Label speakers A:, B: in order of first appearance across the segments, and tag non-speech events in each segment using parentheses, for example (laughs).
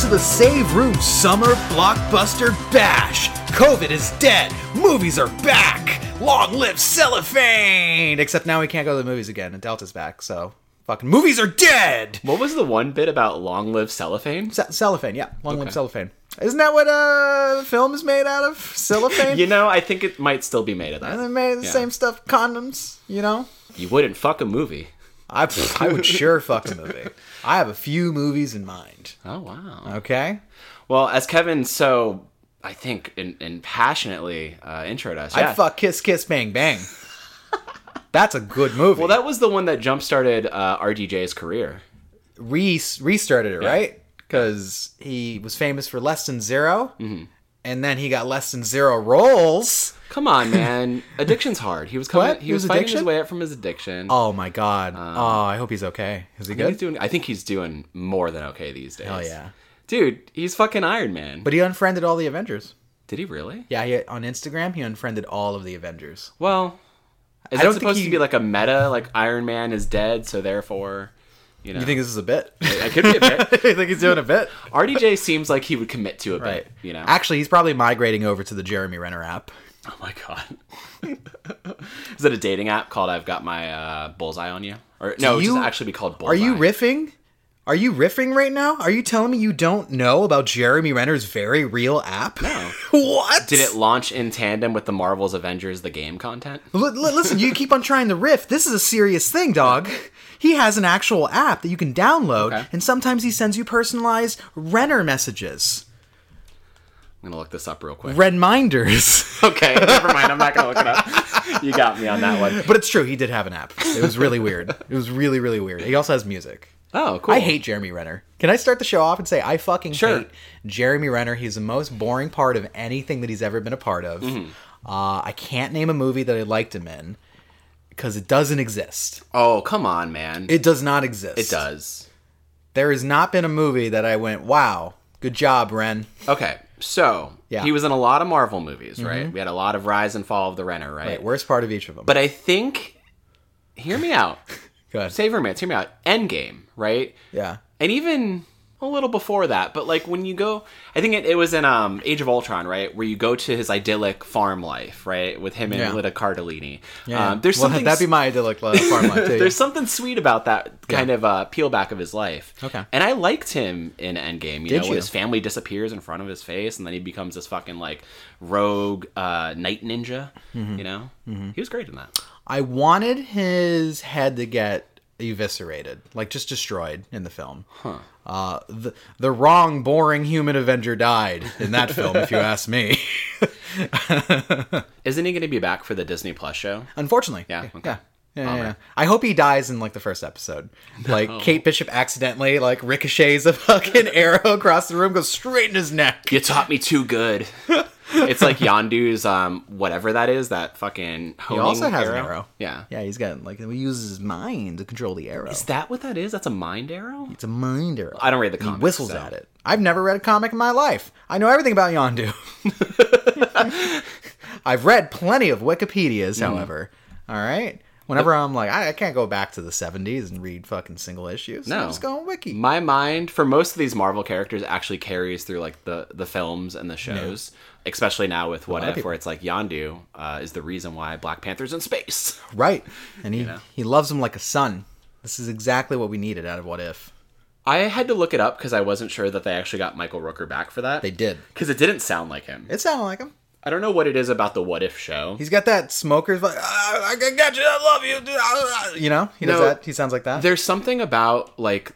A: to the Save Room Summer Blockbuster Bash. COVID is dead. Movies are back. Long live cellophane. Except now we can't go to the movies again, and Delta's back, so fucking movies are dead.
B: What was the one bit about long live cellophane?
A: Ce- cellophane, yeah, long live cellophane. Isn't that what uh, film is made out
B: (laughs)
A: of? Cellophane.
B: You know, I think it might still be made of
A: And
B: that.
A: they made the
B: Yeah.
A: same stuff, condoms, you know?
B: You wouldn't fuck a movie.
A: I, I would sure fuck a movie. I have a few movies in mind.
B: Oh wow.
A: Okay?
B: Well, as Kevin so I think and, and passionately uh, introed us. yeah.
A: I'd fuck Kiss Kiss Bang Bang. That's a good movie.
B: Well, that was the one that jump started uh, RDJ's career.
A: Re- restarted it, right? Because he was famous for Less Than 0
B: Mm-hmm.
A: and then he got Less Than Zero roles.
B: Come on,
A: (laughs)
B: man. Addiction's hard. He was coming.
A: What?
B: He
A: It
B: was,
A: was
B: fighting his
A: addiction?
B: way up from his addiction.
A: Oh my god. oh, I hope he's okay. Is he
B: Uh, I think he's
A: good?
B: doing. I think he's doing more than okay these days.
A: Oh yeah.
B: dude, he's fucking Iron Man. But
A: But he unfriended all the Avengers.
B: did he really?
A: Yeah, he, on Instagram, he unfriended all of the Avengers.
B: Well,
A: I
B: is that
A: don't think
B: supposed
A: he-
B: to be like a meta? Like Iron Man is dead, so therefore, you know,
A: You think this is a bit? (laughs)
B: it could be a bit.
A: you think he's doing a bit?
B: RDJ seems like he would commit to a
A: Right.
B: bit. You know.
A: Actually, he's probably migrating over to the Jeremy Renner app.
B: oh my god. (laughs) is that a dating app called "I've Got My uh, Bullseye on You"? Or no, it
A: you-
B: should actually be called Bullseye.
A: Are you riffing? Are you riffing right now? Are you telling me you don't know about Jeremy Renner's very real app?
B: No.
A: (laughs) what?
B: Did it launch in tandem with the Marvel's Avengers the game content?
A: L- l- listen, you keep on trying to riff. This is a serious thing, dog. He has an actual app that you can download,
B: Okay.
A: and sometimes he sends you personalized Renner messages,
B: I'm gonna look this up real quick.
A: Renminders. (laughs)
B: (laughs) Okay, never mind. I'm not gonna look it up. (laughs) You got me on that one.
A: but it's true, he did have an app. It was really weird. It was really, really weird. He also has music.
B: Oh, cool.
A: I hate Jeremy Renner. Can I start the show off and say I fucking
B: Sure.
A: hate Jeremy Renner? He's the most boring part of anything that he's ever been a part of.
B: Mm-hmm.
A: Uh, I can't name a movie that I liked him in because it doesn't exist.
B: Oh, come on, man. It,
A: It does not exist.
B: does.
A: There has not been a movie that I went, wow, good job, Ren.
B: Okay, so
A: Yeah. Mm-hmm.
B: he was in a lot of Marvel movies, right? We had a lot of rise and fall of the Renner, right?
A: Right, worst part of each of them.
B: But I think, hear me out,
A: good.
B: save your minutes. Hear me out. Endgame, right?
A: yeah.
B: and even a little before that but like when you go i think it, it was in um age of ultron right where you go to his idyllic farm life right with him and
A: Yeah.
B: lita cardellini
A: Yeah.
B: um, there's
A: well,
B: something
A: that'd be my idyllic uh, farm
B: (laughs)
A: life too.
B: there's something sweet about that kind of uh, peel back of his life.
A: Okay.
B: And I liked him in Endgame. You
A: Did
B: know,
A: you?
B: when his family disappears in front of his face, and then he becomes this fucking like rogue uh, night ninja.
A: Mm-hmm.
B: You know, he was great in that.
A: I wanted his head to get eviscerated, like just destroyed in the film. Huh. Uh, the the wrong boring human Avenger died in that film,
B: (laughs)
A: if you ask me.
B: Isn't he going to be back for the Disney Plus show?
A: Unfortunately,
B: Yeah, okay.
A: yeah. Yeah, yeah, yeah. I hope he dies in like the first episode. Like Kate Bishop accidentally like ricochets a (laughs) fucking arrow across the room, goes straight in his neck.
B: You taught me
A: (laughs)
B: too good. it's like Yondu's um whatever that is, that fucking
A: He
B: honing
A: also has
B: arrow.
A: an arrow.
B: Yeah.
A: yeah. He's got like he uses his mind to control the arrow.
B: Is that what that is? That's a mind arrow?
A: It's a mind arrow.
B: I don't read the
A: He
B: comics.
A: whistles
B: so-
A: at it. I've never read a comic in my life. I know everything about Yondu. (laughs) I've read plenty of Wikipedias,
B: Hmm.
A: however. All right. Whenever I'm like, I, I can't go back to the 70s and read fucking single issues.
B: No.
A: I'm just going wiki.
B: My mind for most of these Marvel characters actually carries through like the the films and the shows. Especially now with What
A: of
B: If,
A: people.
B: where it's like Yondu uh, is the reason why Black Panther's in space. (laughs)
A: Right. And he, he loves him like a son. This is exactly what we needed out of What If.
B: I had to look it up because I wasn't sure that they actually got Michael Rooker back for that.
A: They did.
B: Because it didn't sound like him.
A: It sounded like him.
B: I don't know what it is about the What If show.
A: He's got that smoker's like, I, I got you, I love you. You know, he does
B: No.
A: that. He sounds like that.
B: There's something about like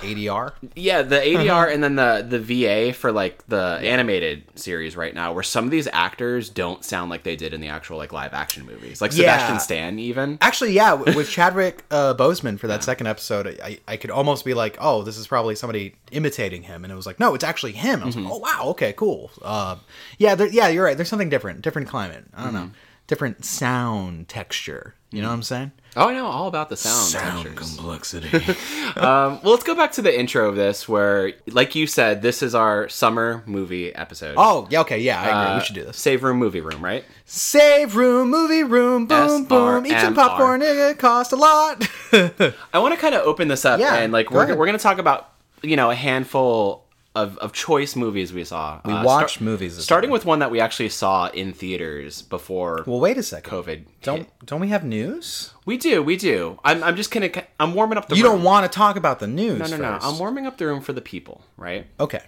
A: ADR.
B: Yeah, the
A: Uh-huh.
B: ADR and then the the VA for like the animated series right now, where some of these actors don't sound like they did in the actual like live action movies, like
A: Yeah.
B: Sebastian Stan even.
A: Actually, yeah, w- with Chadwick uh, Boseman for that second episode, I, I could almost be like, oh, this is probably somebody imitating him, and it was like, no, it's actually him. I was
B: Mm-hmm.
A: like, oh wow, okay, cool. Uh, yeah, there, yeah, you're right. There's something different, different climate. I don't know,
B: Mm-hmm.
A: different sound texture. You know what I'm saying?
B: Oh, I know all about the sound. textures.
A: complexity.
B: Um, well, let's go back to the intro of this, where like you said, this is our summer movie episode.
A: (laughs) oh yeah, okay, yeah, I agree.
B: Uh,
A: we should do this.
B: Save room, movie room, right?
A: Save room, movie room, boom, boom. Eat some
B: SRMR.
A: popcorn. It cost a lot. (laughs)
B: I want to kind of open this up
A: Yeah,
B: and like
A: go
B: we're
A: ahead.
B: we're gonna talk about you know a handful of, of choice movies we saw.
A: We
B: Uh,
A: watched
B: star-
A: movies. this
B: starting
A: time.
B: with one that we actually saw in theaters before
A: Well, wait a second.
B: COVID.
A: Don't
B: hit.
A: don't we have news?
B: we do? We do. I'm, I'm just gonna. I'm warming up the.
A: You
B: room.
A: don't want to talk about the news.
B: No, no, no.
A: first.
B: I'm warming up the room for the people, right?
A: Okay.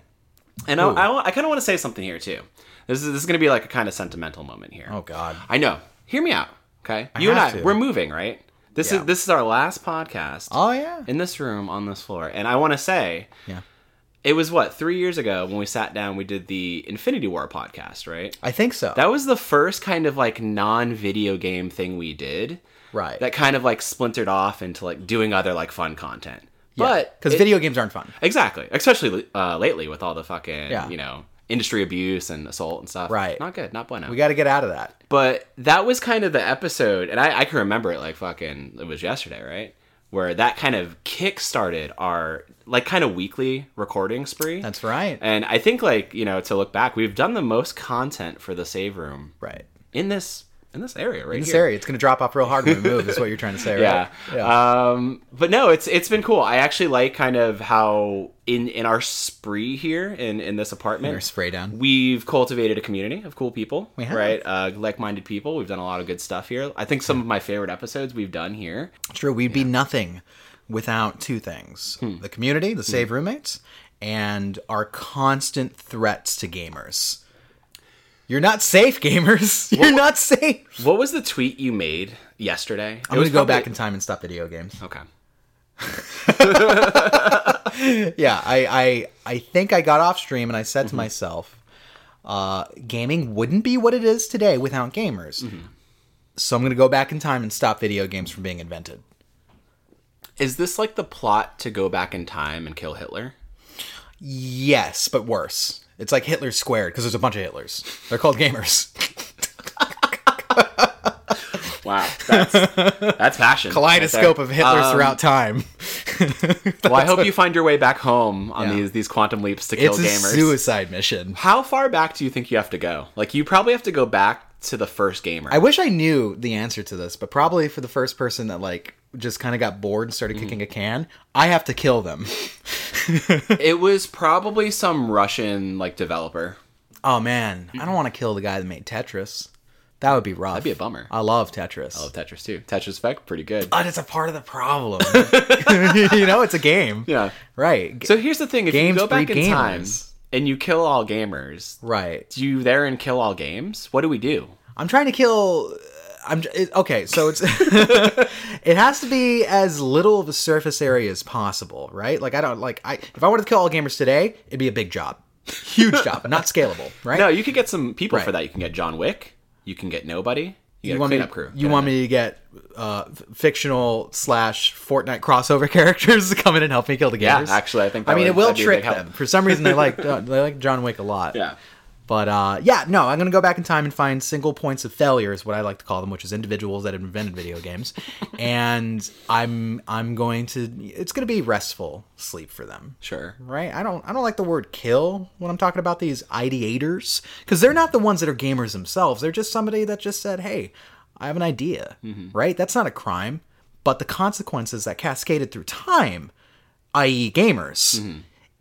B: And I, I, kind of want to say something here too. This is this is going to be like a kind of sentimental moment here.
A: Oh God.
B: I know. Hear me out, okay? you and I,
A: have to.
B: we're moving, right? This
A: Yeah.
B: is this is our last podcast
A: Oh yeah.
B: in this room on this floor, and I want to say,
A: Yeah.
B: it was what three years ago when we sat down. We did the Infinity War podcast, right?
A: I think so.
B: That was the first kind of like non-video game thing we did.
A: right.
B: That kind of like splintered off into like doing other like fun content. But
A: because
B: it-
A: video games aren't fun.
B: Exactly. Especially uh, lately with all the fucking,
A: Yeah.
B: you know, industry abuse and assault and stuff.
A: Right.
B: Not good. Not bueno.
A: We got to get out of that.
B: but that was kind of the episode, and I, I can remember it like fucking, it was yesterday, right? Where that kind of kick-started our, like, kind of weekly recording spree.
A: That's right.
B: And I think, like, you know, to look back, we've done the most content for the Save Room
A: right.
B: in this in this area right
A: This
B: here.
A: area, it's going to drop off real hard when we move. is what you're trying to say, right?
B: yeah. Um, but no, it's it's been cool. I actually like kind of how in in our spree here in in this apartment,
A: Or spray down.
B: we've cultivated a community of cool people,
A: have.
B: right? Uh, like-minded people. We've done a lot of good stuff here. I think some of my favorite episodes we've done here.
A: True. We'd be nothing without two things
B: Hmm.
A: the community, the save roommates, and our constant threats to gamers. You're not safe, gamers. (laughs) You're not safe.
B: What was the tweet you made yesterday?
A: I'm going to go back in time and stop video games.
B: Okay.
A: (laughs) Yeah, I, I, I think I got off stream and I said to myself, uh, gaming wouldn't be what it is today without gamers. So I'm going to go back in time and stop video games from being invented.
B: Is this like the plot to go back in time and kill Hitler?
A: Yes, but worse. It's like Hitler squared because there's a bunch of Hitlers. They're called gamers. (laughs)
B: Wow,
A: (laughs)
B: that's that's passion.
A: Kaleidoscope of
B: Hitler.
A: Hitlers throughout time. (laughs)
B: Well, I hope you find your way back home on
A: Yeah.
B: these these quantum leaps to kill
A: It's a
B: gamers.
A: suicide mission.
B: How far back do you think you have to go? Like you probably have to go back to the first gamer.
A: I wish I knew the answer to this, but probably for the first person that like just kind of got bored and started kicking a can, I have to kill them. (laughs)
B: it was probably some Russian like developer.
A: oh man, I don't want to kill the guy that made Tetris. That would be rough. That'd
B: be a bummer. Oh.
A: I love Tetris.
B: Love Tetris too. Tetris Effect, pretty good.
A: But it's a part of the
B: (laughs)
A: problem. (laughs) you know, it's a game.
B: yeah.
A: Right.
B: So here's the thing: if
A: Games
B: you go back in
A: breed
B: time
A: gamers.
B: and you kill all gamers,
A: right.
B: do you there and kill all games? What do we do?
A: I'm trying to kill. uh, I'm j- it, okay. So it's (laughs) it has to be as little of a surface area as possible, right? Like I don't like I if I wanted to kill all gamers today, it'd be a big job, huge job, not scalable, right?
B: No, you could get some people for
A: Right.
B: that. You can get John Wick. You can get nobody. You,
A: you
B: get
A: want
B: a
A: me?
B: cleanup crew.
A: You want me to get uh, f- fictional slash Fortnite crossover (laughs) characters to come in and help me kill the
B: Yeah,
A: gamers?
B: actually, I think
A: I
B: that
A: mean, it
B: would-
A: will
B: that'd be a big
A: trick
B: help.
A: them. For some reason, they
B: (laughs)
A: like uh, they like John Wick a lot.
B: Yeah.
A: But uh, yeah, no, I'm gonna go back in time and find single points of failure is what I like to call them, which is individuals that have invented video
B: (laughs)
A: games, and I'm I'm going to it's gonna be restful sleep for them,
B: Sure.
A: right? I don't I don't like the word kill when I'm talking about these ideators because they're not the ones that are gamers themselves. They're just somebody that just said, hey, I have an idea,
B: Mm-hmm.
A: right? That's not a crime, but the consequences that cascaded through time, i.e., gamers.
B: Mm-hmm.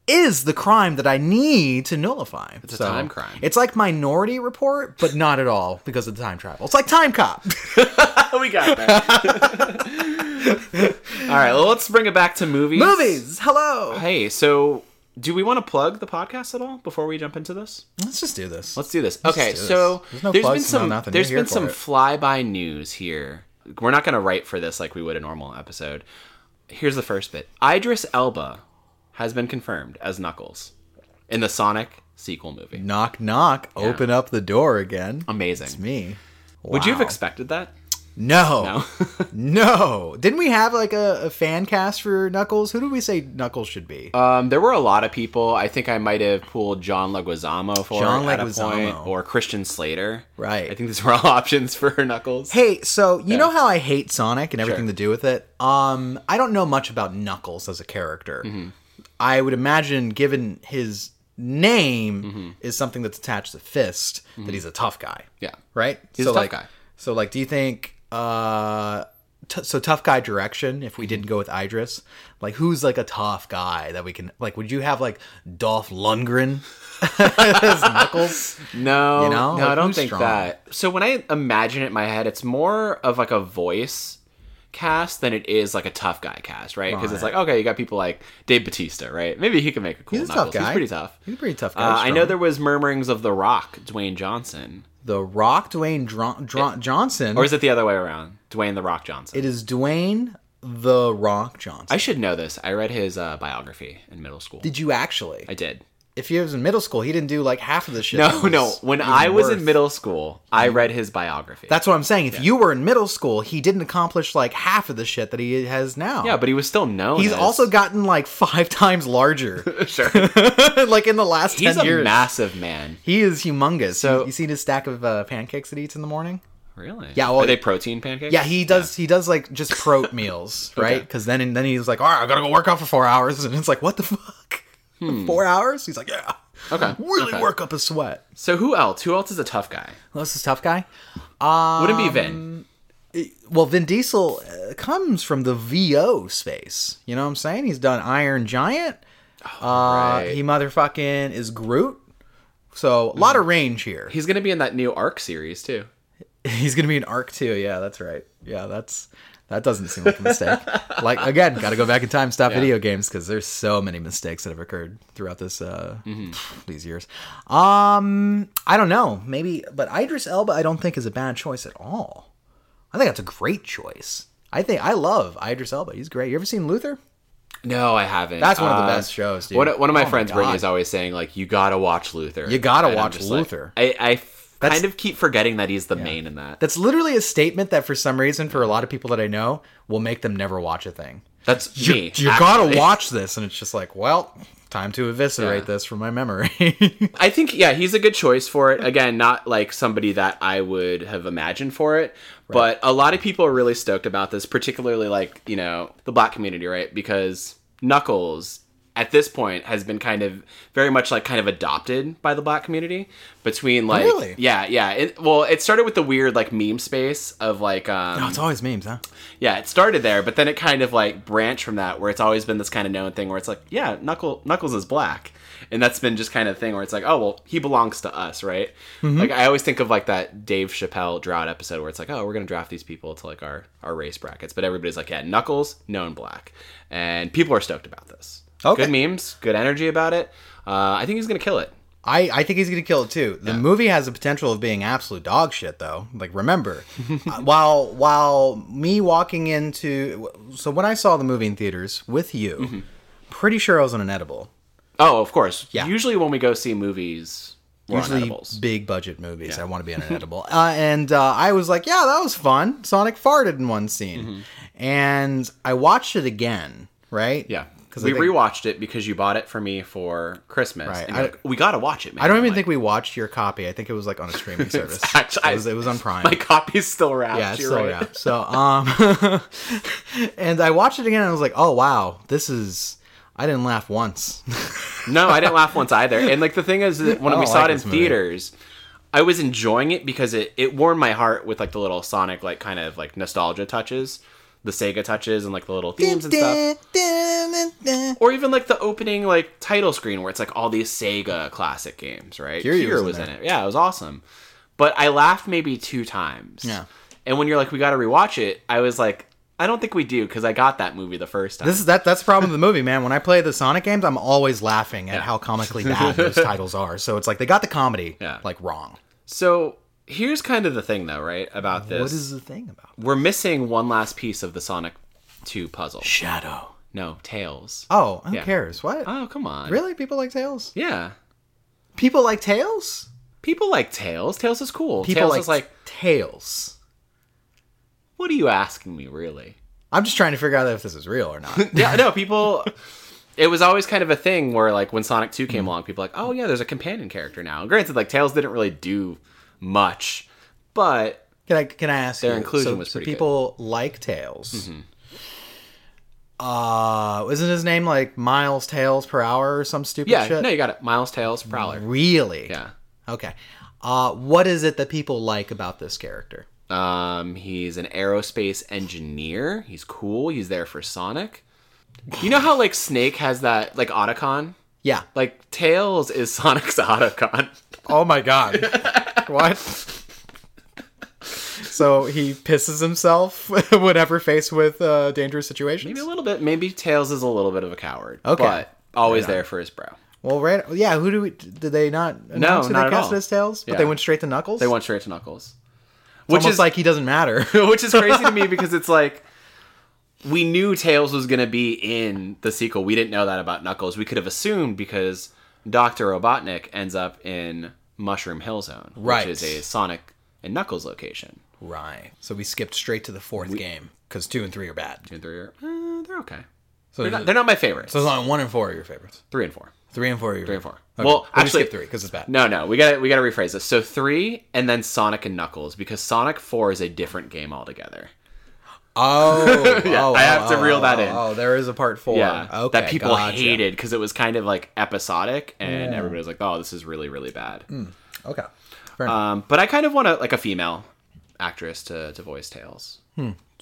A: Is the crime that I need to nullify? It's
B: a time crime.
A: It's like Minority Report, but not at all because of the time travel. It's like Time Cop.
B: Oh, we got
A: (laughs)
B: that. All right, well, let's bring it back to (laughs) movies.
A: Movies. Hello.
B: Hey, so do we want to plug the podcast at all before we jump into this?
A: Let's just do this.
B: Let's do this. Okay,
A: do this.
B: so
A: There's no
B: there's
A: plugs,
B: been
A: no
B: some
A: nothing.
B: there's
A: You're here
B: been some
A: for it.
B: flyby news here. We're not going to write for this like we would a normal episode. Here's the first bit. Idris Elba has been confirmed as Knuckles in the Sonic sequel movie.
A: knock knock. Open up the door again.
B: Amazing.
A: Me.
B: Would you have
A: Wow.
B: expected that?
A: No.
B: No. (laughs)
A: No, didn't we have like a, a fan cast for Knuckles? Who did we say Knuckles should be?
B: Um, there were a lot of people. I think I might have pulled John Leguizamo for
A: John
B: John at a
A: Leguizamo.
B: point, or Christian Slater.
A: Right.
B: I think these were all (laughs) options for Knuckles.
A: hey, so you know how I hate Sonic and everything
B: Sure.
A: to do with it. Um, I don't know much about Knuckles as a character.
B: Mm-hmm.
A: I would imagine, given his name is something that's attached to Fist, that he's a tough guy.
B: Mm-hmm. Yeah.
A: right?
B: He's a
A: so
B: tough
A: like,
B: guy.
A: So like, do you think uh, t- so tough guy direction if we didn't go with Idris. Like who's like a tough guy that we can like would you have like Dolph Lundgren (laughs) as Knuckles?
B: No,
A: You know?
B: no, I
A: Like,
B: don't
A: who's
B: think
A: strong?
B: that. So when I imagine it in my head, it's more of like a voice cast than it is like a tough guy cast, right? Because it's like, okay, you got people like Dave Batista, right? Maybe he could make a cool
A: He's a tough
B: Knuckles. He's
A: guy.
B: pretty tough.
A: He's a pretty tough guy.
B: Uh, I know
A: strong.
B: there was murmurings of The Rock, Dwayne Johnson,
A: The Rock Dwayne Dron- Dron- Johnson
B: or is it the other way around? Dwayne The Rock Johnson.
A: it is Dwayne the Rock Johnson.
B: I should know this. I read his uh, biography in middle school.
A: did you actually?
B: I did.
A: if he was in middle school, he didn't do like half of the shit.
B: No,
A: that was
B: no. When
A: even
B: I was in
A: worth.
B: middle school, I read his biography.
A: That's what I'm saying. If you were in middle school, he didn't accomplish like half of the shit that he has now.
B: yeah, but he was still known.
A: He's
B: as-
A: also (laughs) gotten like five times larger,
B: (laughs)
A: (laughs)
B: sure.
A: like in the last
B: He's
A: ten
B: a
A: years.
B: massive man.
A: he is humongous. So
B: So-
A: you, you seen his stack of uh, pancakes that he eats in the morning?
B: Really?
A: Yeah, well-
B: Are they protein pancakes?
A: Yeah, he does. He does like just (laughs) prote meals, right? Because then then he's like, all right, I gotta go work out for four hours, and it's like, what the fuck? (laughs) Four hours? He's like, yeah,
B: Okay.
A: really
B: okay.
A: work up a sweat.
B: So who else? Who else is a tough guy?
A: Well, this is tough guy.
B: Wouldn't be Vin.
A: Well, Vin Diesel uh, comes from the VO space. You know what I'm saying? He's done Iron Giant. Uh,
B: Um, right.
A: He motherfucking is Groot. So a lot of range here.
B: He's gonna be in that new Arc series too.
A: He's gonna be an arc too. Yeah, that's right. Yeah, that's that doesn't seem like a mistake.
B: (laughs)
A: like again, got to go back in time, stop video games because there's so many mistakes that have occurred throughout this uh
B: Mm-hmm.
A: these years. Um, I don't know, maybe, but Idris Elba, I don't think is a bad choice at all. I think that's a great choice. I think I love Idris Elba. He's great. You ever seen Luther?
B: No, I haven't. Uh,
A: That's one of the best shows, dude.
B: One, of- one of my
A: Oh my
B: friends, Brittany,
A: God.
B: is always saying like, "You gotta watch Luther.
A: You gotta
B: And I'm
A: watch
B: just like-
A: Luther.
B: I, I f-
A: That's-
B: kind of keep forgetting that he's the main in that.
A: That's literally a statement that, for some reason, for a lot of people that I know, will make them never watch a thing.
B: That's
A: you,
B: me.
A: you
B: actually.
A: gotta watch this and it's just like well time to eviscerate
B: Yeah.
A: this from my memory (laughs)
B: I think yeah, he's a good choice for it. Again, not like somebody that I would have imagined for it, but a lot of people are really stoked about this, particularly like, you know, the black community, right? Because Knuckles at this point has been kind of very much like kind of adopted by the black community between like
A: Really?
B: yeah, yeah. It, well, it started with the weird like meme space of like um
A: oh, it's always memes huh
B: yeah, it started there, but then it kind of like branched from that, where it's always been this kind of known thing where it's like, yeah, Knuckle, Knuckles is black, and that's been just kind of thing where it's like, oh well, he belongs to us, right?
A: Mm-hmm.
B: Like I always think of like that Dave Chappelle drought episode where it's like, oh, we're gonna draft these people to like our our race brackets, but everybody's like, yeah, Knuckles, known black, and people are stoked about this.
A: Okay.
B: good memes, good energy about it. Uh, I think he's gonna kill it.
A: I, I think he's gonna kill it too. The movie has the potential of being absolute dog shit, though. Like, remember, uh, (laughs) while while me walking into so when I saw the movie in theaters with you,
B: Mm-hmm.
A: pretty sure I was on an edible.
B: Oh, of course.
A: Yeah.
B: Usually when we go see movies, we're on
A: usually
B: edibles.
A: big budget movies. I want to be on an edible. (laughs) Uh, and uh, I was like, yeah, that was fun. Sonic farted in one scene,
B: Mm-hmm.
A: and I watched it again. Right?
B: Yeah.
A: Because
B: we rewatched it because you bought it for me for Christmas.
A: Right,
B: And
A: I-
B: you're like, we gotta watch it, man.
A: I don't even think we watched your copy. I think it was like on a streaming
B: (laughs)
A: service.
B: Actually, I-
A: it, was, it was on Prime.
B: my (laughs) copy's still wrapped.
A: yeah, it's
B: you're
A: still
B: right.
A: around. So, um, (laughs) and I watched it again and I was like, oh wow, this is. I didn't laugh
B: (laughs)
A: once.
B: No, I didn't laugh once either. And like the thing is, that
A: (laughs)
B: when
A: I
B: we
A: don't
B: saw
A: like
B: it in
A: this movie.
B: theaters, I was enjoying it because it it warmed my heart with like the little Sonic like kind of like nostalgia touches, the Sega touches, and like the little themes and stuff.
A: Kiri
B: or even like the opening like title screen where it's like all these Sega classic games, right?
A: Kiryu
B: Kiryu
A: was
B: was
A: in
B: in it. Yeah, it was awesome. But I laughed maybe two times.
A: Yeah.
B: And when you're like, we got to rewatch it, I was like, I don't think we do because I got that movie the first time.
A: This is that. That's the problem with the movie, man. When I play the Sonic games, I'm always laughing at how
B: (laughs)
A: comically bad those titles are. So it's like they got the comedy
B: Yeah.
A: like wrong.
B: so here's kind of the thing, though, right? About this,
A: What is the thing about
B: we're missing one last piece of the Sonic Two puzzle.
A: Shadow?
B: No, Tails.
A: Oh, who
B: Yeah.
A: cares? What?
B: Oh, come on.
A: really? People like tails?
B: Yeah.
A: People like tails?
B: People like Tails. Tails is cool.
A: People
B: Tails
A: like,
B: is like,
A: tails.
B: what are you asking me, really?
A: I'm just trying to figure out if this is real or
B: (laughs)
A: not.
B: yeah,
A: (laughs)
B: no, people. It was always kind of a thing where, like, when Sonic Two
A: Mm-hmm.
B: came along, people were like, oh yeah, there's a companion character now. Granted, like Tails didn't really do much, but
A: Can I can I ask
B: Their
A: you?
B: inclusion
A: so,
B: was
A: so
B: pretty Mm-hmm.
A: people like Tails. Uh, isn't his name like Miles Tails per hour or some stupid
B: yeah,
A: shit? Mm-hmm.
B: no, you got it. Miles, Tails, Prowler.
A: Really?
B: Yeah.
A: Okay. Uh, what is it that people like about this character?
B: Um, he's an aerospace engineer. He's cool. He's there for Sonic. You know how like Snake has that like Otacon?
A: Yeah.
B: Like Tails is (laughs) Sonic's Otacon.
A: Oh my
B: (laughs)
A: god. what? So he pisses himself (laughs) whenever faced with uh, dangerous situations.
B: Maybe a little bit. Maybe Tails is a little bit of a coward.
A: Okay.
B: But always there for his bro.
A: Well, right? Yeah. Who do we? Did they not? announce who
B: not
A: they
B: at
A: cast
B: all.
A: as tails, but
B: Yeah.
A: they went straight to Knuckles.
B: They went straight to Knuckles.
A: which
B: Which
A: almost
B: is
A: like he doesn't matter.
B: (laughs) which is crazy to me because it's like we knew Tails was going to be in the sequel. We didn't know that about Knuckles. We could have assumed because Dr. Robotnik ends up in Mushroom Hill Zone,
A: Right.
B: which is a Sonic and Knuckles location.
A: (laughs) right. So we skipped straight to the fourth game because two and three are bad.
B: Two and three are, uh, they're okay.
A: So,
B: They're not, they're not my favorites.
A: so there's only one and four are your favorites.
B: Three and four.
A: Three and four are your
B: Three and
A: favorites.
B: four. Well,
A: we
B: actually,
A: skip three because it's bad.
B: No, no, we got to we got to rephrase this. So three, and then Sonic and Knuckles, because Sonic Four is a different game altogether. (laughs)
A: Oh, oh,
B: I have to
A: oh,
B: reel
A: oh,
B: that in.
A: Oh, there is a part four.
B: Yeah,
A: Okay,
B: Uh, that people
A: gotcha.
B: hated because it was kind of like episodic, and everybody was like, "Oh, this is really, really bad."
A: Okay. Fair enough.
B: Um, but I kind of want to like a female actress to to voice Tails.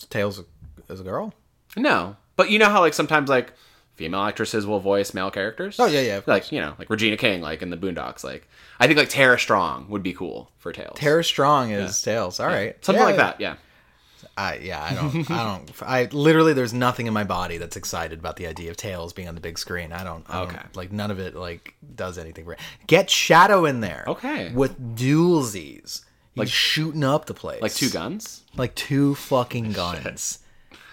A: Tails as a girl.
B: No, but you know how like sometimes like female actresses will voice male characters.
A: Oh yeah, yeah. of course.
B: Like you know, like Regina King, like in the Boondocks. Like I think like Tara Strong would be cool for Tails.
A: Tara Strong is Tails. All right,
B: something
A: Yeah,
B: like
A: yeah.
B: that. Yeah.
A: I yeah, I don't, I don't, I literally, there's nothing in my body that's excited about the idea of Tails being on the big screen. I don't, I don't
B: Okay.
A: like none of it like does anything for Get Shadow in there,
B: Okay.
A: with duelsies, he's like shooting up the place,
B: Like two guns.
A: like two fucking guns,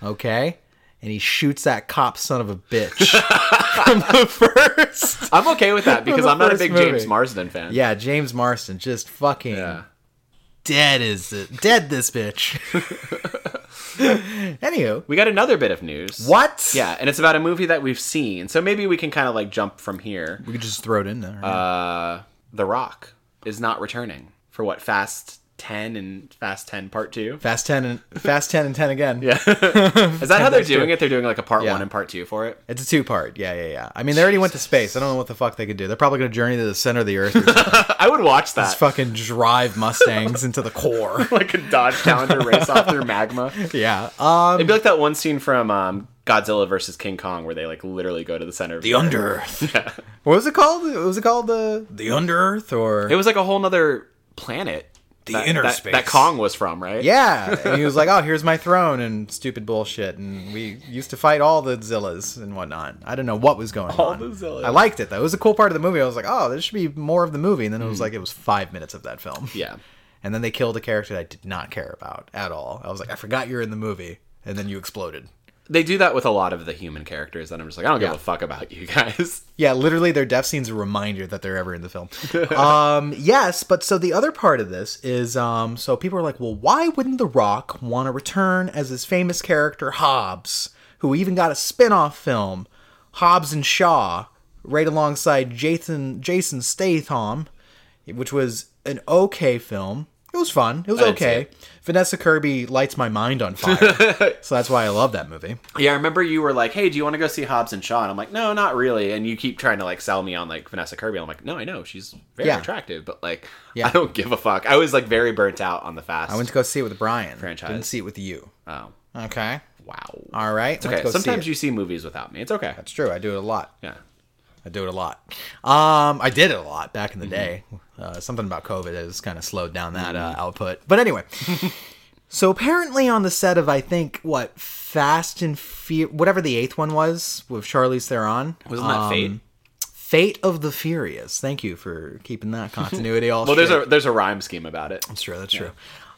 A: okay, and he shoots that cop son of a bitch (laughs) from the first.
B: I'm okay
A: (laughs)
B: with that because
A: the
B: I'm not a
A: first
B: big
A: movie.
B: James Marsden fan.
A: Yeah, James Marston just fucking
B: Yeah.
A: dead is it dead this bitch. (laughs) Anywho,
B: We got another bit of news.
A: what?
B: Yeah, and it's about a movie that we've seen. So maybe we can kind of like jump from here.
A: We could just throw it in there.
B: Uh, the Rock is not returning for what Fast 10 and Fast 10 Part 2.
A: Fast ten and Fast ten and ten again.
B: (laughs) Yeah. is that how they're doing it? They're doing like a part
A: Yeah.
B: 1 and part 2 for it.
A: It's a two part. Yeah, yeah, yeah. I mean, they already went to space. I don't know what the fuck they could do. They're probably gonna journey to the center of the earth. Or something.
B: (laughs) I would watch that. (laughs)
A: just fucking drive Mustangs into the core.
B: like a Dodge Challenger race off through magma.
A: Yeah. (laughs) Um,
B: It'd be like that one scene from um, Godzilla versus King Kong where they like literally go to the center of
A: the Under Earth.
B: (laughs)
A: What was it called? What was it called the the Under Earth or
B: It was like a whole nother planet.
A: the
B: that,
A: inner
B: that-
A: space
B: that Kong was from, right?
A: Yeah, and he was like, "Oh, here's my throne and stupid bullshit." And we used to fight all the Zillas and whatnot. I don't know what was going
B: All
A: on.
B: the Zillas.
A: I liked it though. It was a cool part of the movie. I was like, "Oh, there should be more of the movie." And then
B: Hmm.
A: it was like it was five minutes of that film.
B: Yeah.
A: And then they killed a character that I did not care about at all. I was like, "I forgot you're in the movie," and then you exploded.
B: They do that with a lot of the human characters that I'm just like, I don't give
A: Yeah.
B: a fuck about you guys.
A: Yeah, literally, their death scene's a reminder that they're ever in the film. (laughs) um, yes, but so the other part of this is um, so people are like, well, why wouldn't The Rock want to return as his famous character Hobbs, who even got a spin off film, Hobbs and Shaw, right alongside Jason, Jason Statham, which was an okay film. It was fun. It was
B: didn't see
A: okay. Vanessa Kirby lights my mind on
B: (laughs)
A: fire. so that's why I love that movie.
B: Yeah, I remember you were like, "Hey, do you want to go see Hobbs and Shaw?" And I'm like, "No, not really." And you keep trying to like sell me on like Vanessa Kirby. I'm like, "No, I know she's very
A: Yeah.
B: attractive, but like,
A: Yeah.
B: I don't give a fuck." I was like very burnt out on the fast.
A: I went to go see it with Brian.
B: Franchise.
A: Didn't see it with you.
B: oh,
A: Okay.
B: wow.
A: All right.
B: okay, sometimes you see movies without me. It's okay.
A: It's true. I do it a lot.
B: Yeah,
A: I do it a lot. Um, I did it a lot back in the day.
B: Mm-hmm.
A: Uh, something about COVID has kind of slowed down that uh, output. But
B: (laughs)
A: anyway, so apparently on the set of I think what Fast and Fear, whatever the eighth one was with Charlize Theron,
B: wasn't that
A: um,
B: fate?
A: Fate of the Furious. Thank you for keeping that continuity. All
B: (laughs) Well, there's
A: straight.
B: a there's a rhyme scheme about it.
A: That's true. That's true.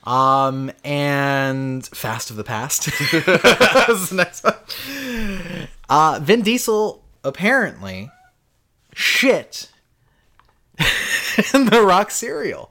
A: Um, and Fast of the Past. (laughs) That's the next one. Uh, Vin Diesel apparently shit (laughs) in the Rock cereal.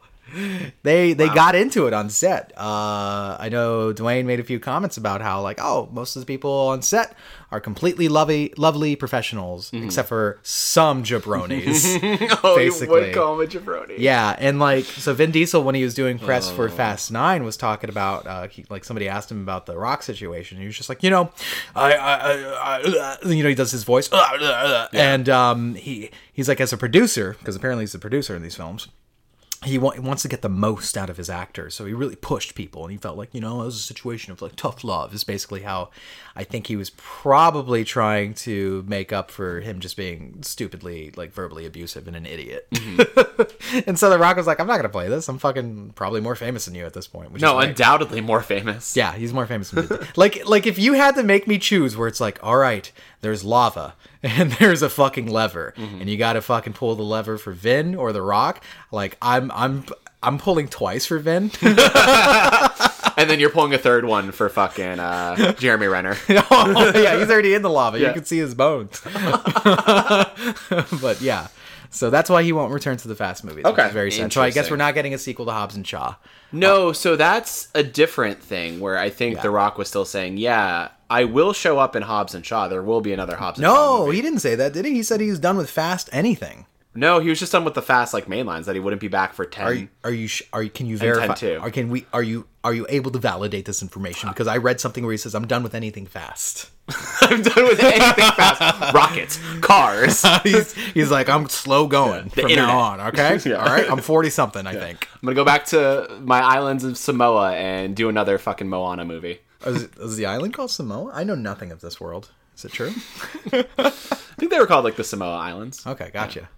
A: They they got into it on set. Uh, I know Dwayne made a few comments about how like oh most of the people on set are completely lovely lovely professionals except for some jabronis.
B: Mm-hmm. (laughs) Oh, you
A: Basically.
B: would call him a jabroni.
A: Yeah, and like so, Vin Diesel when he was doing press for Fast Nine was talking about uh, he, like somebody asked him about the Rock situation. And he was just like, you know, I, I, I, I you know, he does his voice, and um, he he's like as a producer because apparently he's the producer in these films. he wa- wants to get the most out of his actors, so he really pushed people, and he felt like you know it was a situation of like tough love is basically how I think he was probably trying to make up for him just being stupidly like verbally abusive and an idiot. (laughs) and so The Rock was like, "I'm not gonna play this. I'm fucking probably more famous than you at this point." Which is
B: No,
A: right.
B: undoubtedly more famous.
A: Yeah, he's more famous than me. like like if you had to make me choose where it's like, all right, there's lava (laughs) and there's a fucking lever
B: Mm-hmm.
A: and you got to fucking pull the lever for Vin or the rock, like I'm I'm I'm pulling twice for Vin. (laughs)
B: And then you're pulling a third one for
A: (laughs)
B: fucking uh, Jeremy Renner.
A: oh, yeah, he's already in the lava.
B: Yeah.
A: You can see his bones. (laughs) but yeah. So that's why he won't return to the fast movies. Okay.
B: Okay.
A: Which is very sad. So I guess
B: Interesting.
A: we're not getting a sequel to Hobbs and Shaw.
B: No, so that's a different thing where I think The Rock was still saying, yeah, I will show up in Hobbs and Shaw. There will be another Hobbs and Shaw.
A: No,
B: movie."
A: he didn't say that, did he? He said he was done with fast anything.
B: No, he was just done with the fast like mainlines that he wouldn't be back for 10.
A: Are you, are you sh- are you can you verify
B: 10-2.
A: or can we are you are you able to validate this information because I read something where he says I'm done with anything fast.
B: (laughs)
A: (laughs)
B: I'm done with anything fast. Rockets, cars, I'm
A: he's, he's like I'm slow going from
B: internet.
A: now on, okay?
B: (laughs) Yeah.
A: All right. I'm 40 something, I think.
B: going to go back to my islands of Samoa and do another fucking Moana movie.
A: Is, is the island called Samoa? I know nothing of this world. Is it
B: (laughs)
A: true?
B: I think they were called like the Samoa Islands.
A: Okay, gotcha.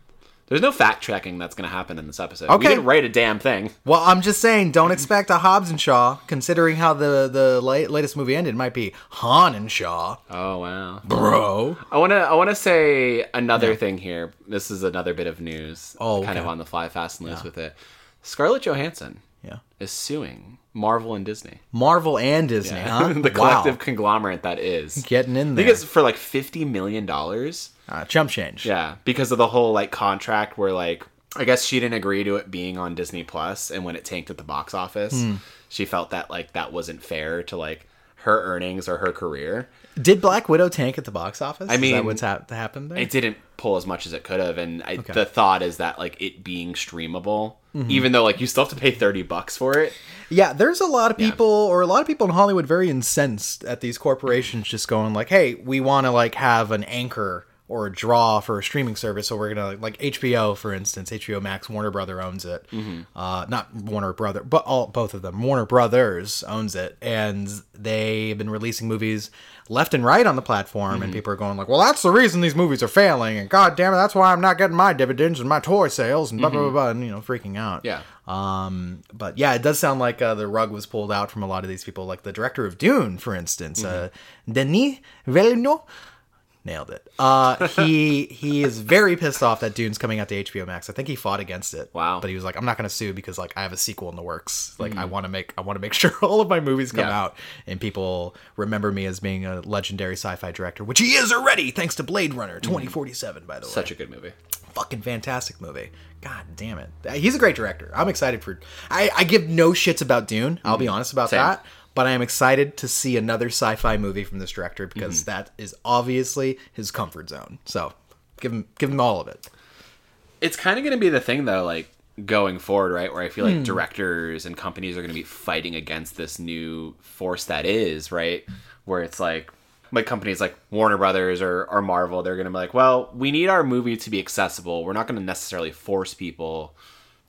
B: There's no fact checking that's going to happen in this episode. We
A: Okay.
B: didn't write a damn thing.
A: Well, I'm just saying don't expect a Hobbs and Shaw considering how the the la- latest movie ended might be Han and Shaw.
B: Oh wow.
A: Bro.
B: I want to I want to say another thing here. This is another bit of news.
A: Oh,
B: kind of
A: okay.
B: on the fly fast and loose with it. Scarlett Johansson
A: Yeah.
B: is suing Marvel and Disney.
A: Marvel and Disney, huh?
B: (laughs) the
A: Wow.
B: collective conglomerate that is.
A: getting in
B: I
A: there.
B: think it's for like 50 million dollars.
A: uh, chump change.
B: Yeah, because of the whole like contract where like I guess she didn't agree to it being on Disney Plus, and when it tanked at the box office,
A: Hmm.
B: she felt that like that wasn't fair to like her earnings or her career.
A: Did Black Widow tank at the box office? I is
B: mean,
A: that what's hap- happened there?
B: It didn't pull as much as it could have, and I, the thought is that like it being streamable, even though like you still have to pay thirty bucks for it.
A: yeah, there's a lot of people, or a lot of people in Hollywood, very incensed at these corporations just going like, "Hey, we want to like have an anchor or a draw for a streaming service, so we're gonna like HBO, for instance, HBO Max, Warner Brother owns it, uh, not Warner Brother, but all both of them, Warner Brothers owns it, and they've been releasing movies left and right on the platform, and people are going like, "Well, that's the reason these movies are failing," and God damn it, that's why I'm not getting my dividends and my toy sales and blah blah blah, blah and you know, freaking out.
B: Yeah.
A: Um, but yeah, it does sound like uh, the rug was pulled out from a lot of these people, like the director of Dune, for instance,
B: Mm-hmm.
A: uh, Denis Villeneuve. Nailed it. Uh, he he is very pissed off that Dune's coming out to HBO Max. I think he fought against it.
B: Wow. Mm-hmm.
A: But he was like, I'm not gonna sue because like I have a sequel in the works. Like I want to make I want to make (laughs) sure all of my movies come
B: Yeah.
A: out and people remember me as being a legendary sci-fi director, which he is already thanks to Blade Runner 2047. By the way,
B: Such a good movie.
A: fucking fantastic movie. God damn it. He's a great director. I'm excited for I, I give no shits about Dune. I'll be honest about
B: Same.
A: that. But I am excited to see another sci-fi movie from this director because that is obviously his comfort zone. So give him give him all of it.
B: It's kind of going to be the thing though, like going forward, right? Where I feel like directors and companies are going to be fighting against this new force that is, right? Where it's like like companies like Warner Brothers or, or Marvel, they're going to be like, well, we need our movie to be accessible. We're not going to necessarily force people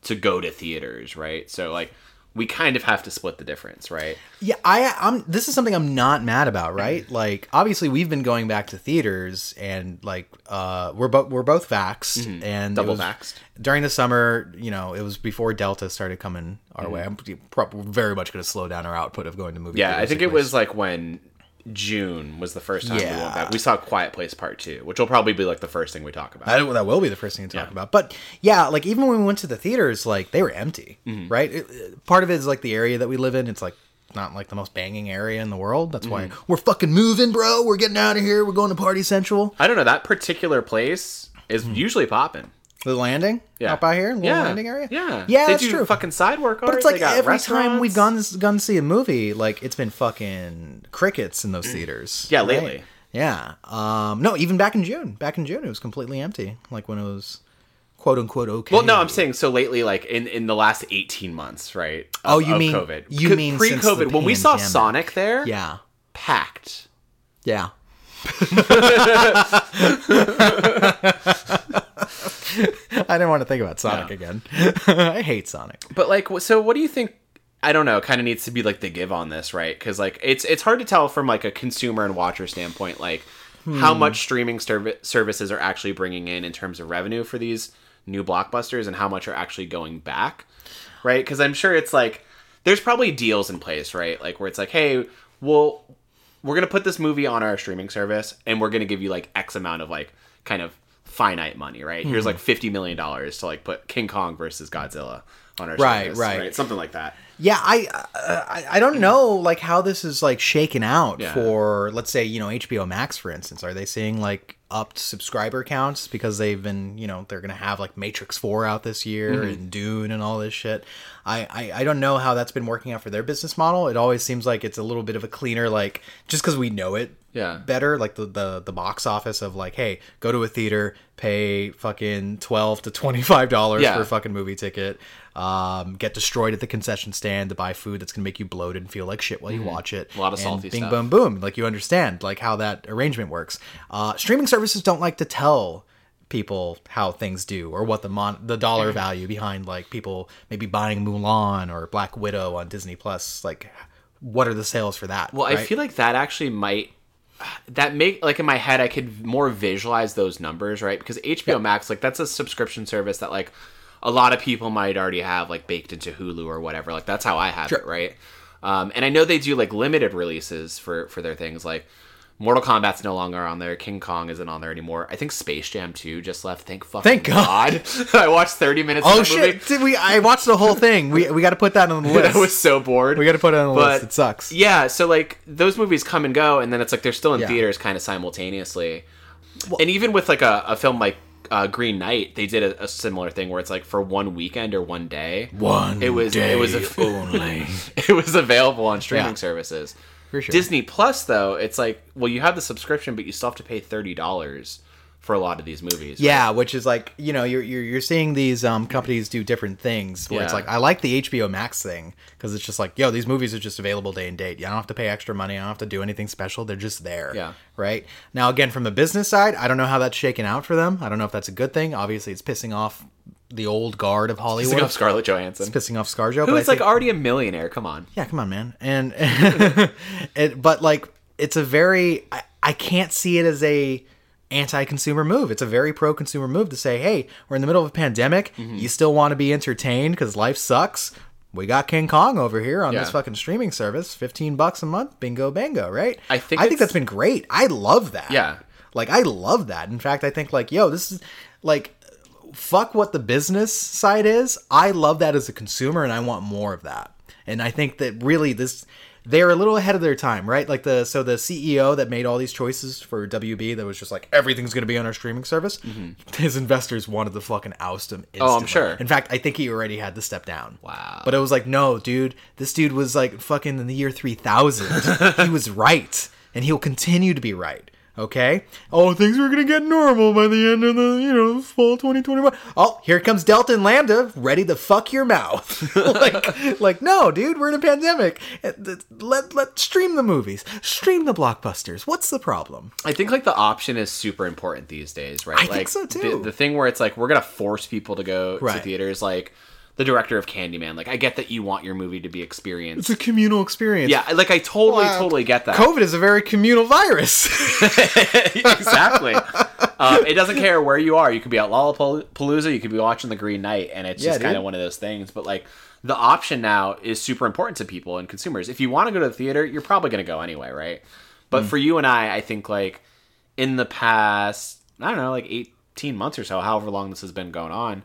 B: to go to theaters, right? So like we kind of have to split the difference, right?
A: Yeah, I I'm this is something I'm not mad about, right?
B: Mm-hmm.
A: Like obviously we've been going back to theaters and like uh we're both we're both vaxxed and it
B: Mm-hmm. Double
A: was-
B: vaxxed.
A: During the summer, you know, it was before Delta started coming our way. I'm prob- very much going to slow down our output of going to movie
B: Mm-hmm. Yeah, I
A: theaters
B: think
A: at
B: it
A: least.
B: was like when June was the first time we went
A: Yeah.
B: back. We saw Quiet Place Part 2, which will probably be like the first thing we talk about.
A: I don't, that will be the first thing to talk about. But yeah, like even when we went to the theaters, like they were empty,
B: Mm-hmm.
A: right? It- it- part of it is like the area that we live in. It's like not like the most banging area in the world. That's why
B: Mm-hmm.
A: we're fucking moving, bro. We're getting out of here. We're going to Party Central.
B: I don't know. That particular place is usually popping.
A: The landing
B: Yeah.
A: up out here, little
B: yeah.
A: Hmm. landing area.
B: Yeah.
A: yeah,
B: They
A: that's
B: do
A: true.
B: fucking side work
A: but it's like every time we've gone gone to see a movie, like it's been fucking crickets in those theaters.
B: Mm. Yeah, lately.
A: Yeah. Um. No, even back in June. Back in June, it was completely empty. Like when it was, quote unquote, okay.
B: Well, no, I'm saying so lately, like in, in the last 18 months, right? of-
A: Oh, you
B: of
A: mean-
B: COVID.
A: you
B: C-
A: mean
B: pre-COVID?
A: since the
B: when we saw
A: pandemic.
B: Sonic there,
A: Yeah.
B: packed. (laughs)
A: (laughs) Yeah. I didn't want to think about Sonic again. (laughs) I hate Sonic.
B: But like, wh- so what do you think? I don't know. Kind of needs to be like the give on this, right? Because like, it's it's hard to tell from like a consumer and watcher standpoint, like how much streaming serv- services are actually bringing in in terms of revenue for these new blockbusters, and how much are actually going back, right? Because I'm sure it's like there's probably deals in place, right? Like where it's like, hey, well, we're gonna put this movie on our streaming service, and we're gonna give you like X amount of like kind of finite money, right? Here's
A: Hmm.
B: like fifty million dollars to like put King Kong versus Godzilla on our
A: Right,
B: service,
A: right.
B: something like that.
A: Yeah, I, uh, I I don't know like how this is like shaken out
B: Mm. Yeah.
A: for let's say you know HBO Max for instance. Are they seeing like upped subscriber counts because they've been you know they're gonna have like Matrix Four out this year
B: Mm-hmm.
A: and Dune and all this shit. I, I I don't know how that's been working out for their business model. It always seems like it's a little bit of a cleaner like just because we know it
B: Yeah.
A: better like the, the the box office of like hey go to a theater pay fucking 12 to 25 dollars
B: Yeah.
A: for a fucking movie ticket um get destroyed at the concession stand to buy food that's gonna make you bloated and feel like shit while you watch it
B: Mm-hmm. A lot of
A: and
B: salty
A: bing
B: stuff.
A: boom boom like you understand like how that arrangement works uh streaming services don't like to tell people how things do or what the mon- the
B: Mm-hmm.
A: dollar value behind like people maybe buying mulan or black widow on disney plus like what are the sales for that
B: Well, I
A: right?
B: feel like that actually might that make like in my head I could more visualize those numbers, right? Because HBO Max like that's a subscription service that like a lot of people might already have like baked into Hulu or whatever. Like that's how I have it, right? Um, and I know they do like limited releases for for their things like Mortal Kombat's no longer on there. King Kong isn't on there anymore. I think Space Jam 2 just left. Thank fucking
A: Thank God.
B: (laughs) I watched 30 minutes of
A: Oh
B: that movie. (laughs)
A: shit! Did we? I watched the whole thing. We we got to put that on the list.
B: I was so bored.
A: we got to put it on the
B: But-
A: list. It sucks.
B: Yeah, so like those movies come and go, and then it's like they're still in
A: Yeah.
B: theaters kind of simultaneously. and even with like a, a film like uh, Green Knight, they did a, a similar thing where it's like for one weekend or one day, (laughs)
A: One.
B: it was it was a, (laughs) only it was available on streaming
A: Yeah.
B: services.
A: For sure.
B: Disney Plus though, it's like well you have the subscription, but you still have to pay thirty dollars for a lot of these movies.
A: yeah, which is like you know you're you're, you're seeing these um, companies do different things where it's
B: Yeah.
A: like I like the HBO Max thing because it's just like yo these movies are just available day and date. You don't have to pay extra money. I don't have to do anything special. They're just there.
B: Yeah.
A: Right now, again from the business side, I don't know how that's shaken out for them. I don't know if that's a good thing. Obviously, it's pissing off the old guard of
B: It's like
A: Hollywood.
B: of Scarlett Johansson,
A: It's pissing off ScarJo.
B: who
A: but I
B: is like
A: think-
B: already a millionaire. Come on,
A: yeah come on man and (laughs) it, but like it's a very I, I can't see it as a anti-consumer move it's a very pro-consumer move to say hey we're in the middle of a pandemic
B: Mm-hmm.
A: you still want to be entertained because life sucks we got king kong over here on this
B: Yeah.
A: fucking streaming service 15 bucks a month bingo bango right
B: I think
A: i think
B: it's-
A: that's been great i love that
B: Yeah.
A: like i love that in fact i think like yo this is like fuck what the business side is. I love that as a consumer and I want more of that. And I think that really this they're a little ahead of their time, right? Like the so the CEO that made all these choices for WB that was just like everything's going to be on our streaming service. (laughs) His investors wanted to fucking oust him. Instantly.
B: Mm-hmm. Oh, I'm sure.
A: In fact, I think he already had to step down.
B: Wow.
A: But it was like, no, dude, this dude was like fucking in the year 3000. he was right, and he'll continue to be right. Okay. Oh, things are gonna get normal by the end of the you know fall 2021. Oh, here comes Delta and Lambda, ready to fuck your mouth. (laughs) like, like no, dude, we're in a pandemic. Uh, Let let stream the movies, stream the blockbusters. What's the problem?
B: I think like the option is super important these days, right?
A: I think
B: like,
A: so,
B: the-
A: too.
B: The, thing where it's like we're gonna force people to go
A: Right.
B: to theaters, like the director of Candyman. Like I get that you want your movie to be experienced.
A: It's a communal experience.
B: yeah, I- like I totally, totally get that.
A: COVID is a very communal virus. (laughs)
B: (laughs) exactly. um, it doesn't care where you are. You could be at Lollapalooza. You could be watching The Green Knight, and it's
A: Yeah,
B: just kind
A: dude.
B: of one of those things. But like the option now is super important to people and consumers. If you want to go to the theater, you're probably going to go anyway, right?
A: Mm.
B: But for you and I, I think like in the past, I don't know, like 18 months or so, however long this has been going on,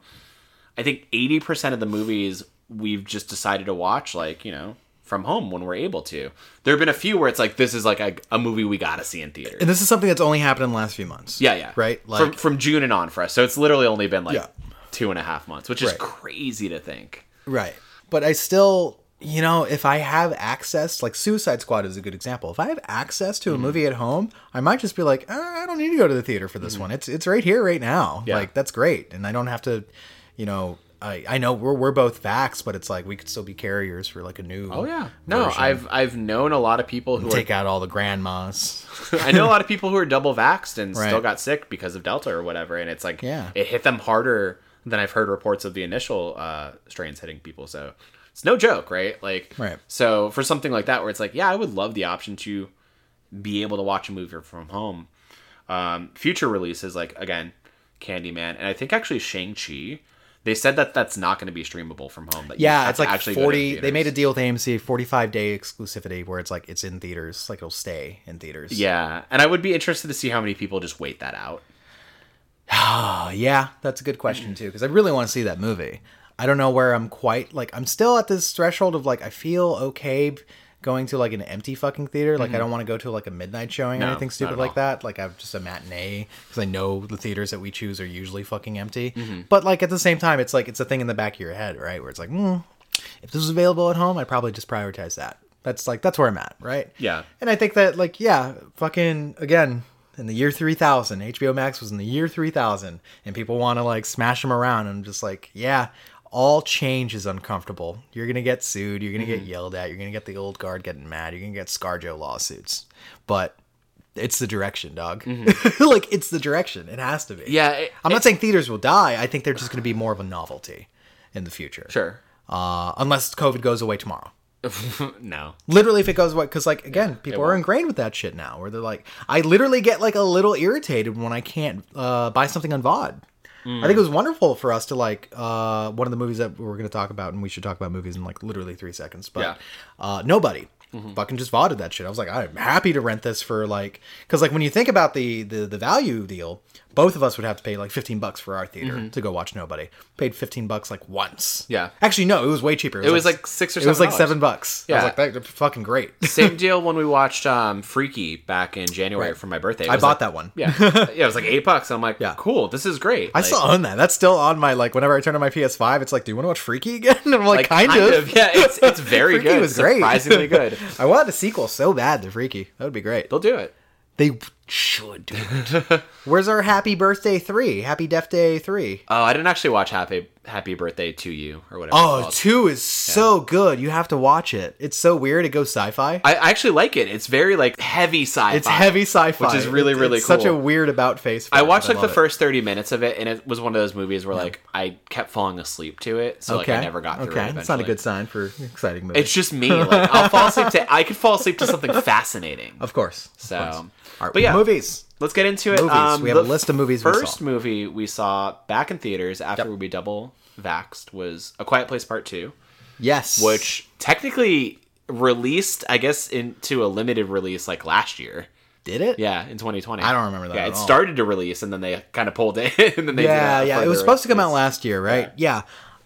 B: I think 80% of the movies we've just decided to watch, like, you know, from home when we're able to. There have been a few where it's like, this is like a, a movie we got to see in theaters.
A: and this is something that's only happened in the last few months.
B: Yeah, yeah.
A: Right?
B: from,
A: Like-
B: from June and on for us. So it's literally only been like
A: Yeah.
B: two and a half months, which is
A: Right.
B: crazy to think.
A: Right. But I still, you know, if I have access, like Suicide Squad is a good example. If I have access
B: Mm-hmm.
A: to a movie at home, I might just be like, "Uh, I don't need
B: Mm-hmm.
A: to go to the theater for this one. It's it's right here, right now. Like that's great, and I don't have to, you know. uh, I I know we're we're both vax, but it's like we could still be carriers for like a new.
B: Oh yeah. No,
A: version.
B: I've I've known a lot of people who
A: take out all the
B: (laughs)
A: grandmas.
B: are I know a lot of people who are double vaxxed and still
A: Right.
B: got sick because of Delta or whatever, and it's like
A: Yeah.
B: it hit them harder than I've heard reports of the initial uh, strains hitting people. So it's no joke, right? Like
A: Right.
B: so for something like that where it's like, yeah, I would love the option to be able to watch a movie from home. Um, future releases like again, Candyman, and I think actually Shang Chi. They said that that's not going to be streamable from home. That you
A: Yeah,
B: have
A: it's
B: to
A: like
B: actually go to
A: forty.
B: the
A: They made
B: theaters.
A: a deal with AMC, forty-five day exclusivity, where it's like it's in theaters, like it'll stay in theaters.
B: Yeah, and I would be interested to see how many people just wait that out.
A: Uh, yeah, that's a good question too, because I really want to see that movie. I don't know where I'm quite. Like, I'm still at this threshold of like I feel okay b- going to like an empty fucking theater. Like, I don't want to go to like a midnight showing
B: Mm-hmm. No,
A: or anything
B: not
A: stupid
B: at all.
A: like that. Like, I'm just a matinee because I know the theaters that we choose are usually fucking empty.
B: Mm-hmm.
A: But like at the same time, it's like it's a thing in the back of your head, right? Where it's like, mm, if this was available at home, I'd probably just prioritize that. That's like that's where I'm at, right?
B: Yeah.
A: And I think that like yeah, fucking again in the year 3000, HBO Max was in the year 3000 and people want to like smash them around and I'm just like, yeah, all change is uncomfortable. You're going to get sued, you're going to
B: Mm-hmm.
A: get yelled at, you're going to get the old guard getting mad, you're going to get Scarjo lawsuits. But it's the direction, dog. (laughs) like it's the direction. It has to be.
B: Mm-hmm. Yeah, it-
A: I'm not saying theaters will die. I think they're just going to be more of a novelty in the future.
B: Sure.
A: Uh, unless COVID goes away tomorrow.
B: no.
A: Literally, if it goes away, because like again, people are
B: won't.
A: ingrained with that shit now. Where they're like, I literally get like a little irritated when I can't uh, buy something on VOD. I
B: Mm.
A: think it was wonderful for us to like uh, one of the movies that we're going to talk about, and we should talk about movies in like literally three seconds. But
B: Yeah. Mm-hmm.
A: uh, nobody fucking just vodded that shit. I was like, I'm happy to rent this for like, because like when you think about the, the the value deal, both of us would have to pay like 15 bucks for our theater to go watch Nobody. Paid 15 bucks like once.
B: Mm-hmm. Yeah.
A: actually no, it was way cheaper.
B: It was, like, six or
A: It was like (laughs)
B: $7.
A: seven bucks. I
B: Yeah.
A: was like, that's fucking
B: (laughs)
A: great.
B: Same deal when we watched um, Freaky back in January for my birthday. It
A: I
B: was
A: bought
B: like-
A: that one. (laughs)
B: Yeah, yeah, it was like eight bucks. I'm like,
A: Yeah.
B: cool. This is great.
A: I still own that. That's still on my like. Whenever I turn on my PS5, it's like, "Do you want to watch Freaky (laughs) again?" And I'm like, kind, of.
B: Yeah, it's it's very
A: (laughs) Freaky
B: good.
A: was great. (laughs)
B: surprisingly good.
A: I wanted a sequel so bad to Freaky. That would be great.
B: They'll do it.
A: They should do it.
B: (laughs)
A: Where's our Happy Birthday three? Happy Death Day three.
B: Oh, I didn't actually watch Happy Happy Birthday to You or whatever. it's
A: Oh,
B: called.
A: two is so good. You have to watch it. It's so weird. It goes sci-fi.
B: I I actually like it. It's very like heavy sci-fi.
A: It's heavy sci-fi,
B: Which is really,
A: It's-
B: really
A: it's Such a
B: cool.
A: weird about face. for
B: I
A: it,
B: watched
A: but
B: like the
A: love it.
B: first 30 minutes of it and it was one of those movies where like I kept falling asleep to it. So like I never got through it.
A: Okay, it's not a
B: eventually.
A: good sign for exciting movie.
B: It's
A: (laughs)
B: just me. Like I'll fall asleep to I could fall asleep to something fascinating.
A: of course. of
B: So,
A: course. all right,
B: but yeah.
A: movies.
B: Let's get into it.
A: Movies.
B: Um,
A: We have a
B: the
A: list of movies we saw.
B: First movie we saw back in theaters after we double vaxxed was A Quiet Place Part Two,
A: Yes,
B: which technically released, I guess, into a limited release like last year.
A: did it.
B: Yeah, in 2020.
A: I don't remember that
B: Yeah,
A: at
B: it
A: all.
B: started to release and then they kind of pulled it. (laughs) and then they did
A: yeah,
B: a
A: yeah. It
B: further
A: was supposed to come out
B: release.
A: last year, right? Yeah.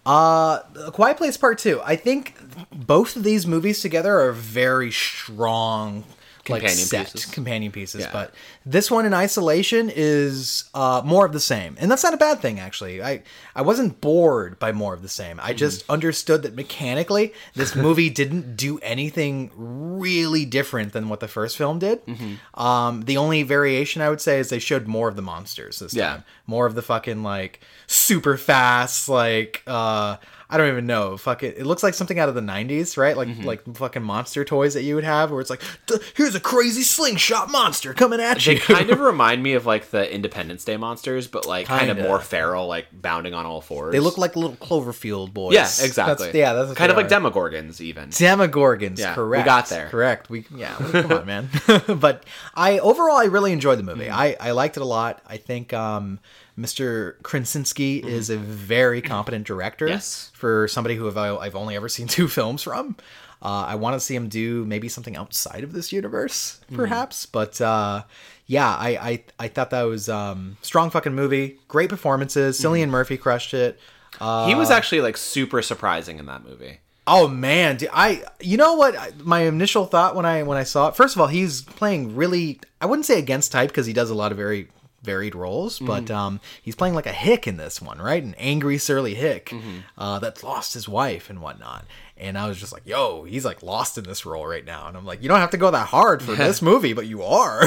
A: Uh, A Quiet Place Part Two. I think both of these movies together are very strong. Like
B: Companion
A: set
B: pieces.
A: companion pieces, but this one in isolation is uh, more of the same, and that's not a bad thing actually. I I wasn't bored by more of the same. I just
B: Mm-hmm.
A: understood that mechanically
B: (laughs)
A: this movie didn't do anything really different than what the first film did.
B: Mm-hmm.
A: Um, the only variation I would say is they showed more of the monsters this
B: Yeah.
A: time more of the fucking like super fast like uh I don't even know. Fuck it. It looks like something out of the '90s, right? Like
B: Mm-hmm.
A: like fucking monster toys that you would have, where it's like, "D- here's a crazy slingshot monster coming at
B: They
A: you.
B: kind of remind me of like the Independence Day monsters, but like kind of
A: Kinda.
B: more feral, like bounding on all
A: (laughs)
B: fours.
A: they look like little Cloverfield boys.
B: yeah, exactly.
A: That's, yeah, that's what
B: kind
A: they
B: of like
A: are.
B: Demogorgons, even.
A: Demogorgons,
B: Yeah, we
A: correct.
B: got there.
A: Correct. We yeah. Come on, man. (laughs) but I overall I really enjoyed the
B: Mm-hmm.
A: movie. I I liked it a lot. I think um, Mr. Krasinski is a very competent director.
B: Mm-hmm. Yes.
A: For somebody who have, I've only ever seen (laughs) two films from. Uh, I want to see him do maybe something outside of this universe,
B: Mm-hmm.
A: perhaps. But uh, yeah, I, I I thought that was um, strong fucking movie. Great performances.
B: Mm-hmm.
A: Cillian Murphy crushed it.
B: he
A: Uh,
B: was actually like super surprising in that movie.
A: Oh man, dude, I you know what I- my initial thought when I when I saw it. First of all, he's playing really I wouldn't say against type because he does a lot of very varied roles, but um, he's playing like a hick in this one, right? An angry surly hick uh, that's lost his wife and whatnot. And I was just like, yo, he's like lost in this role right now. And I'm like, you don't have to go that hard for this movie, but you are.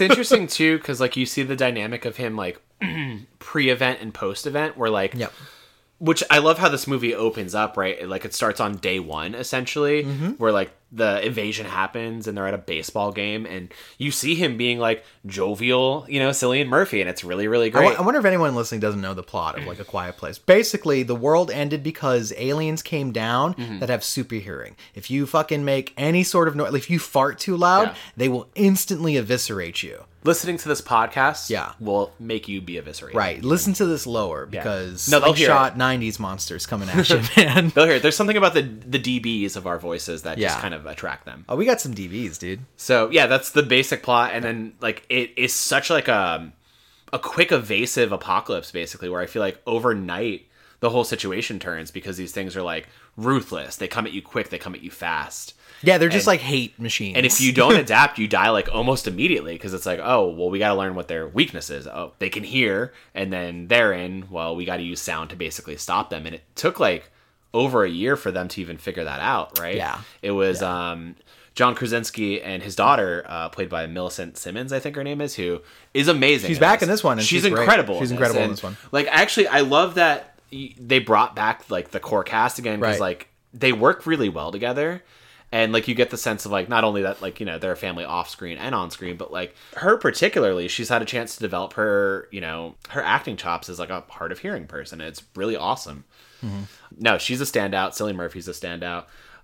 A: (laughs)
B: interesting too (clears throat) because like you see the dynamic of him like pre-event and post-event where like
A: yep.
B: which I love how this movie opens up, right? Like it starts on day one, essentially,
A: Mm-hmm.
B: where like the invasion happens and they're at a baseball game, and you see him being like jovial, you know, silly and Murphy, and it's really, really
A: I
B: great.
A: wo- I wonder if anyone listening doesn't know the plot of like A Quiet Place. Basically, the world ended because aliens came down
B: Mm-hmm.
A: that have super hearing. If you fucking make any sort of noise, if you fart too loud,
B: Yeah.
A: they will instantly eviscerate you.
B: Listening to this podcast,
A: Yeah.
B: will make you be eviscerated.
A: Right. Listen to this lower because
B: No, they'll hear
A: shot 90s monsters coming at
B: (laughs)
A: you, man.
B: They'll hear. it. There's something about the the DBs of our voices that just
A: Yeah.
B: kind of attract them.
A: Oh, we got some DVs, dude.
B: So yeah, that's the basic plot, and then like it is such like a a quick evasive apocalypse basically, where I feel like overnight the whole situation turns because these things are like ruthless. They come at you quick. They come at you fast.
A: Yeah, they're just like hate machines.
B: And if
A: (laughs)
B: you don't adapt, you die like almost immediately because it's like, oh, well, we got to learn what their weakness is. Oh, they can hear, and then therein, well, we got to use sound to basically stop them. And it took like over a year for them to even figure that out, right?
A: Yeah.
B: It was um, John Krasinski and his daughter, uh, played by Millicent Simmons, I think her name is, who is amazing.
A: She's back in this one, and
B: she's,
A: she's great.
B: incredible. in
A: She's incredible in
B: And,
A: this one.
B: Like, actually, I love that y- they brought back like the core cast again
A: Right.
B: because like they work really well together and like you get the sense of like not only that like you know they're a family off screen and on screen but like her particularly she's had a chance to develop her you know her acting chops as like a hard of hearing person it's really awesome
A: Mm-hmm.
B: no she's a standout silly murphy's a standout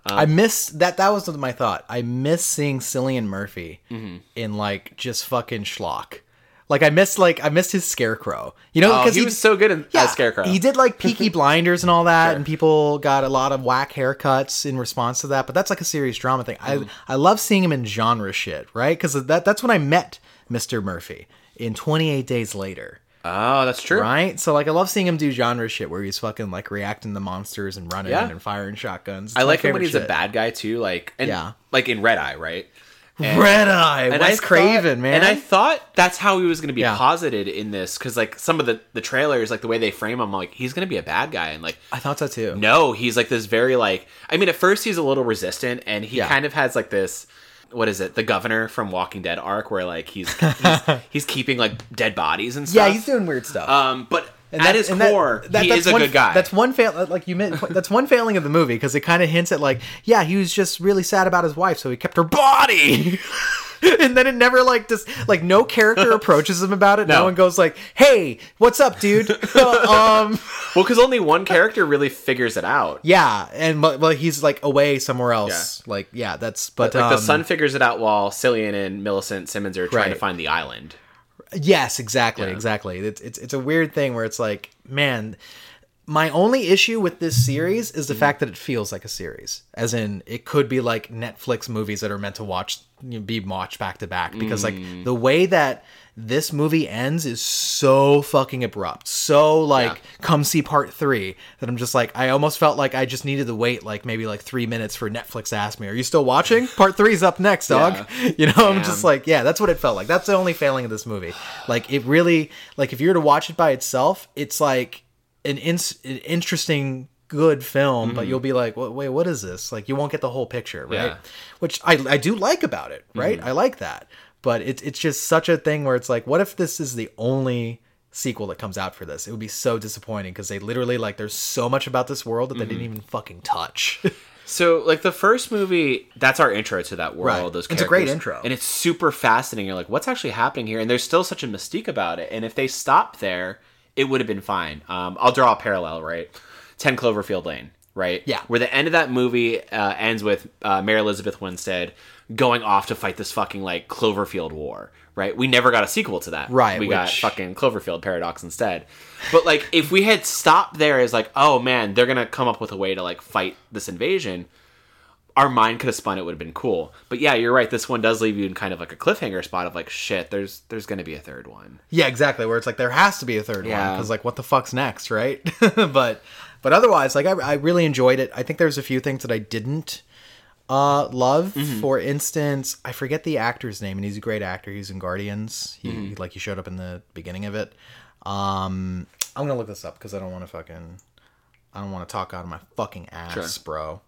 B: um,
A: I missed that. That was my thought. I miss seeing Cillian Murphy
B: Mm-hmm.
A: in like just fucking schlock. Like I missed like I missed his scarecrow. You know,
B: oh,
A: because
B: he, was so good in, as scarecrow
A: He did like
B: (laughs)
A: Peaky Blinders and all that, and people got a lot of whack haircuts in response to that. But that's like a serious drama thing.
B: Mm.
A: I I love seeing him in genre shit, right? Because that that's when I met Mr. Murphy in Twenty Eight Days Later.
B: oh that's true
A: Right, so like I love seeing him do genre shit where he's fucking like reacting to monsters and running
B: Yeah.
A: and firing shotguns. It's
B: i
A: my
B: like him when
A: favorite
B: he's a
A: shit.
B: bad guy too like and
A: Yeah.
B: like in red eye right
A: Red Eye,
B: And
A: Wes
B: I
A: Craven,
B: thought-
A: man.
B: And I thought that's how he was going to be
A: Yeah.
B: posited in this because, like, some of the the trailers, like the way they frame him, like he's going to be a bad guy, and like,
A: I thought so too.
B: no, he's like this very like. I mean, at first he's a little resistant, and he
A: Yeah.
B: kind of has like this. What is it? The governor from Walking Dead arc, where
A: (laughs)
B: like he's he's, he's keeping like dead bodies and stuff.
A: Yeah, he's doing weird stuff.
B: Um, but at his
A: that-
B: core,
A: that-
B: he
A: that's
B: is a
A: one-
B: good guy.
A: That's one fail. Like you
B: (laughs)
A: meant, that's one failing of the movie because it kind of hints at like, yeah, he was just really sad about his wife, so he kept her body. (laughs) and then it never like just like no
B: (laughs)
A: character approaches him about it. No,
B: No.
A: one goes like, hey, what's up,
B: (laughs)
A: dude? (laughs) um,
B: well, because only one character really figures it out.
A: yeah, and but, but he's like away somewhere else. Like yeah, that's but
B: Like the
A: um,
B: son figures it out while Cillian and Millicent Simmons are trying to
A: Right.
B: find the island.
A: Yes, exactly, exactly. It's, it's it's a weird thing where it's like, man, my only issue with this series is the fact that it feels like a series, as in it could be like Netflix movies that are meant to watch you know, be watched back to back because like the way that this movie ends is so fucking abrupt, so like come see part three that I'm just like I almost felt like I just needed to wait like maybe like three minutes for Netflix to ask me, are you still watching? Part three's up next, dog. (laughs) You know, I'm just like, yeah, that's what it felt like. That's the only failing of this movie. Like it really, like if you were to watch it by itself, it's like an, ins- an interesting, good film, but you'll be like, "Wha- wait, what is this? Like you won't get the whole picture, right?
B: Yeah.
A: Which I I do like about it, right? I like that, but it's it's just such a thing where it's like, what if this is the only sequel that comes out for this it would be so disappointing because they literally like there's so much about this world that they didn't even fucking touch (laughs)
B: So, like the first movie, that's our intro to that world.
A: Right.
B: Those
A: It's a great
B: characters.
A: intro.
B: and it's super fascinating. You're like, what's actually happening here? And there's still such a mystique about it. And if they stopped there, it would have been fine. Um, I'll draw a parallel, right? Ten Cloverfield Lane, right?
A: Yeah.
B: Where the end of that movie uh, ends with uh, Mary Elizabeth Winstead going off to fight this fucking like Cloverfield War, right? We never got a sequel to that.
A: Right,
B: We got
A: which-
B: fucking fucking Cloverfield paradox instead. But like if we had stopped there as like, oh man, they're gonna come up with a way to like fight this invasion, our mind could have spun, it would have been cool. But yeah, you're right, this one does leave you in kind of like a cliffhanger spot of like shit, there's there's gonna be a third one.
A: Yeah, exactly. Where it's like there has to be a third one 'cause one
B: Yeah.
A: because like what the fuck's next, right? (laughs) but but otherwise, like I, I really enjoyed it. I think there's a few things that I didn't uh, love. For instance, I forget the actor's name, and he's a great actor. He's in Guardians. He like he showed up in the beginning of it. Um, I'm gonna look this up because I don't want to fucking I don't want to talk out of my fucking ass,
B: Sure.
A: bro.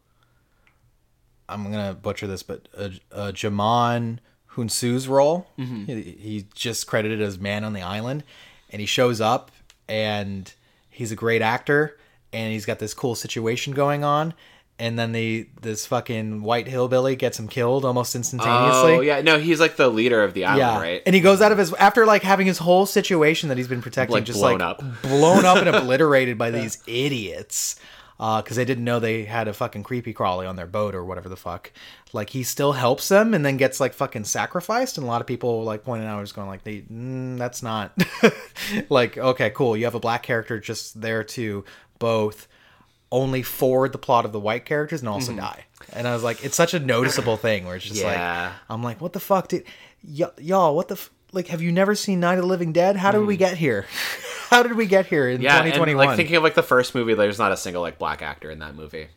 A: I'm gonna butcher this, but uh, uh, Jamon Hunsu's role,
B: Mm-hmm.
A: he, he's just credited as man on the island, and he shows up, and he's a great actor, and he's got this cool situation going on, and then the this fucking white hillbilly gets him killed almost instantaneously.
B: Oh yeah, no, he's like the leader of the island,
A: Yeah,
B: right?
A: and he goes out of his after like having his whole situation that he's been protecting
B: Like,
A: just
B: blown
A: like
B: up.
A: blown
B: (laughs)
A: up and obliterated by these idiots because they didn't know they had a fucking creepy crawly on their boat or whatever the fuck. Like he still helps them and then gets like fucking sacrificed, and a lot of people like pointing out, just going like, they, mm, "That's not (laughs) like okay, cool. You have a black character just there to both." only forward the plot of the white characters and
B: Mm-hmm.
A: also die and i was like it's such a
B: (clears throat)
A: noticeable thing where it's just
B: Yeah.
A: like I'm like, what the fuck did y- y'all? What the f- like? Have you never seen Night of the Living Dead? How did we get here? (laughs) How did we get here in
B: Mm-hmm. yeah, and
A: 2021?
B: like thinking of like the first movie, there's not a single like black actor in that movie.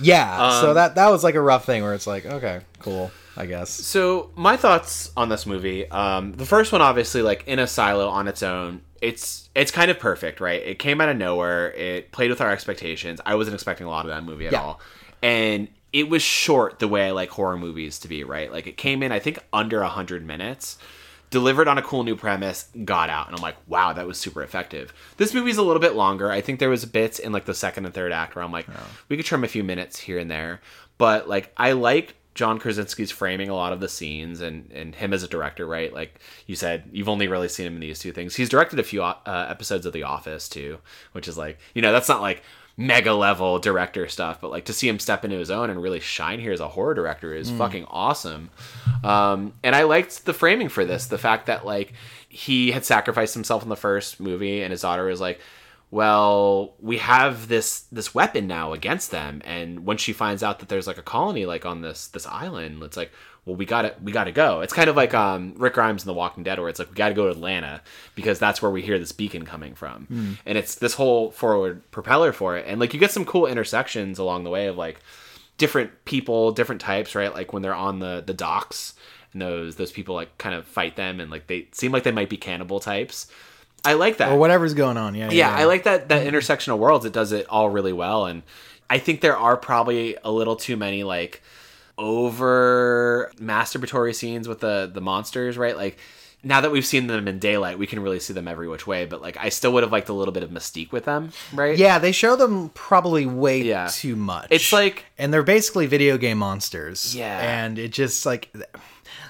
A: yeah,
B: um,
A: so that that was like a rough thing where it's like, okay, cool, I guess.
B: So my thoughts on this movie. Um, the first one, obviously, like in a silo on its own, it's it's kind of perfect, right? It came out of nowhere. It played with our expectations. I wasn't expecting a lot of that movie at
A: Yeah.
B: all, and it was short the way I like horror movies to be, right? Like it came in, I think, under hundred minutes. Delivered on a cool new premise, got out, and I'm like, wow, that was super effective. This movie's a little bit longer. I think there was bits in like the second and third act where I'm like, we could trim a few minutes here and there, but like I liked John Krasinski's framing a lot of the scenes and and him as a director, right? Like you said, you've only really seen him in these two things. He's directed a few uh, episodes of The Office too, which is like you know that's not like mega level director stuff, but like to see him step into his own and really shine here as a horror director is fucking awesome. Um, and I liked the framing for this, the fact that like he had sacrificed himself in the first movie, and his daughter was like, well we have this this weapon now against them and when she finds out that there's like a colony like on this this island it's like well we gotta we gotta go it's kind of like um rick grimes in the walking dead where it's like we gotta go to atlanta because that's where we hear this beacon coming from and it's this whole forward propeller for it and like you get some cool intersections along the way of like different people, different types, right? Like when they're on the the docks and those those people like kind of fight them and like they seem like they might be cannibal types. I like that.
A: Or whatever's going on. Yeah,
B: yeah, I like that that intersection of worlds. It does it all really well and I think there are probably a little too many like over masturbatory scenes with the the monsters, right? Like now that we've seen them in daylight, we can really see them every which way, but like I still would have liked a little bit of mystique with them, right?
A: Yeah, they show them probably way
B: Yeah.
A: too much.
B: It's like
A: and they're basically video game monsters.
B: Yeah.
A: and it just like,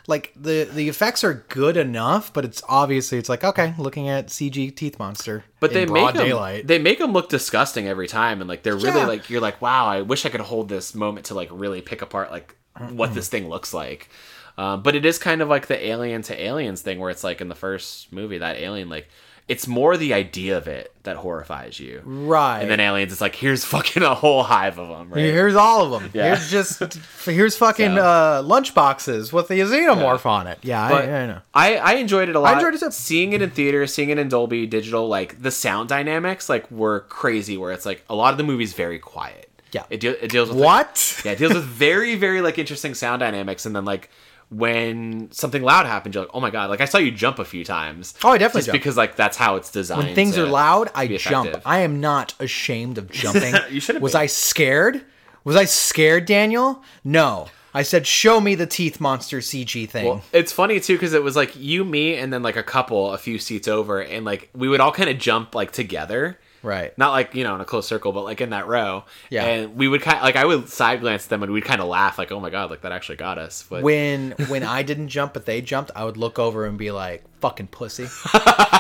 A: like the the effects are good enough, but it's obviously it's like okay, looking at CG teeth monster,
B: But
A: in
B: they
A: broad
B: make them,
A: daylight.
B: they make them look disgusting every time, and like they're really
A: Yeah.
B: like you're like wow, I wish I could hold this moment to like really pick apart like what this thing looks like. Uh, but it is kind of like the alien to aliens thing where it's like in the first movie that alien like it's more the idea of it that horrifies you,
A: right?
B: and then aliens it's like here's (laughs) fucking a whole hive of them, right?
A: Here's all of them.
B: Yeah.
A: Here's
B: (laughs)
A: just here's fucking
B: So-
A: uh, lunch boxes with the xenomorph on it. Yeah,
B: But
A: I, I know.
B: I, I enjoyed it a lot.
A: enjoyed it too.
B: Seeing it in theater, seeing it in Dolby Digital, like the sound dynamics, like were crazy. Where it's like a lot of the movie's very quiet.
A: Yeah.
B: it, de- it deals with like,
A: What?
B: yeah, it deals with very, very like interesting sound dynamics, and then like when something loud happens, you're like, oh my god! Like I saw you jump a few times.
A: Oh, I definitely
B: just
A: jump.
B: because like that's how it's designed.
A: When things
B: to
A: are loud, I
B: be
A: jump.
B: effective.
A: I am not ashamed of jumping.
B: (laughs) You shouldn't
A: Was
B: be.
A: I scared? Was I scared, Daniel? No. I said, show me the teeth monster CG thing.
B: It's funny too because it was like you, me, and then like a couple, a few seats over, and like we would all kind of jump like together.
A: right.
B: Not like you know in a close circle, but like in that row.
A: Yeah.
B: And we would kind of, like I would side glance at them and we'd kind of laugh like, oh my god, like that actually got us. But
A: When when I didn't jump, but they jumped, I would look over and be like, "Fucking (laughs) pussy."
B: (laughs)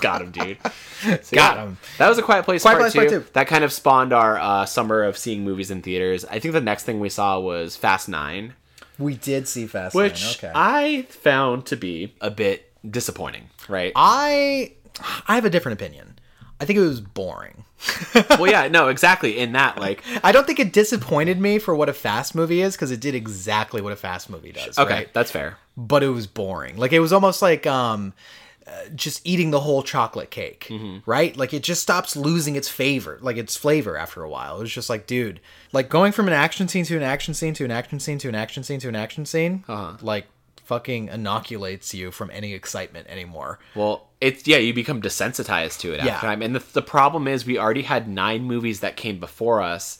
B: Got him, dude.
A: Got
B: Got him.
A: him.
B: That was a Quiet Place,
A: Quiet
B: part,
A: Place Part
B: two.
A: Two.
B: That kind of spawned our uh, summer of seeing movies in theaters. I think the next thing we saw was Fast Nine,
A: We did see Fast
B: which
A: Okay.
B: I found to be a bit disappointing.
A: (laughs)
B: Right?
A: I I have a different opinion. I think it was boring.
B: well, yeah, no, exactly. In
A: (laughs)
B: that, like,
A: I don't think it disappointed me for what a fast movie is because it did exactly what a fast movie does.
B: okay,
A: right?
B: that's fair.
A: but it was boring. Like it was almost like um, uh, just eating the whole chocolate cake,
B: Mm-hmm.
A: right? Like it just stops losing its favor, like its flavor after a while. It was just like, dude, like going from an action scene to an action scene to an action scene to an action scene to an action scene,
B: Uh-huh.
A: like fucking inoculates you from any excitement anymore.
B: Well, it's yeah, you become desensitized to it after
A: Yeah.
B: time, and the, the problem is we already had nine movies that came before us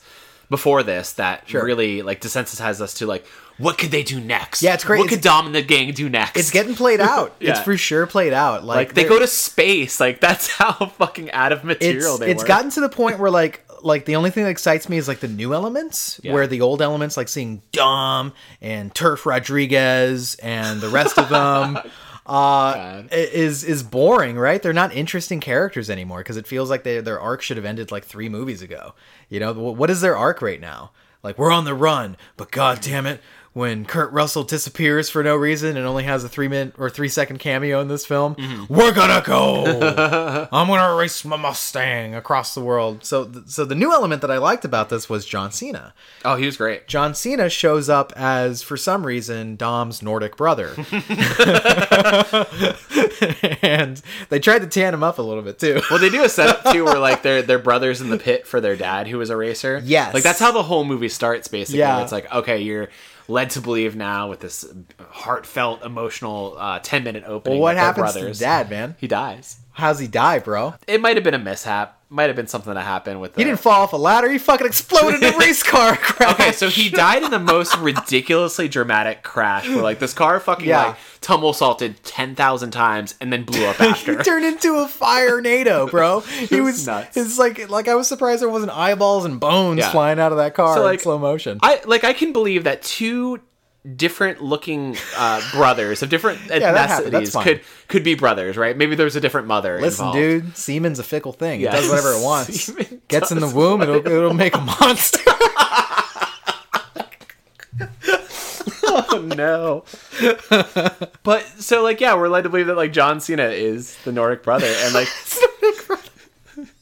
B: before this that really like desensitized us to like what could they do next?
A: Yeah, it's great.
B: What could
A: It's-
B: Dom and the gang do next?
A: It's getting played out. It's
B: (laughs) Yeah.
A: for sure played out. Like,
B: like they
A: they're-
B: go to space. Like that's (laughs) how fucking out of material
A: it's,
B: they
A: it's
B: were.
A: gotten to the point where like like the only thing that excites me is like the new elements
B: Yeah.
A: where the old elements like seeing Dom and Turf Rodriguez and the rest of
B: (laughs)
A: them uh i- is is boring right they're not interesting characters anymore because it feels like they, their arc should have ended like three movies ago you know Wh- what is their arc right now like we're on the run but god damn it when Kurt Russell disappears for no reason and only has a three minute or three second cameo in this film,
B: Mm-hmm.
A: we're gonna
B: (laughs)
A: go. I'm gonna race my Mustang across the world. So, th- so the new element that I liked about this was John Cena.
B: oh, he was great.
A: John Cena shows up as, for some reason, Dom's Nordic brother, (laughs) and they tried to tan him up a little bit too.
B: Well, they do a setup too, where like their their brothers in the pit for their dad, who was a racer.
A: Yes.
B: like that's how the whole movie starts. Basically,
A: Yeah.
B: it's like okay, you're led to believe now with this heartfelt, emotional uh, ten minute opening.
A: Well, what
B: with their
A: happens
B: brothers.
A: to Dad, man?
B: He dies.
A: How's he die, bro?
B: It might have been a mishap. Might have been something that happened with. The...
A: He didn't fall off a ladder. He fucking exploded
B: (laughs)
A: in a race car crash.
B: Uh, Okay, so he died in the most ridiculously dramatic crash where like this car fucking
A: Yeah.
B: like tumble salted ten thousand times and then blew up after.
A: (laughs) He turned into a fire NATO, bro. He
B: was
A: was
B: nuts.
A: It's like like I was surprised there wasn't eyeballs and bones
B: Yeah.
A: flying out of that car
B: So,
A: in
B: like,
A: slow motion.
B: I like I can believe that two different looking uh, brothers of
A: (laughs)
B: different
A: that happened. That's
B: ethnicities
A: fine.
B: could could be brothers, right? Maybe there's a different mother.
A: Listen,
B: involved.
A: dude, semen's a fickle thing.
B: Yeah.
A: It does whatever it (laughs) wants.
B: Semen
A: Gets in the
B: does
A: womb, it'll, it'll make a monster.
B: Oh (laughs) no. but so like yeah, we're led to believe that like John Cena is the Nordic brother
A: (laughs)
B: and like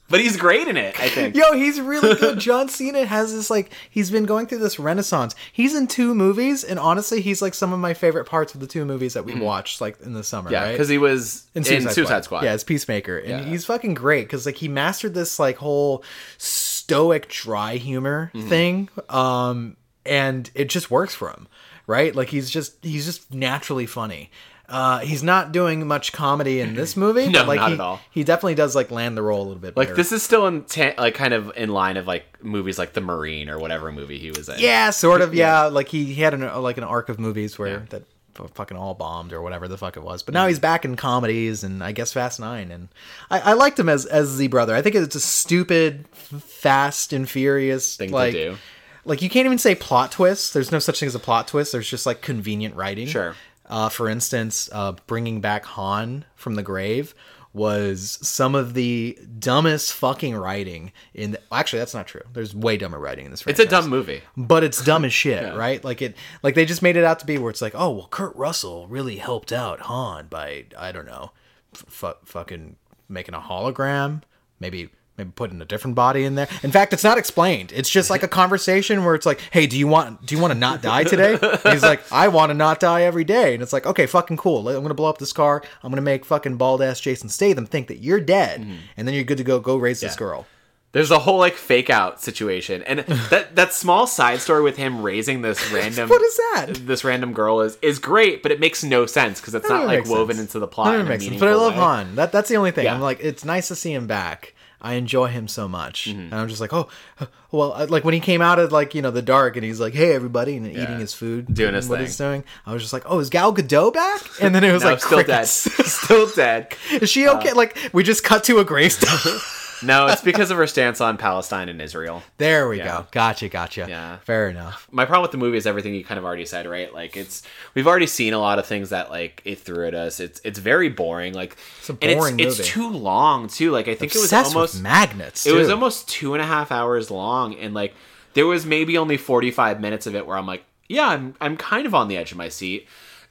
B: But he's great in it, I
A: (laughs)
B: think.
A: Yo, he's really (laughs) good. John Cena has this like he's been going through this renaissance. He's in two movies, and honestly, he's like some of my favorite parts of the two movies that we watched like in the summer.
B: Yeah,
A: right?
B: because he was in Suicide, Squad.
A: Yeah, it's Peacemaker, and
B: Yeah.
A: he's fucking great because like he mastered this like whole stoic dry humor
B: Mm-hmm.
A: thing, um, and it just works for him, right? Like he's just he's just naturally funny. Uh, he's not doing much comedy in
B: (clears throat)
A: this movie.
B: No,
A: but, like,
B: not
A: he,
B: at all.
A: He definitely does like land the role a little bit.
B: Like
A: better.
B: this is still in ta- like kind of in line of like movies like The Marine or whatever movie he was in.
A: Yeah, sort of. Yeah, like he, he had an like an arc of movies where that f- fucking all bombed or whatever the fuck it was. But now he's
B: Mm-hmm.
A: back in comedies and I guess Fast Nine. And I, I liked him as as the brother. I think it's a stupid, f- fast and furious
B: Thing to
A: like,
B: do.
A: Like you can't even say plot twist. There's no such thing as a plot twist. There's just like convenient writing.
B: Sure.
A: Uh, for instance, uh, bringing back Han from the grave was some of the dumbest fucking writing in. The, actually, that's not true. There's way dumber writing in this.
B: It's a dumb movie.
A: but it's dumb as shit, right? Like it, like they just made it out to be where it's like, oh well, Kurt Russell really helped out Han by I don't know, f- f- fucking making a hologram, maybe maybe putting a different body in there. In fact, it's not explained. It's just like a conversation where it's like, hey, do you want do you want to not die today? And he's like, I want to not die every day, and it's like, okay, fucking cool. I'm gonna blow up this car. I'm gonna make fucking bald ass Jason Statham think that you're dead, and then you're good to go. Go raise this girl.
B: There's a whole like fake out situation, and that that small side story with him raising
A: (laughs)
B: this random
A: What is that?
B: this random girl is is great, but it makes no sense because it's not
A: really
B: like
A: makes
B: woven
A: sense.
B: into the
A: None of
B: plot. in
A: it
B: a
A: makes sense, But I
B: meaningful
A: love
B: way.
A: Han. That that's the only thing.
B: Yeah.
A: I'm like, it's nice to see him back. I enjoy him so much,
B: Mm-hmm.
A: and I'm just like, oh, (sighs) well, I- like when he came out of like you know the dark, and he's like, hey everybody, and eating his food,
B: Doing his
A: what
B: thing.
A: he's doing. I was just like, oh, is Gal Gadot back? And then it was
B: No,
A: like,
B: still dead,
A: crickets.
B: (laughs) still
A: (laughs)
B: dead. Uh,
A: Is she okay? like we just cut to a gravestone.
B: (laughs) No, it's because of her stance on Palestine and Israel.
A: there we go. Gotcha, gotcha.
B: Yeah.
A: fair enough.
B: my problem with the movie is everything you kind of already said, right? Like it's we've already seen a lot of things that like it threw at us. It's it's very boring. Like it's
A: a boring
B: it's,
A: movie.
B: It's too long too. Like I think
A: Obsessed
B: it was almost
A: with magnets.
B: it was
A: too.
B: almost two and a half hours long, and like there was maybe only forty five minutes of it where I'm like, yeah, I'm I'm kind of on the edge of my seat,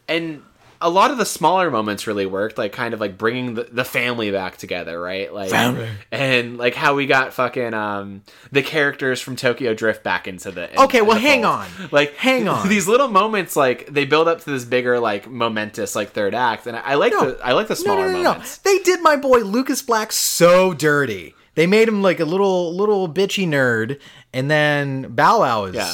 B: and a lot of the smaller moments really worked, like kind of like bringing the, the family back together, right? Like
A: Family.
B: and like how we got fucking um the characters from Tokyo Drift back into the
A: Okay, well,
B: in the
A: hang
B: fold.
A: on.
B: like
A: Hang on.
B: (laughs) these little moments like they build up to this bigger like momentous like third act, and I, I like
A: No.
B: the I like the
A: No, no,
B: smaller
A: no, no, no.
B: moments.
A: They did my boy Lucas Black so dirty. They made him like a little little bitchy nerd, and then Bow Wow is
B: Yeah.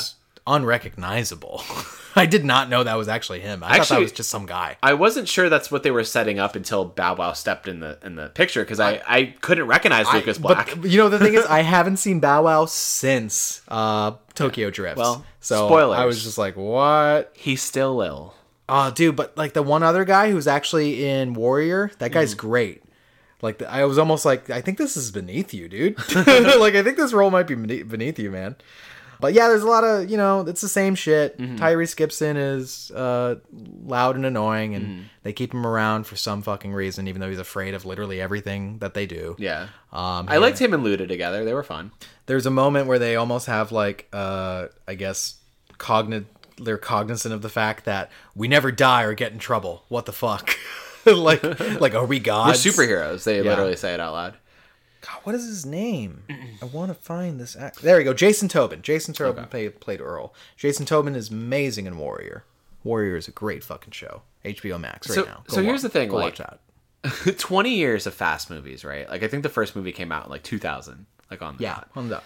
A: unrecognizable. (laughs) I did not know that was actually him. I thought that
B: Actually-
A: was just some guy.
B: I wasn't sure that's what they were setting up until Bow Wow stepped in the in the picture because I, I couldn't recognize Lucas Black. (laughs)
A: But you know the thing is, I haven't seen Bow Wow since uh, Tokyo Drifts.
B: Well,
A: so
B: spoilers.
A: I was just like, what?
B: He's still ill.
A: Oh, dude, but like the one other guy who's actually in Warrior, that guy's great. Like the, I was almost like, I think this is beneath you, dude. (laughs) like I think this role might be beneath beneath you, man. But yeah, there's a lot of you know, it's the same shit. Tyrese Gibson is uh, loud and annoying, and they keep him around for some fucking reason, even though he's afraid of literally everything that they do.
B: Yeah.
A: Um,
B: I liked him and Luda together. They were fun.
A: there's a moment where they almost have like uh i guess cognit they're cognizant of the fact that we never die or get in trouble what the fuck (laughs)
B: (laughs)
A: like like are we
B: They're
A: gods
B: superheroes. They literally say it out (laughs) loud.
A: God, what is his name i want to find this act there we go jason tobin jason tobin play- played earl jason tobin is amazing in warrior warrior is a great fucking show hbo max right
B: So-
A: now
B: so here's
A: wa-
B: the thing,
A: go watch
B: like-
A: that
B: 20 years of fast movies, right? Like I think the first movie came out in like 2000, like on the
A: yeah
B: dot.
A: thumbs up.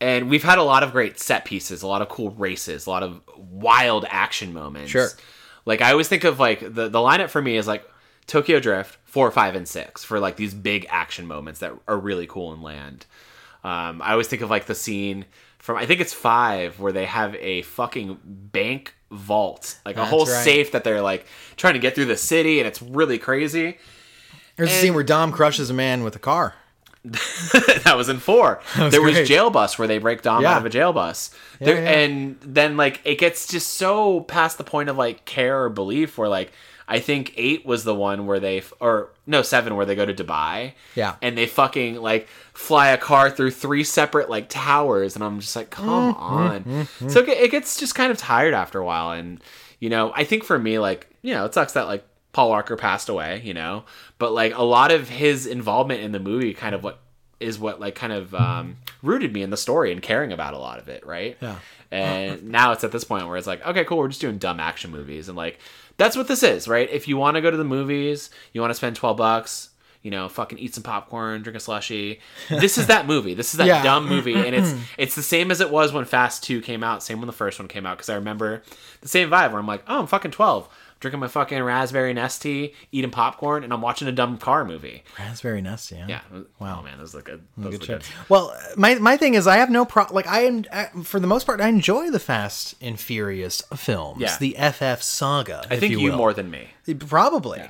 B: And we've had a lot of great set pieces, a lot of cool races, a lot of wild action moments.
A: Sure.
B: Like I always think of like the the lineup for me is like Tokyo Drift, 4, 5 and 6 for like these big action moments that are really cool and land. Um, I always think of like the scene from I think it's 5 where they have a fucking bank vault, like a
A: That's
B: whole
A: right.
B: safe that they're like trying to get through the city and it's really crazy.
A: there's a scene where dom crushes a man with a car
B: (laughs) that was
A: (laughs)
B: in four.
A: was
B: there
A: great.
B: was jail bus where they break Dom
A: Yeah.
B: out of a jail bus. there,
A: yeah.
B: And then like it gets just so past the point of like care or belief where like I think eight was the one where they f- or no seven where they go to Dubai.
A: Yeah.
B: And they fucking like fly a car through three separate like towers, and I'm just like, come
A: Mm-hmm,
B: on. So it, it gets just kind of tired after a while, and you know I think for me like you know it sucks that like. Paul Walker passed away, you know, but like a lot of his involvement in the movie kind of what is what like kind of um, rooted me in the story and caring about a lot of it, right?
A: Yeah.
B: And now it's at this point where it's like, okay, cool, we're just doing dumb action movies, and like that's what this is, right? If you want to go to the movies, you want to spend twelve bucks, you know, fucking eat some popcorn, drink a slushy. This is that movie. This is
A: (laughs)
B: that
A: Yeah.
B: dumb movie,
A: (clears throat)
B: and it's it's the same as it was when Fast Two came out, same when the first one came out, because I remember the same vibe where I'm like, oh, I'm fucking twelve. Drinking my fucking raspberry Nest tea, eating popcorn, and I'm watching a dumb car movie.
A: raspberry nasty yeah
B: Yeah. Wow, man, those look good. Those look
A: Good
B: good.
A: shit. Well, my my thing is, I have no pro. Like I am, I- for the most part, I enjoy the Fast and Furious films,
B: Yeah.
A: the FF saga.
B: I think you,
A: will.
B: more than me.
A: probably.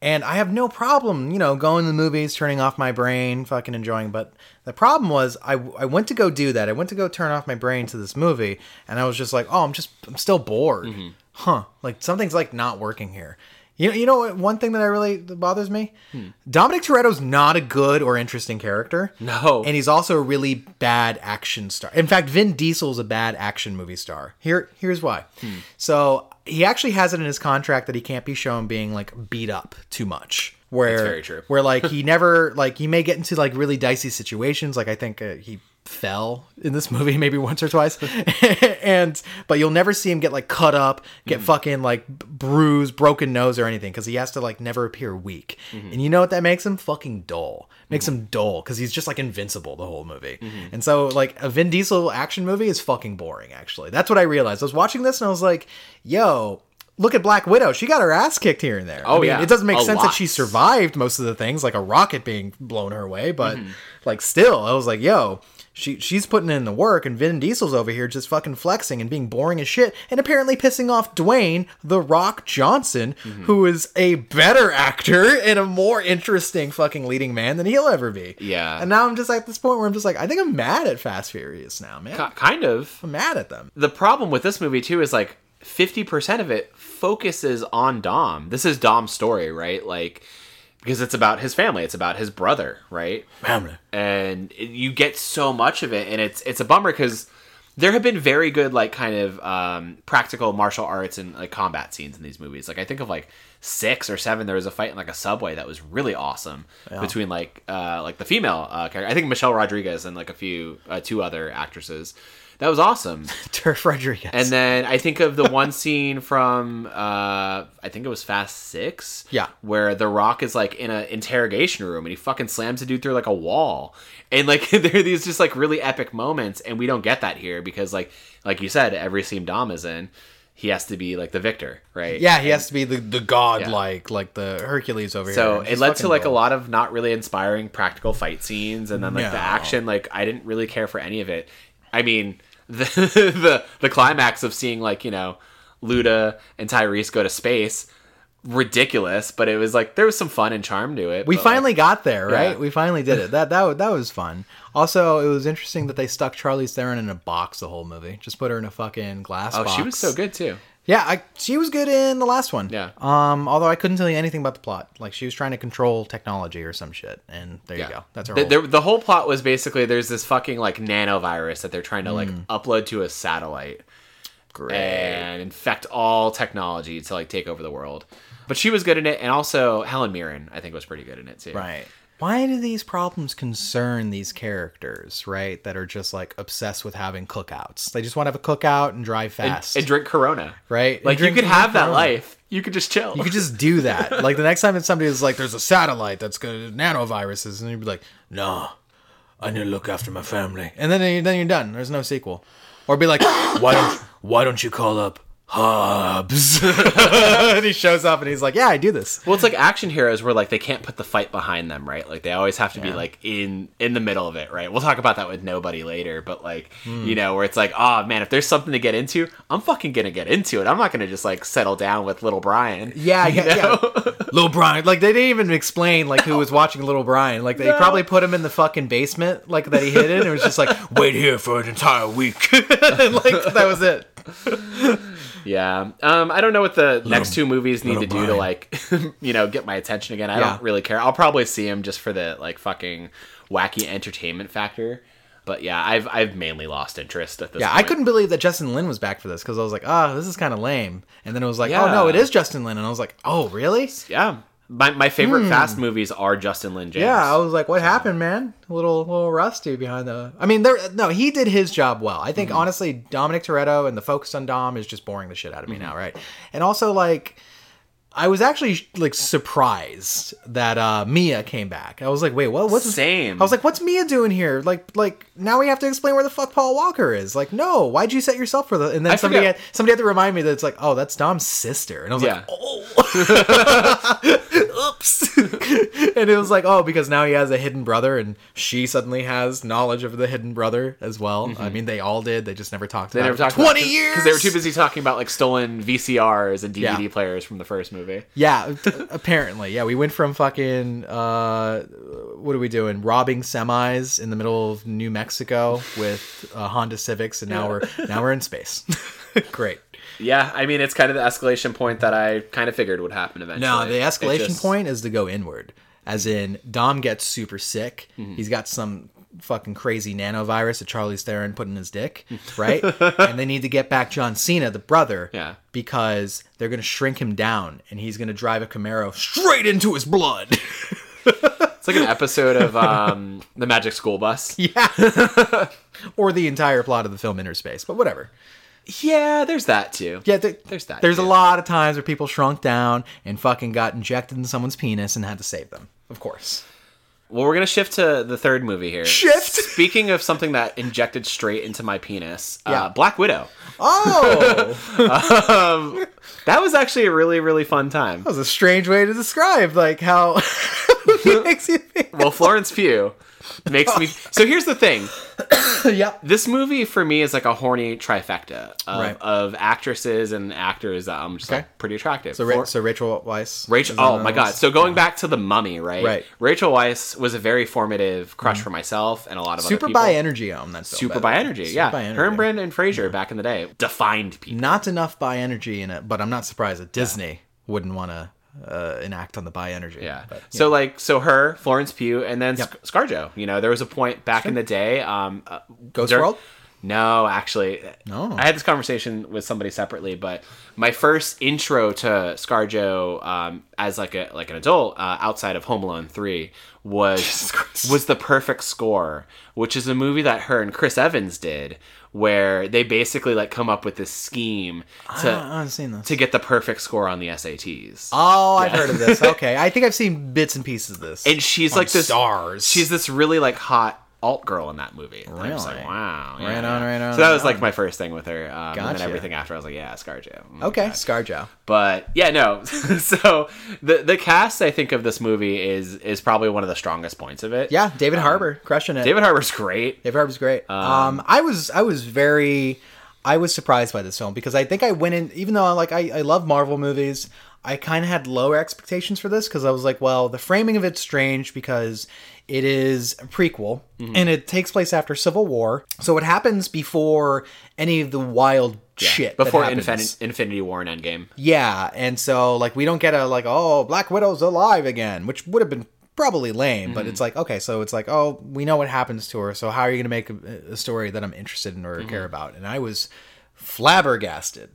A: And I have no problem, you know, going to the movies, turning off my brain, fucking enjoying. But the problem was, I, I went to go do that. I went to go turn off my brain to this movie, and I was just like, oh, I'm just, I'm still bored,
B: Mm-hmm.
A: huh? Like something's like not working here. You know, you know what? One thing that I really that bothers me,
B: Hmm.
A: Dominic Toretto's not a good or interesting character.
B: No.
A: and he's also a really bad action star. In fact, Vin Diesel's a bad action movie star. Here, here's why.
B: Hmm.
A: So he actually has it in his contract that he can't be shown being like beat up too much. Where
B: very true.
A: where like he never like he may get into like really dicey situations. Like I think uh, he fell in this (laughs) movie maybe once or twice, (laughs) and but you'll never see him get like cut up,
B: Mm-hmm.
A: get fucking like b- bruised, broken nose or anything because he has to like never appear weak.
B: Mm-hmm.
A: And you know what that makes him fucking dull. Makes him dull because he's just like invincible the whole movie.
B: Mm-hmm.
A: And so like a Vin Diesel action movie is fucking boring. Actually, that's what I realized. I was watching this and I was like, yo. Look at Black Widow. She got her ass kicked here and there. I
B: Oh,
A: mean,
B: yeah.
A: It doesn't make
B: A
A: sense that
B: lot.
A: she survived most of the things, like a rocket being blown her way, but
B: Mm-hmm.
A: like still, I was like, yo, she she's putting in the work and Vin Diesel's over here just fucking flexing and being boring as shit and apparently pissing off Dwayne the Rock Johnson,
B: Mm-hmm.
A: who is a better actor and a more interesting fucking leading man than he'll ever be.
B: Yeah.
A: And now I'm just at this point where I'm just like, I think I'm mad at Fast Furious now, man.
B: Ki- Kind of.
A: I'm mad at them.
B: The problem with this movie too is like 50% of it focuses on Dom. This is Dom's story, right? Like because it's about his family, it's about his brother, right? and it- you get so much of it and it's it's a bummer because there have been very good like kind of um, practical martial arts and like combat scenes in these movies like i think of like six or seven there was a fight in like a subway that was really awesome between like uh, like the female uh, character i think michelle rodriguez and like a few uh, two other actresses that was awesome
A: Turf Rodriguez.
B: and then I think of the one scene from uh I think it was Fast Six.
A: Yeah.
B: Where The Rock is like in an interrogation room and he fucking slams a dude through like a wall. And like (laughs) there are these just like really epic moments, and we don't get that here because like like you said, every scene Dom is in, he has to be like the victor, right?
A: yeah, he has to be the, the god like like the Hercules over here.
B: So
A: and
B: it
A: just
B: led to
A: fucking
B: like
A: dull.
B: a lot of not really inspiring practical fight scenes, and then like
A: No.
B: the action, like I didn't really care for any of it. I mean, (laughs) the, the the climax of seeing like you know Luda and Tyrese go to space ridiculous, but it was like there was some fun and charm to it.
A: We
B: but,
A: finally got there, right?
B: Uh, Yeah.
A: We finally did it. That that
B: (laughs)
A: wa- that was fun. Also, it was interesting that they stuck Charlize Theron in a box the whole movie. Just put her in a fucking glass
B: like,
A: box.
B: oh, she was so good too.
A: Yeah, I, she was good in the last one.
B: Yeah.
A: Um, although I couldn't tell you anything about the plot. Like she was trying to control technology or some shit, and there you go. That's her.
B: the,
A: whole-
B: the, the whole plot was basically there's this fucking like nanovirus that they're trying to
A: Mm.
B: like upload to a satellite and infect all technology to like take over the world. But she was good in it, and also Helen Mirren I think was pretty good in it too.
A: Right. Why do these problems concern these characters, right? That are just like obsessed with having cookouts. They just want to have a cookout and drive fast,
B: And drink Corona.
A: right? And
B: Like you
A: drink
B: could have that
A: Corona.
B: life. You could just chill.
A: You could just do that. like the next time that somebody is like, "There's a satellite that's going to nanoviruses," and you'd be like, "No, I need to look after my family," and then then you're done. There's no sequel, or be like, (coughs) "Why don't Why don't you call up Hobbs?" (laughs) and he shows up and he's like, "Yeah, I do this."
B: Well, it's like action heroes where like they can't put the fight behind them, right? Like they always have to be like in in the middle of it, right? We'll talk about that with nobody later, but like
A: Hmm.
B: you know where it's like, oh man, if there's something to get into, I'm fucking gonna get into it. I'm not gonna just like settle down with little Brian.
A: Yeah,
B: you
A: yeah,
B: know?
A: (laughs) Little Brian, like they didn't even explain like who was watching Little Brian. Like they
B: No.
A: probably put him in the fucking basement, like that he hid in. And it was just like, "Wait here for an entire week," (laughs) and, like that was it.
B: yeah. Um, I don't know what the next two movies need to do to
A: Brian.
B: like (laughs) you know get my attention again. I
A: Yeah.
B: don't really care. I'll probably see him just for the like fucking wacky entertainment factor. But yeah, I've I've mainly lost interest at this.
A: Yeah,
B: point.
A: I couldn't believe that Justin Lin was back for this because I was like, oh, this is kind of lame. And then it was like, oh, no,
B: Yeah.
A: it is Justin Lin. And I was like, oh, really?
B: Yeah. My, my favorite fast movies are Justin Lin James.
A: Hmm. Yeah, I was like, what happened, man? A little, little rusty behind the. I mean, there. No, he did his job well. I think honestly, Dominic Toretto and the focus on Dom is just boring the shit out of me now, right? And also, like, I was actually like surprised that uh Mia came back. I was like, wait, what? What's
B: Same.
A: I was like, what's Mia doing here? Like, like now we have to explain where the fuck Paul Walker is. Like, no, why'd you set yourself for the? And then
B: I
A: somebody
B: forget-
A: had, somebody had to remind me that it's like, oh, that's Dom's sister. And I was
B: Yeah.
A: like, oops (laughs) and it was like oh because now he has a hidden brother and she suddenly has knowledge of the hidden brother as well i mean they all did they just never talked
B: Mm-hmm. They
A: about
B: never
A: it
B: talked
A: for 20 years
B: because they were too busy talking about like stolen VCRs and DVD
A: Yeah.
B: players from the first movie.
A: yeah (laughs) t- apparently yeah we went from fucking uh what are we doing robbing semis in the middle of new mexico with uh, honda civics and now we're now we're in space (laughs) great
B: Yeah, I mean it's kind of the escalation point that I kind of figured would happen eventually.
A: No, the
B: It
A: escalation
B: just-
A: point is to go inward. As in, Dom gets super sick.
B: Mm-hmm.
A: He's got some fucking crazy nanovirus that Charlie's Theron put in his dick,
B: (laughs)
A: right? and they need to get back John Cena, the brother,
B: Yeah.
A: because they're going to shrink him down and he's going to drive a Camaro straight into his blood.
B: It's like an episode of um, (laughs) the Magic School Bus. Yeah.
A: (laughs) or the entire plot of the film Interspace, but whatever.
B: there's that too.
A: Yeah, there-
B: There's that,
A: There's a
B: too.
A: lot of times where people shrunk down and fucking got injected in someone's penis and had to save them. Of course.
B: Well, we're gonna shift to the third movie here.
A: Shift?
B: Speaking of something that injected straight into my penis,
A: Yeah.
B: uh, Black Widow.
A: Oh,
B: (laughs) That was actually a really really fun time.
A: That was a strange way to describe like how (laughs) it makes you
B: (laughs)
A: feel.
B: Well, Florence Pugh makes
A: (laughs)
B: me.
A: Oh.
B: So here's the thing.
A: yep.
B: this movie for me is like a horny trifecta of,
A: Right.
B: of actresses and actors that I'm just
A: Okay.
B: like pretty attractive.
A: So, Ra- so Rachel uh, Weiss.
B: Rachel, oh my god! So going back to the Mummy, right?
A: Right. Mm-hmm.
B: Rachel Weiss was a very formative crush for myself and a lot of other
A: super
B: people.
A: by energy on that. Film, by
B: super by
A: the way.
B: energy, yeah.
A: by
B: Her
A: energy.
B: and Brandon Fraser back in the day defined people.
A: Not enough by energy in it, but I'm not surprised that Disney wouldn't want to uh, enact on the by energy.
B: Yeah.
A: But,
B: so like, so her, Florence Pugh, and then Sc- ScarJo. You know, there was a point back in the day. Um, uh,
A: Ghost
B: Dur-
A: World.
B: No, actually,
A: No.
B: I had this conversation with somebody separately, but my first intro to ScarJo um, as like a like an adult uh, outside of Home Alone three
A: (laughs)
B: was was the perfect score, which is a movie that her and Chris Evans did, where they basically like come up with this scheme to
A: I haven't seen this.
B: to get the perfect score on the SATs.
A: Oh, I've heard
B: (laughs)
A: of this. Okay, I think I've seen bits and pieces of this.
B: and she's like this
A: stars.
B: she's this really like hot alt girl in that movie. And I was like,
A: Really?
B: wow. yeah,
A: Right on,
B: yeah.
A: right on,
B: So that
A: right
B: was like
A: on.
B: my first thing with her. Um, And
A: Gotcha.
B: then everything after, I was like, yeah, ScarJo. Mm.
A: Okay, Scarjo.
B: But yeah, no. (laughs) so the the cast I think of this movie is is probably one of the strongest points of it.
A: Yeah, David Harbour crushing it.
B: Um, David Harbour's great.
A: David Harbour's great. Um, I was I was very I was surprised by this film because I think I went in even though I like I, I love Marvel movies, I kind of had lower expectations for this because I was like, well, the framing of it's strange because it is a prequel
B: Mm-hmm.
A: and it takes place after Civil War, so it happens before any of the wild shit that
B: Before
A: happens.
B: Infin- Infinity War and Endgame.
A: Yeah, and so like we don't get a like oh Black Widow's alive again, which would have been probably lame,
B: Mm-hmm.
A: but it's like okay, so it's like oh we know what happens to her, so how are you going to make a, a story that I'm interested in
B: Mm-hmm.
A: or care about? And I was flabbergasted,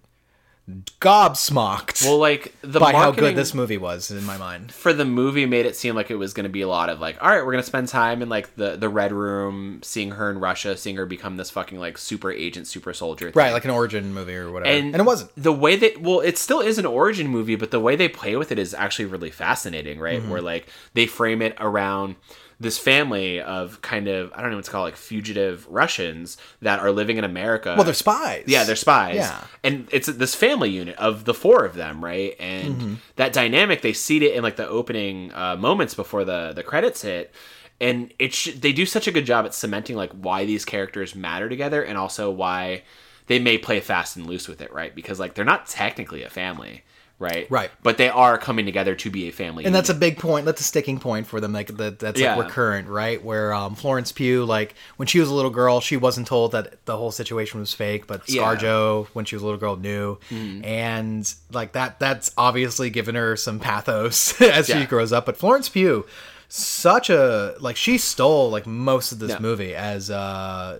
A: gobsmacked
B: Well, like the
A: by how
B: marketing-
A: good this movie was in my mind.
B: for the movie made it seem like it was going to be a lot of like all right we're going to spend time in like the the red room seeing her in russia seeing her become this fucking like super agent super soldier thing.
A: Right, like an origin movie or whatever,
B: And-
A: and, it wasn't.
B: the way that well it still is an origin movie but the way they play with it is actually really fascinating right
A: Mm-hmm.
B: where like they frame it around this family of kind of i don't know what to call it, like fugitive russians that are living in america
A: Well, they're spies.
B: yeah, they're spies.
A: Yeah.
B: And it's this family unit of the four of them, right? And
A: Mm-hmm.
B: that dynamic, they seed it in like the opening uh, moments before the the credits hit. And it sh- they do such a good job at cementing like why these characters matter together and also why they may play fast and loose with it, right? Because like they're not technically a family, right?
A: Right.
B: But they are coming together to be a family.
A: and that's a big point that's a sticking point for them like that, that's
B: Yeah.
A: like recurrent right where um, florence pugh like when she was a little girl she wasn't told that the whole situation was fake but
B: Yeah. Mm-hmm.
A: scarjo when she was a little girl knew and like that that's obviously given her some pathos (laughs) as
B: Yeah.
A: she grows up but florence pugh such a like she stole like most of this movie as uh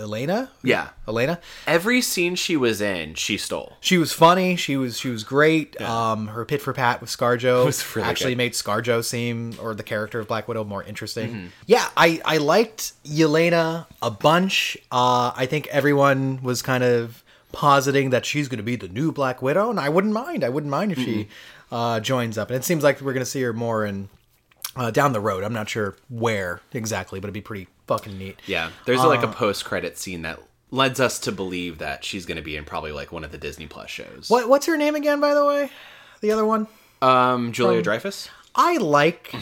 A: elena
B: Yeah.
A: elena
B: Every scene she was in, she stole.
A: she was funny. She was she was great. Um, her pit for pat with
B: (laughs)
A: ScarJo
B: was really
A: actually
B: good.
A: made ScarJo seem or the character of Black Widow more interesting.
B: Mm-hmm.
A: Yeah, I I liked Yelena a bunch. Uh, I think everyone was kind of positing that she's going to be the new Black Widow, and I wouldn't mind. I wouldn't mind if she uh, joins up. And it seems like we're going to see her more in uh, down the road. I'm not sure where exactly, but it'd be pretty fucking neat.
B: Yeah, there's like
A: Uh.
B: a post credit scene that lends us to believe that she's going to be in probably like one of the Disney Plus shows.
A: What what's her name again? By the way, the other one.
B: Um, Julia Dreyfus.
A: I like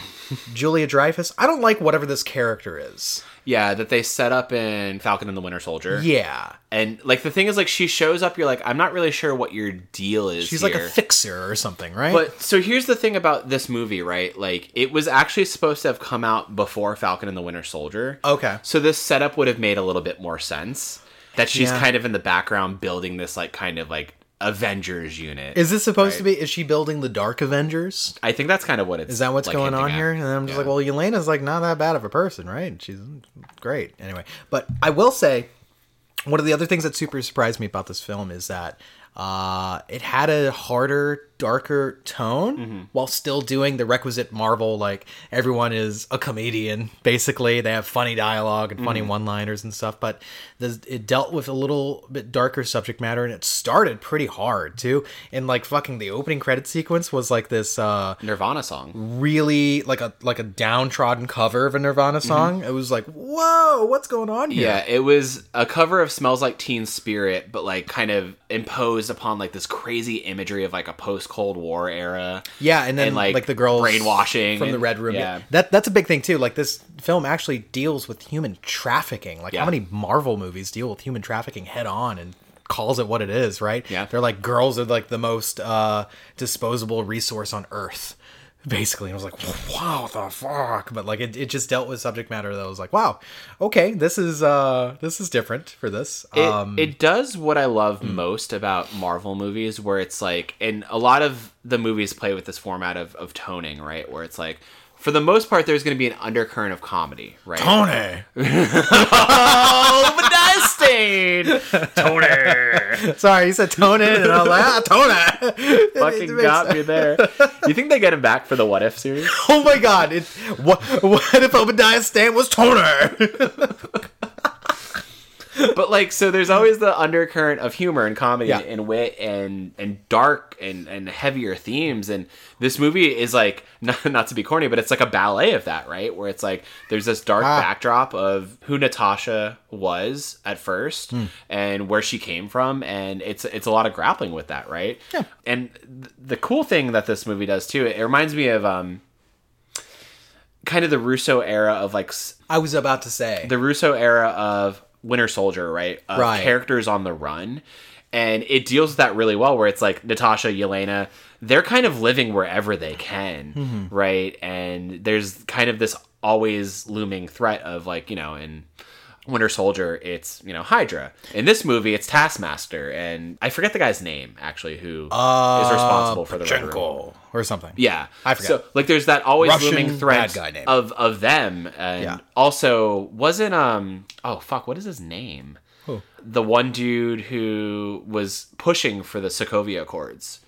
A: Julia Dreyfus. I don't like whatever this character is.
B: Yeah, that they set up in Falcon and the Winter Soldier.
A: Yeah.
B: And like the thing is, like she shows up, you're like, I'm not really sure what your deal is.
A: She's like
B: here.
A: a fixer or something, right?
B: But so here's the thing about this movie, right? Like it was actually supposed to have come out before Falcon and the Winter Soldier.
A: Okay.
B: So this setup would have made a little bit more sense that she's
A: Yeah.
B: kind of in the background building this like kind of like Avengers unit.
A: is this supposed to be is she building the Dark Avengers?
B: I think that's kind of what it's
A: Is that what's
B: like,
A: going
B: hinting
A: on
B: at.
A: here? And I'm just like, well, Elena's like not that bad of a person, right? She's great. Anyway, but I will say one of the other things that super surprised me about this film is that uh, it had a harder, darker tone while still doing the requisite Marvel. Like everyone is a comedian, basically. They have funny dialogue and funny one-liners and stuff, but this, it dealt with a little bit darker subject matter, and it started pretty hard too. And like fucking the opening credit sequence was like this. Uh,
B: Nirvana song.
A: really like a like a downtrodden cover of a Nirvana song. It was like, whoa, what's going on here?
B: Mhm. Yeah, it was a cover of Smells Like Teen Spirit, but like kind of imposed upon like this crazy imagery of like a post Cold War era.
A: Yeah, and then
B: And, like,
A: like, the girls
B: brainwashing
A: from the
B: and-
A: Red Room.
B: yeah.
A: Yeah. that that's a big thing too. Like this film actually deals with human trafficking. Like
B: Yeah.
A: how many Marvel movies deal with human trafficking head on and calls it what it is, right?
B: Yeah.
A: they're like girls are like the most uh, disposable resource on Earth. Basically, and I was like, "Wow, the fuck!" But like, it, it just dealt with subject matter that was like, "Wow, okay, this is uh, this is different for this."
B: It,
A: um, hmm.
B: it does what I love most about Marvel movies, where it's like, and a lot of the movies play with this format of, of toning, right? Where it's like, for the most part, there's going to be an undercurrent of comedy, right?
A: Tony.
B: oh, Dustin!
A: Sorry, you said Tony, and I was like, ah, Tony. It- it
B: (laughs) (laughs) Fucking
A: makes
B: got
A: sense.
B: me there. You think they get him back for the What If series?
A: Oh my god! It, what, what if Obadiah Stan was Toner?
B: (laughs) but like so there's always the undercurrent of humor and comedy
A: Yeah.
B: and wit and and dark and and heavier themes and this movie is like (laughs) not, not to be corny but it's like a ballet of that right where it's like there's this dark
A: Ah.
B: backdrop of who natasha was at first
A: Hmm.
B: and where she came from and it's it's a lot of grappling with that right
A: Yeah.
B: and th- the cool thing that this movie does too it reminds me of um kind of the russo era of like s-
A: (laughs) I was about to say.
B: the Russo era of Winter Soldier, right? Of
A: Right.
B: Characters on the run, and it deals with that really well. Where it's like Natasha, Yelena, they're kind of living wherever they can, right? And there's kind of this always looming threat of like you know in Winter Soldier, it's you know Hydra. In this movie, it's Taskmaster, and I forget the guy's name actually who is responsible for the Red Room.
A: Jenko or something.
B: Yeah,
A: I forgot.
B: So like, there's that always
A: Russian
B: looming
A: bad
B: threat
A: guy name.
B: of of them, and
A: Yeah.
B: also wasn't um oh fuck what is his name?
A: Who?
B: The one dude who was pushing for the Sokovia Accords.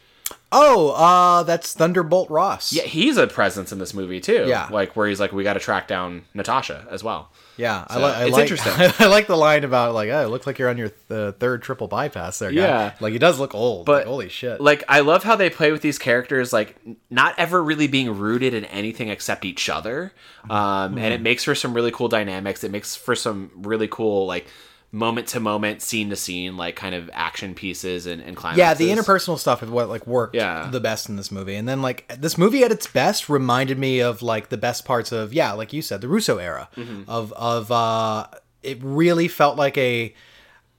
A: Oh, uh, that's Thunderbolt Ross.
B: Yeah, he's a presence in this movie too.
A: Yeah.
B: like where he's like, we got to track down Natasha as well.
A: yeah. I,
B: So,
A: li- I
B: it's
A: like,
B: interesting.
A: (laughs) I like the line about like, oh, it looks like you're on your th- third triple bypass there. Guy.
B: Yeah.
A: like he does look old.
B: But
A: like, holy shit.
B: Like I love how they play with these characters, like n- not ever really being rooted in anything except each other, um,
A: Hmm.
B: and it makes for some really cool dynamics. It makes for some really cool like moment to moment, scene to scene, like kind of action pieces and and climaxes.
A: yeah, the interpersonal stuff is what like worked
B: Yeah.
A: the best in this movie. And then like this movie at its best reminded me of like the best parts of yeah, like you said, the Russo era
B: Mm-hmm.
A: of of uh, it really felt like a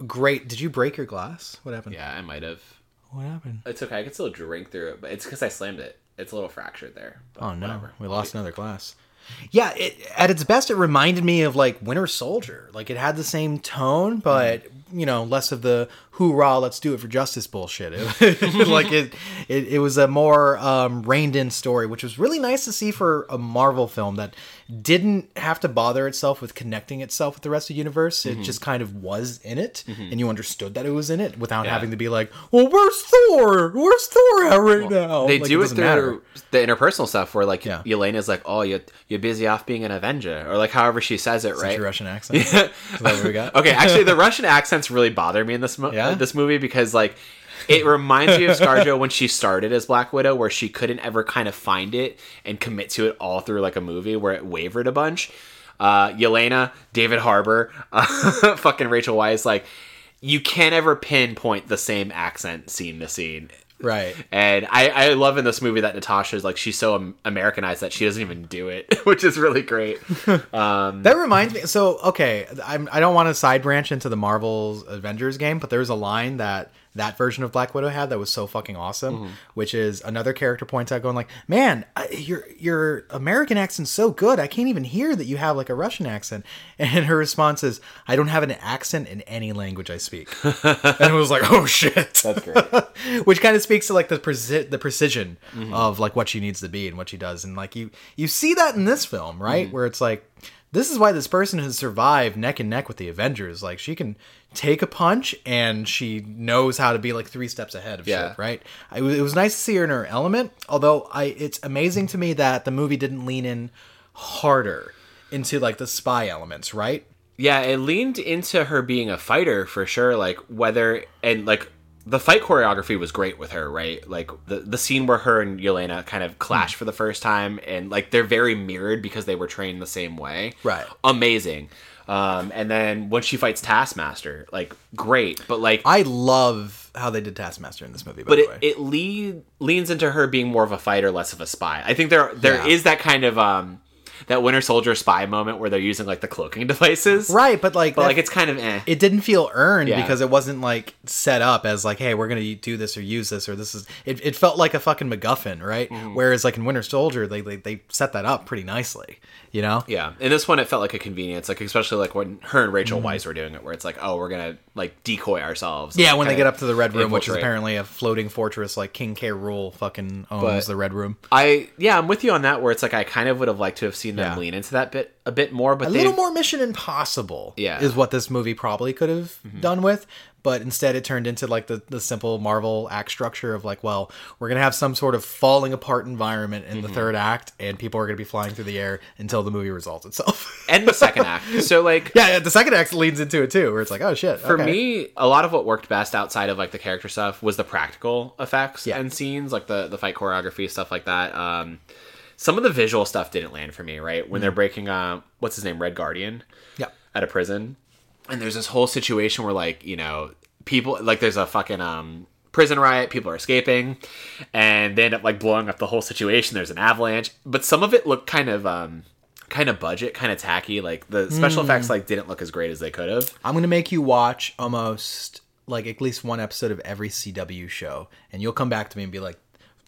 A: great. Did you break your glass? What happened?
B: Yeah, I might have.
A: What happened?
B: It's okay. I can still drink through it, but it's because I slammed it. It's a little fractured there. but
A: Oh no,
B: whatever.
A: we lost another glass. Yeah, it, at its best, it reminded me of like Winter Soldier. Like it had the same tone, but you know, less of the "hoorah, let's do it for justice" bullshit. (laughs) It- like it, it, it was a more um, reined-in story, which was really nice to see for a Marvel film that didn't have to bother itself with connecting itself with the rest of the universe. It just kind of was in it, and you understood that it was in it without having to be like, "Well, where's Thor? Where's Thor at right now?"
B: They
A: Like,
B: do it,
A: doesn't
B: through
A: matter.
B: the interpersonal stuff where like
A: Yeah.
B: Elena's like, "Oh, you you're busy off being an Avenger," or like however she says it, right?
A: Your Russian accent. Is that what we got?
B: (laughs) okay, actually, the Russian accents really bother me in this mo- uh,
A: Yeah?
B: this movie because like it reminds me of ScarJo when she started as Black Widow, where she couldn't ever kind of find it and commit to it all through like a movie where it wavered a bunch. Uh, Yelena, David Harbour, (laughs) uh, fucking Rachel Weisz, like you can't ever pinpoint the same accent scene to scene.
A: Right.
B: And I, I love in this movie that Natasha is like she's so am- Americanized that she doesn't even do it, (laughs) which is really great. Um,
A: That reminds me. So, okay, I'm, I don't want to side branch into the Marvel's Avengers game, but there's a line that that version of Black Widow had that was so fucking awesome,
B: Mm-hmm.
A: which is another character points out, going like, "Man, I, your your American accent's so good, I can't even hear that you have like a Russian accent." (laughs) And her response is, "I don't have an accent in any language I speak." and it was like, "Oh shit."
B: (laughs) That's
A: (laughs)
B: great.
A: which kind of speaks to like the preci- the precision of like what she needs to be and what she does and like you you see that in this film right
B: Mhm.
A: where it's like this is why this person has survived neck and neck with the avengers like she can take a punch and she knows how to be like three steps ahead of
B: Yeah.
A: shit right I, it was- it was nice to see her in her element although i it's amazing to me that the movie didn't lean in harder into like the spy elements right
B: Yeah, it leaned into her being a fighter for sure. Like whether and like the fight choreography was great with her, right? Like the the scene where her and Yelena kind of
A: Hmm.
B: clash for the first time, and like they're very mirrored because they were trained the same way.
A: Right.
B: Amazing. Um, and then when she fights Taskmaster, like great, but like
A: i love how they did taskmaster in this movie by
B: but
A: the
B: it,
A: way
B: it lead, leans into her being more of a fighter, less of a spy. I think there there is
A: Yeah.
B: that kind of um that Winter Soldier spy moment where they're using like the cloaking (laughs) devices,
A: right but like
B: But
A: that-
B: like it's kind of eh.
A: it didn't feel earned
B: Yeah.
A: because it wasn't like set up as like hey we're gonna do this or use this or this is it, it felt like a fucking macguffin right
B: Mm-hmm.
A: whereas like in winter soldier they, they they set that up pretty nicely you know
B: Yeah, in this one, it felt like a convenience, like especially like when her and
A: Mm.
B: Rachel Weisz were doing it, where it's like, oh, we're gonna like decoy ourselves.
A: yeah when they
B: Kinda-
A: get up to the red room which is
B: infiltrate.
A: apparently a floating fortress like king k rule fucking owns
B: But-
A: the red room
B: I yeah, I'm with you on that. Where it's like I kind of would have liked to have seen seen them
A: Yeah.
B: lean into that bit a bit more, but
A: a
B: they
A: little more Mission Impossible.
B: Yeah. Mm-hmm.
A: is what this movie probably could have done with, but instead it turned into like the the simple Marvel act structure of like, well, we're gonna have some sort of falling apart environment in
B: Mm-hmm.
A: the third act, and people are gonna be flying through the air until the movie resolves itself. (laughs)
B: and the second act. So like
A: yeah, yeah, the second act leads into it too, where it's like, oh shit.
B: For me, a lot of what worked best outside of like the character stuff was the practical effects
A: Yeah.
B: and scenes, like the the fight choreography stuff like that. Um, some of the visual stuff didn't land for me, right? When
A: Mm.
B: they're breaking uh what's his name, Red Guardian,
A: yeah,
B: at a prison, and there's this whole situation where like you know people like there's a fucking um prison riot, people are escaping, and they end up like blowing up the whole situation. There's an avalanche, but some of it looked kind of um kind of budget, kind of tacky. Like the special effects like didn't look as great as they could have.
A: I'm gonna make you watch almost like at least one episode of every CW show, and you'll come back to me and be like,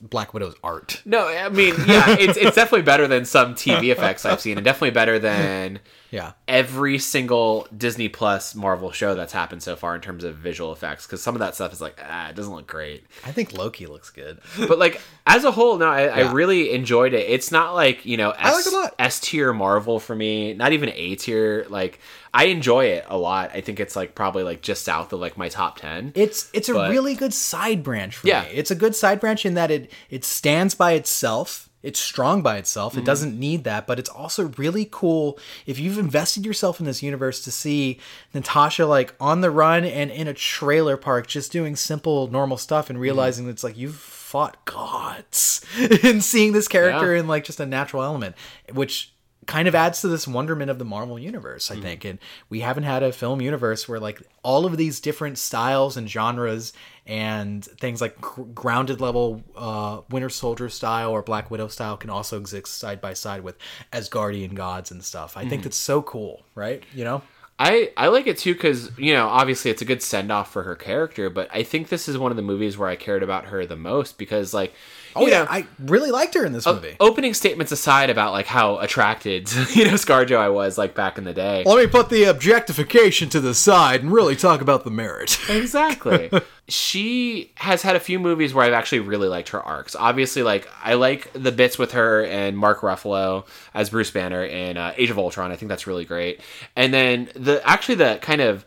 A: Black Widow's art.
B: No, I mean, yeah, it's it's definitely better than some TV effects I've seen, and definitely better than
A: Yeah.
B: every single Disney Plus Marvel show that's happened so far in terms of visual effects. Because some of that stuff is like, ah, it doesn't look great.
A: I think Loki looks good.
B: But like as a whole, no, I, I
A: Yeah.
B: really enjoyed it. It's not like you know
A: like
B: S
A: it a lot.
B: S tier Marvel for me, not even A tier. Like I enjoy it a lot. I think it's like probably like just south of like my top ten.
A: It's it's a
B: But-
A: really good side branch for
B: Yeah.
A: me. It's a good side branch in that it it stands by itself. It's strong by itself.
B: Mhm.
A: It doesn't need that, but it's also really cool if you've invested yourself in this universe to see Natasha like on the run and in a trailer park just doing simple normal stuff
B: Mhm.
A: and realizing it's like you've fought gods (laughs) and seeing this character
B: Yeah.
A: in like just a natural element, which kind of adds to this wonderment of the Marvel universe, I think. And we haven't had a film universe where like all of these different styles and genres and things like gr- grounded level uh, Winter Soldier style or Black Widow style can also exist side by side with Asgardian gods and stuff. I think that's so cool, right? You know?
B: I, I like it too because you know obviously it's a good send off for her character, but I think this is one of the movies where I cared about her the most because like you know,
A: Oh, I really liked her in this movie.
B: opening statements aside about like how attracted (laughs) to, you know ScarJo I was like back in the day.
A: Let me put the objectification to the side and really talk about the merit.
B: Exactly. (laughs) she has had a few movies where I've actually really liked her arcs. Obviously, like I like the bits with her and Mark Ruffalo as Bruce Banner in uh, Age of Ultron. I think that's really great. And then the actually the kind of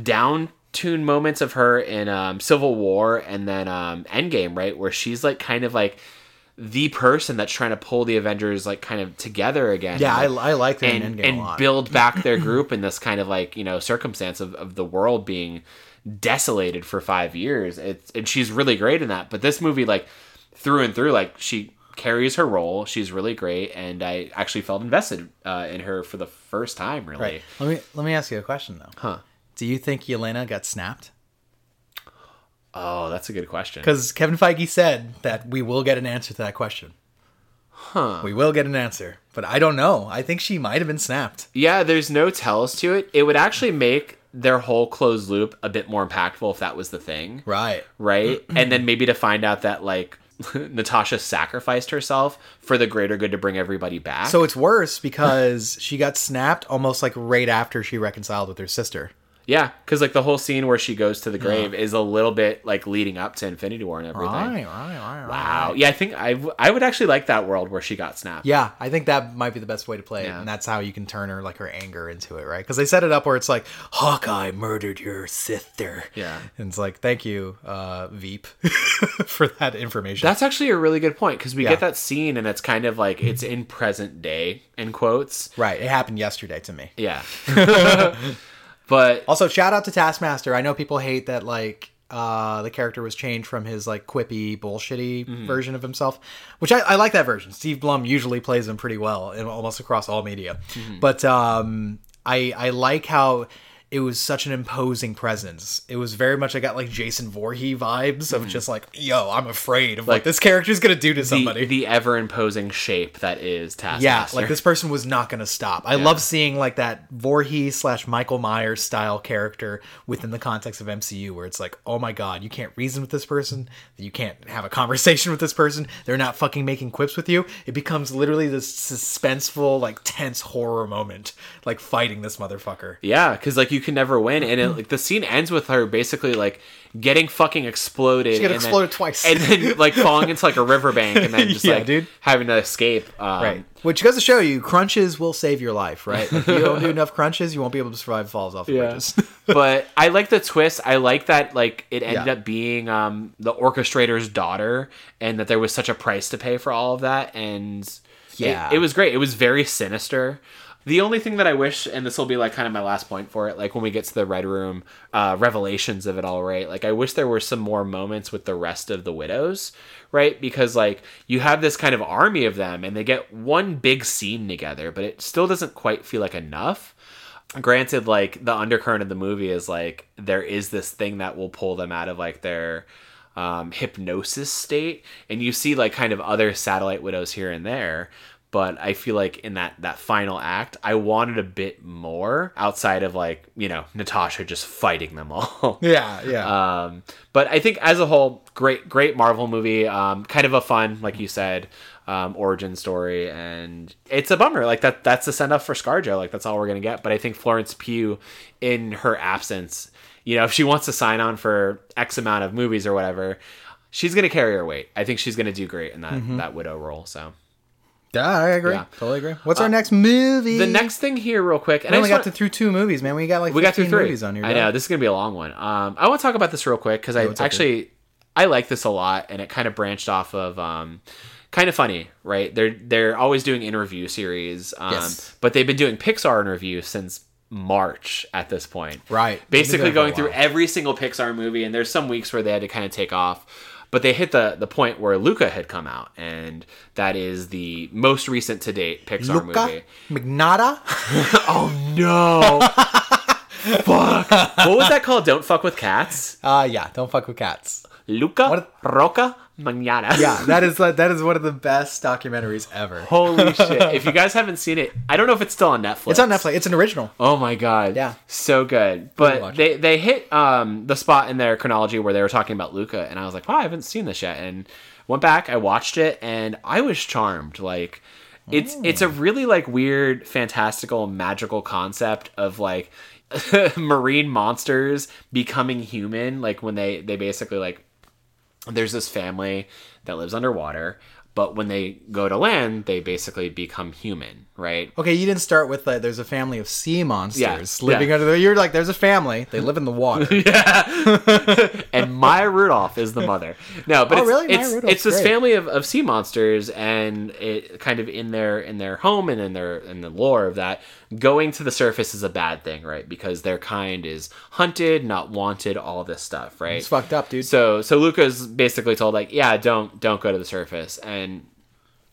B: down tune moments of her in um, Civil War and then um, Endgame, right, where she's like kind of like the person that's trying to pull the Avengers like kind of together again.
A: (laughs) yeah, I,
B: Like,
A: I liked her in
B: and,
A: Endgame a
B: and
A: lot.
B: build
A: (clears throat)
B: back their group in this kind of like you know circumstance of, of the world being desolated for five years it's and she's really great in that but this movie like through and through like she carries her role she's really great and i actually felt invested uh, in her for the first time really
A: Right. Let me let me ask you a question though. Huh? Do you think Yelena got snapped?
B: oh that's a good question
A: Because Kevin Feige said that we will get an answer to that question. Huh? We will get an answer, but I don't know. I think she might have been snapped.
B: yeah there's no tells to it it would actually make their whole closed loop a bit more impactful if that was the thing
A: Right.
B: right? and then maybe to find out that like (laughs) Natasha sacrificed herself for the greater good to bring everybody back.
A: So it's worse because she got snapped almost like right after she reconciled with her sister.
B: yeah, because like the whole scene where she goes to the grave is a little bit like leading up to Infinity War and everything.
A: Right. Right. Right. right.
B: Wow. Yeah, I think I w- I would actually like that world where she got snapped.
A: Yeah, I think that might be the best way to play it, and that's how you can turn her like her anger into it, right? Because they set it up where it's like Hawkeye murdered your sister.
B: Yeah.
A: and it's like thank you, uh, Veep, (laughs) for that information.
B: That's actually a really good point because we
A: Yeah.
B: get that scene and it's kind of like it's in present day in quotes.
A: right, it happened yesterday to me.
B: Yeah. (laughs) but
A: Also, shout out to Taskmaster. I know people hate that like uh the character was changed from his like quippy bullshitty
B: Mm-hmm.
A: version of himself which I, I like that version steve blum usually plays him pretty well in almost across all media
B: Mm-hmm.
A: but um i i like how it was such an imposing presence it was very much i got like jason Voorhees vibes of just like yo i'm afraid of what
B: Mm-hmm. Like,
A: this character's gonna do to somebody
B: the, the ever imposing shape that is Taskmaster.
A: yeah, like this person was not going to stop. I love seeing like that Voorhees slash Michael Myers style character within the context of MCU, where it's like, oh my god, you can't reason with this person, you can't have a conversation with this person. They're not fucking making quips with you. It becomes literally this suspenseful, like tense horror moment, like fighting this motherfucker.
B: Yeah, because like you can never win. And
A: Mm-hmm.
B: it, like the scene ends with her basically like getting fucking exploded.
A: She got
B: and then-
A: exploded twice.
B: and then like falling into like a riverbank, and
A: (laughs)
B: then just
A: Yeah,
B: like
A: dude.
B: having to escape. Um,
A: Right. Which goes to show you, crunches will save your life, right? If you
B: (laughs)
A: don't do enough crunches, you won't be able to survive falls off the bridges. (laughs)
B: but I like the twist. I like that like it ended
A: Yeah.
B: up being um the orchestrator's daughter and that there was such a price to pay for all of that and it-
A: Yeah.
B: it, was great. It was very sinister. The only thing that I wish, and this will be like kind of my last point for it, like when we get to the Red Room, uh, revelations of it all, right? Like I wish there were some more moments with the rest of the widows, right? Because like you have this kind of army of them and they get one big scene together, but it still doesn't quite feel like enough granted like the undercurrent of the movie is like there is this thing that will pull them out of like their um, hypnosis state and you see like kind of other satellite widows here and there but i feel like in that that final act i wanted a bit more outside of like you know natasha just fighting them (laughs) all
A: Yeah, yeah.
B: um, but I think as a whole, great, great Marvel movie. Um, kind of a fun, like you said, um, origin story, and it's a bummer. Like that, that's the send off for ScarJo. Like that's all we're gonna get. But I think Florence Pugh, in her absence, you know, if she wants to sign on for X amount of movies or whatever, she's gonna carry her weight. I think she's gonna do great in that
A: Mm-hmm.
B: that widow role. So
A: yeah, I agree.
B: yeah. Uh,
A: Totally agree. What's our next movie?
B: the next thing here, real quick, and
A: We
B: I
A: only
B: just
A: got
B: wanna-
A: to through two movies, man. We got like
B: we got through
A: 15
B: three.
A: movies on here.
B: I
A: bro.
B: know this is gonna be a long one. Um, I want to talk about this real quick because I
A: it's okay.
B: actually I like this a lot, and it kind of branched off of um, kind of funny, right? They're they're always doing interview series, um,
A: Yes.
B: but they've been doing Pixar interviews since March at this point,
A: Right. They've been
B: Basically
A: doing it for a
B: going through every single Pixar movie, and there's some weeks where they had to kind of take off. But they hit the, the point where Luca had come out, and that is the most recent to date Pixar movie.
A: Luca Magnata.
B: Oh no! Fuck! What was that called? Don't fuck with cats.
A: Uh, yeah. Don't fuck with cats.
B: Luca
A: What-
B: Roca Magnata.
A: Yeah, that is like, that is one of the best documentaries ever.
B: (laughs) Holy shit! If you guys haven't seen it, I don't know if it's still on Netflix.
A: It's on Netflix. It's an original.
B: Oh my god.
A: Yeah.
B: So good.
A: watch
B: But they they hit um the spot in their chronology where they were talking about Luca and I was like, "Wow, I haven't seen this yet." And went back, I watched it and I was charmed. Like it's
A: Mm.
B: it's a really like weird fantastical magical concept of like (laughs) marine monsters becoming human like when they they basically like there's this family that lives underwater but when they go to land they basically become human right
A: Okay, you didn't start with uh, there's a family of sea monsters
B: Yeah,
A: living
B: yeah.
A: under the. You're like there's a family. They live in the water.
B: and Maya Rudolph is the mother. No, but
A: Oh,
B: it's,
A: really? Maya
B: it's,
A: Rudolph's
B: it's this
A: great.
B: family of, of sea monsters, and it kind of in their in their home and in their in the lore of that, going to the surface is a bad thing, right? Because their kind is hunted, not wanted, all this stuff, right? (laughs)
A: It's fucked up, dude.
B: So so Luca's basically told like, yeah, don't don't go to the surface, and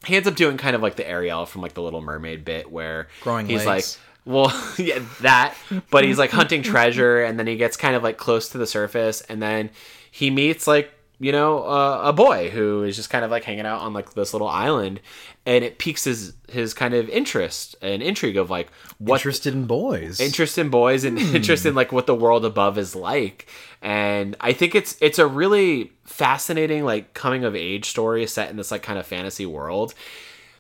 B: he ends up doing kind of like the Ariel from like the Little Mermaid bit where
A: Growing
B: he's
A: legs.
B: like, well, (laughs) yeah, that, but he's like hunting
A: (laughs)
B: treasure and then he gets kind of like close to the surface and then he meets like, you know, uh, a boy who is just kind of like hanging out on like this little island and it piques his his kind of interest and intrigue of like what
A: Interested in boys.
B: interest in boys and (laughs) interest
A: Hmm.
B: in like what the world above is like and i think it's it's a really fascinating like coming of age story set in this like kind of fantasy world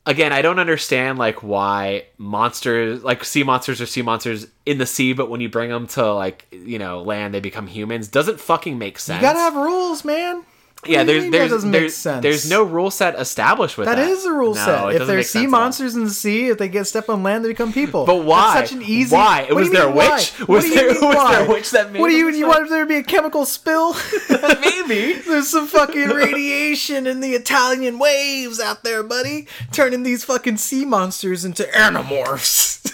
B: again i don't understand like why monsters like sea monsters are sea monsters in the sea but when you bring them to like you know land they become humans doesn't fucking make sense
A: you gotta have rules, man.
B: yeah
A: What do you
B: there's
A: mean
B: there's
A: that doesn't
B: there's,
A: make sense.
B: there's no rule set established with that
A: That is a rule
B: No, it
A: set. If there's
B: doesn't make
A: sea
B: sense at all.
A: monsters in the sea, if they get step on land, they become people.
B: (laughs) But why?
A: That's such an easy.
B: Why?
A: What do
B: Was
A: you
B: there
A: mean,
B: a
A: why?
B: witch?
A: What
B: Was
A: do you
B: there- (laughs)
A: mean,
B: was
A: why?
B: there a witch that made
A: What do you?
B: it?
A: You want there to be a chemical spill?
B: (laughs)
A: (laughs)
B: maybe
A: There's some fucking radiation in the Italian waves out there, buddy, turning these fucking sea monsters into animorphs.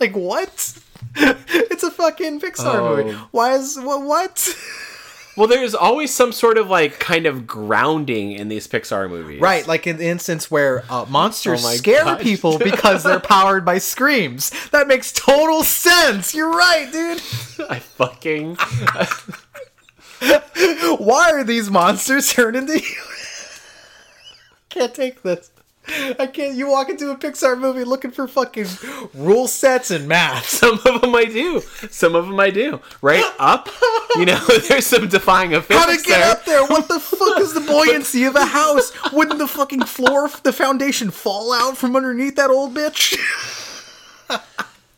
A: (laughs) like what? (laughs) It's a fucking Pixar
B: Oh.
A: movie. Why is what? What?
B: Well, there's always some sort of like kind of grounding in these Pixar movies.
A: Right, like in the instance where (laughs) uh, monsters
B: Oh my
A: scare
B: gosh.
A: (laughs) people because they're powered by screams. That makes total sense. You're right, dude. (laughs)
B: I fucking.
A: Why are these monsters turned into (laughs) humans? can't take this. I can't. You walk into a Pixar movie looking for fucking rule sets and math. (laughs)
B: Some of them I do. Some of them I do. Right up. You know, (laughs) there's some defying of
A: How to
B: physics
A: get
B: there.
A: up there? What the fuck is the (laughs) buoyancy of a house? Wouldn't the fucking (laughs) floor, the foundation fall out from underneath that old bitch?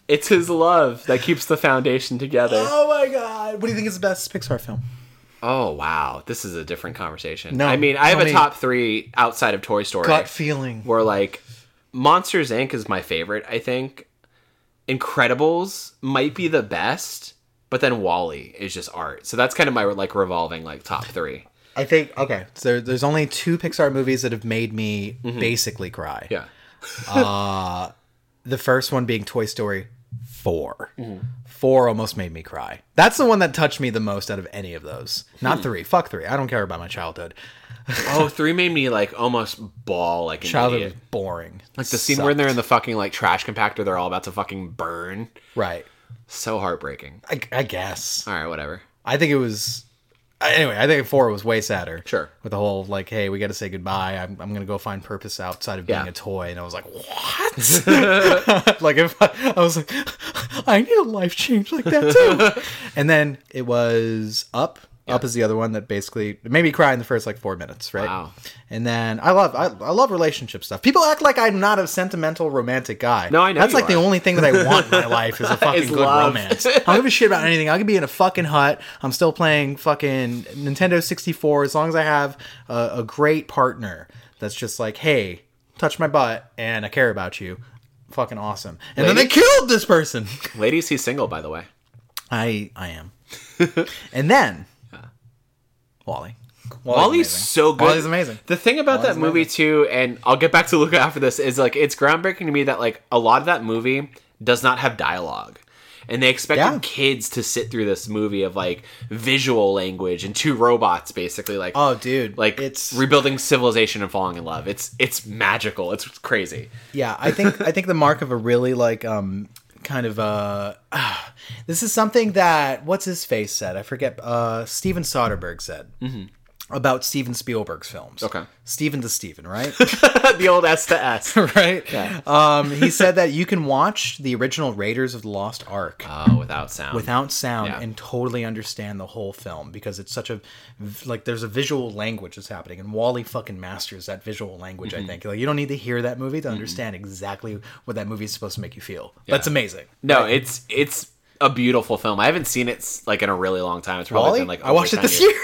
B: It's his love that keeps the foundation together.
A: (gasps) Oh my god! What do you think is the best Pixar film?
B: Oh wow, this is a different conversation.
A: No,
B: I mean, I have
A: tell me.
B: a top three outside of Toy Story.
A: Gut feeling.
B: where like Monsters Inc. is my favorite, I think. Incredibles might be the best, but then Wally is just art. So that's kind of my like revolving like top three.
A: I think okay. So there, there's only two Pixar movies that have made me basically cry.
B: Mm-hmm.
A: (sighs)
B: Yeah.
A: The first one being Toy Story 4
B: Mm-hmm.
A: Four almost made me cry. That's the one that touched me the most out of any of those. Not
B: Hmm.
A: three. Fuck three. I don't care about my childhood.
B: Oh, three made me like almost ball like an
A: Childhood
B: idiot.
A: was boring.
B: Like the scene where they're in the fucking like trash compactor, they're all about to fucking burn.
A: right.
B: So heartbreaking.
A: I, I guess.
B: All right, whatever.
A: I think it was. uh, Anyway, I think four was way sadder.
B: Sure.
A: With the whole like, hey, we got to say goodbye. I'm, I'm gonna go find purpose outside of being
B: Yeah.
A: a toy, and I was like, what? (laughs) like if I, I was like, (laughs) I need a life change like
B: (laughs)
A: that too. and then it was up. Up is the other one that basically it made me cry in the first like four minutes, right?
B: Wow.
A: And then I love I, I love relationship stuff. People act like I'm not a sentimental romantic guy.
B: No, I know
A: That's
B: you
A: like the
B: are.
A: only thing that I want in
B: (laughs)
A: my life is a fucking
B: Is
A: good
B: love.
A: romance. (laughs) I don't give a shit about anything. I could be in a fucking hut. I'm still playing fucking Nintendo 64 as long as I have a, a great partner that's just like, hey, touch my butt and I care about you. Fucking awesome. And then they killed this person. (laughs)
B: Ladies, he's single, by the way.
A: I I (laughs) am. and then Wally.
B: Wally's
A: amazing.
B: so good.
A: Wally's amazing.
B: The thing about that movie too, and I'll get back to Luca (laughs) after this, is like it's groundbreaking to me that like a lot of that movie does not have dialogue. And they expected
A: Yeah.
B: kids to sit through this movie of like visual language and two robots basically like
A: Oh, dude.
B: like
A: it's
B: rebuilding civilization and falling in love. It's it's magical. It's crazy. (laughs)
A: Yeah, I think I think the mark of a really like um kind of uh (sighs) ah, this is something that what's his face said I forget uh Steven Soderbergh said about Steven Spielberg's films.
B: Okay.
A: Steven to Steven, right?
B: the old S to
A: (laughs)
B: S.
A: right. Um, he said that you can watch the original Raiders of the Lost Ark
B: Oh, without sound.
A: without sound
B: Yeah.
A: and totally understand the whole film because it's such a like there's a visual language that's happening and Wally fucking masters that visual language
B: Mm-hmm.
A: I think like you don't need to hear that movie to understand exactly what that movie is supposed to make you feel that's amazing
B: no, it's it's a beautiful film. I haven't seen it s- like in a really long time. It's probably
A: Wally
B: been like
A: I watched
B: over
A: it
B: 10
A: this
B: years.
A: year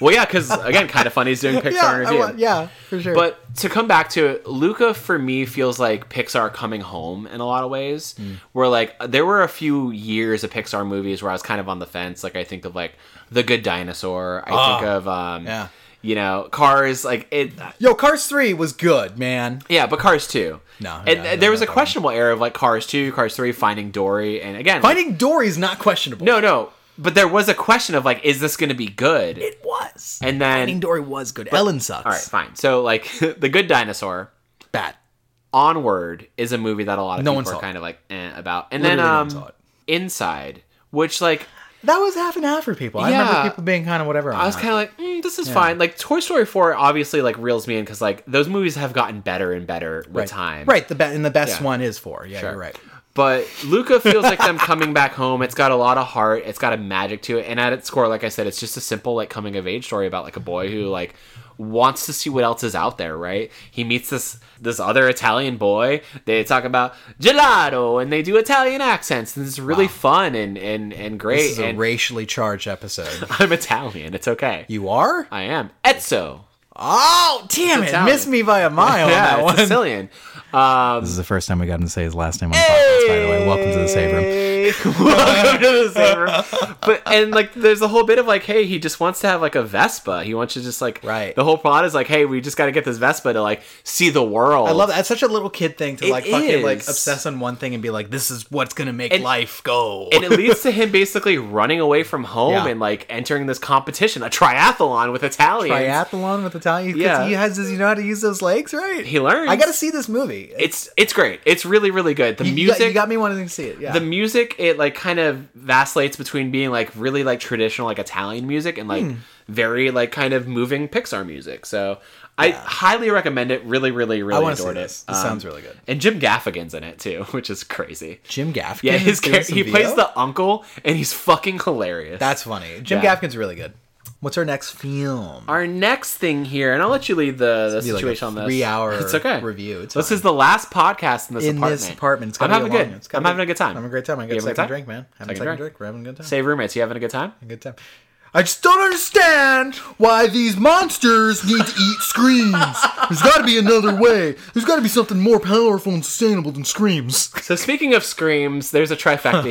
B: Well, yeah, because again, kind of funny
A: (laughs)
B: is doing Pixar
A: yeah, I
B: review.
A: wa- yeah for sure
B: But to come back to it, Luca for me feels like Pixar coming home in a lot of ways.
A: Hmm.
B: Where like there were a few years of Pixar movies where I was kind of on the fence. Like I think of like The Good Dinosaur. I think of um,
A: Ah, yeah.
B: you know, Cars. Like it,
A: yo Cars 3 was good man
B: yeah, but Cars two.
A: No,
B: and
A: yeah, I
B: there was
A: know
B: a
A: that one.
B: questionable era of like Cars two, Cars three, Finding Dory, and again, like-
A: Finding Dory's not questionable
B: no, no. But there was a question of like, is this going to be good?
A: it was
B: and then
A: Finding Dory was good Ellen sucks
B: all right, fine. So like (laughs) The Good Dinosaur.
A: bad
B: Onward is a movie that a lot of
A: No one
B: people
A: saw
B: are
A: it.
B: kind of like eh, about, and
A: Literally
B: then
A: no one
B: um,
A: saw it.
B: Inside, which like
A: that was half and half for people I
B: Yeah.
A: remember people being kind of whatever on
B: I was
A: that.
B: kind of like, mm, this is fine. Like Toy Story four obviously like reels me in because like those movies have gotten better and better with
A: right.
B: time,
A: Right, the be- and the best
B: Yeah.
A: one is four. Yeah,
B: Sure.
A: you're right.
B: But Luca feels
A: (laughs)
B: like them coming back home. It's got a lot of heart. It's got a magic to it. And at its core, like I said, it's just a simple like coming of age story about like a boy who like wants to see what else is out there, right? He meets this this other Italian boy. They talk about gelato and they do Italian accents and it's really fun and and and
A: This
B: great.
A: is a
B: And
A: racially charged episode.
B: (laughs) I'm Italian. It's okay.
A: You are?
B: I am. Etso.
A: Oh, damn it.
B: Italian.
A: Missed me by a mile
B: (laughs)
A: on
B: Yeah,
A: Oh, that
B: it's
A: one.
B: Sicilian. Um
A: This is the first time we got him to say his last name on the podcast, by the way. Welcome to the Save Room.
B: (laughs) Welcome to the saver. But and like, there's a whole bit of like, hey, he just wants to have like a Vespa. He wants to just like,
A: Right.
B: The whole plot is like, hey, we just got to get this Vespa to like see the world.
A: I love that. That's such a little kid thing to
B: It
A: like fucking like
B: is.
A: obsess on one thing and be like, this is what's gonna make life go.
B: And it leads to him basically running away from home
A: Yeah.
B: and like entering this competition, a triathlon with Italians.
A: Triathlon with Italian.
B: Yeah.
A: Yeah. He has his, you know how to use those legs, right?
B: He learns.
A: I gotta see this movie.
B: it's it's great. It's really really good. The
A: You got-
B: music.
A: You got me wanting to see it. Yeah.
B: the music it like kind of vacillates between being like really like traditional like Italian music and
A: Hmm.
B: like very like kind of moving Pixar music. So I highly recommend it. Really, really, really
A: wanna
B: adored
A: see
B: it. Um,
A: this. This sounds really good.
B: And Jim Gaffigan's in it too, (laughs) which is crazy.
A: Jim Gaffigan.
B: Yeah, his
A: is doing
B: char-
A: some
B: he plays
A: VO?
B: the uncle, and he's fucking hilarious.
A: That's funny. Jim
B: Yeah.
A: Gaffigan's really good. What's our next film?
B: Our next thing here, and I'll let you lead the, the
A: be like a
B: situation on this.
A: three-hour
B: It's okay.
A: review. It's
B: this
A: fine.
B: is the last podcast in this
A: in
B: apartment.
A: this apartment, it's
B: I'm
A: gotta be
B: having
A: a long-
B: good.
A: it's gotta
B: I'm
A: be-
B: having a good time.
A: I'm having a great time. I
B: You
A: got a
B: having a
A: second
B: time?
A: drink, man. Having a
B: Second
A: second
B: drink.
A: drink. We're having a good time.
B: Save roommates. You having a good time?
A: Having a good time. I just don't understand why these monsters need to eat (laughs) screams. There's got to be another way. There's got to be something more powerful and sustainable than screams.
B: So speaking of screams, there's a trifecta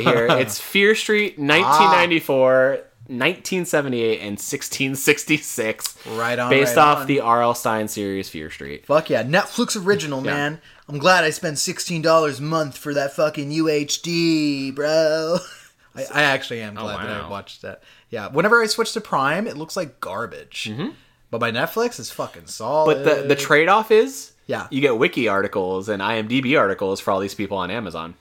A: (laughs)
B: here. It's Fear Street, 1994, 1978, and 1666.
A: Right on,
B: Based
A: right
B: off
A: on.
B: the R.L. Stein series Fear
A: (laughs)
B: Street.
A: Fuck yeah, Netflix original, man. I'm glad I spent sixteen dollars a month for that fucking UHD, bro. Oh, I, I actually am glad that
B: wow.
A: I watched that. Yeah, whenever I switch to Prime, it looks like garbage. But by Netflix, it's fucking solid.
B: But the the trade off is
A: Uh, Yeah.
B: you get wiki articles and IMDb articles for all these people on Amazon.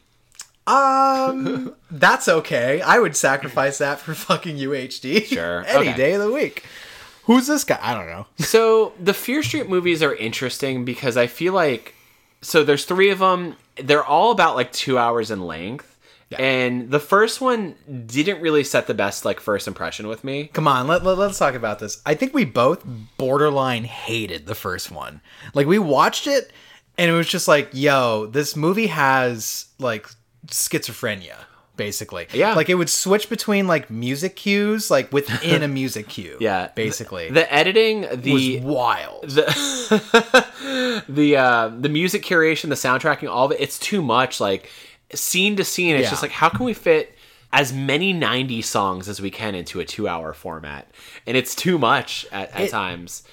A: Um, that's okay. I would sacrifice that for fucking (laughs) UHD.
B: Sure.
A: Any
B: Okay.
A: day of the week. Who's this guy? I don't know.
B: So the Fear Street movies are interesting because I feel like so there's three of them. They're all about like two hours in length, and the first one didn't really set the best like first impression with me.
A: Come on, let, let, us talk about this. I think we both borderline hated the first one. Like, we watched it, and it was just like, yo, this movie has, like, schizophrenia, basically.
B: Yeah.
A: Like, it would switch between, like, music cues, like,
B: (laughs)
A: within a music cue.
B: Yeah, th-
A: Basically.
B: the editing, the
A: was wild.
B: the (laughs) the uh, the music curation, the soundtracking, all of it. It's too much. Like scene to scene, it's
A: Yeah.
B: just like how can we fit as many 90 songs as we can into a two hour format and it's too much at, at times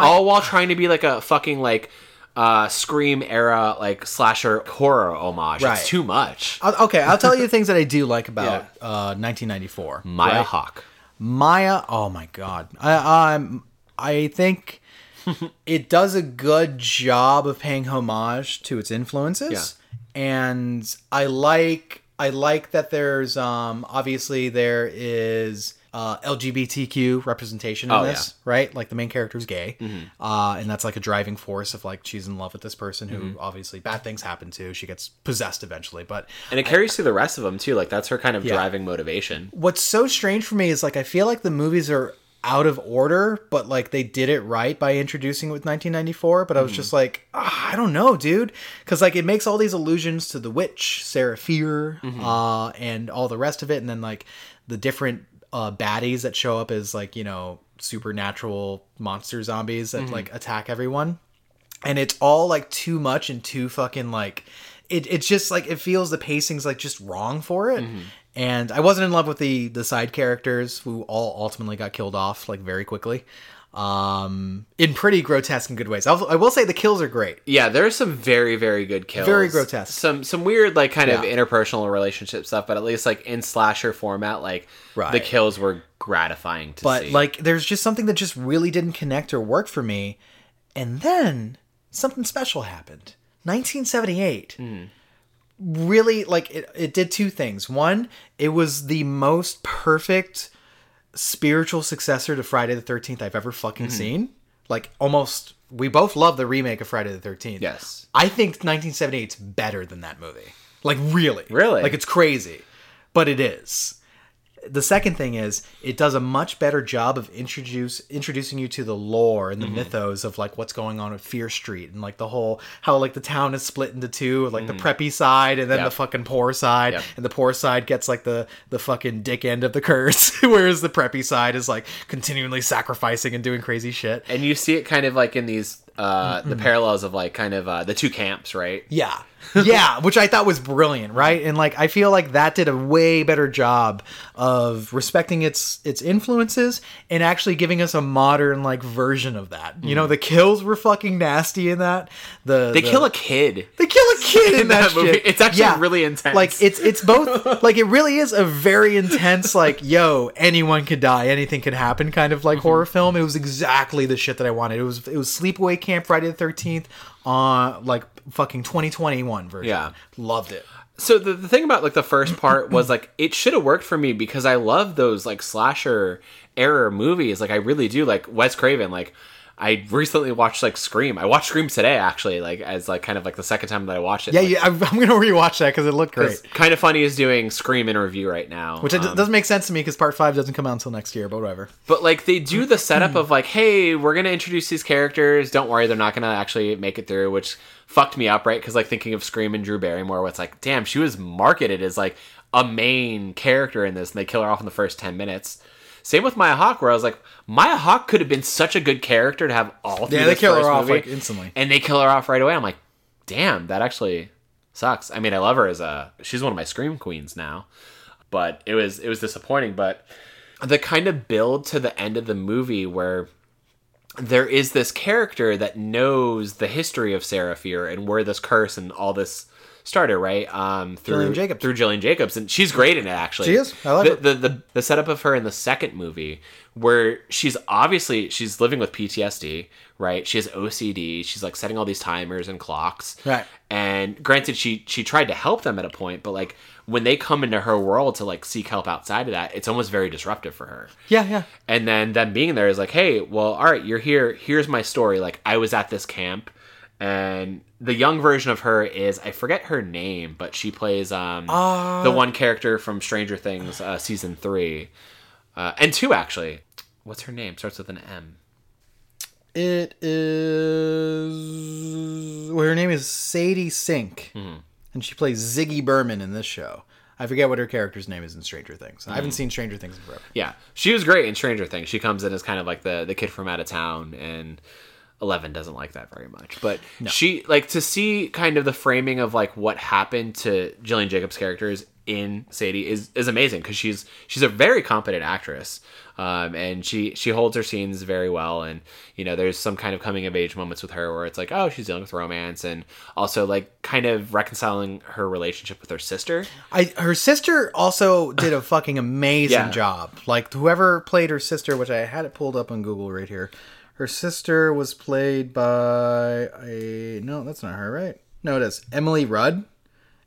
B: all while trying to be like a fucking like uh scream era like slasher horror homage
A: Right. Uh,
B: it's too much
A: I'll- okay, I'll tell you things that I do like about uh, 1994.
B: maya
A: right?
B: hawk
A: Maya, oh my god, I um, I
B: (laughs)
A: think it does a good job of paying homage to its influences, and I like I like that there's um obviously there is uh LGBTQ representation in
B: Oh, yeah. Mm-hmm.
A: this, right? Like the main character's gay, uh, and that's like a driving force of like she's in love with this person who
B: Mm-hmm.
A: obviously bad things happen to. She gets possessed eventually, but
B: and it carries through the rest of them too like that's her kind of driving motivation
A: what's so strange for me is like I feel like the movies are out of order, but like they did it right by introducing it with 1994. But I was just like, ah, I don't know, dude, because like it makes all these allusions to the witch, Sarah Fear, uh, and all the rest of it, and then like the different uh, baddies that show up as like you know supernatural monster zombies that like attack everyone and it's all like too much and too fucking like it, it's just like it feels the pacing's like just wrong for it and i wasn't in love with the the side characters who all ultimately got killed off like very quickly um in pretty grotesque and good ways I'll, i will say the kills are great
B: Yeah, there are some very, very good kills.
A: Very grotesque.
B: Some some weird like kind of
A: Yeah.
B: interpersonal relationship stuff, but at least like in slasher format, like the
A: Right.
B: kills were gratifying to
A: but
B: see.
A: like there's just something that just really didn't connect or work for me and then something special happened 1978
B: Hmm.
A: really like it, it did two things one it was the most perfect spiritual successor to friday the 13th i've ever fucking
B: Mm-hmm.
A: seen like almost we both love the remake of friday the 13th
B: Yes.
A: i think 1978's better than that movie like really
B: Really?
A: like it's crazy but it is the second thing is it does a much better job of introduce introducing you to the lore and the
B: Mm-hmm.
A: mythos of like what's going on with Fear Street and like the whole how like the town is split into two like the preppy side and then the
B: Mm-hmm. Yep.
A: fucking poor side
B: Yep.
A: and the poor side gets like the the fucking dick end of the curse (laughs) whereas the preppy side is like continually sacrificing and doing crazy shit.
B: and you see it kind of like in these uh the parallels of like kind of uh the two camps, right?
A: Yeah. (laughs) Yeah, which I thought was brilliant, right? And like I feel like that did a way better job of respecting its its influences and actually giving us a modern like version of that. You know, the kills were fucking nasty in that. The
B: They kill a kid.
A: they kill a kid in, that,
B: that movie.
A: shit.
B: It's actually really intense.
A: Like it's it's
B: (laughs)
A: both like it really is a very intense like yo anyone could die anything could happen kind of like
B: Mhm.
A: horror film. It was exactly the shit that I wanted. It was it was Sleepaway Camp Friday the Thirteenth on like fucking 2021 version.
B: Yeah.
A: loved it.
B: So the, the thing about like the first
A: (clears throat)
B: part was like it should have worked for me because I love those like slasher error movies. Like I really do like Wes Craven. Like I- I recently watched like Scream. I watched Scream today actually, like as like kind of like the second time that I watched it.
A: Yeah,
B: like,
A: yeah I'm, I'm gonna rewatch that because it looked great.
B: Kind of funny is doing Scream in review right now,
A: Which it
B: um,
A: doesn't make sense to me because part five doesn't come out until next year, but whatever.
B: But like they do
A: (clears throat)
B: the setup of like, hey, we're gonna introduce these characters. Don't worry, they're not gonna actually make it through, which fucked me up, right? Because like thinking of Scream and Drew Barrymore, it's like, damn, she was marketed as like a main character in this, and they kill her off in the first ten minutes. Same with Maya Hawk, where I was like, Maya Hawk could have been such a good character to have all. Through
A: Yeah, they
B: this
A: kill her
B: first
A: off,
B: movie,
A: like, instantly.
B: and they kill her off right away. I'm like, damn, that actually sucks. I mean, I love her as a she's one of my Scream queens now, but it was it was disappointing. But the kind of build to the end of the movie where there is this character that knows the history of Seraphir and where this curse and all this started, right? Um, through
A: Jillian Jacobs.
B: through Jillian Jacobs, and she's great in it. Actually,
A: She is. I like
B: the,
A: her.
B: the, the the setup of her in the second movie, where she's obviously she's living with PTSD, right? She has OCD. She's like setting all these timers and clocks,
A: Right.
B: and granted she she tried to help them at a point but like when they come into her world to like seek help outside of that it's almost very disruptive for her
A: Yeah, yeah.
B: and then them being there is like hey well all right you're here here's my story like i was at this camp and the young version of her is i forget her name but she plays um the one character from stranger things uh season three uh and two actually what's her name starts with an m
A: It is. Well, her name is Sadie Sink,
B: Mm-hmm.
A: and she plays Ziggy Berman in this show. I forget what her character's name is in Stranger Things. I haven't
B: Mm.
A: seen Stranger Things in forever.
B: Yeah, she was great in Stranger Things. She comes in as kind of like the the kid from out of town, and Eleven doesn't like that very much. But she like to see kind of the framing of like what happened to Jillian Jacobs' characters in Sadie is is amazing because she's she's a very competent actress, um, and she she holds her scenes very well. And you know, there's some kind of coming of age moments with her where it's like, oh, she's dealing with romance, and also like kind of reconciling her relationship with her sister.
A: I her sister also did a fucking amazing
B: Yeah.
A: job. Like whoever played her sister, which I had it pulled up on Google right here. Her sister was played by a no, that's not her, right? No, it is Emily Rudd.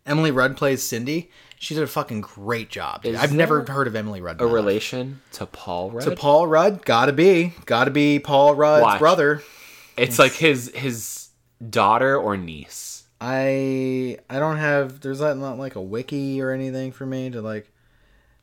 A: Emily Rudd plays Cindy. She did a fucking great job. dude. I've never heard of Emily Rudd. in
B: A
A: my life.
B: relation to Paul Rudd.
A: Uh, To Paul Rudd, gotta be, gotta be Paul Rudd's
B: Watch.
A: brother.
B: It's like his his daughter or niece.
A: I I don't have there's not, not like a wiki or anything for me to like.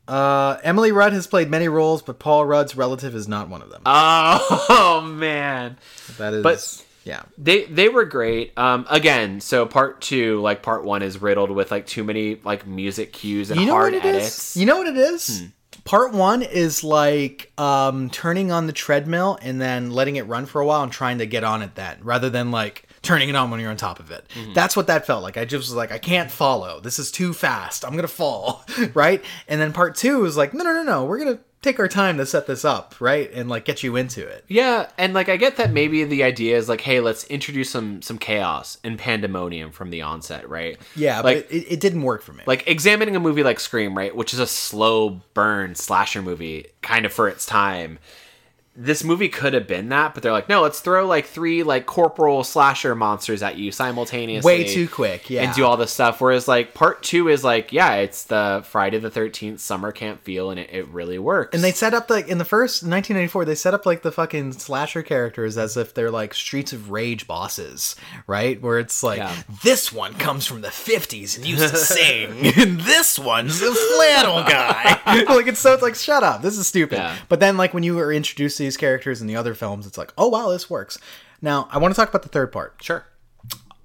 A: Uh, Emily Rudd has played many roles, but Paul Rudd's relative is not one of them.
B: Oh, (laughs) man,
A: that is,
B: but-
A: yeah,
B: they they were great. Um, again, so part two, like part one, is riddled with like too many like music cues and
A: you know
B: hard
A: what it is.
B: edits. Hmm.
A: You know what it is. Part one is like um, turning on the treadmill and then letting it run for a while and trying to get on it then, rather than like turning it on when you're on top of it.
B: Mm-hmm.
A: That's what that felt like. I just was like, I can't follow. This is too fast. I'm gonna fall, (laughs) right? And then part two is like, no, no, no, no. We're gonna take our time to set this up, right, and like get you into it.
B: Yeah, and like I get that maybe the idea is like, hey, let's introduce some some chaos and pandemonium from the onset, right?
A: Yeah,
B: like
A: but it, it didn't work for me.
B: like examining a movie like Scream, right, which is a slow burn slasher movie, kind of for its time. This movie could have been that, but they're like, no, let's throw like three like corporal slasher monsters at you simultaneously,
A: way too quick. Yeah,
B: and do all this stuff. Whereas like part two is like, yeah, it's the Friday the Thirteenth summer camp feel, and it, it really works.
A: And they set up like in the first in 1994, they set up like the fucking slasher characters as if they're like Streets of Rage bosses, right? Where it's like
B: Yeah.
A: this one comes from the 50s and used to sing, (laughs) and this one's a flannel guy. (laughs) like it's so it's like shut up, this is stupid.
B: Yeah.
A: But then like when you were introduced to these characters in the other films, it's like oh wow, this works. Now I want to talk about the third part.
B: sure.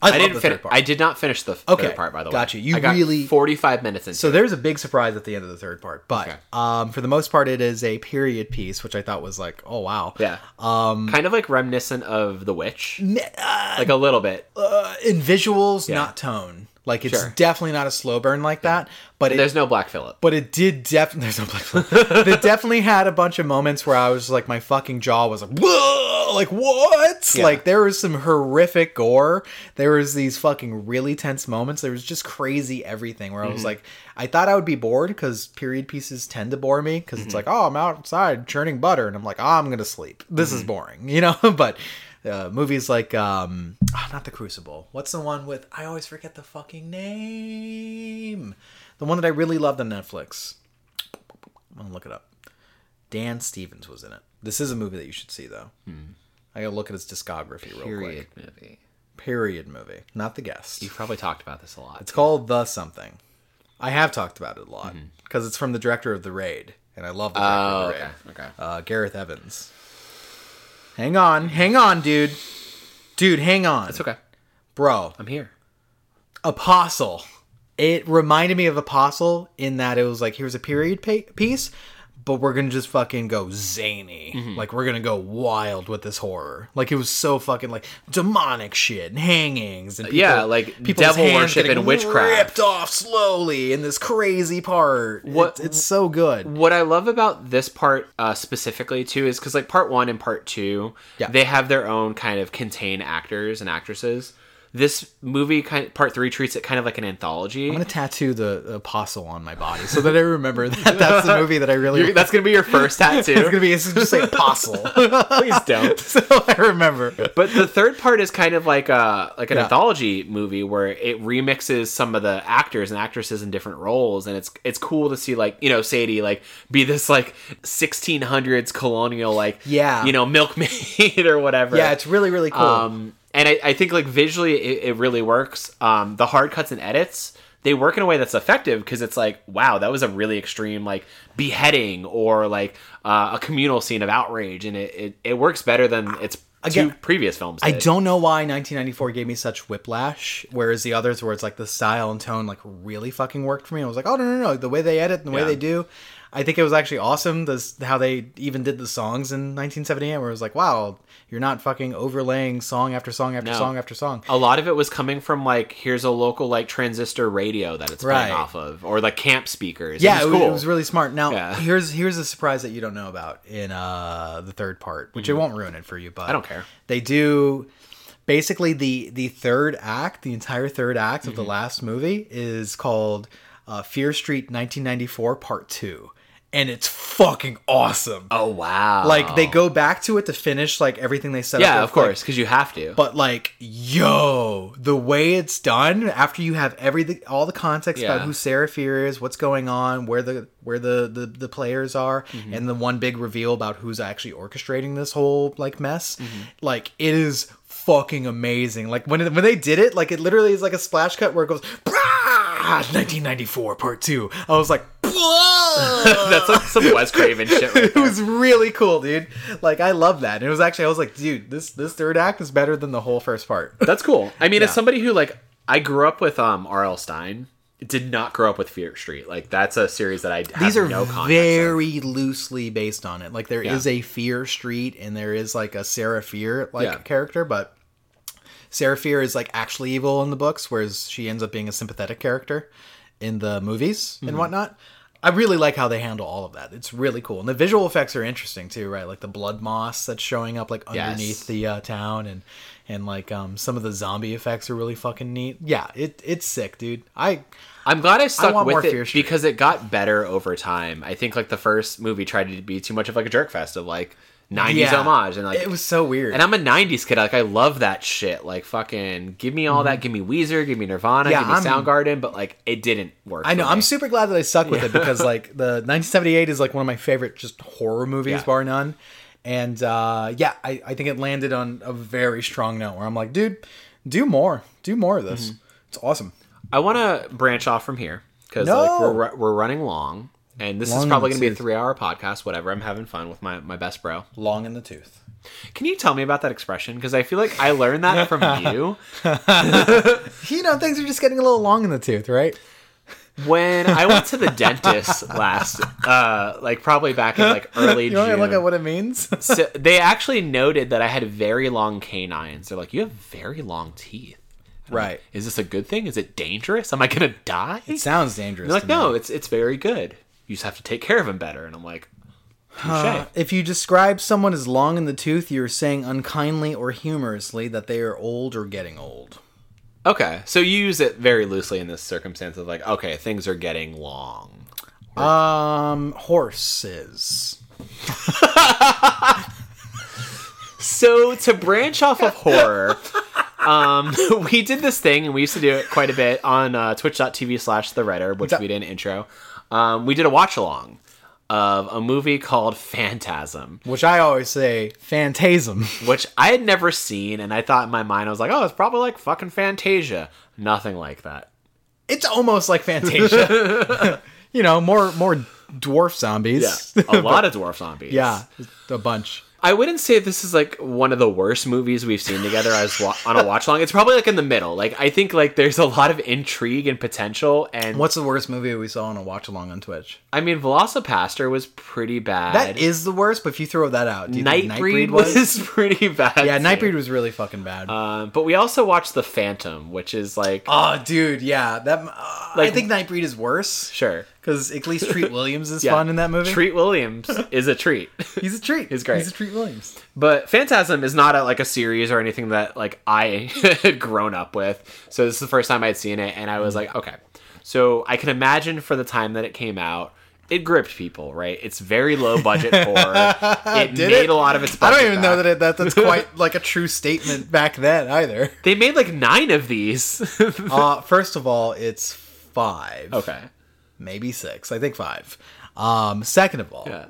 A: I,
B: I
A: love
B: didn't
A: the
B: finish.
A: third part.
B: I did not finish the f-
A: Okay,
B: third part, by the way.
A: gotcha. You
B: I got
A: really-
B: forty-five minutes into.
A: So
B: it.
A: there's a big surprise at the end of the third part, but
B: Okay.
A: um, for the most part, it is a period piece, which I thought was like, oh wow,
B: yeah, um, kind of like reminiscent of The Witch, like a little bit.
A: uh, in visuals, not tone. Like it's
B: Sure.
A: definitely not a slow burn like that, but it,
B: There's no Black Phillip.
A: but it did definitely. (laughs) There's no black. flag. they definitely had a bunch of moments where I was like, my fucking jaw was like, whoa, like what? Like there was some horrific gore. There was these fucking really tense moments. There was just crazy everything where I was like, I thought I would be bored because period pieces tend to bore me because it's like, oh, I'm outside churning butter, and I'm like, oh, I'm gonna sleep. This is boring, (laughs) you know. but uh, movies like um ah, not the crucible what's the one with i always forget the fucking name the one that i really loved on netflix i'm gonna look it up dan stevens was in it this is a movie that you should see though I gotta look at his discography real
B: Hmm. Period
A: quick.
B: movie.
A: Period movie, not the guest.
B: You've probably talked about this a lot.
A: It's called the something. I have talked about it a lot because it's from the director of the raid, and I love the director
B: Mm-hmm.
A: of
B: oh,
A: the raid,
B: okay. Okay.
A: uh, Gareth Evans. Hang on, hang on, dude, dude, hang on,
B: It's okay.
A: bro.
B: I'm here.
A: Apostle. It reminded me of Apostle in that it was like here's a period pa- piece, but we're gonna just fucking go zany.
B: Mm-hmm.
A: Like we're gonna go wild with this horror. Like it was so fucking like demonic shit and hangings and people,
B: Uh, Yeah, like
A: people's
B: devil
A: hands
B: worship
A: getting
B: and witchcraft.
A: ripped off slowly in this crazy part.
B: What-
A: What it's so good.
B: What I love about this part uh, specifically too is because like part one and part two,
A: Yeah.
B: they have their own kind of contained actors and actresses. This movie kind part three treats it kind of like an anthology.
A: I'm gonna tattoo the apostle on my body so that I remember that (laughs) that's the movie that I really.
B: You're- that's gonna be your first
A: it's
B: tattoo.
A: gonna be it's just say apostle,
B: (laughs)
A: (laughs)
B: Please don't.
A: so I remember.
B: (laughs) But the third part is kind of like a like an
A: Yeah.
B: anthology movie where it remixes some of the actors and actresses in different roles, and it's it's cool to see like you know Sadie like be this like 1600s colonial like
A: Yeah.
B: you know milkmaid (laughs) or whatever.
A: Yeah, it's really really cool.
B: um, and I, I think like visually it, it really works. Um, the hard cuts and edits they work in a way that's effective because it's like wow that was a really extreme like beheading or like uh, a communal scene of outrage, and it it, it works better than its
A: Again,
B: two previous films.
A: I
B: did.
A: don't know why 1994 gave me such whiplash, whereas the others, where it's like the style and tone, like really fucking worked for me. I was like, oh no no no, the way they edit and the way
B: Yeah.
A: they do, I think it was actually awesome. This how they even did the songs in 1978, where it was like, wow, you're not fucking overlaying song after song after
B: No.
A: song after song.
B: A lot of it was coming from like here's a local like transistor radio that it's
A: Right.
B: playing off of or like camp speakers.
A: Yeah,
B: it
A: it
B: was
A: was,
B: cool.
A: it was really smart. Now
B: Yeah.
A: here's here's a surprise that you don't know about in uh the third part, which it won't ruin it for you, but
B: Mm-hmm. I don't care.
A: They do basically the the third act, the entire third act of the
B: Mm-hmm.
A: last movie is called uh, Fear Street 1994 Part Two, and it's fucking awesome.
B: oh wow!
A: Like they go back to it to finish like everything they set up.
B: yeah,
A: with,
B: of
A: like,
B: course, because you have to.
A: but like yo the way it's done after you have everything all the context
B: Yeah.
A: about who sarah fear is what's going on where the where the the, the players are and the one big reveal about who's actually orchestrating this whole like mess like it is fucking amazing like when it, when they did it like it literally is like a splash cut where it goes "Brah! 1994 part two i was like whoa (laughs)
B: (laughs) that's like some Wes Craven shit. Right
A: it was really cool, dude. Like I love that. And it was actually I was like, dude, this this third act is better than the whole first part.
B: That's cool. I mean, as
A: Yeah.
B: somebody who like I grew up with um R.L. Stein, did not grow up with Fear Street. Like that's a series that I have
A: These are
B: no context. of.
A: very loosely based on it. Like there is
B: Yeah.
A: a Fear Street and there is like a Sarah Fear like
B: Yeah.
A: character, but Sarah Fear is like actually evil in the books, whereas she ends up being a sympathetic character in the movies
B: Mm-hmm.
A: and whatnot. I really like how they handle all of that. It's really cool, and the visual effects are interesting too, right? Like the blood moss that's showing up like underneath the uh, town, and and like um, some of the zombie effects are really fucking neat. Yeah, it it's sick, dude. I
B: I'm glad I stuck
A: want more
B: with
A: Fear
B: it
A: Street.
B: because it got better over time. I think like the first movie tried to be too much of like a jerk fest of like 90s
A: yeah,
B: homage and like
A: it was so weird.
B: And I'm a '90s kid. Like I love that shit. Like fucking, give me all that. Give me Weezer. Give me Nirvana.
A: Mm-hmm. Yeah,
B: give me
A: I'm-
B: Soundgarden. But like, it didn't work.
A: I know.
B: for
A: I'm
B: me.
A: super glad that I stuck with it because like
B: (laughs)
A: the 1978 is like one of my favorite just horror movies,
B: Yeah.
A: bar none. And uh, yeah, I, I think it landed on a very strong note where I'm like, dude, do more, do more of this.
B: Mm-hmm.
A: It's awesome.
B: I want to branch off from here because
A: No.
B: like we're ru- we're running long, and this
A: Long
B: is
A: in
B: probably
A: the
B: going to be a
A: tooth.
B: three-hour podcast. Whatever. I'm having fun with my my best bro.
A: Long in the tooth. (laughs)
B: Can you tell me about that expression? Because I feel like I learned
A: (laughs)
B: that from you
A: You know, things are just getting a little long in the tooth, right?
B: when I went to the dentist last, uh, like probably back in
A: (laughs)
B: like early
A: You want
B: June.
A: to look at what it means? (laughs)
B: so they actually noted that I had very long canines. They're like, you have very long teeth.
A: right.
B: Is this a good thing? Is it dangerous? Am I gonna die?
A: It sounds dangerous.
B: They're like,
A: to me.
B: no, it's it's very good. You just have to take care of them better. And I'm like, touche.
A: Uh, If you describe someone as long in the tooth, you're saying unkindly or humorously that they are old or getting old.
B: okay, so you use it very loosely in this circumstance of like, okay, things are getting long.
A: Um, horses.
B: So to branch off of horror, (laughs) um, (laughs) we did this thing, and we used to do it quite a bit on uh, Twitch.tv/slash The Writer, which we did an intro. Um, we did a watch along of a movie called Phantasm,
A: Which I always say, phantasm. (laughs)
B: which I had never seen, and I thought in my mind I was like, oh, it's probably like fucking Fantasia. Nothing like that.
A: It's almost like Fantasia. (laughs) you know, more more dwarf zombies.
B: Yeah, a (laughs) lot of dwarf
A: (laughs)
B: zombies.
A: Yeah, a bunch.
B: I wouldn't say this is like one of the worst movies we've seen together as wa- on a watch long. It's probably like in the middle. Like I think like there's a lot of intrigue and potential. And
A: What's the worst movie we saw on a watch along on Twitch?
B: I mean, Velocipaster was pretty bad.
A: That is the worst, but if you throw that out, do you
B: Nightbreed,
A: think
B: was, (laughs) pretty bad.
A: Yeah,
B: too.
A: Nightbreed was really fucking bad.
B: Um, but we also watched The Phantom, which is like
A: oh, dude, yeah. That uh, I
B: Like-
A: think Nightbreed is worse
B: sure
A: because at least
B: (laughs)
A: Treat Williams is
B: Yeah.
A: fun in that movie.
B: Treat Williams is a treat. (laughs)
A: He's a treat.
B: He's great.
A: He's a Treat Williams.
B: But Phantasm is not a, like a series or anything that like I (laughs) had grown up with. So this is the first time I'd seen it, and I was
A: Mm-hmm.
B: like, okay. So I can imagine for the time that it came out, it gripped people, right? It's very
A: (laughs)
B: low budget horror. It
A: Did
B: made
A: it?
B: a lot of its.
A: I
B: Budget
A: don't even know
B: back.
A: that, it, that that's quite like a true statement back then either.
B: they made like nine
A: (laughs)
B: of these. (laughs)
A: Uh, first of all, it's five.
B: okay.
A: maybe six. I think five. Um, second of all,
B: Yeah.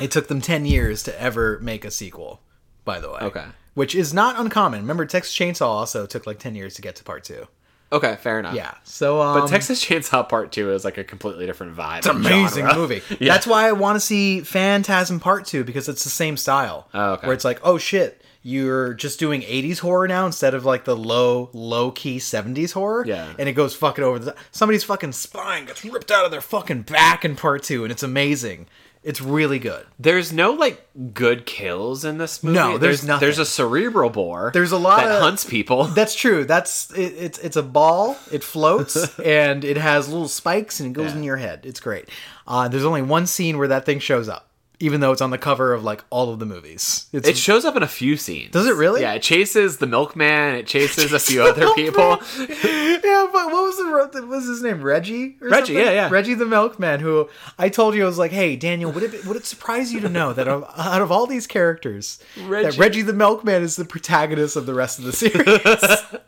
A: it took them ten years to ever make a sequel. By the way,
B: Okay.
A: which is not uncommon. Remember, Texas Chainsaw also took like ten years to get to part two.
B: Okay. Fair enough.
A: Yeah, so um,
B: But Texas Chainsaw Part Two is like a completely different vibe. It's
A: amazing movie.
B: (laughs) Yeah.
A: That's why I want to see Phantasm Part Two because it's the same style.
B: Oh, okay.
A: Where it's like, oh shit, you're just doing '80s horror now instead of like the low, low key '70s horror.
B: Yeah.
A: And it goes fucking over the somebody's fucking spine gets ripped out of their fucking back in Part Two, and it's amazing. It's really good.
B: There's no like good kills in this movie.
A: No, there's nothing.
B: There's a cerebral bore.
A: There's a lot
B: that
A: of-
B: hunts people.
A: That's true. That's it, it's it's a ball. It
B: (laughs)
A: floats and it has little spikes and it goes
B: Yeah.
A: in your head. It's great. Uh, there's only one scene where that thing shows up, even though it's on the cover of like all of the movies. It's,
B: It shows up in a few scenes.
A: Does it really?
B: Yeah, it chases the milkman. It chases
A: (laughs)
B: a few other people.
A: yeah, but what was the what was his name? Reggie. Or
B: Reggie,
A: something?
B: yeah, yeah.
A: Reggie the milkman. Who I told you I was like, hey Daniel, would it be- would it surprise you to know that of, (laughs) out of all these characters, that
B: Reggie.
A: Reggie the milkman is the protagonist of the rest of the
B: (laughs)
A: series?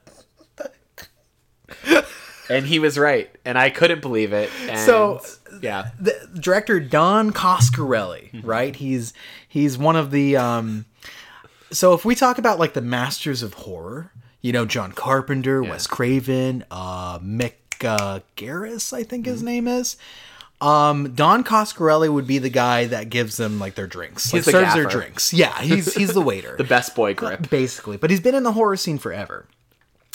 B: And he was right. And I couldn't believe it. And
A: So-
B: yeah.
A: the director Don
B: Mm-hmm.
A: Coscarelli, right? He's he's one of the um so if we talk about like the masters of horror, you know, John Carpenter, Wes Craven, uh Mick uh, Garris, I think
B: Mm-hmm.
A: his name is. Um, Don Coscarelli would be the guy that gives them like their drinks, like
B: the
A: serves their
B: gaffer.
A: drinks. Yeah, he's he's the
B: (laughs)
A: waiter.
B: The best
A: (laughs)
B: boy grip.
A: basically. But he's been in the horror scene forever.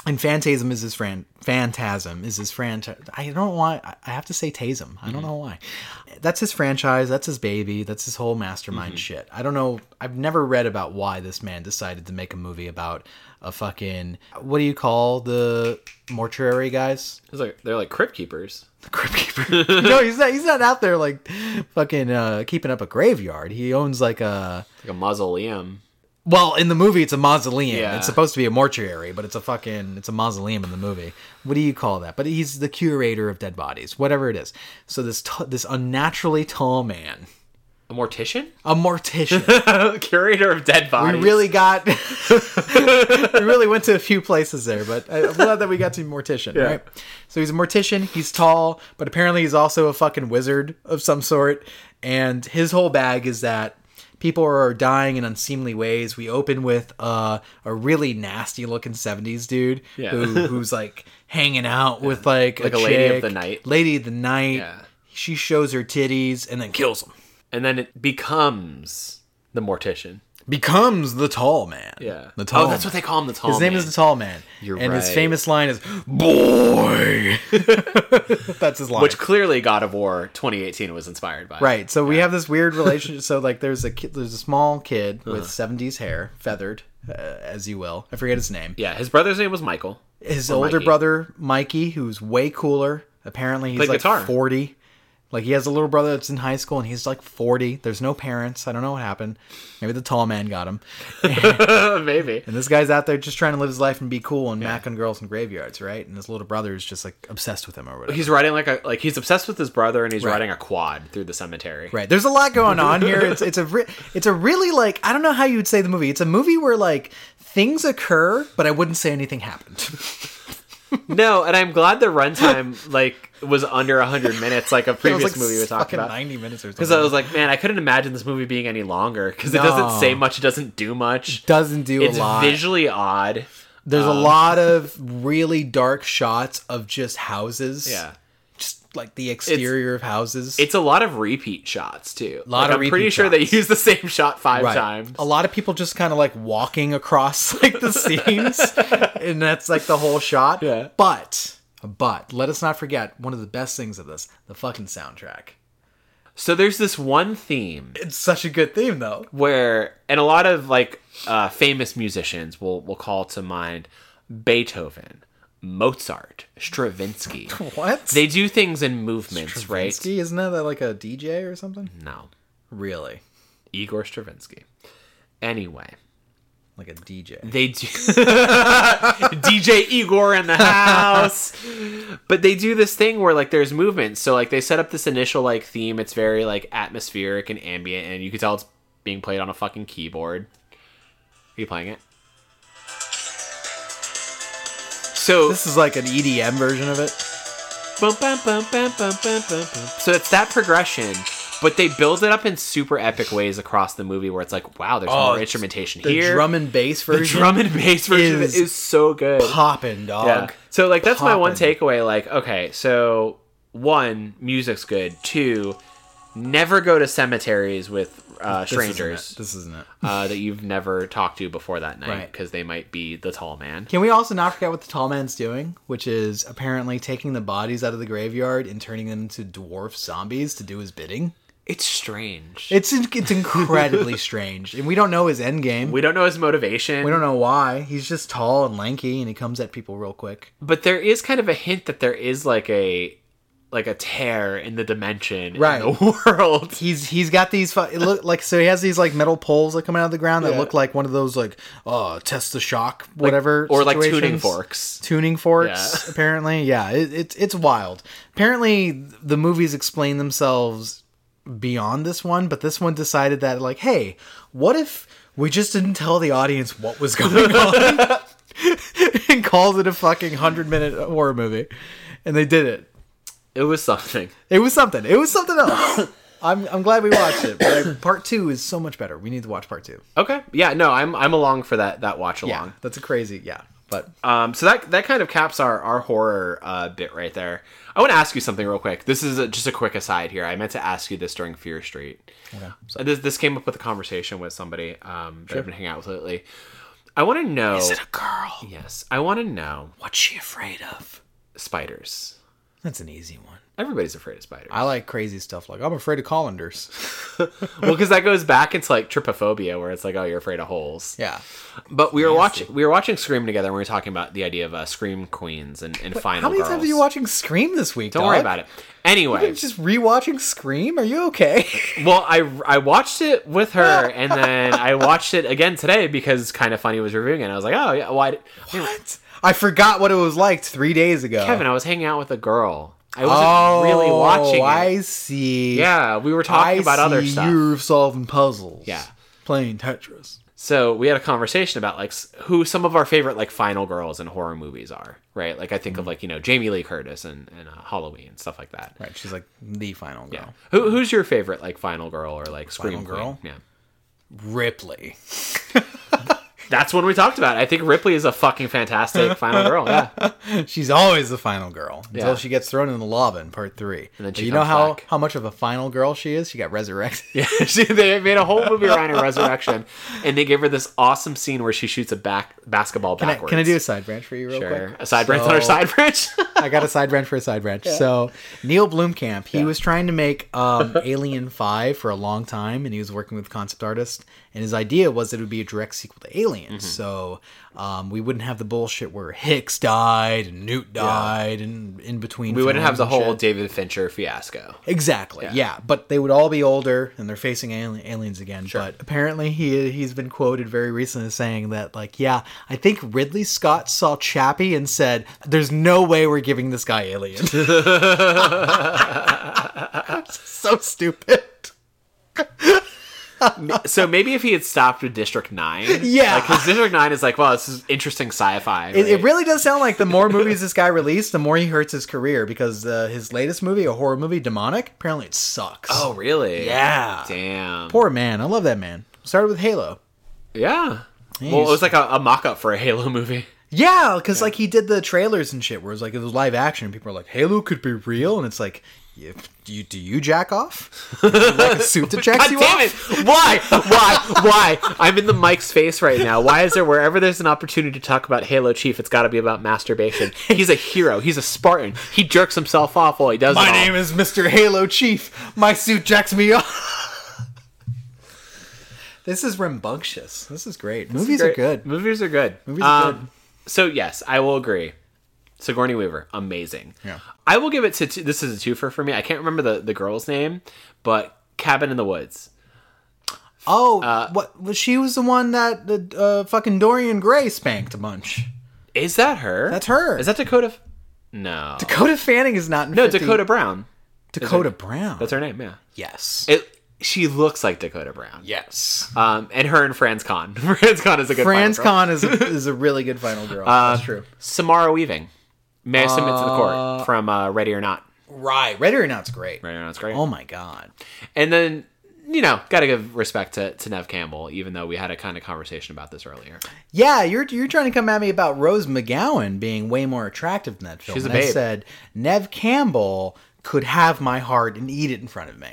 A: And Phantasm is his friend. Phantasm is his franchise. I don't know why. I- I have to say Tasm. I don't know why. That's his franchise. That's his baby. That's his whole mastermind shit. I don't know. I've never read about why this man decided to make a movie about a fucking. What do you call the mortuary guys?
B: It's like, they're like crypt keepers.
A: The crypt keeper. (laughs) no, he's not. He's not out there like fucking uh, keeping up a graveyard. He owns like a.
B: It's like a mausoleum.
A: Well, in the movie, it's a mausoleum.
B: Yeah.
A: It's supposed to be a mortuary, but it's a fucking it's a mausoleum in the movie. What do you call that? But he's the curator of dead bodies, whatever it is. So this t- this unnaturally tall man, (laughs)
B: A mortician? (laughs)
A: a mortician.
B: Curator of dead
A: we
B: bodies.
A: really got (laughs) we
B: (laughs)
A: really went to a few places there, but I- I'm glad that we got to mortician. Right? So he's a mortician. He's tall, but apparently he's also a fucking wizard of some sort. And his whole bag is that people are dying in unseemly ways. We open with uh, a really nasty looking 70s dude
B: Yeah.
A: who, who's like hanging out with like,
B: Like a lady of
A: chick,
B: the night.
A: Lady of the night.
B: Yeah.
A: She shows her titties and then kills him.
B: And then it becomes the mortician.
A: Becomes the tall man.
B: Yeah.
A: The tall
B: oh, that's what they call him, the tall
A: His name
B: man.
A: is the Tall Man.
B: You're
A: and his
B: right.
A: famous line is "Boy." (laughs) That's his line.
B: Which clearly God of War 2018 was inspired by.
A: right. So we have this weird relationship. so like, there's a kid, there's a small kid
B: Uh-huh.
A: with '70s hair, feathered, uh, as you will. I forget his name.
B: Yeah, his brother's name was Michael. (laughs)
A: His
B: Or
A: older
B: Mikey.
A: brother Mikey, who's way cooler. Apparently, he's
B: Played
A: like
B: guitar.
A: 40. Like he has a little brother that's in high school, and he's like 40. There's no parents. I don't know what happened. Maybe the tall man got him.
B: Maybe.
A: And this guy's out there just trying to live his life and be cool and mack on girls and graveyards, right? And this little brother is just like obsessed with him or whatever.
B: He's riding like a like he's obsessed with his brother and he's riding a quad through the cemetery.
A: Right. There's a lot going on here. It's it's a re- it's a really like I don't know how you (laughs) would say the movie. It's a movie where like things occur, but I wouldn't say anything happened.
B: no, and I'm glad the runtime like was under 100 minutes, like a
A: It was
B: previous
A: like
B: movie we talked
A: fucking
B: about.
A: ninety minutes or something.
B: Because I was like, man, I couldn't imagine this movie being any longer because it
A: No.
B: doesn't say much, it doesn't do much.
A: doesn't do
B: It's um,
A: a lot.
B: visually odd.
A: There's a lot of really dark shots of just houses.
B: Yeah.
A: Just like the exterior of houses.
B: It's a lot of repeat shots too.
A: Lot
B: Like,
A: of
B: I'm
A: repeat
B: pretty sure they
A: shots.
B: use the same shot five
A: Right.
B: times.
A: A lot of people just kind of like walking across (laughs) like the
B: (laughs)
A: scenes, and that's like the whole shot.
B: Yeah.
A: But but let us not forget one of the best things of this: the fucking soundtrack.
B: So there's this one theme
A: It's such a good theme, though.
B: where, and a lot of like uh, famous musicians will will call to mind Beethoven, Mozart, Stravinsky.
A: What?
B: They do things in movements, right? Mm-hmm.
A: Stravinsky, isn't that like a DJ or something?
B: No,
A: Really,
B: Igor Stravinsky. Anyway,
A: like a DJ.
B: they do (laughs) DJ Igor in the house. but they do this thing where like there's movement. So like they set up this initial like theme. It's very like atmospheric and ambient and you can tell it's being played on a fucking keyboard. Are you playing it? So
A: This is like an EDM version of it.
B: Bum, bum, bum, bum, bum, bum, bum, bum. So it's that progression, but they build it up in super epic ways across the movie where it's like, wow, there's
A: Oh,
B: more instrumentation
A: The
B: here.
A: drum and bass
B: the
A: version.
B: drum and bass version
A: is
B: is, so good.
A: popping dog.
B: Yeah. So like that's my one
A: Poppin'.
B: takeaway. Like, okay, so one, music's good. Two, never go to cemeteries with uh,
A: This isn't it.
B: strangers
A: This isn't it.
B: uh, that you've never talked to before that night
A: Right.
B: because they might be the tall man.
A: Can we also not forget what the tall man's doing, which is apparently taking the bodies out of the graveyard and turning them into dwarf zombies to do his bidding?
B: It's strange.
A: It's it's
B: (laughs)
A: incredibly strange, and we don't know his end game. We,
B: we don't know his motivation.
A: don't know why. He's just tall and lanky, and he comes at people real quick.
B: but there is kind of a hint that there is like a like a tear in the dimension
A: Right.
B: in the (laughs) world
A: He's he's got these fu- it look like so he has these like metal poles that come out of the ground that
B: Yeah.
A: look like one of those like uh test the shock whatever
B: or like tuning
A: situations.
B: forks
A: tuning forks
B: Yeah. (laughs)
A: apparently yeah it, it's it's wild apparently the movies explain themselves beyond this one but this one decided that like hey what if we just didn't tell the audience what was (laughs) going on
B: (laughs)
A: (laughs) and calls it a fucking 100 minute horror movie and they did it
B: it was something
A: it was something it was something
B: (coughs)
A: else I'm, I'm glad we watched it but I- part two is so much better we need to watch part two
B: okay yeah no i'm i'm along for that that watch
A: yeah
B: along
A: that's a crazy yeah but
B: um so that that kind of caps our our horror uh bit right there i want to ask you something real quick this is a, just a quick aside here i meant to ask you this during fear street
A: okay, so-
B: this, this came up with a conversation with somebody um that i've been hanging out with lately i want to know
A: girl
B: yes i want to know
A: what's she afraid of
B: spiders
A: That's an easy one.
B: everybody's afraid of spiders
A: I like crazy stuff like I'm afraid of colanders.
B: well, because that goes back into like trypophobia, where it's like, oh, you're afraid of holes.
A: Yeah.
B: But we were watching, we were watching Scream together, and we were talking about the idea of uh, Scream queens and, and final.
A: How many
B: girls.
A: times are you watching Scream this week?
B: Don't worry about it. Anyway,
A: Just rewatching Scream? Are you okay?
B: (laughs) well, I I watched it
A: (laughs)
B: with her, and then I watched it again today because kind of funny was reviewing it. And I was like, oh yeah, why? Well, I-
A: what? I forgot what it was like three days ago.
B: Kevin, I was hanging out with a girl. I wasn't
A: oh,
B: really watching. it.
A: I see.
B: Yeah, we were talking
A: I
B: about
A: see
B: other stuff.
A: You're solving puzzles.
B: Yeah.
A: Playing Tetris.
B: So we had a conversation about like s- who some of our favorite like final girls in horror movies are, right? Like I think
A: Mm-hmm.
B: of like you know Jamie Lee Curtis and, and uh, Halloween and stuff like that.
A: Right. She's like the final girl.
B: Yeah. Who, who's your favorite like final girl or like scream
A: Final
B: girl?
A: girl?
B: Yeah,
A: Ripley. (laughs)
B: that's one we talked about. I think Ripley is a fucking
A: (laughs)
B: fantastic final girl. Yeah,
A: She's always the final girl until
B: Yeah.
A: she gets thrown in the lava in part three.
B: then
A: But
B: she
A: you know
B: comes
A: how,
B: back.
A: how much of a final girl she is? She got resurrected.
B: (laughs) yeah. She, they made a whole movie around her resurrection, and they gave her this awesome scene where she shoots a back basketball
A: Can I,
B: backwards.
A: can I do a side branch for you real
B: Sure.
A: quick?
B: a side branch on her
A: So-
B: side
A: (laughs)
B: branch?
A: I got a side branch for a side branch. So Neil Blomkamp, he was trying to make
B: (laughs)
A: um, Alien Five for a long time, and he was working with concept artists. And his idea was that it would be a direct sequel to Alien,
B: Mm-hmm.
A: so um, we wouldn't have the bullshit where Hicks died and Newt died, and in between
B: we wouldn't have
A: films
B: the
A: and
B: whole
A: shit.
B: David Fincher fiasco.
A: Exactly. Yeah. but they would all be older, and they're facing ali- aliens again. But apparently, he he's been quoted very recently as saying that, like, yeah, I think Ridley Scott saw Chappie and said, "There's no way we're giving this guy Alien." (laughs) so stupid.
B: so maybe if he had stopped with District Nine,
A: (laughs) Yeah.
B: like 'cause District Nine is like, wow, this is interesting sci-fi.
A: It, it
B: right?
A: really does sound like the more movies this guy released, the more he hurts his career because uh, his latest movie, a horror movie, Demonic, apparently it sucks.
B: oh, really?
A: Yeah.
B: Damn.
A: Poor man. I love that man. Started with Halo.
B: Yeah. Well, it was like a, a mock-up for a Halo movie.
A: Yeah, because like he did the trailers and shit where it was like it was live action. And people are like, Halo could be real. And it's like, "Yeah, do you, do you jack off? Do you like a suit
B: (laughs)
A: that jacks
B: God
A: you
B: damn
A: off?
B: it! Why? Why? Why? I'm in the mic's face right now. Why is there wherever there's an opportunity to talk about Halo Chief, it's got to be about masturbation? He's a hero. He's a Spartan. He jerks himself off while he does.
A: My
B: it all.
A: name is Mr. Halo Chief. My suit jacks me off. (laughs) this is rambunctious. This is great. Movies are
B: Great.
A: good.
B: Movies are good. Um,
A: Movies are good.
B: So yes, I will agree. Sigourney Weaver, amazing.
A: Yeah.
B: I will give it to. Two, this is a twofer for me. I can't remember the the girl's name, but Cabin in the Woods.
A: Oh,
B: Uh,
A: what? Well, she was the one that the uh, fucking Dorian Gray spanked a bunch.
B: Is that her?
A: That's her.
B: Is that Dakota? F- No.
A: Dakota Fanning is not in
B: no,
A: 50
B: Dakota Brown.
A: Dakota Brown.
B: That's her name. Yeah.
A: yes.
B: It. She looks like Dakota Brown.
A: yes.
B: Um, and her and Franz Con. (laughs) Franz Con is a good. final
A: Franz
B: girl. Uh,
A: Con is a, is a really good final
B: (laughs)
A: girl. That's true.
B: Samara Weaving. May I submit to the court from uh, Ready or Not?
A: Right. Ready or Not's great.
B: Ready or Not's great.
A: Oh my god.
B: And then, you know, got to give respect to, to Nev Campbell, even though we had a kind of conversation about this earlier.
A: Yeah, you're you're trying to come at me about Rose McGowan being way more attractive than that film.
B: She's a
A: and I
B: babe.
A: said Nev Campbell could have my heart and eat it in front of me.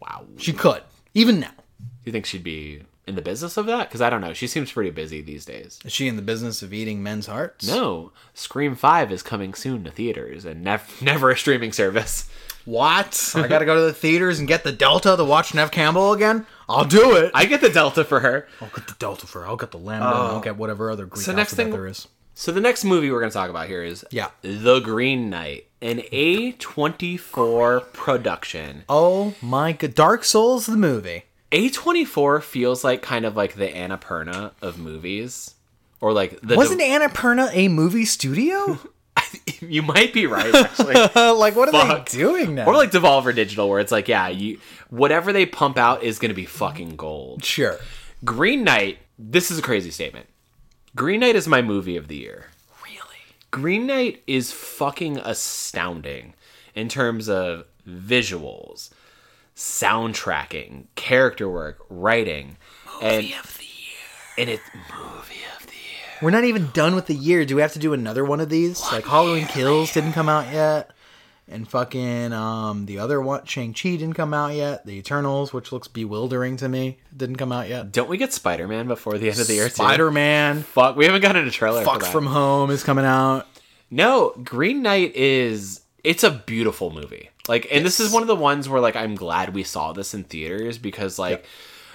B: Wow. Do
A: She could, even now.
B: you think she'd be in the business of that? Because I don't know. She seems pretty busy these days.
A: Is she in the business of eating men's hearts?
B: No, Scream 5 is coming soon to theaters and nev- (laughs) never a streaming service. (laughs)
A: What? I gotta go to the theaters and get the Delta to watch Nev Campbell again? I'll do it.
B: I get the Delta for her.
A: I'll get the Delta for. her. I'll get the Lambda. and I'll get whatever other Greek
B: Oh. So next
A: alphabet
B: thing-
A: there is.
B: So the next movie we're going to talk about here is
A: Yeah.
B: The Green Knight, an A24 production.
A: Oh my god! Dark Souls the movie.
B: A24 feels like kind of like the Annapurna of movies. Or like the
A: Wasn't Annapurna a movie
B: (laughs)
A: studio?
B: you might
A: (laughs)
B: be right actually.
A: like, what are
B: Fuck.
A: they doing now?
B: or like Devolver Digital, where it's like, yeah, you whatever they pump out is gonna be fucking gold.
A: sure.
B: Green Knight. This is a crazy statement. Green Knight is my movie of the year.
A: Really?
B: Green Knight is fucking astounding in terms of visuals, soundtracking, character work, writing, and
A: of the year.
B: and it's movie of the year.
A: We're not even done with the year. Do we have to do another one of these? like Halloween Kills didn't come out yet. And fucking um the other one Shang Chi didn't come out yet. The Eternals, which looks bewildering to me, didn't come out yet.
B: Don't we get Spider Man before the end of the year? too?
A: Spider Man,
B: Fuck, we haven't gotten a trailer. for
A: Fuck
B: that.
A: from Home is coming out.
B: No, Green Knight is it's a beautiful movie. Like and this is one of the ones where like I'm glad we saw this in theaters because like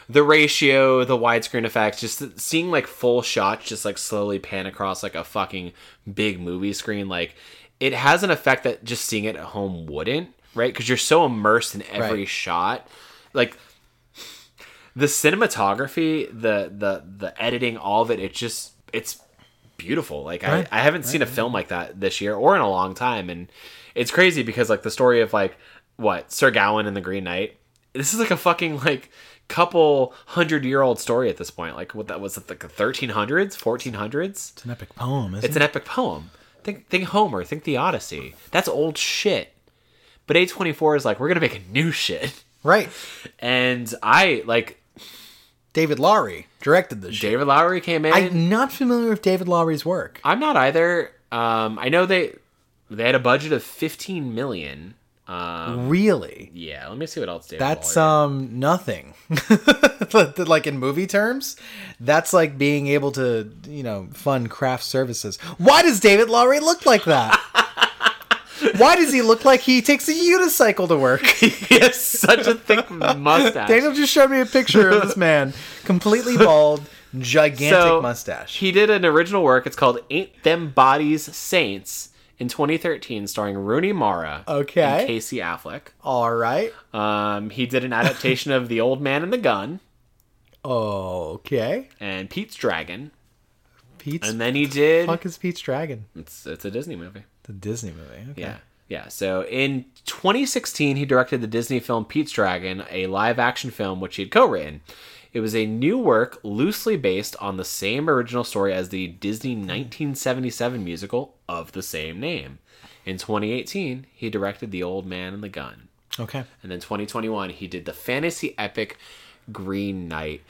B: the ratio, the widescreen effects, just seeing like full shots just like slowly pan across like a fucking big movie screen like it has an effect that just seeing it at home wouldn't, right? Cuz you're so immersed in every
A: Right.
B: shot. Like the cinematography, the the the editing, all of it, it just it's beautiful. Like
A: Right.
B: I, I haven't seen a film like that this year or in a long time, and it's crazy because like the story of like what Sir Gawain and the Green Knight. This is like a fucking like couple hundred year old story at this point. Like what that was it like the thirteen hundreds, fourteen hundreds.
A: It's an epic poem, isn't
B: It's an epic poem. Think think Homer, think the Odyssey. That's old shit. But A twenty four is like we're gonna make a new shit, (laughs)
A: it? Right.
B: and I like
A: David Lowry directed this shit.
B: David Lowery came in.
A: I'm not familiar with David Lowry's work.
B: I'm not either. Um, I know they they had a budget of 15 million. Um,
A: Really?
B: yeah, let me see what else David.
A: That's
B: Lawler-
A: um nothing. (laughs) like in movie terms, that's like being able to, you know, fund craft services. Why does David Lowry look like
B: (laughs)
A: that? Why does he look like he takes a unicycle to
B: (laughs)
A: work?
B: he has such a thick mustache.
A: Daniel just showed me a picture of this man, completely bald, gigantic
B: So,
A: mustache.
B: He did an original work. It's called "Ain't Them Bodies Saints" in 2013, starring Rooney Mara.
A: Okay.
B: And Casey Affleck.
A: All right.
B: Um, he did an adaptation of "The Old Man and the Gun"
A: Okay.
B: and Pete's Dragon,
A: Pete's
B: and then he did.
A: fuck is Pete's Dragon?
B: It's it's a Disney movie.
A: The Disney movie. Okay.
B: Yeah. Yeah, so in 2016, he directed the Disney film Pete's Dragon, a live action film which he had co written. It was a new work loosely based on the same original story as the Disney 1977 musical of the same name. In 2018, he directed The Old Man and the Gun.
A: Okay.
B: And then 2021, he did the fantasy epic Green Knight.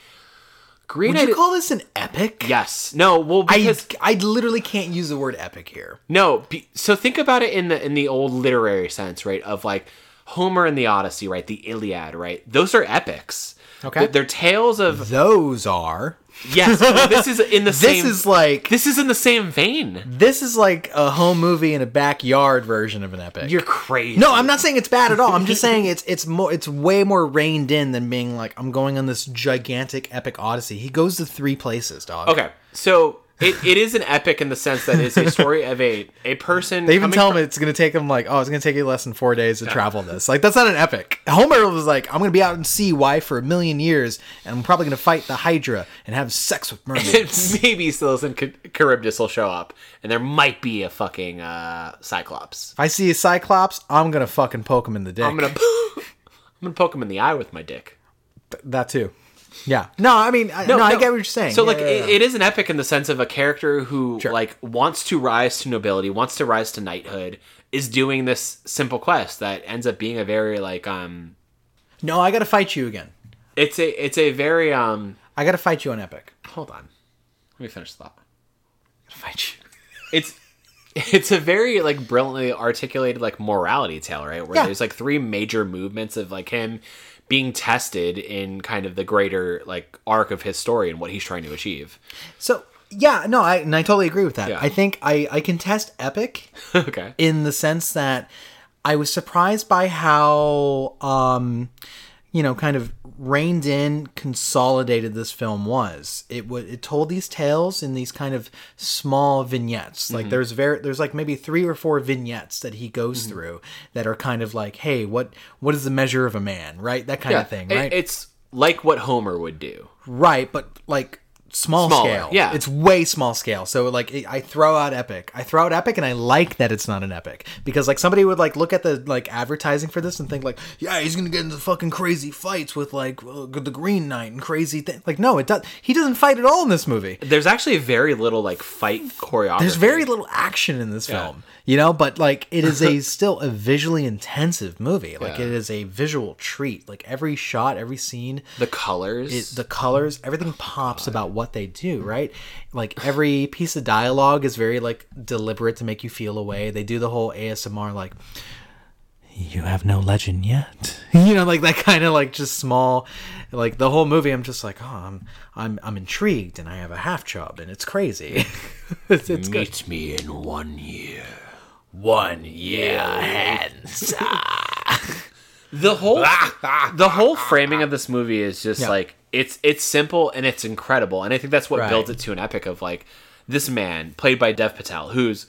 B: Green
A: Would
B: Knight.
A: you call this an epic?
B: yes. No, well,
A: I,
B: because.
A: I literally can't use the word epic here.
B: No, be, so think about it in the in the old literary sense, right? Of like Homer and the Odyssey, right? The Iliad, right? Those are epics.
A: Okay.
B: They're- They're tales of
A: Those are.
B: yes. well, this is in
A: (laughs)
B: the
A: This
B: same.
A: is like
B: this is in the same vein.
A: this is like a home movie in a backyard version of an epic.
B: You're crazy.
A: no, I'm not saying it's bad at all. I'm just saying it's it's more it's way more reined in than being like I'm going on this gigantic epic odyssey. He goes to three places, dog.
B: Okay, so it, it is an epic in the sense that it's a story of a a person.
A: They even
B: coming
A: tell
B: from-
A: him it's going to take him like, oh, it's going to take you less than four days to travel this. Like, that's not an epic. Homer was like, I'm going to be out in sea why for a million years, and I'm probably going to fight the Hydra and have sex with
B: (laughs)
A: mermaids.
B: maybe Silas and Ch- Charybdis will show up, and there might be a fucking uh, Cyclops.
A: if I see a Cyclops, I'm going to fucking poke him in the dick.
B: I'm gonna I'm gonna poke him in the eye with my dick.
A: that too. Yeah. No, I mean, I, no, I get what you're saying.
B: So
A: Yeah,
B: like,
A: yeah, yeah.
B: It, it is an epic in the sense of a character who like wants to rise to nobility, wants to rise to knighthood, is doing this simple quest that ends up being a very like um,
A: no, I got to fight you again.
B: it's a it's a very um,
A: I got to fight you on epic.
B: hold on, let me finish the thought.
A: Fight you.
B: It's (laughs) it's a very like brilliantly articulated like morality tale, right? Where
A: Yeah.
B: there's like three major movements of like him being tested in kind of the greater like arc of his story and what he's trying to achieve. (laughs)
A: So yeah, no, I and I totally agree with that.
B: Yeah.
A: I think I I can test epic
B: okay.
A: in the sense that I was surprised by how, um, you know, kind of reined in, consolidated this film was. It was it told these tales in these kind of small vignettes. Like there's very there's like maybe three or four vignettes that he goes through that are kind of like, hey, what what is the measure of a man, right? That kind of thing,
B: It-
A: right?
B: it's like what Homer would do.
A: right, but like. Small
B: Smaller,
A: scale,
B: yeah.
A: It's way small scale. So like, it- I throw out epic. I throw out epic, and I like that it's not an epic because like somebody would like look at the like advertising for this and think like, yeah, he's gonna get into fucking crazy fights with like uh, the Green Knight and crazy thing. Like, no, it does. He doesn't fight at all in this movie.
B: There's actually very little like fight choreography.
A: There's very little action in this film, you know, but like it is
B: (laughs)
A: a still a visually intensive movie. Like
B: Yeah.
A: it is a visual treat. Like every shot, every scene,
B: the colors.
A: it- the colors everything pops about what they do right like every piece of dialogue is very like deliberate to make you feel away they do the whole asmr like you have no legend yet (laughs) you know like that kind of like just small like the whole movie i'm just like oh i'm i'm, I'm intrigued and i have a half job and it's crazy (laughs) it's, it's good
B: Meet me in one year. One year hence. the (laughs) whole the whole framing of this movie is just like it's it's simple and it's incredible, and I think that's what
A: Right.
B: builds it to an epic of like this man played by Dev Patel, who's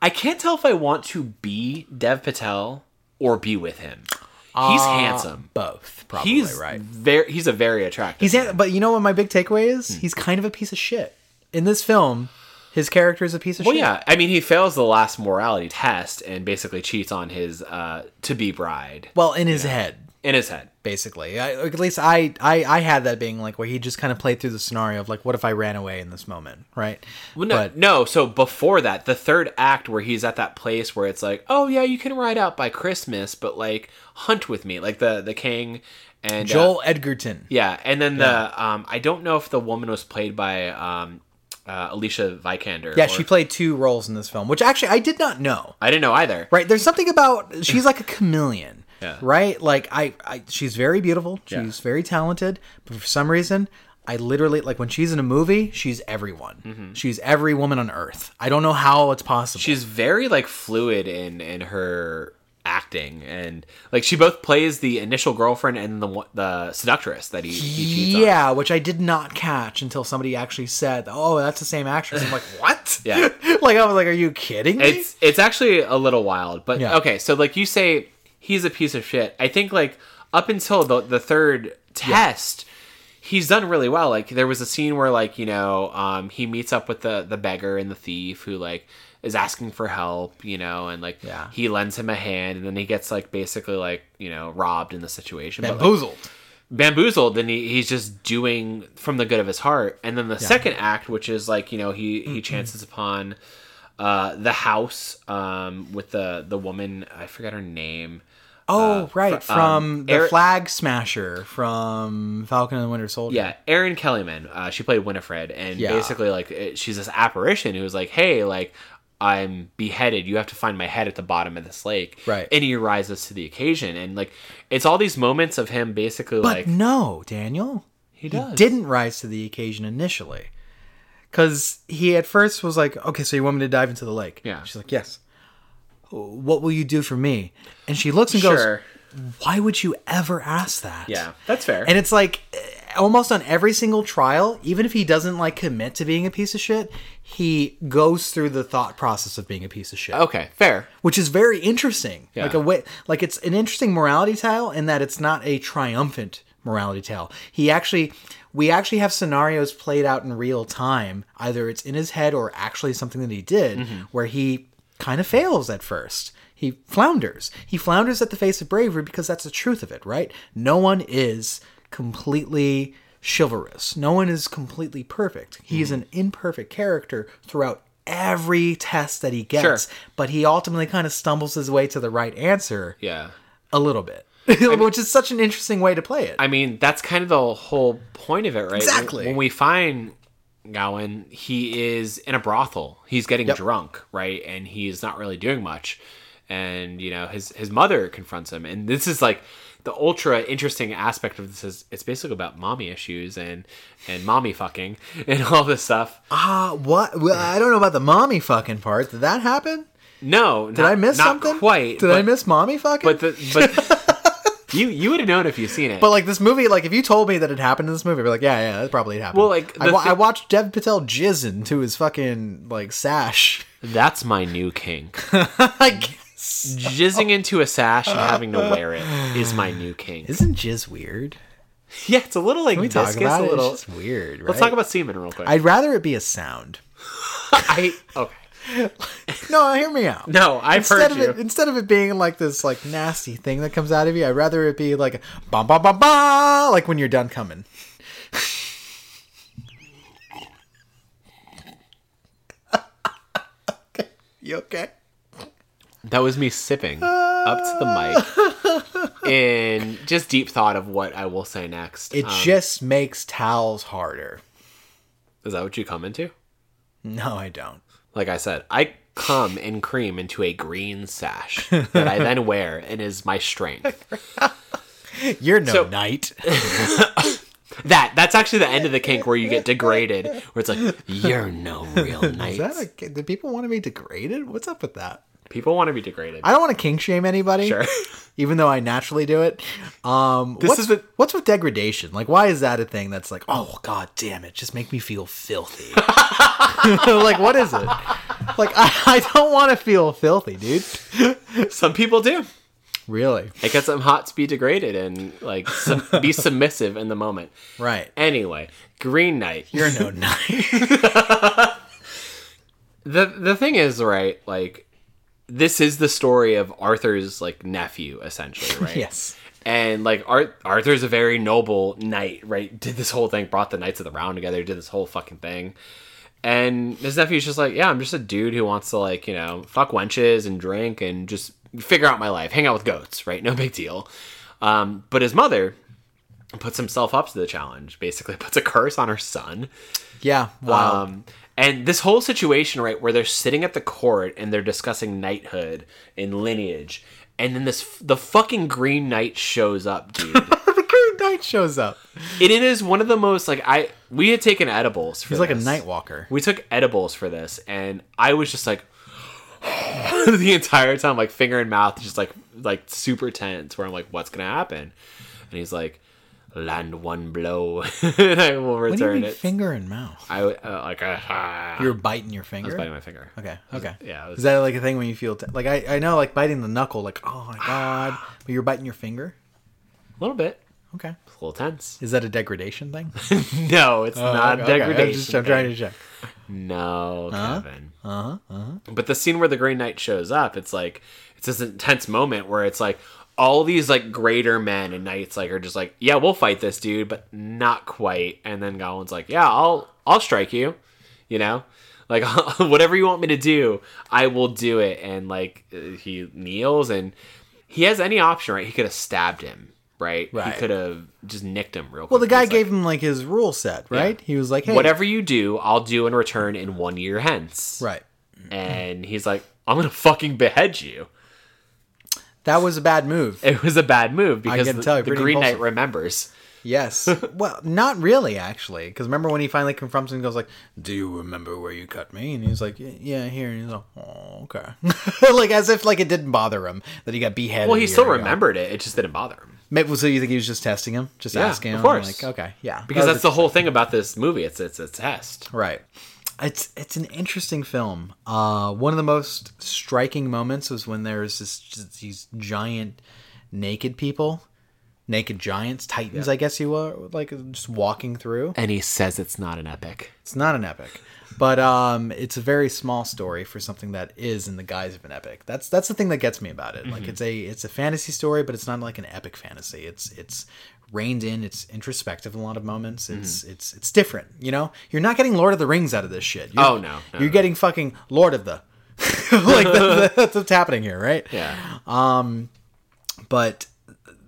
B: I can't tell if I want to be Dev Patel or be with him. He's
A: Uh,
B: handsome.
A: both probably
B: He's
A: right
B: Very, he's a very attractive.
A: He's an- but you know what my big takeaway is?
B: Hmm.
A: He's kind of a piece of shit. In this film, his character is a piece of
B: Well,
A: shit.
B: Oh, yeah. I mean, he fails the last morality test and basically cheats on his uh, to be bride
A: Well, in his head,
B: in his head.
A: basically. I, at least I, I I had that being like where he just kind of played through the scenario of like, what if I ran away in this moment, right?
B: Well, no, no. So before that, the third act where he's at that place where it's like, oh yeah, you can ride out by Christmas, but like hunt with me, like the the king and uh,
A: Joel Edgerton.
B: yeah, and then the um, I don't know if the woman was played by um, uh, Alicia Vikander.
A: Yeah,
B: or-
A: she played two roles in this film, which actually I did not know.
B: I didn't know either.
A: Right? There's something about she's like a chameleon.
B: (laughs) Yeah.
A: Right? Like I, I she's very beautiful. She's very talented, but for some reason I literally like when she's in a movie, she's everyone.
B: Mm-hmm.
A: She's every woman on earth. I don't know how it's possible.
B: she's very like fluid in in her acting and like she both plays the initial girlfriend and the one- the seductress that he, he cheats on.
A: yeah, which I did not catch until somebody actually said, "Oh, that's the same actress." I'm like, "What?"
B: (laughs) Yeah.
A: (laughs) like I was like, "Are you kidding me?"
B: It's it's actually a little wild, but
A: Yeah.
B: okay. So like you say, he's a piece of shit. I think like up until the the third test, he's done really well. Like there was a scene where like you know um, he meets up with the the beggar and the thief who like is asking for help, you know, and like
A: Yeah.
B: he lends him a hand, and then he gets like basically like you know robbed in the situation, but, like,
A: Bamboozled.
B: bamboozled and he, he's just doing from the good of his heart and then the second act which is like you know he
A: Mm-hmm.
B: he chances upon uh the house um with the the woman i forgot her name
A: Oh, right.
B: fr-
A: from
B: um,
A: the
B: Eric-
A: Flag Smasher from Falcon and the Winter Soldier.
B: yeah erin kellyman uh she played winifred and
A: Yeah.
B: basically like it, she's this apparition who's like hey like i'm beheaded you have to find my head at the bottom of this lake
A: Right.
B: and he rises to the occasion and like it's all these moments of him basically
A: But
B: like
A: no, Daniel.
B: he does
A: didn't rise to the occasion initially. Because he at first was like, okay, so you want me to dive into the lake?
B: Yeah.
A: She's like, yes. What will you do for me? And she looks and goes,
B: Sure.
A: why would you ever ask that?
B: yeah that's fair
A: And it's like eh, almost on every single trial, even if he doesn't like commit to being a piece of shit, he goes through the thought process of being a piece of shit
B: okay fair
A: which is very interesting. Like
B: Yeah.
A: a way, like it's an interesting morality tale in that it's not a triumphant morality tale. He actually, we actually have scenarios played out in real time. Either it's in his head or actually something that he did,
B: Mm-hmm.
A: where he kind of fails at first. He flounders. He flounders at the face of bravery because that's the truth of it, right? No one is completely chivalrous. No one is completely perfect. He
B: Mm-hmm.
A: is an imperfect character throughout every test that he gets
B: Sure.
A: but he ultimately kind of stumbles his way to the right answer
B: yeah
A: a little
B: (laughs)
A: bit, which is such an interesting way to play it.
B: I mean, that's kind of the whole point of it, right?
A: Exactly.
B: When we find Gowan, he is in a brothel. He's getting drunk, right? And he's not really doing much. And you know, his his mother confronts him, and this is like the ultra interesting aspect of this is it's basically about mommy issues and and mommy fucking and all this stuff.
A: Ah, what? Well, I don't know about the mommy fucking part. Did that happen?
B: No,
A: Did I miss
B: not
A: something?
B: Quite.
A: Did I
B: but-
A: miss mommy fucking?
B: But the, but (laughs) you you would have known if you've seen it.
A: but like this movie, like if you told me that it happened in this movie, I'd be like, yeah, yeah, that probably happened.
B: Well, like,
A: I,
B: the
A: wa-
B: thi-
A: I watched Dev Patel jizz into his fucking like sash. (laughs)
B: that's my new kink.
A: I guess
B: jizzing into a sash and having to wear it is my new king.
A: isn't jizz weird?
B: Yeah, it's a little like
A: Can we
B: discus,
A: talk about
B: a
A: it?
B: little.
A: It's just weird. Right?
B: Let's talk about semen real (laughs) quick.
A: I'd rather it be a sound.
B: I, okay.
A: No, hear me out.
B: No, I've
A: instead of
B: heard you.
A: it instead of it being like this like nasty thing that comes out of you, I'd rather it be like a bum bum bum bum like when you're done coming. (laughs) You okay?
B: That was me sipping up to the (laughs) mic in just deep thought of what I will say next.
A: It
B: Um,
A: just makes towels harder.
B: is that what you come into?
A: No, I don't.
B: Like I said, I come and cream into a green (laughs) sash that I then wear and is my strength.
A: You're no
B: So-
A: knight.
B: That that's actually the end of the kink where you get degraded, where it's like you're (laughs) no real
A: Is
B: knight.
A: that a, do people want to be degraded? What's up with that?
B: People want to be degraded.
A: I don't want to kink shame anybody.
B: Sure.
A: Even though I naturally do it. Um what's,
B: is a-
A: what's with degradation? Like why is that a thing that's like, oh god damn it, just make me feel filthy. (laughs) like what is it? Like I, I don't want to feel filthy, dude.
B: Some people do.
A: Really?
B: It gets them hot to be degraded and like sub- (laughs) be submissive in the moment.
A: Right.
B: Anyway, Green Knight.
A: You're
B: (laughs)
A: no knight.
B: The the thing is, right? Like, this is the story of Arthur's like nephew, essentially, (laughs) right?
A: yes.
B: And like Ar- Arthur's a very noble knight, right? Did this whole thing, brought the knights of the round together, did this whole fucking thing. And his nephew's just like, yeah, I'm just a dude who wants to like, you know, fuck wenches and drink and just figure out my life, hang out with goats, right? No big deal. Um, but his mother puts himself up to the challenge, basically (laughs) puts a curse on her son.
A: Yeah. Wow.
B: Um, and this whole situation, right, where they're sitting at the court and they're discussing knighthood and lineage, and then this the fucking Green Knight shows up, dude.
A: the green knight shows up.
B: it, it is one of the most like I we had taken edibles. For
A: He's like a
B: this.
A: night walker.
B: We took edibles for this, and I was just like (laughs) the entire time, like finger in mouth, just like like super tense. Where I'm like, what's gonna happen? And he's like, land one blow, (laughs) and I will
A: What do you
B: return
A: mean
B: it.
A: finger and mouth?
B: I uh, like ah,
A: You're biting your finger.
B: biting my finger.
A: Okay. Okay.
B: yeah, it was-
A: Is that like a thing when you feel t- like I, I know like biting the knuckle like oh
B: (sighs)
A: my god, but you're biting your finger.
B: A little bit.
A: Okay.
B: It's
A: (laughs)
B: a little tense.
A: Is that a degradation thing?
B: No, it's not
A: Oh, Okay, okay,
B: degradation.
A: I'm just I'm trying to check.
B: No, Kevin. Uh-huh, uh-huh. But the scene where the Green Knight shows up, it's like it's this intense moment where it's like all these like greater men and knights like are just like, yeah, we'll fight this dude, but not quite. And then Gawain's like, yeah, I'll I'll strike you, you know, like (laughs) whatever you want me to do, I will do it. And like uh, he kneels and he has any option, right? He could have stabbed him, right?
A: Right.
B: He could have just nicked him real.
A: Well, the guy
B: gave.
A: gave him like his rule set, right? He was like, hey,
B: whatever you do, I'll do in return in one year hence.
A: Right.
B: And he's like, I'm gonna fucking behead you.
A: That was a bad move.
B: It was a bad move because
A: gotta
B: the,
A: tell you,
B: the
A: pretty
B: Green Knight
A: impulsive.
B: remembers. (laughs)
A: Yes. well, not really, actually, because remember when he finally confronts him and goes like, "Do you remember where you cut me?" And he's like, "Y- "Yeah, here." And he's like, "Oh, okay." (laughs) like as if like it didn't bother him that he got beheaded.
B: Well,
A: a
B: he
A: year
B: still
A: ago.
B: remembered it. It just didn't bother him
A: Maybe so. You think he was just testing him, just
B: Yeah,
A: asking
B: of
A: him,
B: course.
A: like, okay, yeah,
B: because
A: That
B: that's
A: was
B: the whole thing about this movie. It's it's a test.
A: Right. It's it's an interesting film. Uh, one of the most striking moments was when there's this these giant naked people, naked giants, titans, I guess you were like just walking through.
B: And he says it's not an epic.
A: It's not an epic, but um, it's a very small story for something that is in the guise of an epic. That's that's the thing that gets me about it.
B: Mm-hmm.
A: Like it's a it's a fantasy story, but it's not like an epic fantasy. It's it's reined in. It's introspective in a lot of moments.
B: Mm-hmm.
A: It's it's it's different. You know, you're not getting Lord of the Rings out of this shit. You're-
B: Oh, no. No,
A: you're
B: no.
A: getting fucking Lord of the. (laughs) like that, that's what's happening here, right? (gasps)
B: Yeah.
A: But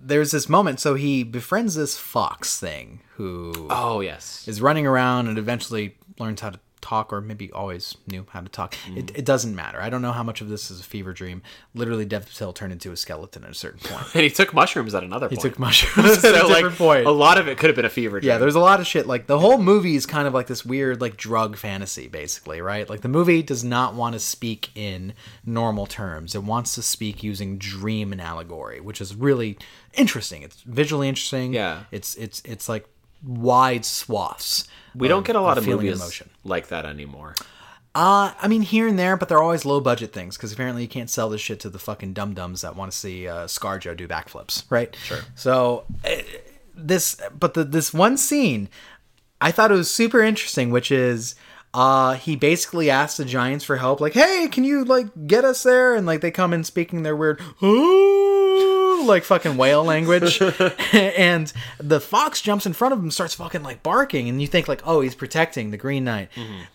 A: there's this moment. So he befriends this fox thing who
B: Oh yes.
A: is running around and eventually learns how to talk or maybe always knew how to talk
B: Mm.
A: it, it doesn't matter i don't know how much of this is a fever dream literally death Patel turned into a skeleton at a certain
B: (laughs)
A: point
B: And he took mushrooms at another point.
A: took (laughs)
B: (laughs)
A: mushrooms at a different point
B: a lot of it could have been a fever dream.
A: yeah there's a lot of shit like the whole movie is kind of like this weird like drug fantasy basically right like the movie does not want to speak in normal terms it wants to speak using dream and allegory which is really interesting it's visually interesting
B: Yeah.
A: it's it's it's like wide swaths
B: we don't get a lot
A: a
B: of
A: feeling of
B: movies
A: emotion.
B: like that anymore.
A: Uh, I mean, here and there, but they're always low budget things because apparently you can't sell this shit to the fucking dum dums that want to see uh, ScarJo do backflips, right? Sure. So uh, this, but the, this one scene, I thought it was super interesting, which is. Uh, he basically asks the giants for help, like, "Hey, can you like get us there?" And like they come in speaking their weird, like fucking whale language, (laughs) and the fox jumps in front of him, starts fucking like barking, and you think like, "Oh, he's protecting the Green Knight."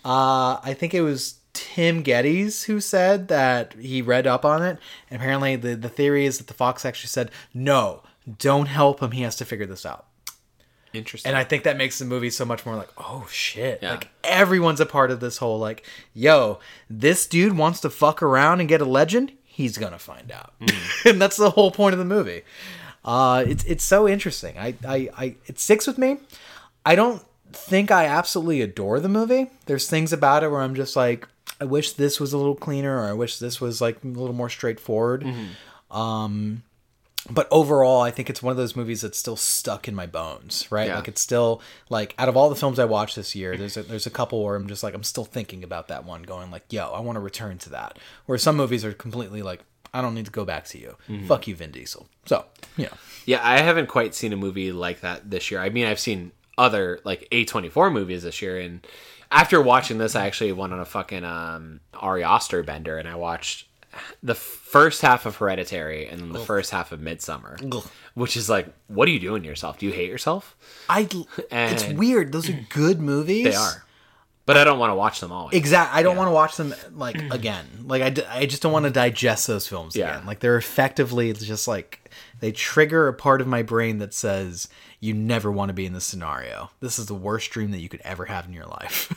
A: Uh, I think it was Tim Geddes who said that he read up on it. And apparently, the the theory is that the fox actually said, "No, don't help him. He has to figure this out."
B: Interesting.
A: And I think that makes the movie so much more like, oh shit. Like everyone's a part of this whole like, yo, this dude wants to fuck around and get a legend, he's gonna find out. (laughs) and that's the whole point of the movie. Uh it's it's so interesting. I, I I it sticks with me. I don't think I absolutely adore the movie. There's things about it where I'm just like, I wish this was a little cleaner or I wish this was like a little more straightforward
B: Mm-hmm.
A: Um, but overall i think it's one of those movies that's still stuck in my bones right
B: Yeah.
A: like it's still like out of all the films i watched this year there's a, there's a couple where i'm just like i'm still thinking about that one going like yo i want to return to that where some movies are completely like i don't need to go back to you
B: Mm-hmm.
A: fuck you vin diesel so
B: (laughs)
A: yeah
B: Yeah, I haven't quite seen a movie like that this year. I mean, I've seen other like A24 movies this year and after watching this, I actually went on a fucking um Ari Aster bender and I watched the first half of Hereditary and then the first half of Midsummer. Which is like, what are you doing to yourself? Do you hate yourself?
A: i it's
B: And-
A: weird those
B: (clears throat)
A: are good movies
B: They are. But I don't want to watch them all.
A: Exactly. I don't want to watch them like again. Like I, d- I just don't want to digest those films
B: Mm. Yeah.
A: again. Like they're effectively just like they trigger a part of my brain that says you never want to be in this scenario. This is the worst dream that you could ever have in your life.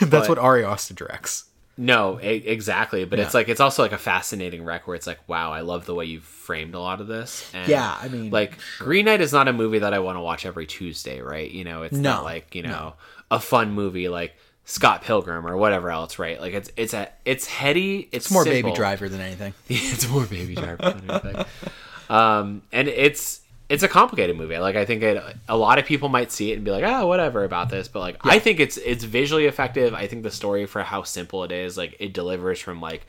A: (laughs) That's what Ari Aster directs.
B: No, e exactly. But it's like it's also like a fascinating rec where it's like, wow, I love the way you framed a lot of this. And
A: Yeah, I mean,
B: like Green Knight is not a movie that I want to watch every Tuesday, right? You know, it's not
A: No,
B: like you know a fun movie like Scott Pilgrim or whatever else, right? Like it's it's a it's heady, it's,
A: It's more
B: simple.
A: Baby Driver than anything.
B: (laughs) it's more Baby Driver than anything. Um, and it's it's a complicated movie. Like I think it, a lot of people might see it and be like, oh, whatever about this. But like I think it's it's visually effective. I think the story for how simple it is, like it delivers from like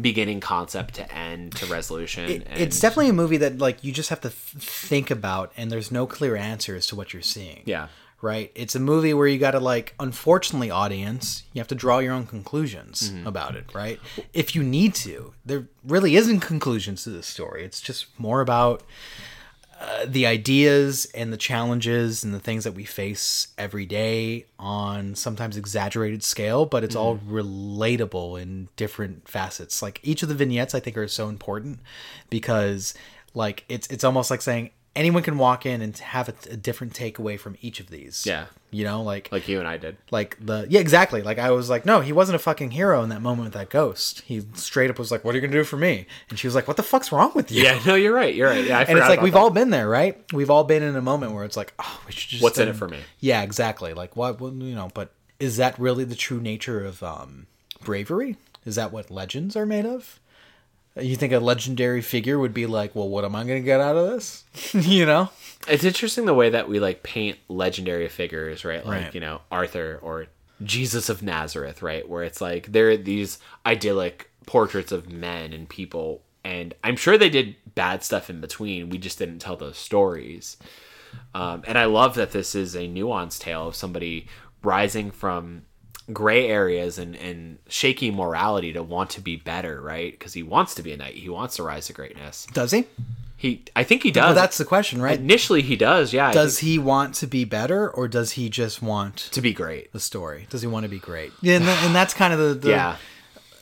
B: beginning concept to end to resolution. and
A: It's definitely a movie that like you just have to th- think about, and there's no clear answer as to what you're seeing.
B: yeah.
A: right? It's a movie where you got to like, unfortunately, audience, you have to draw your own conclusions about it, right? If you need to, there really isn't conclusions to this story. It's just more about uh, the ideas and the challenges and the things that we face every day on sometimes exaggerated scale, but it's all relatable in different facets. Like each of the vignettes, I think, are so important because, like, it's it's almost like saying anyone can walk in and have a, a different takeaway from each of these.
B: Yeah.
A: you know, like
B: like you and I did.
A: like the yeah exactly like i was like no he wasn't a fucking hero in that moment with that ghost he straight up was like what are you gonna do for me and she was like what the fuck's wrong with you
B: Yeah, (laughs) no, you're right. You're right. Yeah, I
A: and
B: forgot
A: it's like
B: about
A: we've
B: that.
A: all been there right we've all been in a moment where it's like oh we should just
B: What's in
A: um,
B: it for me?
A: yeah exactly like what well, you know but is that really the true nature of um bravery is that what legends are made of you think a legendary figure would be like well what am i gonna get out of this (laughs) you know
B: It's interesting the way that we like paint legendary figures, right? Like,
A: Right.
B: you know, Arthur or Jesus of Nazareth, right? Where it's like there are these idyllic portraits of men and people and I'm sure they did bad stuff in between. We just didn't tell those stories. Um, and I love that this is a nuanced tale of somebody rising from gray areas and, and shaky morality to want to be better, right? Because he wants to be a knight. He wants to rise to greatness.
A: does he
B: He, I think he does.
A: well that's the question right
B: Initially, he does, yeah. I
A: does
B: think-
A: he want to be better or does he just want
B: to be great?
A: the story? Does he want to be great? Yeah, and, tha- and that's kind of the, the
B: (sighs) Yeah,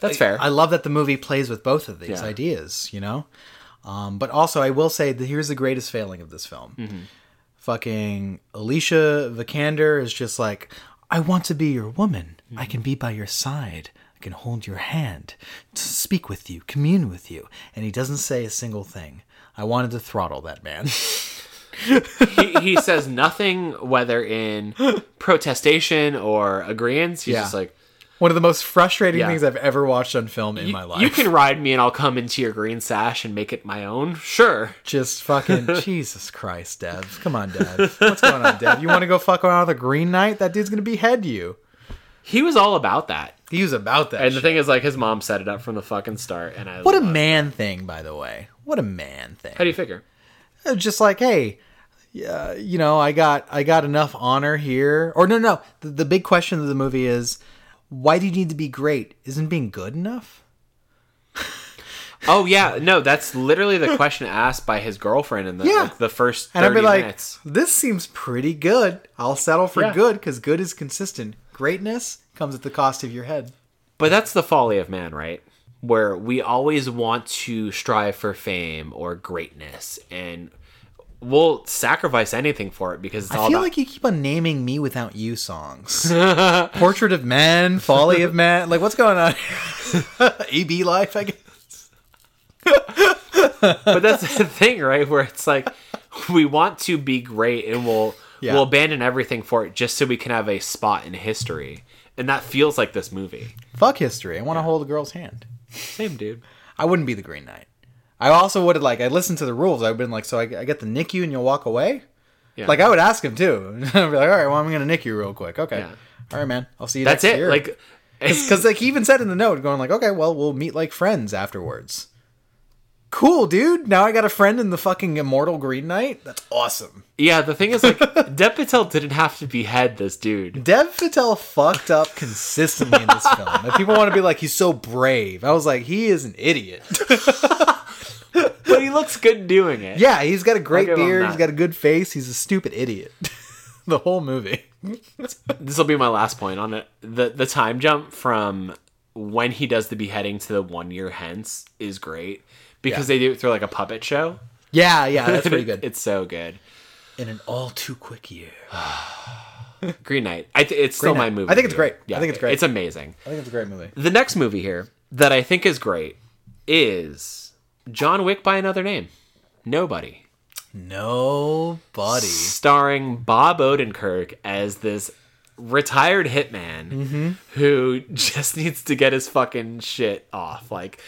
B: that's fair.
A: I love that the movie plays with both of these
B: Yeah.
A: ideas, you know. Um, but also, I will say that here's the greatest failing of this film.
B: Mm-hmm.
A: Fucking Alicia Vikander is just like, I want to be your woman. I can be by your side. I can hold your hand, t- speak with you, commune with you. And he doesn't say a single thing. I wanted to throttle that
B: (laughs)
A: man.
B: he,
A: (laughs)
B: he says nothing, whether in protestation or agreement. He's
A: Yeah.
B: just like,
A: One of the most frustrating
B: Yeah.
A: things I've ever watched on film in my life.
B: "You can ride me, and I'll come into your green sash and make it my own." Sure.
A: Just
B: (laughs)
A: fucking Jesus Christ, Dev. Come on, Dev. What's going on, Dev? You want to go fuck around with a Green Knight? That dude's gonna behead you.
B: He was all about that.
A: He was about that.
B: And the
A: shit.
B: thing is, like, his mom set it up from the fucking start. And I
A: what a
B: love-
A: man thing, by the way. What a man thing.
B: How do you figure?
A: It was Just like, hey, yeah, you know, I got I got enough honor here. Or no, no. The, the big question of the movie is, why do you need to be great? Isn't being good enough?
B: Oh yeah, no, that's literally the question asked by his girlfriend in the
A: Yeah.
B: like, the first
A: And
B: thirty
A: I'd be like,
B: minutes.
A: this seems pretty good. I'll settle for
B: Yeah.
A: good because good is consistent. Greatness comes at the cost of your head.
B: But that's the folly of man, right? Where we always want to strive for fame or greatness and we'll sacrifice anything for it because it's all
A: I feel
B: about
A: like you keep on naming me without you
B: (laughs)
A: songs. Portrait of Men, Folly of Men. Like, what's going on? (laughs) AB Life, I guess.
B: but
A: (laughs)
B: that's the thing, right? Where it's like we want to be great and we'll
A: Yeah.
B: we'll abandon everything for it just so we can have a spot in history. And that feels like this movie.
A: Fuck history. I want to hold a girl's hand.
B: Same dude.
A: I wouldn't be the Green Knight. I also would have, like, I listened to the rules. I've been like, so I, I get to nick you and you'll walk away?
B: Yeah.
A: Like, I would ask him, too. (laughs) I'd be like, all right, well, I'm going to nick you real quick. Okay.
B: Yeah.
A: All right, man. I'll see you
B: that's
A: next
B: it.
A: year.
B: Like
A: Because, like, he even said in the note, going, like, okay, well, we'll meet like friends afterwards. Cool, dude. Now I got a friend in the fucking immortal Green Knight. That's awesome.
B: yeah, the thing is like (laughs) Deb Patel didn't have to behead this dude.
A: Dev Patel fucked up consistently in this film. And people want to be like, he's so brave. I was like, he is an (laughs) idiot.
B: But he looks good doing it.
A: yeah, he's got a great
B: I'll give him
A: beard.
B: that.
A: He's got a good face. He's a stupid idiot. (laughs) the whole movie.
B: this will be my last point on it. The the time jump from when he does the beheading to the one year hence is great because they do it through like a puppet show.
A: Yeah, yeah, that's
B: (laughs)
A: pretty good.
B: it's so good.
A: (laughs) in an all too quick year.
B: Green Knight. I th- it's still
A: Knight.
B: my movie.
A: I think it's
B: of the
A: great.
B: year.
A: I think it's great.
B: It's amazing.
A: I think it's a great movie.
B: The next movie here that I think is great is John Wick by another name. Nobody.
A: Nobody.
B: starring Bob Odenkirk as this retired hitman who just needs to get his fucking shit off. Like,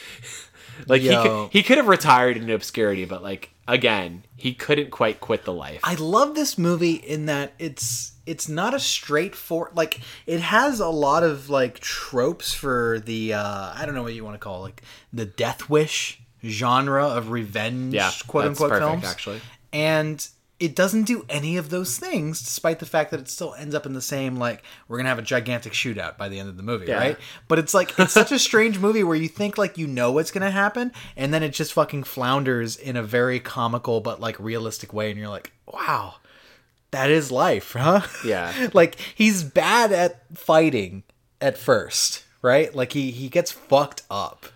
B: like he
A: Yo.
B: could, he could have retired into obscurity, but like again, he couldn't quite quit the life.
A: I love this movie in that it's it's not a straightforward like it has a lot of like tropes for the uh I don't know what you want to call it, like the death wish genre of revenge
B: yeah,
A: quote
B: that's
A: unquote
B: perfect
A: films
B: actually.
A: and it doesn't do any of those things despite the fact that it still ends up in the same like we're gonna have a gigantic shootout by the end of the movie right but it's like it's such a strange movie where you think like you know what's gonna happen and then it just fucking flounders in a very comical but like realistic way and you're like wow that is life huh
B: Yeah.
A: (laughs) like he's bad at fighting at first right like he he gets fucked up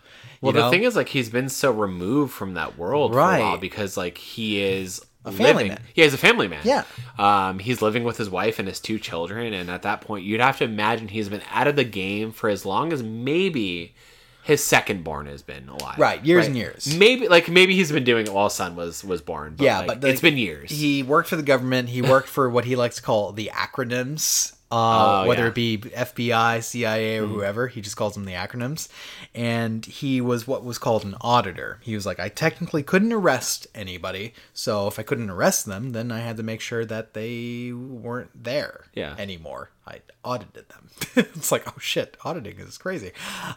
B: Well, the thing is, like, he's been so removed from that world for a while
A: Right.
B: because, like, he is a
A: family
B: living.
A: man.
B: Yeah, he's a family man.
A: Yeah.
B: um, he's living with his wife and his two children, and at that point, you'd have to imagine he's been out of the game for as long as maybe his second born has been alive.
A: Right, years and years.
B: Maybe, like, maybe he's been doing it while his son was was born. But,
A: Yeah,
B: like,
A: but, like,
B: it's been years.
A: He worked for the government. He worked for what he likes to call the acronyms, uh,
B: Oh,
A: whether
B: yeah. Mm-hmm.
A: it be FBI, CIA, or whoever. He just calls them the acronyms. And he was what was called an auditor. He was like, I technically couldn't arrest anybody. So if I couldn't arrest them, then I had to make sure that they weren't there
B: Yeah.
A: anymore. I audited them. (laughs) it's like, oh shit, auditing is crazy.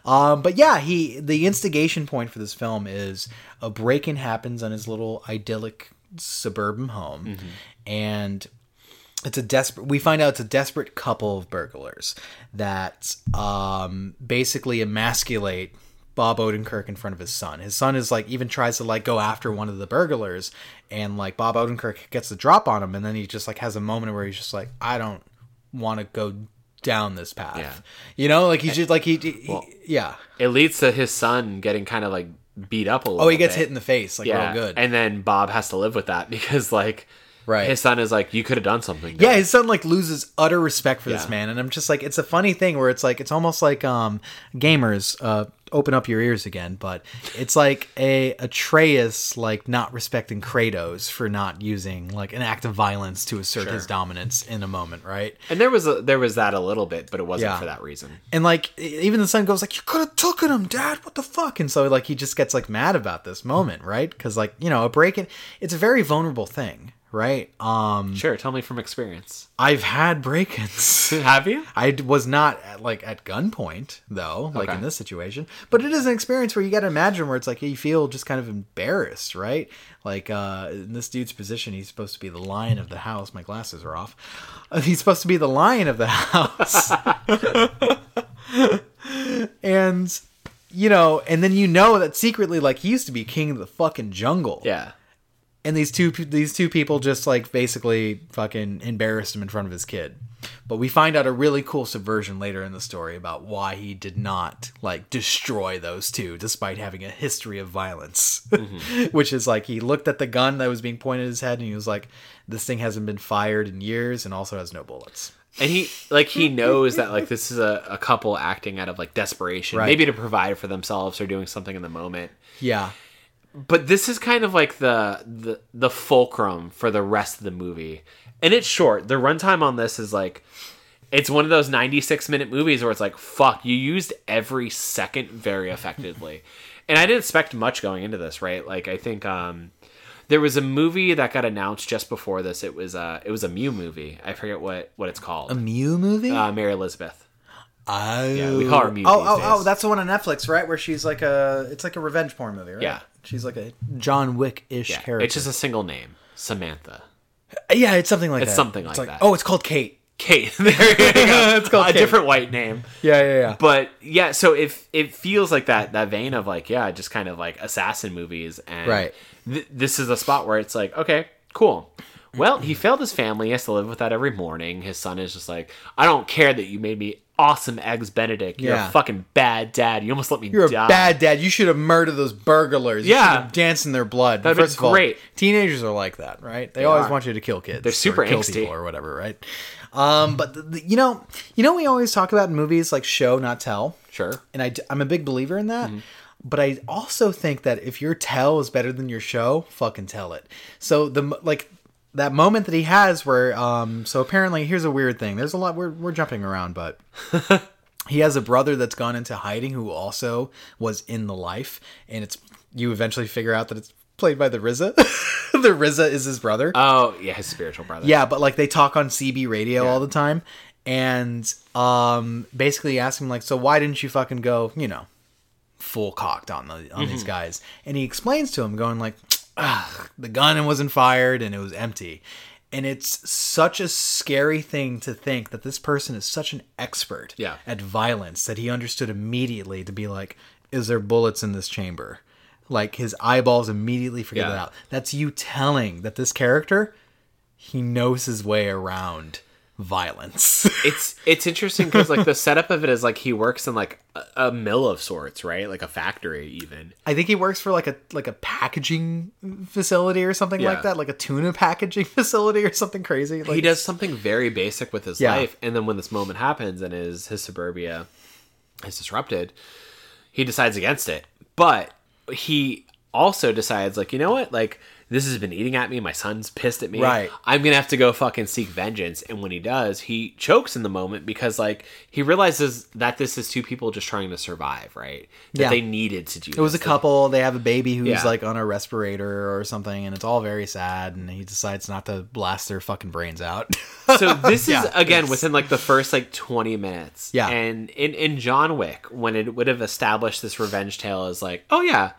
A: Um, but yeah, he the instigation point for this film is a break in happens on his little idyllic suburban home,
B: Mm-hmm.
A: and it's a desperate we find out it's a desperate couple of burglars that um basically emasculate bob odenkirk in front of his son his son is like even tries to like go after one of the burglars and like bob odenkirk gets the drop on him and then he just like has a moment where he's just like i don't want to go down this path
B: Yeah.
A: you know like he's just like he, he- yeah
B: it leads to his son getting kind of like beat up a little.
A: oh he gets
B: bit.
A: hit in the face like real good
B: And then Bob has to live with that (laughs) because like
A: Right.
B: his son is like, You could have done something.
A: Yeah, his son like loses utter respect for this
B: Yeah.
A: man, and I'm just like, it's a funny thing where it's like, it's almost like um, gamers, uh, open up your ears again, but it's like a Atreus like not respecting Kratos for not using like an act of violence to assert his dominance in a moment, right?
B: And there was a, there was that a little bit, but it wasn't
A: Yeah.
B: for that reason.
A: And like e- even the son goes like, "You could have taken him, Dad. What the fuck?" And so like he just gets like mad about this moment, right? Because like you know a break in, it's a very vulnerable thing, right? Um,
B: Sure, tell me from experience.
A: I've had break-ins. (laughs)
B: Have you?
A: I d- was not at, like at gunpoint though, like
B: Okay.
A: in this situation. But it is an experience where you got to imagine where it's like you feel just kind of embarrassed, right? Like uh, in this dude's position, he's supposed to be the lion of the house. My glasses are off. Uh, he's supposed to be the lion of the (laughs) house, and you know, and then you know that secretly, like he used to be king of the fucking jungle
B: Yeah.
A: and these two pe- these two people just like basically fucking embarrassed him in front of his kid. But we find out a really cool subversion later in the story about why he did not like destroy those two, despite having a history of violence. (laughs)
B: Mm-hmm.
A: Which is like he looked at the gun that was being pointed at his head and he was like, "This thing hasn't been fired in years and also has no bullets."
B: And he like he knows that like this is a, a couple acting out of like desperation,
A: Right.
B: maybe to provide for themselves or doing something in the moment.
A: Yeah,
B: But this is kind of like the the, the fulcrum for the rest of the movie. And it's short. The runtime on this is like it's one of those 96 minute movies where it's like fuck you used every second very
A: (laughs)
B: effectively and i didn't expect much going into this right like i think um there was a movie that got announced just before this it was uh it was a mew movie i forget what what it's called
A: a Mew movie.
B: uh mary elizabeth
A: oh,
B: we call her Mew
A: Oh,
B: these
A: oh,
B: days.
A: oh, that's the one on Netflix, right? Where she's like a, it's like a revenge porn movie, right?
B: Yeah.
A: she's like a John Wick ish character.
B: it's just a single name samantha
A: Yeah, it's something like
B: It's
A: that.
B: something like that.
A: Oh, it's called Kate.
B: kate (laughs) there you go
A: (laughs) It's called
B: a
A: Kate.
B: different white name
A: (laughs) Yeah, yeah, yeah.
B: but yeah so if it feels like that that vein of like yeah just kind of like assassin movies and
A: Right.
B: th- this is a spot where it's like okay cool well he failed his family he has to live with that every morning his son is just like i don't care that you made me awesome eggs benedict you're
A: Yeah.
B: a fucking bad dad you almost let me
A: You're a
B: die
A: bad dad. You should have murdered those burglars. You
B: Yeah.
A: should have danced in their blood.
B: That'd be
A: First of all,
B: great.
A: teenagers are like that, right? They, always
B: are.
A: want you to kill kids.
B: They're super
A: or kill
B: angsty.
A: people or whatever, right? Um, but the, the- you know, you know, we always talk about in movies like show not tell.
B: sure
A: and I, am a big believer in that. But I also think that if your tell is better than your show, fucking tell it. So the mo- like that moment that he has where um so apparently here's a weird thing. There's a lot we're we're jumping around, but he has a brother that's gone into hiding who also was in the life, and it's you eventually figure out that it's played by the RZA. (laughs) the RZA is his brother.
B: oh yeah his spiritual brother
A: Yeah, but like they talk on CB radio all the time, and um, basically ask him like, so why didn't you fucking go, you know, full cocked on the on these guys? And he explains to him, going like, ugh, the gun wasn't fired and it was empty. And it's such a scary thing to think that this person is such an expert
B: Yeah.
A: at violence that he understood immediately to be like, is there bullets in this chamber? Like his eyeballs immediately figured
B: Yeah.
A: it out. That's you telling that this character, he knows his way around violence. (laughs)
B: It's it's interesting because like the setup of it is like he works in like a, a mill of sorts, right? Like a factory, even.
A: I think he works for like a like a packaging facility or something
B: Yeah.
A: like that, like a tuna packaging (laughs) facility or something crazy. Like
B: he does something very basic with his
A: Yeah.
B: life and then when this moment happens and his his suburbia is disrupted he decides against it but he also decides like you know what like this has been eating at me my son's pissed at me
A: Right.
B: i'm gonna have to go fucking seek vengeance and when he does he chokes in the moment because like he realizes that this is two people just trying to survive right that
A: Yeah.
B: they needed to do
A: it was a couple. They have a baby who's
B: Yeah.
A: like on a respirator or something, and it's all very sad. And he decides not to blast their fucking brains out. (laughs)
B: so this is
A: Yeah,
B: again
A: yes.
B: within like the first like 20 minutes
A: Yeah.
B: and in in john wick when it would have established this revenge tale as like oh yeah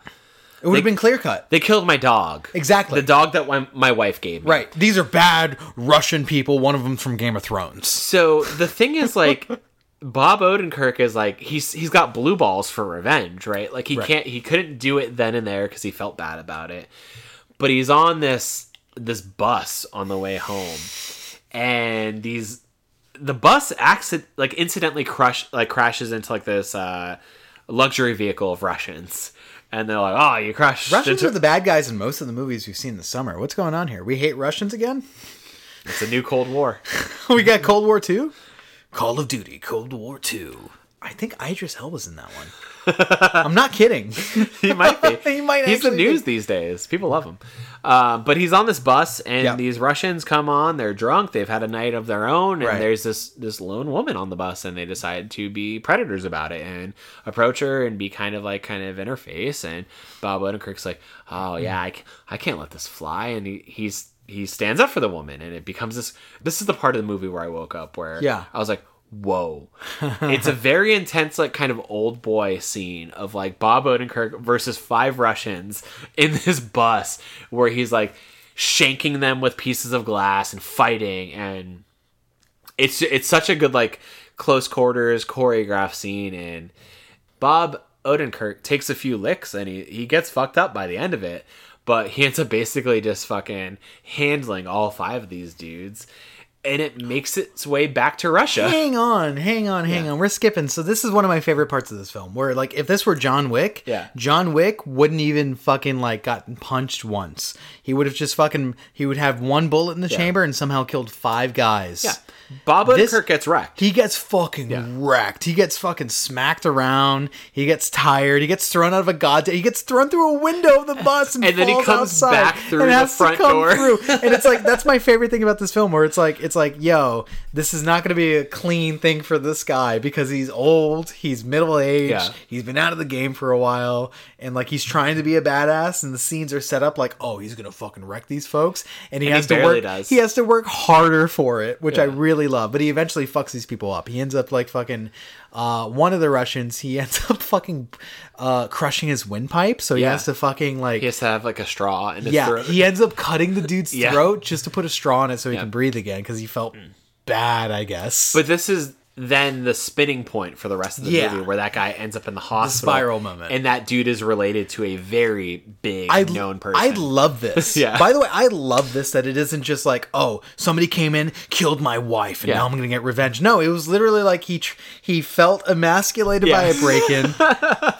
A: it would have been clear cut.
B: they killed my dog
A: Exactly.
B: the dog that my, my wife gave me
A: Right. These are bad Russian people. One of them's from Game of Thrones.
B: so the thing is like bob odenkirk is like he's he's got blue balls for revenge right like he can't he couldn't do it then and there because he felt bad about it but he's on this this bus on the way home and these the bus accident like incidentally crush like crashes into like this uh luxury vehicle of russians and they're like oh you crashed
A: Russians
B: into
A: are the bad guys in most of the movies we've seen this summer. What's going on here? We hate Russians again? (laughs)
B: it's a new cold war
A: we got Cold War Two. Call of Duty, Cold War Two. I think Idris Elba's in that one.
B: (laughs)
A: I'm not kidding. (laughs)
B: he might be.
A: He might
B: He's the
A: actually be.
B: news these days. People love him. Uh, but he's on this bus, and
A: Yep.
B: these Russians come on. They're drunk. They've had a night of their own, and
A: Right.
B: there's this this lone woman on the bus, and they decide to be predators about it and approach her and be kind of like kind of interface. And Bob Odenkirk's like, "Oh
A: Mm.
B: yeah, I, ca- I can't let this fly," and he, he's he stands up for the woman, and it becomes this. This is the part of the movie where I woke up where
A: Yeah.
B: I was like, whoa. it's a very intense, like, kind of old boy scene of like Bob Odenkirk versus five Russians in this bus where he's like shanking them with pieces of glass and fighting. And it's, it's such a good, like, close quarters choreographed scene. And Bob Odenkirk takes a few licks and he, he gets fucked up by the end of it, but he ends up basically just fucking handling all five of these dudes. And it makes its way back to Russia.
A: hang on, hang on, hang on. We're skipping. So this is one of my favorite parts of this film. Where like if this were John Wick,
B: Yeah.
A: John Wick wouldn't even fucking like gotten punched once. He would have just fucking he would have one bullet in the chamber and somehow killed five guys.
B: Yeah. Bob Odenkirk
A: This-
B: gets wrecked.
A: He gets fucking wrecked. He gets fucking smacked around. He gets tired. He gets thrown out of a goddamn. He gets thrown through a window of the bus and,
B: (laughs) And then he
A: falls
B: comes
A: outside
B: back through
A: and
B: the
A: has to
B: front
A: come
B: door.
A: through. And it's like that's
B: (laughs)
A: my favorite thing about this film, where it's like it's like, yo, this is not going to be a clean thing for this guy because he's old, he's middle aged,
B: Yeah.
A: he's been out of the game for a while, and like he's trying to be a badass. And the scenes are set up like, oh, he's gonna fucking wreck these folks, and he
B: And he
A: has to
B: barely
A: work.
B: does.
A: He has to work harder for it, which I
B: Yeah.
A: really love. But he eventually fucks these people up. He ends up like fucking uh, one of the Russians. He (laughs) ends up fucking uh, crushing his windpipe, so he
B: Yeah.
A: has to fucking like
B: He has to have like a straw in his
A: yeah.
B: throat.
A: He ends up cutting the dude's
B: (laughs) Yeah. Mm.
A: throat just to put a straw in it so he can breathe again because he felt bad, I guess.
B: But this is then the spinning point for the rest of the
A: Yeah.
B: movie where that guy ends up in the hospital.
A: spiral moment.
B: And that dude is related to a very big
A: I
B: known person.
A: I love this.
B: (laughs) Yeah.
A: By the way, I love this that it isn't just like, oh, somebody came in, killed my wife, and
B: Yeah.
A: now I'm gonna get revenge. No, it was literally like he tr- he felt emasculated by
B: Yeah.
A: a
B: (laughs)
A: break-in,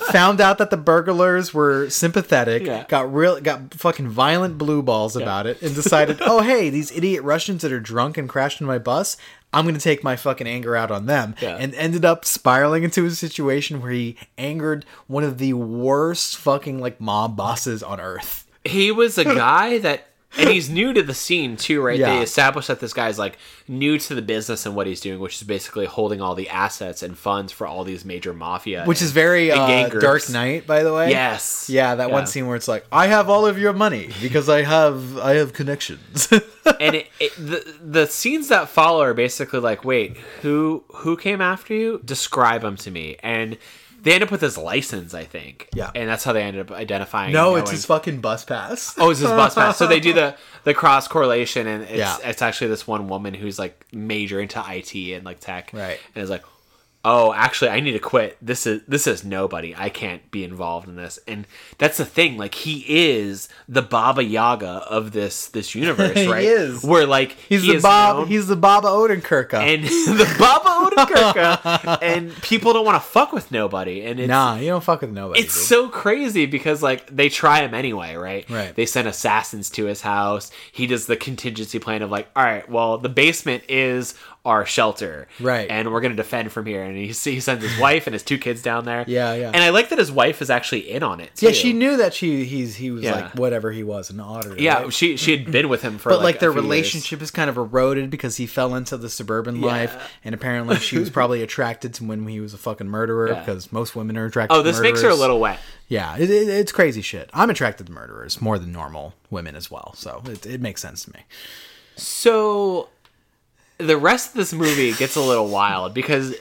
A: found out that the burglars were sympathetic,
B: Yeah.
A: got real, got fucking violent blue balls about it, and
B: (laughs)
A: decided, oh hey, these idiot Russians that are drunk and crashed in my bus. I'm gonna take my fucking anger out on them,
B: Yeah.
A: and ended up spiraling into a situation where he angered one of the worst fucking like mob bosses on earth.
B: He
A: (laughs)
B: was a guy that, and he's new to the scene too, right?
A: Yeah.
B: They established that this guy's like new to the business and what he's doing, which is basically holding all the assets and funds for all these major mafia,
A: which is very
B: and
A: uh,
B: gang groups.
A: Dark Knight, by the way.
B: Yes,
A: yeah, that one scene where it's like, I have all of your money because I have I have connections. (laughs)
B: and it, it, the the scenes that follow are basically like, wait, who who came after you? Describe them to me. And They end up with his license, I think.
A: Yeah.
B: And that's how they ended up identifying.
A: No,
B: and
A: it's
B: knowing-
A: his fucking bus pass.
B: Oh, it's his bus pass. So
A: (laughs)
B: they do the the cross correlation, and it's
A: Yeah.
B: it's actually this one woman who's like major into IT and like tech,
A: Right.
B: And is like, oh, actually, I need to quit. This is this is nobody. I can't be involved in this. And that's the thing. Like he is the Baba Yaga of this
A: (laughs)
B: this universe,
A: He
B: right?
A: is.
B: Where like
A: He's
B: he
A: the
B: is
A: Bob.
B: known-
A: He's the Baba Odenkirk. of-
B: and (laughs) the Baba
A: (laughs)
B: Odenkirk, and people don't want to fuck with nobody, and it's
A: nah, you don't fuck with nobody.
B: it's
A: dude.
B: so crazy because like they try him anyway, right?
A: Right.
B: They send assassins to his house. He does the contingency plan of like, all right, well, the basement is our shelter,
A: Right.
B: And we're gonna defend from here. And he, he sends his wife and his two kids down there.
A: Yeah, yeah.
B: And I like that his wife is actually in on it. Too.
A: yeah, she knew that she he's he was
B: Yeah.
A: like whatever he was an auditor.
B: Yeah,
A: right?
B: she she had been with him for
A: but like,
B: a
A: their
B: few years.
A: relationship is kind of eroded because he fell into the suburban life, and apparently she
B: (laughs)
A: was probably attracted to when he was a fucking murderer
B: Yeah.
A: because most women are attracted. to
B: Oh, this makes her a
A: murderers.
B: little wet.
A: Yeah, it, it, it's crazy shit. I'm attracted to murderers more than normal women as well, so it, it makes sense to me.
B: So the rest of this movie gets a little wild because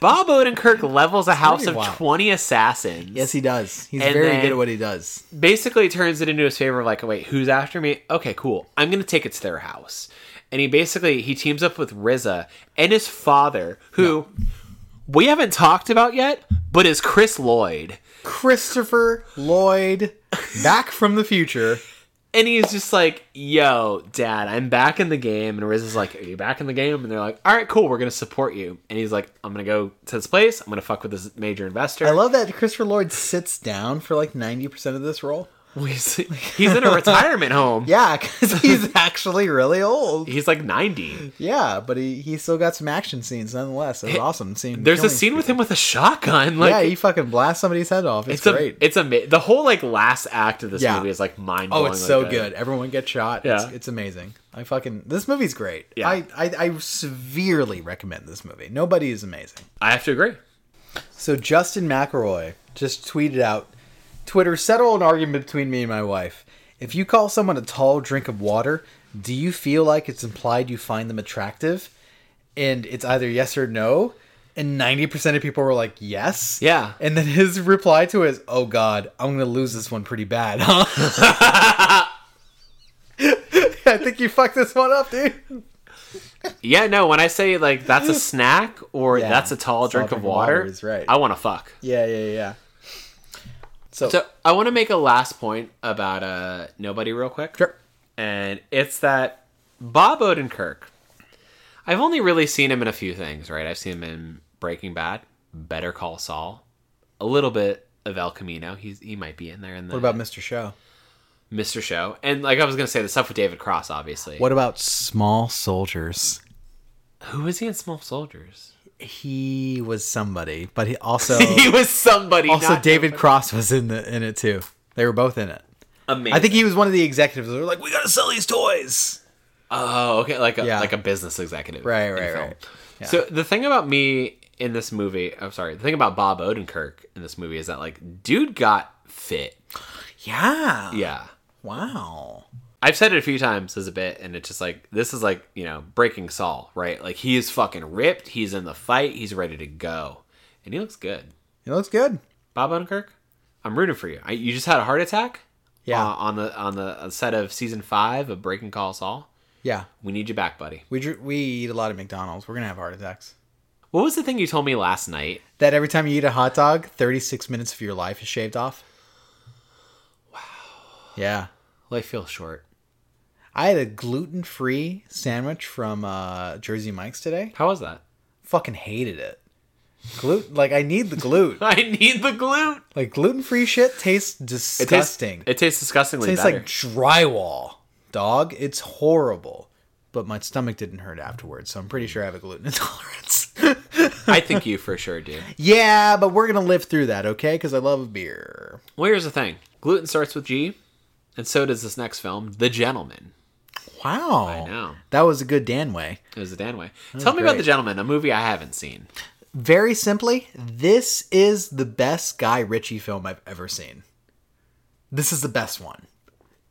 B: Bob Odenkirk levels a house
A: pretty
B: of
A: wild.
B: 20 assassins.
A: Yes, he does. He's
B: And
A: very
B: then-
A: good at what he does.
B: basically turns it into his favor of like wait who's after me okay cool i'm gonna take it to their house and he basically he teams up with riza and his father who we haven't talked about yet but is chris lloyd
A: Christopher Lloyd, back from the future.
B: and he's just like yo dad i'm back in the game and riza's like are you back in the game and they're like all right cool we're gonna support you and he's like i'm gonna go to this place i'm gonna fuck with this major investor
A: I love that Christopher Lloyd sits down for like 90% of this role.
B: he's he's
A: (laughs)
B: in a retirement home
A: Yeah, (laughs) because
B: (laughs)
A: he's actually really old.
B: he's like 90
A: Yeah, but he, he still got some action scenes nonetheless. It was awesome seeing. him
B: there's a
A: killing
B: scene with
A: people.
B: him with a shotgun like
A: yeah, he fucking blasts somebody's head off. It's,
B: It's a,
A: great.
B: it's a the whole like last act of this
A: Yeah.
B: movie is like mind blowing.
A: oh, it's so good. Everyone gets shot. It's,
B: Yeah.
A: it's amazing. I fucking this movie's great.
B: Yeah.
A: I, I I severely recommend this movie. Nobody is amazing.
B: I have to agree.
A: So Justin McElroy just tweeted out, Twitter settle an argument between me and my wife. If you call someone a tall drink of water, do you feel like it's implied you find them attractive? And it's either yes or no. And ninety percent of people were like yes.
B: Yeah.
A: And then his reply to it is, "Oh God, I'm gonna lose this one pretty bad, huh?" (laughs) I think you fucked this one up, dude.
B: Yeah, no. When I say like
A: (laughs)
B: that's a snack or
A: Yeah.
B: that's a tall drink of water,
A: is right.
B: I want to fuck.
A: Yeah, yeah, yeah.
B: So I want to make a last point about uh nobody real quick.
A: Sure.
B: And it's that Bob Odenkirk. I've only really seen him in a few things, right? I've seen him in Breaking Bad, Better Call Saul, a little bit of El Camino. He's he might be in there in the
A: What about Mr. Show?
B: Mr. Show, and like I was gonna say, the stuff with David Cross, obviously.
A: What about Small Soldiers?
B: Who was he in Small Soldiers?
A: He was somebody, but (laughs) he also
B: (laughs) he was somebody.
A: also
B: not
A: David Cross was in the in it too. They were both in it.
B: Amazing.
A: I think he was one of the executives. They were like, "We gotta sell these toys."
B: Oh, okay, like a,
A: Yeah.
B: like a business executive.
A: Right,
B: in
A: right,
B: film.
A: right.
B: So the thing about me in this movie, I'm sorry, the thing about Bob Odenkirk in this movie is that like dude got fit.
A: (sighs) Yeah.
B: Yeah.
A: Wow.
B: I've said it a few times as a bit, and it's just like this is like you know breaking Saul, right? Like he is fucking ripped. He's in the fight. He's ready to go, and he looks good.
A: It looks good.
B: Bob Odenkirk, I'm rooting for you. I, you just had a heart attack.
A: Yeah.
B: uh, on the on the set of season five of Breaking Call Saul.
A: Yeah.
B: We need you back, buddy.
A: We dr- we eat a lot of McDonald's. We're gonna have heart attacks.
B: What was the thing you told me last night?
A: That every time you eat a hot dog, thirty six minutes of your life is shaved off. Wow. Yeah.
B: Life feels short.
A: I had a gluten free sandwich from uh, Jersey Mike's today.
B: How was that? (laughs)
A: Fucking hated it. Gluten, like I need the gluten.
B: I need the glute.
A: Like gluten free shit tastes
B: It tastes-
A: disgusting.
B: It tastes, disgustingly
A: tastes
B: better.
A: like drywall, dog. It's horrible. But my stomach didn't hurt afterwards, so I'm pretty sure I have a gluten (laughs) intolerance. (laughs)
B: I think you for sure do.
A: yeah, but we're gonna live through that, okay? Because I love beer.
B: Well, here's the thing. Gluten starts with G, and so does this next film, The Gentleman.
A: Wow,
B: I know.
A: that was a good Dan way.
B: It was a Dan way. Tell me about
A: great.
B: The Gentleman, a movie I haven't seen.
A: Very simply, this is the best Guy Ritchie film I've ever seen. This is the best one.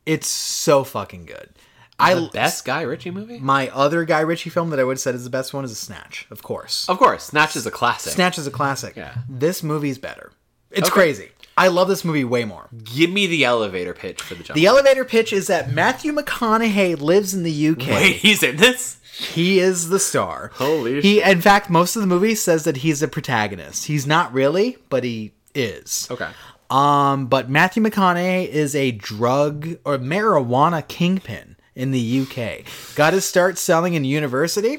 A: It's so fucking good. I
B: The best Guy Ritchie movie?
A: my other Guy Ritchie film that I would have said is the best one is Snatch, of course.
B: Of course, Snatch is a classic.
A: Snatch is a classic.
B: Yeah.
A: This movie's better. It's
B: Okay.
A: crazy. I love this movie way more.
B: Give me the elevator pitch for the jump.
A: The elevator pitch is that Matthew McConaughey lives in the UK.
B: Wait, (laughs) he's in this?
A: He is the star.
B: Holy
A: He in fact most of the movie says that he's a protagonist. He's not really, but he is.
B: Okay.
A: Um, but Matthew McConaughey is a drug or marijuana kingpin in the UK. Got his start selling in university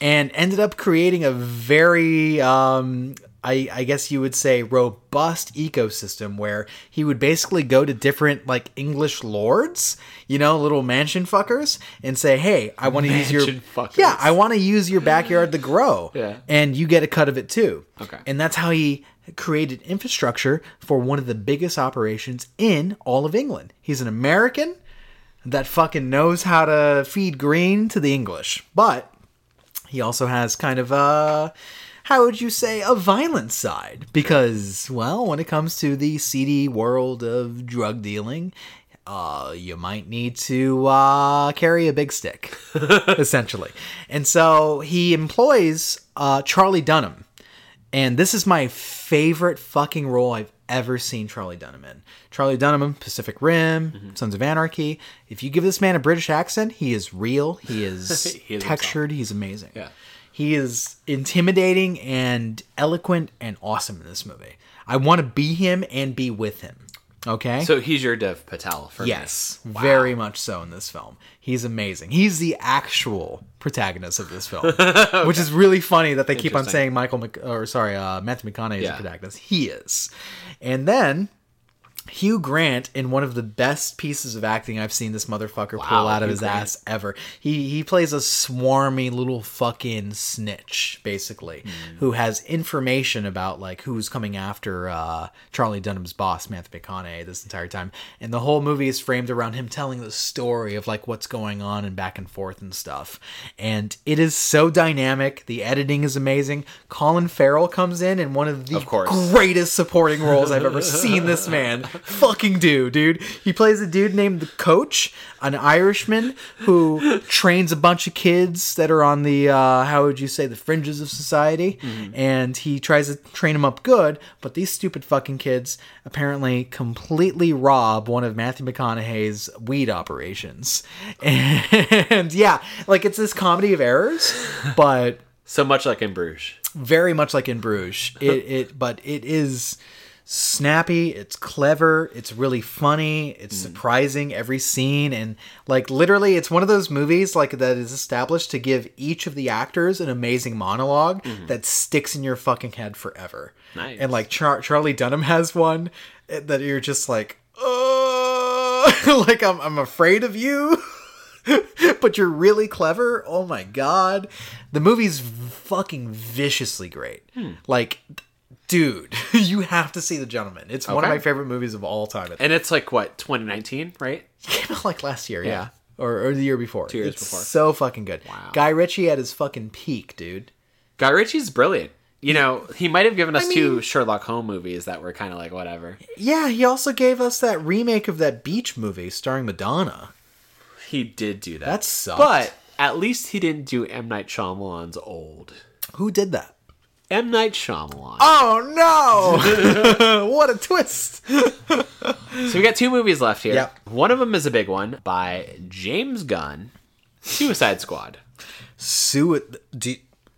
A: and ended up creating a very, um, I, I guess you would say, robust ecosystem where he would basically go to different, like, English lords, you know, little mansion fuckers, and say, hey, I want to use your.
B: Mansion fuckers.
A: Yeah, I want to use your backyard to grow.
B: (laughs) Yeah.
A: And you get a cut of it too.
B: Okay.
A: And that's how he created infrastructure for one of the biggest operations in all of England. He's an American that fucking knows how to feed green to the English. But he also has kind of a how would you say a violent side because well when it comes to the seedy world of drug dealing uh, you might need to uh, carry a big
B: (laughs)
A: stick essentially and so he employs uh, charlie dunham and this is my favorite fucking role I've ever seen Charlie Dunham in. Charlie Dunham, Pacific Rim,
B: Mm-hmm.
A: Sons of Anarchy. If you give this man a British accent, he is real. He is,
B: (laughs) He is
A: textured. He's amazing.
B: Yeah.
A: He is intimidating and eloquent and awesome in this movie. I want to be him and be with him. Okay?
B: So he's your Dev Patel for me.
A: yes, very much so in this film. He's amazing. He's the actual protagonist of this
B: (laughs)
A: film, which is really funny that they keep on
B: Interesting.
A: saying Michael Mc- or sorry, uh, Matthew McConaughey is
B: Yeah.
A: the protagonist. He is. And then Hugh Grant in one of the best pieces of acting I've seen this motherfucker pull out of
B: Hugh
A: his
B: Grant.
A: ass ever. He he plays a swarmy little fucking snitch basically who has information about like who's coming after uh, Charlie Dunham's boss Matthew McConaughey this entire time, and the whole movie is framed around him telling the story of like what's going on and back and forth and stuff. And it is so dynamic. The editing is amazing. Colin Farrell comes in in one of the
B: Of course.
A: greatest supporting roles I've ever seen this man fucking do, dude. He plays a dude named the Coach, an Irishman who trains a bunch of kids that are on the uh, how would you say the fringes of society, and he tries to train them up good. But these stupid fucking kids apparently completely rob one of Matthew McConaughey's weed operations, (laughs) and yeah, like it's this comedy of errors, but
B: So much like in Bruges.
A: very much like in Bruges. It, it but it is snappy. It's clever. It's really funny. It's surprising every scene and like literally, it's one of those movies like that is established to give each of the actors an amazing monolog that sticks in your fucking head forever.
B: Nice.
A: And like Char- Charlie Dunham has one eh, that you're just like, oh, (laughs) like I'm I'm afraid of you. (laughs) but you're really clever. Oh my god. The movie's fucking viciously great.
B: Hmm.
A: Like dude, (laughs) you have to see The Gentleman. It's one of
B: Okay.
A: my favorite movies of all time. It
B: And it's like what, 2019, right?
A: came out like last year, yeah. Or, or the year before. Two
B: years before.
A: So fucking good. Wow. Guy Ritchie at his fucking peak, dude.
B: Guy Ritchie's brilliant. You know, he might have given us two Sherlock Holmes movies that were kind of like whatever.
A: Yeah, he also gave us that remake of that beach movie starring Madonna.
B: He did do that.
A: That sucked.
B: But at least he didn't do M Night Shyamalan's old.
A: Who did that?
B: M Night Shyamalan.
A: Oh no! (laughs) what a twist!
B: So we got two movies left here.
A: Yep.
B: One of them is a big one by James Gunn, Suicide Squad.
A: Sui- do-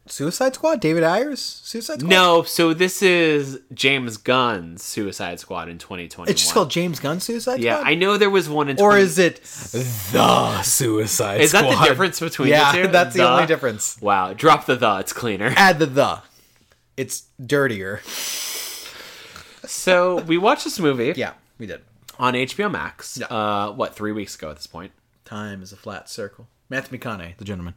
A: Suicide Squad? David Ayers? Suicide Squad?
B: No, so this is James Gunn's Suicide Squad in 2021.
A: It's just called James Gunn Suicide
B: Yeah,
A: Squad?
B: I know there was one in.
A: or
B: 20
A: is it the Ah, Suicide
B: is
A: Squad?
B: that the difference between
A: Yeah,
B: the
A: (laughs)
B: two?
A: that's the
B: (laughs)
A: only difference.
B: Wow, drop the the. It's cleaner.
A: Add the the. It's dirtier.
B: so we watched this movie
A: Yeah, we did.
B: on HBO Max.
A: Yeah.
B: Uh, what three weeks ago at this point?
A: Time is a flat circle. Matthew McConaughey, the gentleman.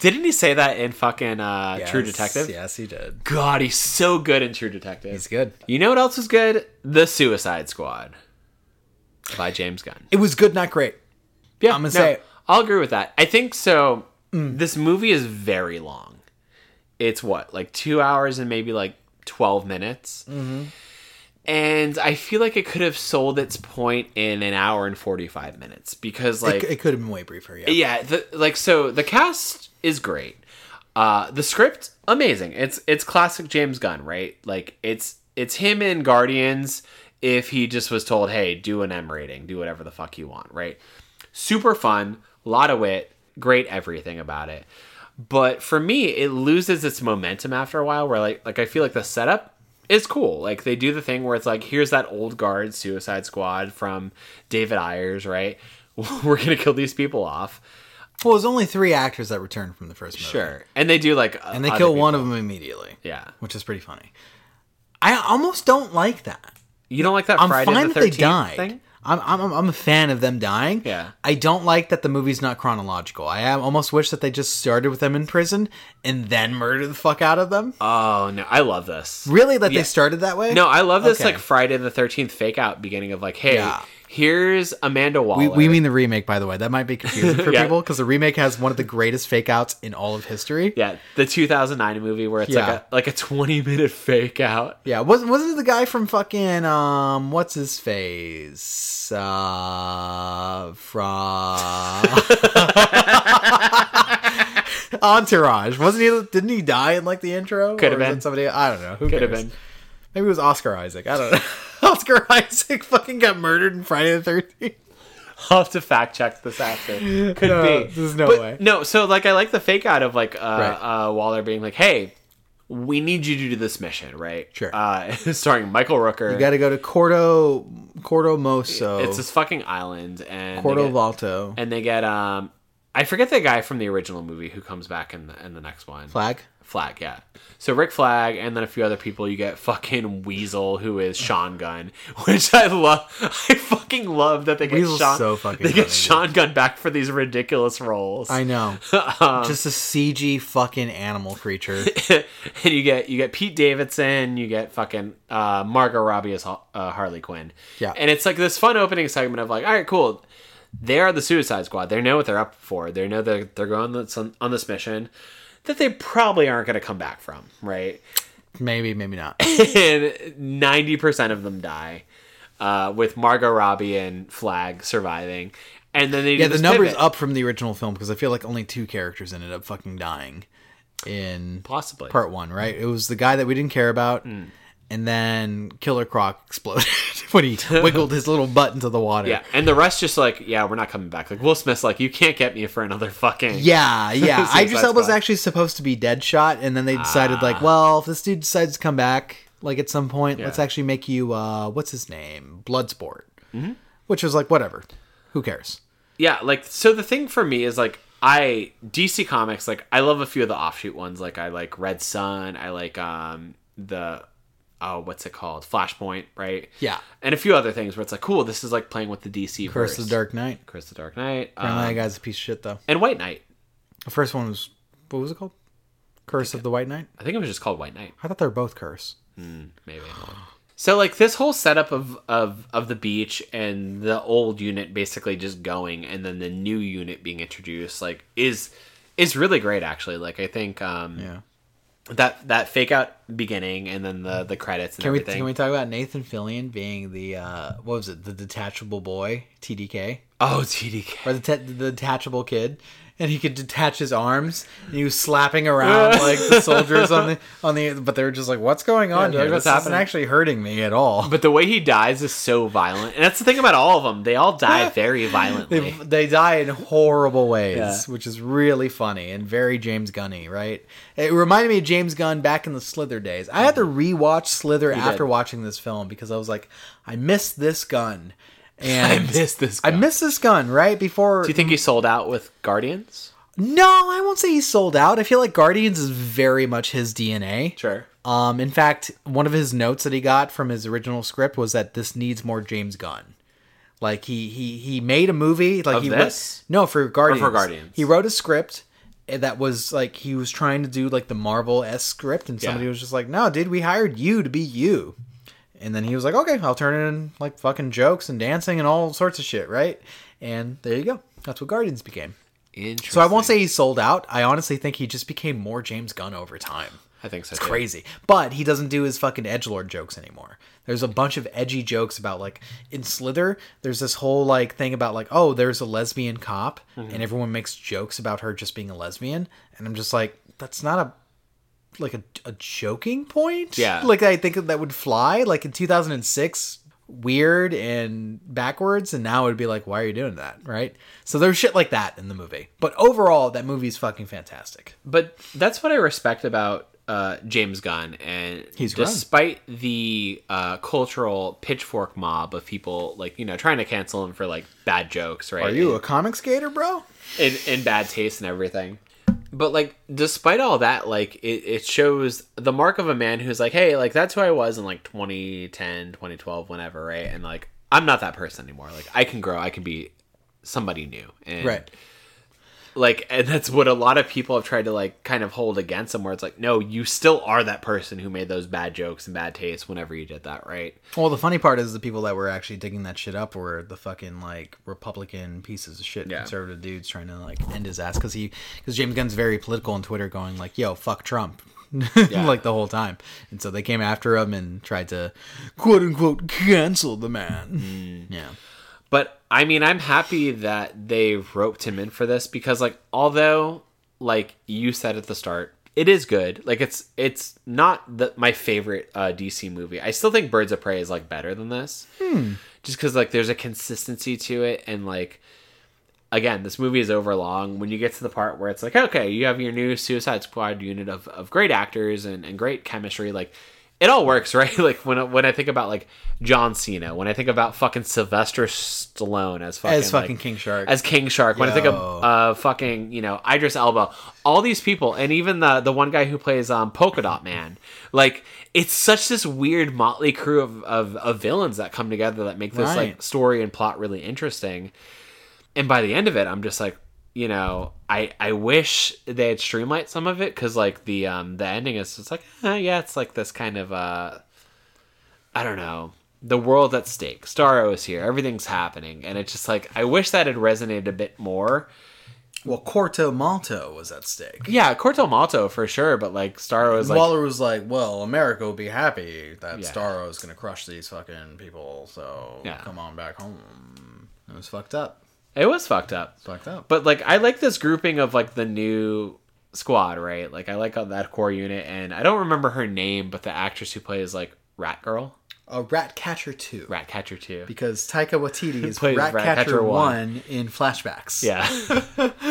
B: Didn't he say that in fucking uh, True Detective?
A: Yes, he did.
B: God, he's so good in True Detective.
A: He's good.
B: You know what else was good? The Suicide Squad by James Gunn.
A: It was good, not great.
B: Yeah,
A: I'm gonna say Mm. it.
B: I'll agree with that. I think so. This movie is very long.
A: Mm-hmm.
B: It's what like two hours and maybe like twelve minutes. and I feel like it could have sold its point in an hour and 45 minutes because like
A: it, it could have been way briefer. Yeah.
B: yeah the, like so the cast is great uh the script amazing it's it's classic james gunn right like it's it's him in guardians if he just was told hey do an m rating do whatever the fuck you want right super fun lot of wit great everything about it but for me it loses its momentum after a while where like like i feel like the setup is cool like they do the thing where it's like here's that old guard suicide squad from david ayers right (laughs) we're gonna kill these people off
A: Well, it was only three actors that returned from the first movie.
B: Sure. And they do like
A: And they kill one of them immediately.
B: Yeah.
A: Which is pretty funny. I almost don't like that.
B: You don't like that
A: I'm
B: Friday
A: fine
B: the
A: that
B: 13th
A: they died.
B: thing?
A: I'm, I'm, I'm a fan of them dying.
B: Yeah.
A: I don't like that the movie's not chronological. I am- almost wish that they just started with them in prison and then murdered the fuck out of them.
B: Oh no, I love this.
A: Really? That
B: Yeah.
A: they started that way?
B: No, I love this
A: Okay.
B: like Friday the 13th fake out beginning of like, hey,
A: Yeah.
B: here's Amanda Waller.
A: We, we mean the remake, by the way. That might be confusing
B: (laughs)
A: for
B: Yeah.
A: people because the remake has one of the greatest fake outs in all of history.
B: yeah, the 2009 movie where it's
A: Yeah.
B: like a like a 20 minute fake out.
A: Yeah, wasn't wasn't it the guy from fucking um what's his face? Uh from (laughs) Entourage. Wasn't he didn't he die in like the intro?
B: Could
A: Or
B: have
A: was it
B: been.
A: somebody I don't know. Who
B: Could have
A: cares?
B: been.
A: Maybe it was Oscar Isaac. I don't know. (laughs) Oscar Isaac fucking got murdered in Friday the thirteenth.
B: I'll have to fact check this after. Could
A: No,
B: be.
A: there's no
B: But-
A: way.
B: No, so like I like the fake out of like uh, uh, Waller being like, hey, we need you to do this mission, right?
A: Sure.
B: Uh, (laughs) starring Michael Rooker.
A: You gotta go to Cordo Cordo Moso.
B: it's this fucking island and they
A: Cordo
B: get-
A: Valto.
B: and they get um I forget the guy from the original movie who comes back in the in the next one.
A: Flag.
B: Flag, yeah. So Rick Flag and then a few other people. You get fucking Weasel, who is Sean Gunn, (laughs) which I love. I fucking love that they get
A: Weasel's
B: Sean.
A: so fucking
B: they get
A: funny,
B: Sean Gunn back for these ridiculous roles.
A: I
B: (laughs)
A: know.
B: Um,
A: Just a CG fucking animal creature.
B: and (laughs) you get you get Pete Davidson, you get fucking uh, Margot Robbie as Har- uh, Harley Quinn.
A: Yeah.
B: and it's like this fun opening segment of like, all right, cool. They are the Suicide Squad. They know what they're up for. They know they're they're going on this, on this mission that they probably aren't going to come back from, right? (laughs)
A: Maybe, maybe not.
B: and ninety percent of them die, uh, with Margot Robbie and Flag surviving. And then they do
A: Yeah, the
B: this
A: numbers
B: pivot.
A: up from the original film because I feel like only two characters ended up fucking dying in
B: possibly.
A: part one, right? It was the guy that we didn't care about,
B: Hmm.
A: and then Killer Croc exploded (laughs) when he wiggled his little butt into the water.
B: yeah, and the rest just like, yeah, we're not coming back. Like Will Smith's like, you can't get me for another fucking (laughs)
A: Yeah, yeah.
B: Suicide
A: Idris Elba's
B: Squad.
A: actually supposed to be Deadshot, and then they decided, like,
B: Ah.
A: well, if this dude decides to come back, like, at some point, let's actually make you, uh, what's his name? Bloodsport. Mm-hmm. Which was like, whatever. Who cares?
B: yeah like so the thing for me is like i dc comics like i love a few of the offshoot ones like i like red sun i like um the oh what's it called flashpoint right
A: Yeah.
B: and a few other things where it's like cool this is like playing with the dc
A: Curse
B: verse
A: of the Dark Knight.
B: curse of the dark knight
A: Apparently,
B: uh,
A: that guy's a piece of shit, though.
B: and white knight
A: The first one was what was it called? Curse of the White Knight.
B: i think it was just called white knight
A: I thought they were both curse.
B: maybe. So like this whole setup of of of the beach and the old unit basically just going and then the new unit being introduced like is is really great actually. Like I think um
A: Yeah.
B: that that fake out beginning and then the the credits and
A: Can we
B: everything.
A: can we talk about Nathan Fillion being the uh, what was it the detachable boy TDK
B: oh TDK.
A: or the, te- the detachable kid and he could detach his arms and he was slapping around like the (laughs) soldiers on the on the but they were just like what's going on
B: Yeah,
A: here
B: what's
A: this isn't
B: happening?"
A: actually hurting me at all
B: But the way he dies is so violent. And that's the thing about all of them. They all
A: (laughs)
B: die very
A: they,
B: violently.
A: they die in horrible ways,
B: Yeah.
A: which is really funny and very James Gunny, right? It reminded me of James Gunn back in the Slither days. I had to rewatch Slither after
B: Mm-hmm. did.
A: watching this film because I was like, I miss this gun, and
B: (laughs) I miss this
A: I
B: gun.
A: miss this gun right before.
B: Do you think he sold out with Guardians?
A: no, I won't say he sold out. I feel like Guardians is very much his DNA.
B: Sure.
A: Um, in fact, one of his notes that he got from his original script was that this needs more James Gunn. Like he he he made a movie like he wrote-
B: this?
A: no for Guardians.
B: Guardians.
A: He wrote a script that was like he was trying to do like the Marvel s script, and somebody
B: Yeah.
A: was just like, "No, dude, we hired you to be you." And then he was like, "Okay, I'll turn in like fucking jokes and dancing and all sorts of shit, right?" And there you go. That's what Guardians became.
B: Interesting.
A: So I won't say he sold out. I honestly think he just became more James Gunn over time.
B: I think so.
A: It's crazy. But he doesn't do his fucking edgelord jokes anymore. There's a bunch of edgy jokes about like in Slither, there's this whole like thing about like, oh, there's a lesbian cop and everyone makes jokes about her just being a lesbian. And I'm just like, that's not a like a, a joking point.
B: Yeah.
A: (laughs) Like I think that would fly. Like in 2006, weird and backwards. And now it would be like, why are you doing that? Right. So there's shit like that in the movie. But overall, that movie's fucking fantastic.
B: but that's what I respect about uh, James Gunn, and
A: He's grown.
B: despite the uh, cultural pitchfork mob of people like you know trying to cancel him for like bad jokes, right?
A: Are you a comic skater, bro?
B: in, in bad taste and everything. But like, despite all that, like it, it shows the mark of a man who's like, hey, like that's who I was in like 2010, 2012, whenever, right? And like, I'm not that person anymore. Like, I can grow. I can be somebody new. And
A: Right.
B: like and that's what a lot of people have tried to like kind of hold against them where it's like no you still are that person who made those bad jokes and bad taste whenever you did that right
A: Well, the funny part is the people that were actually digging that shit up were the fucking like Republican pieces of shit, conservative dudes trying to like end his ass because he because James Gunn's very political on Twitter, going like, "Yo, fuck Trump." (laughs) like the whole time, and so they came after him and tried to quote unquote cancel the man. Yeah,
B: but i mean i'm happy that they roped him in for this because like although like you said at the start it is good like it's it's not the, my favorite uh, dc movie i still think birds of prey is like better than this just because like there's a consistency to it and like again, this movie is over long. When you get to the part where it's like, okay, you have your new Suicide Squad unit of, of great actors and, and great chemistry, like it all works, (laughs) right? Like when I- when I think about like John Cena, when I think about fucking Sylvester Stallone as fucking
A: as fucking
B: like,
A: King Shark.
B: as King Shark, when I think of
A: Yo.
B: uh, fucking you know Idris Elba, all these people, and even the the one guy who plays um, Polka Dot Man, like it's such this weird motley crew of, of, of villains that come together that make this
A: Right.
B: like story and plot really interesting and by the end of it i'm just like you know i i wish they had streamlined some of it because like the um the ending is it's like eh, yeah it's like this kind of uh i don't know the world at stake starro is here everything's happening and it's just like i wish that had resonated a bit more
A: well, Corto Malto was at stake.
B: yeah corto malto for sure but like starro is like
A: Waller was like, "Well, America will be happy that
B: Yeah.
A: Starro is going to crush these fucking people, so
B: Yeah.
A: come on back home." It was fucked up.
B: it was fucked up
A: Fucked up.
B: But like I like this grouping of like the new squad, right? Like I like that core unit and I don't remember her name, but the actress who plays like Rat Girl,
A: a Ratcatcher 2.
B: Rat Catcher 2.
A: Because Taika Waititi is
B: Plays
A: Ratcatcher
B: Ratcatcher
A: 1 in flashbacks.
B: Yeah.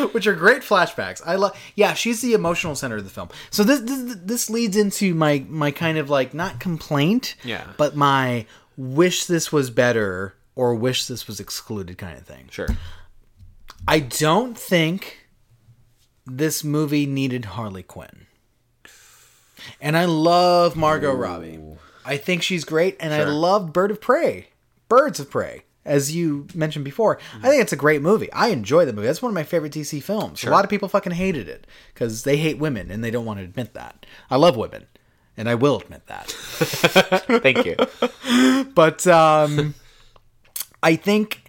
A: (laughs) Which are great flashbacks. I love Yeah, she's the emotional center of the film. So this this, this leads into my my kind of like not complaint,
B: Yeah.
A: but my wish this was better or wish this was excluded kind of thing.
B: sure.
A: I don't think this movie needed Harley Quinn. And I love Margot Robbie. I think she's great, and I love Bird of Prey. Birds of Prey, as you mentioned before. I think it's a great movie. I enjoy the movie. That's one of my favorite DC films. A lot of people fucking hated it because they hate women and they don't want to admit that. I love women, and I will admit that
B: Thank you.
A: but um (laughs) i think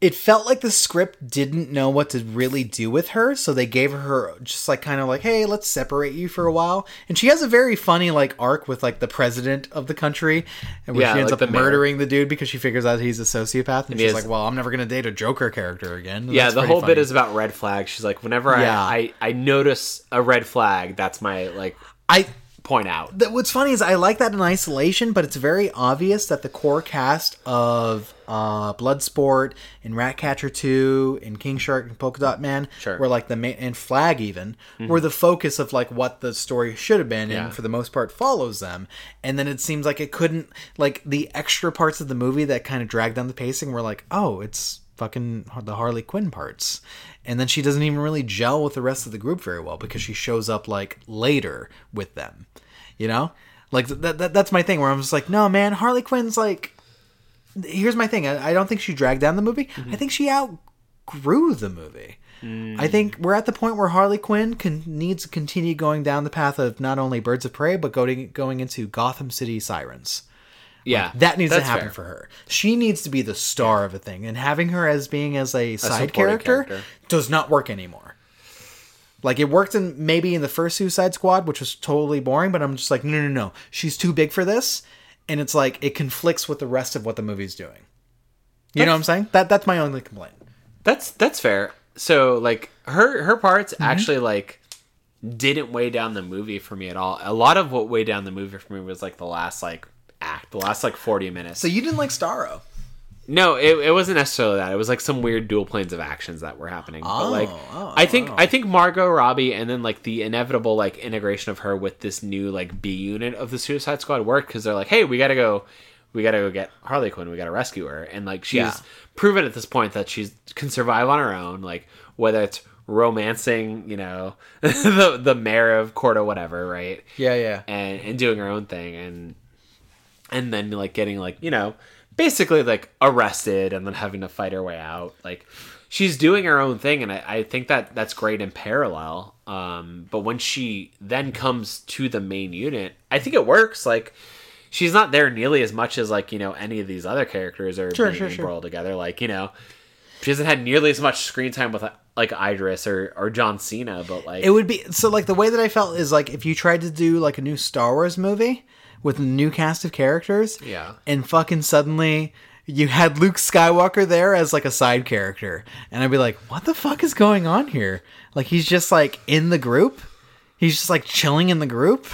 A: it felt like the script didn't know what to really do with her so they gave her just like kind of like hey let's separate you for a while and she has a very funny like arc with like the president of the country and where
B: Yeah,
A: she ends
B: like the
A: up
B: mayor.
A: murdering the dude because she figures out he's a sociopath and she's
B: is-
A: like well i'm never gonna date a joker character again And
B: (laughs) yeah,
A: that's
B: the
A: pretty
B: whole bit
A: funny.
B: is about red flags. She's like whenever
A: Yeah.
B: I, I I notice a red flag, that's my like
A: i
B: point out.
A: Th- what's funny is I like that in isolation, but it's very obvious that the core cast of uh, Bloodsport and Ratcatcher Two and King Shark and Polka Dot Man
B: Sure. Mm-hmm.
A: were like the main and Flag even were the focus of like what the story should have been,
B: Yeah.
A: and for the most part follows them. And then it seems like it couldn't like the extra parts of the movie that kind of dragged down the pacing were like, oh, it's fucking the Harley Quinn parts. And then she doesn't even really gel with the rest of the group very well because she shows up like later with them you know like th- that, that that's my thing where i'm just like no man harley quinn's like here's my thing i, I don't think she dragged down the movie i think she outgrew the movie i think we're at the point where harley quinn can needs to continue going down the path of not only birds of prey but going going into gotham city sirens
B: Yeah.
A: that needs to
B: that's
A: happen
B: fair.
A: for her she needs to be the star of a thing and having her as being as a side
B: supporting
A: character
B: character.
A: does not work anymore Like it worked in maybe in the first Suicide Squad, which was totally boring, but I'm just like, no, no, no, she's too big for this, and it's like it conflicts with the rest of what the movie's doing. You know what I'm saying? That that's my only complaint.
B: That's that's fair. So like her her parts
A: Mm-hmm.
B: actually like didn't weigh down the movie for me at all. A lot of what weighed down the movie for me was like the last like act, the last like 40 minutes.
A: So you didn't like Starro?
B: no, it, it wasn't necessarily that. It was like some weird dual planes of actions that were happening. but like
A: oh,
B: I think I think Margot Robbie and then like the inevitable like integration of her with this new like B unit of the Suicide Squad worked cuz they're like, "Hey, we got to go we got to go get Harley Quinn. We got to rescue her." And like she's
A: Yeah.
B: proven at this point that she's can survive on her own, like whether it's romancing, you know, (laughs) the the mayor of Court or whatever, right?
A: Yeah, yeah.
B: and and doing her own thing and and then like getting like you know basically like arrested and then having to fight her way out like she's doing her own thing and i, I think that that's great in parallel um but when she then comes to the main unit i think it works like she's not there nearly as much as like you know any of these other characters are
A: Sure,
B: being
A: sure, sure.
B: embroiled together like you know she hasn't had nearly as much screen time with like idris or or john cena but like
A: It would be so like the way that I felt is like if you tried to do like a new Star Wars movie with a new cast of characters,
B: Yeah.
A: and fucking suddenly you had Luke Skywalker there as like a side character, and I'd be like, what the fuck is going on here? Like he's just like in the group, he's just like chilling in the group.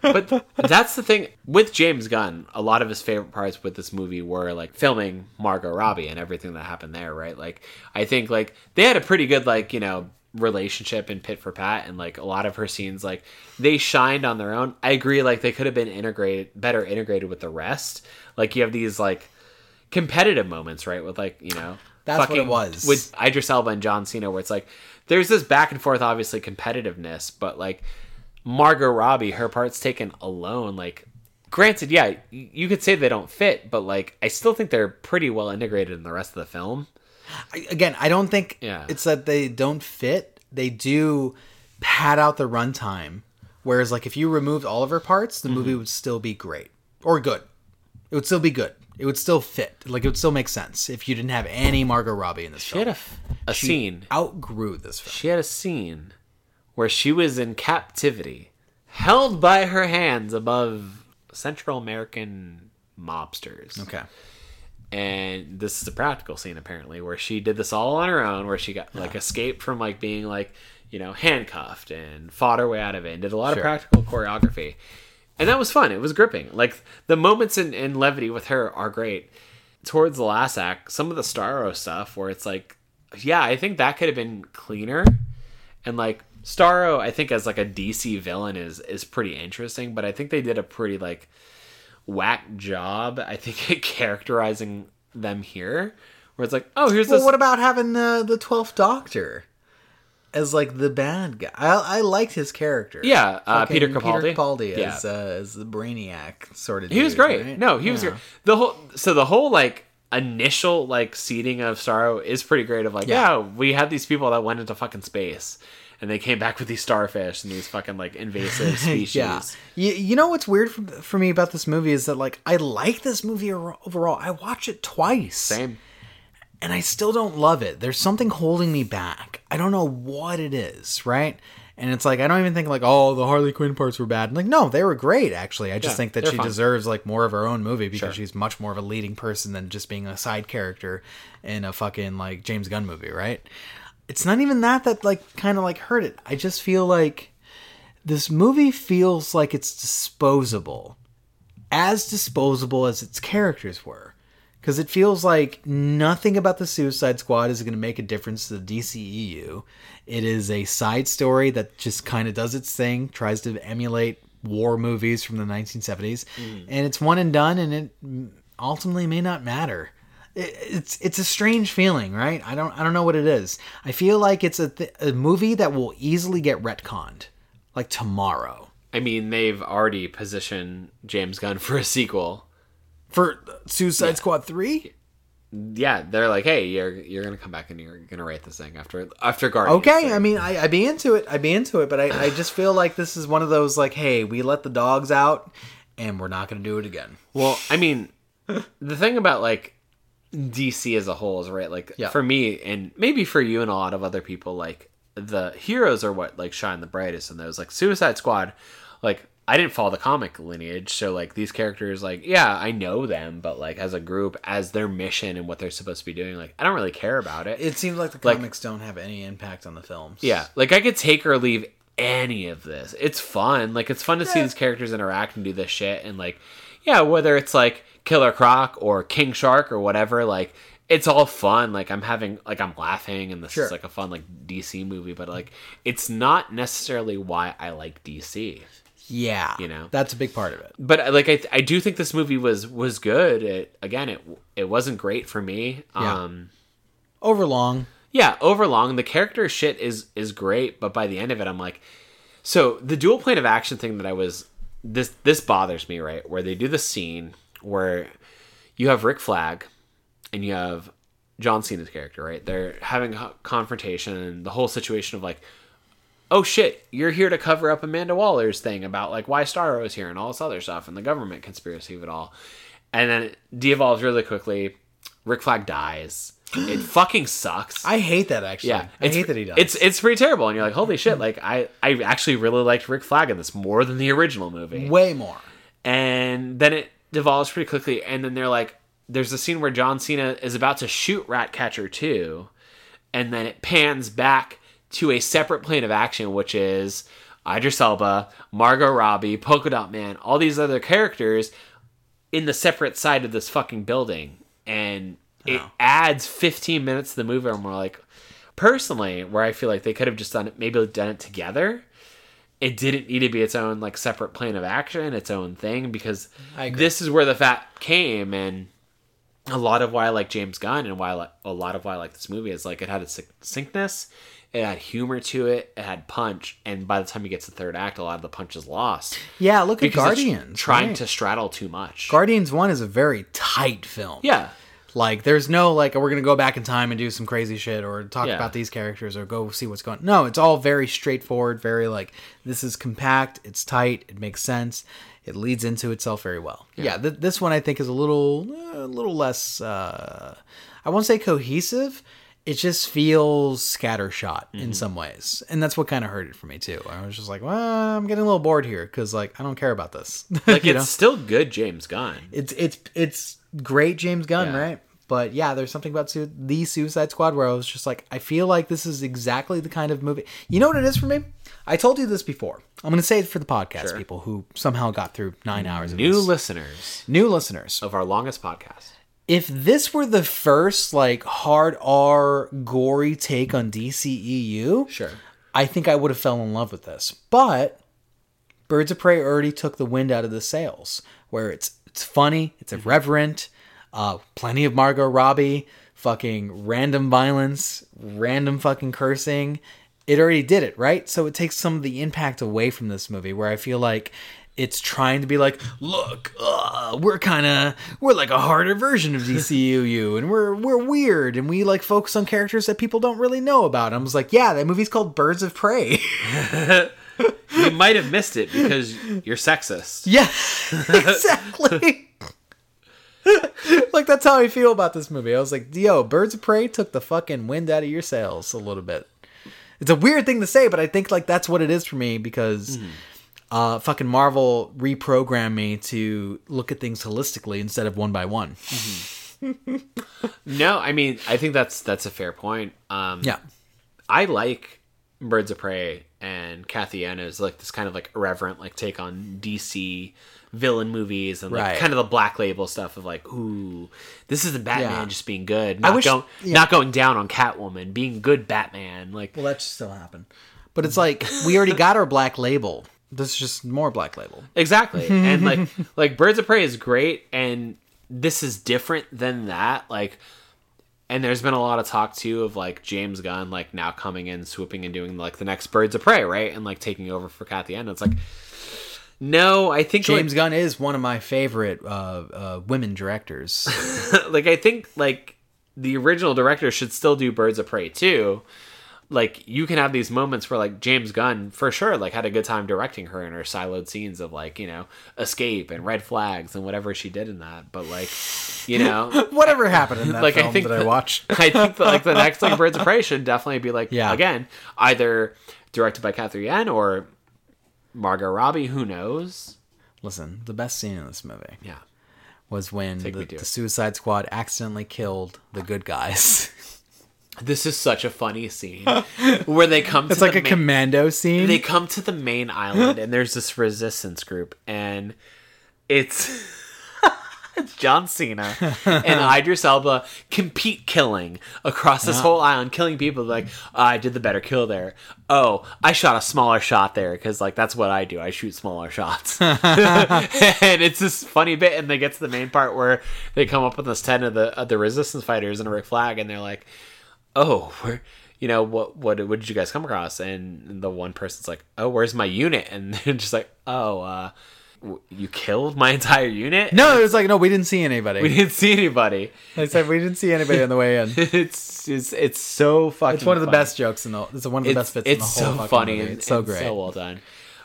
B: but that's the thing with James Gunn. A lot of his favorite parts with this movie were like filming Margot Robbie and everything that happened there, right? Like I think like they had a pretty good like you know relationship in Pit for Pat, and like a lot of her scenes like they shined on their own. I agree, like they could have been integrated better integrated with the rest. Like you have these like competitive moments, right? With like you know.
A: That's what it was.
B: with Idris Elba and John Cena, where it's like there's this back and forth, obviously competitiveness, but like Margot Robbie, her part's taken alone. Like, granted, yeah, y- you could say they don't fit, but like I still think they're pretty well integrated in the rest of the film.
A: I- again, I don't think
B: Yeah.
A: it's that they don't fit. They do pad out the runtime. Whereas, like, if you removed all of her parts, the
B: Mm-hmm.
A: movie would still be great or good. It would still be good. It would still fit. Like, it would still make sense if you didn't have any Margot Robbie in this
B: She had
A: film.
B: a, f- a scene.
A: Outgrew this film.
B: She had a scene where she was in captivity, held by her hands above Central American mobsters.
A: Okay.
B: and this is a practical scene apparently where she did this all on her own where she got like escaped from like being like you know handcuffed and fought her way out of it and did a lot
A: Sure.
B: of practical choreography and that was fun it was gripping like the moments in, in levity with her are great towards the last act some of the starro stuff where it's like yeah i think that could have been cleaner and like starro i think as like a dc villain is is pretty interesting but i think they did a pretty like whack job, I think, (laughs) at characterizing them here. Where it's like, oh, here's
A: Well,
B: this.
A: what about having uh, the Twelfth Doctor as like the bad guy? I, I liked his character.
B: yeah, uh,
A: Fucking
B: Peter Capaldi.
A: Peter Capaldi
B: yeah.
A: as, uh, as the Brainiac sort of.
B: he was
A: dude,
B: great.
A: right?
B: No, he was
A: Yeah.
B: great. The whole so the whole like initial like seating of Starro is pretty great. Of like,
A: Yeah.
B: yeah. we had these people that went into fucking space, and they came back with these starfish and these fucking like invasive
A: (laughs)
B: species.
A: Yeah. You, you know what's weird for, for me about this movie is that, like, I like this movie or- overall. I watch it twice.
B: Same.
A: And I still don't love it. There's something holding me back. I don't know what it is, right? And it's like, I don't even think, like, oh, the Harley Quinn parts were bad. like, no, they were great, actually. I just
B: Yeah,
A: think that
B: they're
A: she
B: fine.
A: deserves, like, more of her own movie because
B: Sure.
A: she's much more of a leading person than just being a side character in a fucking, like, James Gunn movie, right? It's not even that that, like, kind of, like, hurt it. I just feel like this movie feels like it's disposable as disposable as its characters were because it feels like nothing about the suicide squad is going to make a difference to the dceu it is a side story that just kind of does its thing tries to emulate war movies from the 1970s and it's one and done and it ultimately may not matter it- it's it's a strange feeling, right? I don't I don't know what it is. I feel like it's a, th- a movie that will easily get retconned, like tomorrow
B: I mean, they've already positioned James Gunn for a sequel.
A: for Suicide Squad three.
B: Yeah, they're like, hey, you're you're gonna come back and you're gonna write this thing after after Guardians.
A: Okay, I mean I I'd be into it. I'd be into it, but I I just feel like this is one of those like, hey, we let the dogs out, and we're not gonna do it again.
B: Well, I mean, the thing about like DC as a whole is right. Like
A: Yeah.
B: for me, and maybe for you and a lot of other people, like the heroes are what like shine the brightest in those. Like Suicide Squad, like I didn't follow the comic lineage, so like these characters, like yeah, I know them, but like as a group, as their mission and what they're supposed to be doing, like I don't really care about it.
A: It seems like the
B: Like-
A: comics don't have any impact on the films.
B: Yeah, like I could take or leave any of this. It's fun. Like it's fun to see these characters interact and do this shit and like yeah, whether it's like Killer Croc or King Shark or whatever, like it's all fun. Like I'm having like I'm laughing and this
A: Sure.
B: is like a fun like DC movie, but like it's not necessarily why I like DC.
A: yeah,
B: You know?
A: that's a big part of it.
B: But like I I do think this movie was was good. It again, it it wasn't great for me.
A: Yeah.
B: Um
A: Overlong,
B: yeah overlong the character shit is is great but by the end of it i'm like so the dual plane of action thing that i was this this bothers me right where they do the scene where you have rick flag and you have john cena's character right they're having a confrontation and the whole situation of like oh shit you're here to cover up amanda waller's thing about like why starro is here and all this other stuff and the government conspiracy of it all and then it de-evolves really quickly rick flag dies it (gasps) fucking sucks
A: I hate that actually.
B: yeah,
A: I hate that he does.
B: It's it's pretty terrible, and you're like, holy shit! Like I I actually really liked Rick Flag in this more than the original movie,
A: way more.
B: and then it devolves pretty quickly, and then they're like, there's a scene where John Cena is about to shoot Ratcatcher two, and then it pans back to a separate plane of action, which is Idris Elba, Margot Robbie, Polka Dot Man, all these other characters in the separate side of this fucking building, and it adds 15 minutes to the movie. And we're like, personally, where I feel like they could have just done it, maybe done it together. It didn't need to be its own like separate plane of action, its own thing, because
A: I agree.
B: this is where the fat came and a lot of why I like James Gunn and why I like, a lot of why I like this movie is like it had its succinctness, it had humor to it, it had punch, and by the time you get to the third act, a lot of the punch is lost.
A: Yeah, look at
B: Because it's
A: Guardians.
B: trying
A: right?
B: to straddle too much.
A: Guardians One is a very tight film.
B: yeah,
A: Like, there's no like we're gonna go back in time and do some crazy shit or talk
B: Yeah.
A: about these characters or go see what's going. No, it's all very straightforward. Very like this is compact. It's tight. It makes sense. It leads into itself very well. Yeah, th- this one I think is a little, eh, a little less. Uh, I won't say cohesive. It just feels scattershot
B: Mm-hmm.
A: in some ways, and that's what kind of hurt it for me too. I was just like, well, I'm getting a little bored here because like I don't care about this.
B: like
A: You
B: it's
A: know?
B: still good James Gunn.
A: it's it's it's great James Gunn,
B: Yeah.
A: right? But yeah, there's something about su- the Suicide Squad where I was just like, I feel like this is exactly the kind of movie. You know what it is for me? I told you this before. I'm going to say it for the podcast people who somehow got through nine hours of
B: New Oh.
A: this.
B: listeners
A: New listeners.
B: of our longest podcast.
A: If this were the first like hard R gory take on DCEU,
B: Sure.
A: I think I would have fell in love with this. But Birds of Prey already took the wind out of the sails, where it's it's funny, it's irreverent, uh, plenty of Margot Robbie, fucking random violence, random fucking cursing. It already did it, right? So it takes some of the impact away from this movie, where I feel like it's trying to be like, look, uh, we're kind of we're like a harder version of DCUU, and we're we're weird, and we like focus on characters that people don't really know about. I was like, yeah, that movie's called Birds of Prey.
B: You might have missed it because you're
A: (laughs)
B: sexist.
A: Yeah, exactly. like that's how I feel about this movie. I was like, "Yo, Birds of Prey took the fucking wind out of your sails a little bit." It's a weird thing to say, but I think like that's what it is for me because uh, fucking Marvel reprogrammed me to look at things holistically instead of one by one.
B: No, I mean I think that's that's a fair point. Um,
A: Yeah,
B: I like Birds of Prey and Kathy Anna is like this kind of like irreverent like take on DC villain movies and like
A: Right.
B: kind of the black label stuff of like ooh this is the Batman
A: Yeah.
B: just being good not
A: wish-
B: going
A: yeah.
B: not going down on Catwoman being good Batman like
A: well, that should still happen. But it's like we already got our black label. This is just more black label.
B: Exactly. and like like Birds of Prey is great and this is different than that. Like and there's been a lot of talk too of like James Gunn like now coming in, swooping and doing like the next Birds of Prey, right? And like taking over for Kat the end. It's like no, I think
A: James Gunn is one of my favorite uh, uh, women directors.
B: like, like I think like the original director should still do Birds of Prey too. like you can have these moments where like James Gunn for sure like had a good time directing her in her siloed scenes of like you know escape and red flags and whatever she did in that but like
A: (laughs)
B: you know
A: Whatever happened in that
B: Like, I
A: film
B: think
A: that I
B: that-
A: watched?
B: I think that, like the next like Birds of Prey should definitely be like
A: Yeah.
B: again either directed by Catherine Yen or Margot Robbie who knows
A: Listen, the best scene in this movie
B: yeah
A: was when the,
B: me to
A: the
B: it.
A: Suicide Squad accidentally killed the good guys. (laughs)
B: this is such a funny scene where they come to
A: it's like
B: the
A: a
B: main-
A: commando scene.
B: they come to the main island and there's this resistance group and it's (laughs) it's John Cena and Idris Elba compete killing across this whole island, killing people. Like I did the better kill there. Oh, I shot a smaller shot there because like that's what I do. I shoot smaller (laughs) shots, and it's this funny bit. And they get to the main part where they come up with this ten of the of the resistance fighters and a Rick Flag, and they're like, oh where you know what what what did you guys come across and the one person's like oh where's my unit and (laughs) they're just like oh uh w- you killed my entire unit
A: no, it was like no, we didn't see anybody.
B: (laughs) we didn't see anybody (laughs)
A: They said we didn't see anybody on the way in.
B: it's it's it's so fucking
A: It's one of the
B: funny.
A: best jokes in the. It's one of the best bits. in the
B: it's
A: whole
B: so
A: fucking
B: funny
A: movie.
B: and
A: It's so
B: and
A: great.
B: so well done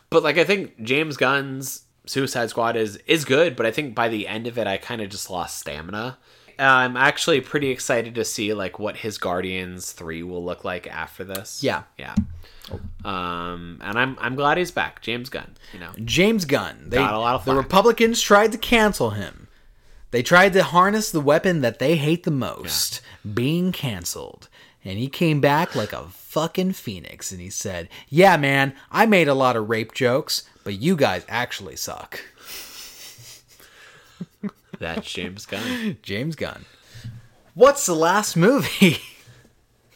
B: but like i think james gunn's suicide squad is is good but i think by the end of it i kind of just lost stamina i'm actually pretty excited to see like what his guardians 3 will look like after this
A: Yeah.
B: yeah um and i'm i'm glad he's back james gunn
A: (laughs)
B: you know
A: James Gunn. They,
B: Got a lot of
A: the
B: flack.
A: Republicans tried to cancel him. They tried to harness the weapon that they hate the most, being canceled. And he came back like a fucking phoenix and he said, Yeah, man, I made a lot of rape jokes, but you guys actually suck. (laughs)
B: that's james gunn
A: James Gunn. What's the last movie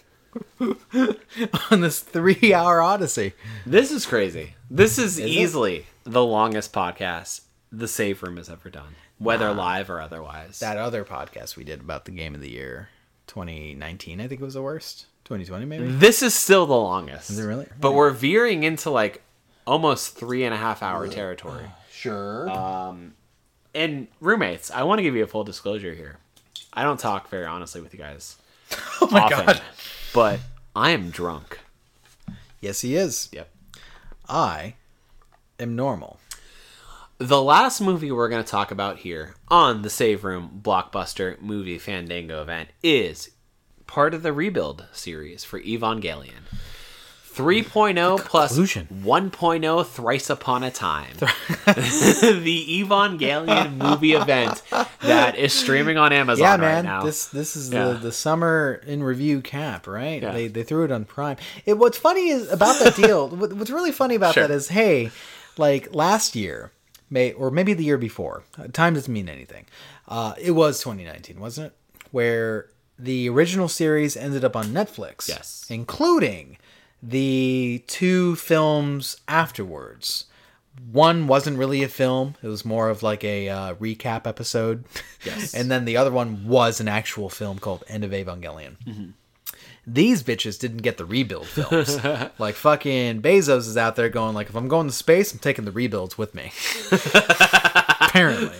A: (laughs) on this three hour odyssey?
B: this is crazy this is, easily the longest podcast the safe room has ever done whether live or otherwise
A: that other podcast we did about the game of the year 2019 i think it was the worst 2020 maybe
B: This is still the longest. Is
A: it really?
B: But we're veering into like almost three and a half hour territory.
A: sure
B: Uh, And roommates, I want to give you a full disclosure here. I don't talk very honestly with you guys.
A: (laughs) oh my god
B: But I am drunk.
A: yes he is
B: Yep.
A: i am normal
B: The last movie we're going to talk about here on the Save Room Blockbuster Movie Fandango event is part of the Rebuild series for Evangelion. 3.0 plus
A: conclusion.
B: 1.0 thrice upon a time. (laughs) the Evangelion movie event that is streaming on Amazon
A: yeah
B: right
A: man
B: now.
A: this this is the,
B: Yeah.
A: the summer in review cap right
B: Yeah.
A: they, they threw it on prime it, what's funny is about that
B: (laughs)
A: deal what, what's really funny about
B: Sure.
A: that is hey like last year may or maybe the year before uh, time doesn't mean anything uh, it was 2019 wasn't it where the original series ended up on netflix
B: Yes.
A: including the two films afterwards one wasn't really a film it was more of like a uh, recap episode (laughs)
B: Yes.
A: and then the other one was an actual film called end of evangelion these bitches didn't get the rebuild
B: (laughs)
A: films like fucking bezos is out there going like if i'm going to space i'm taking the rebuilds with
B: (laughs)
A: me apparently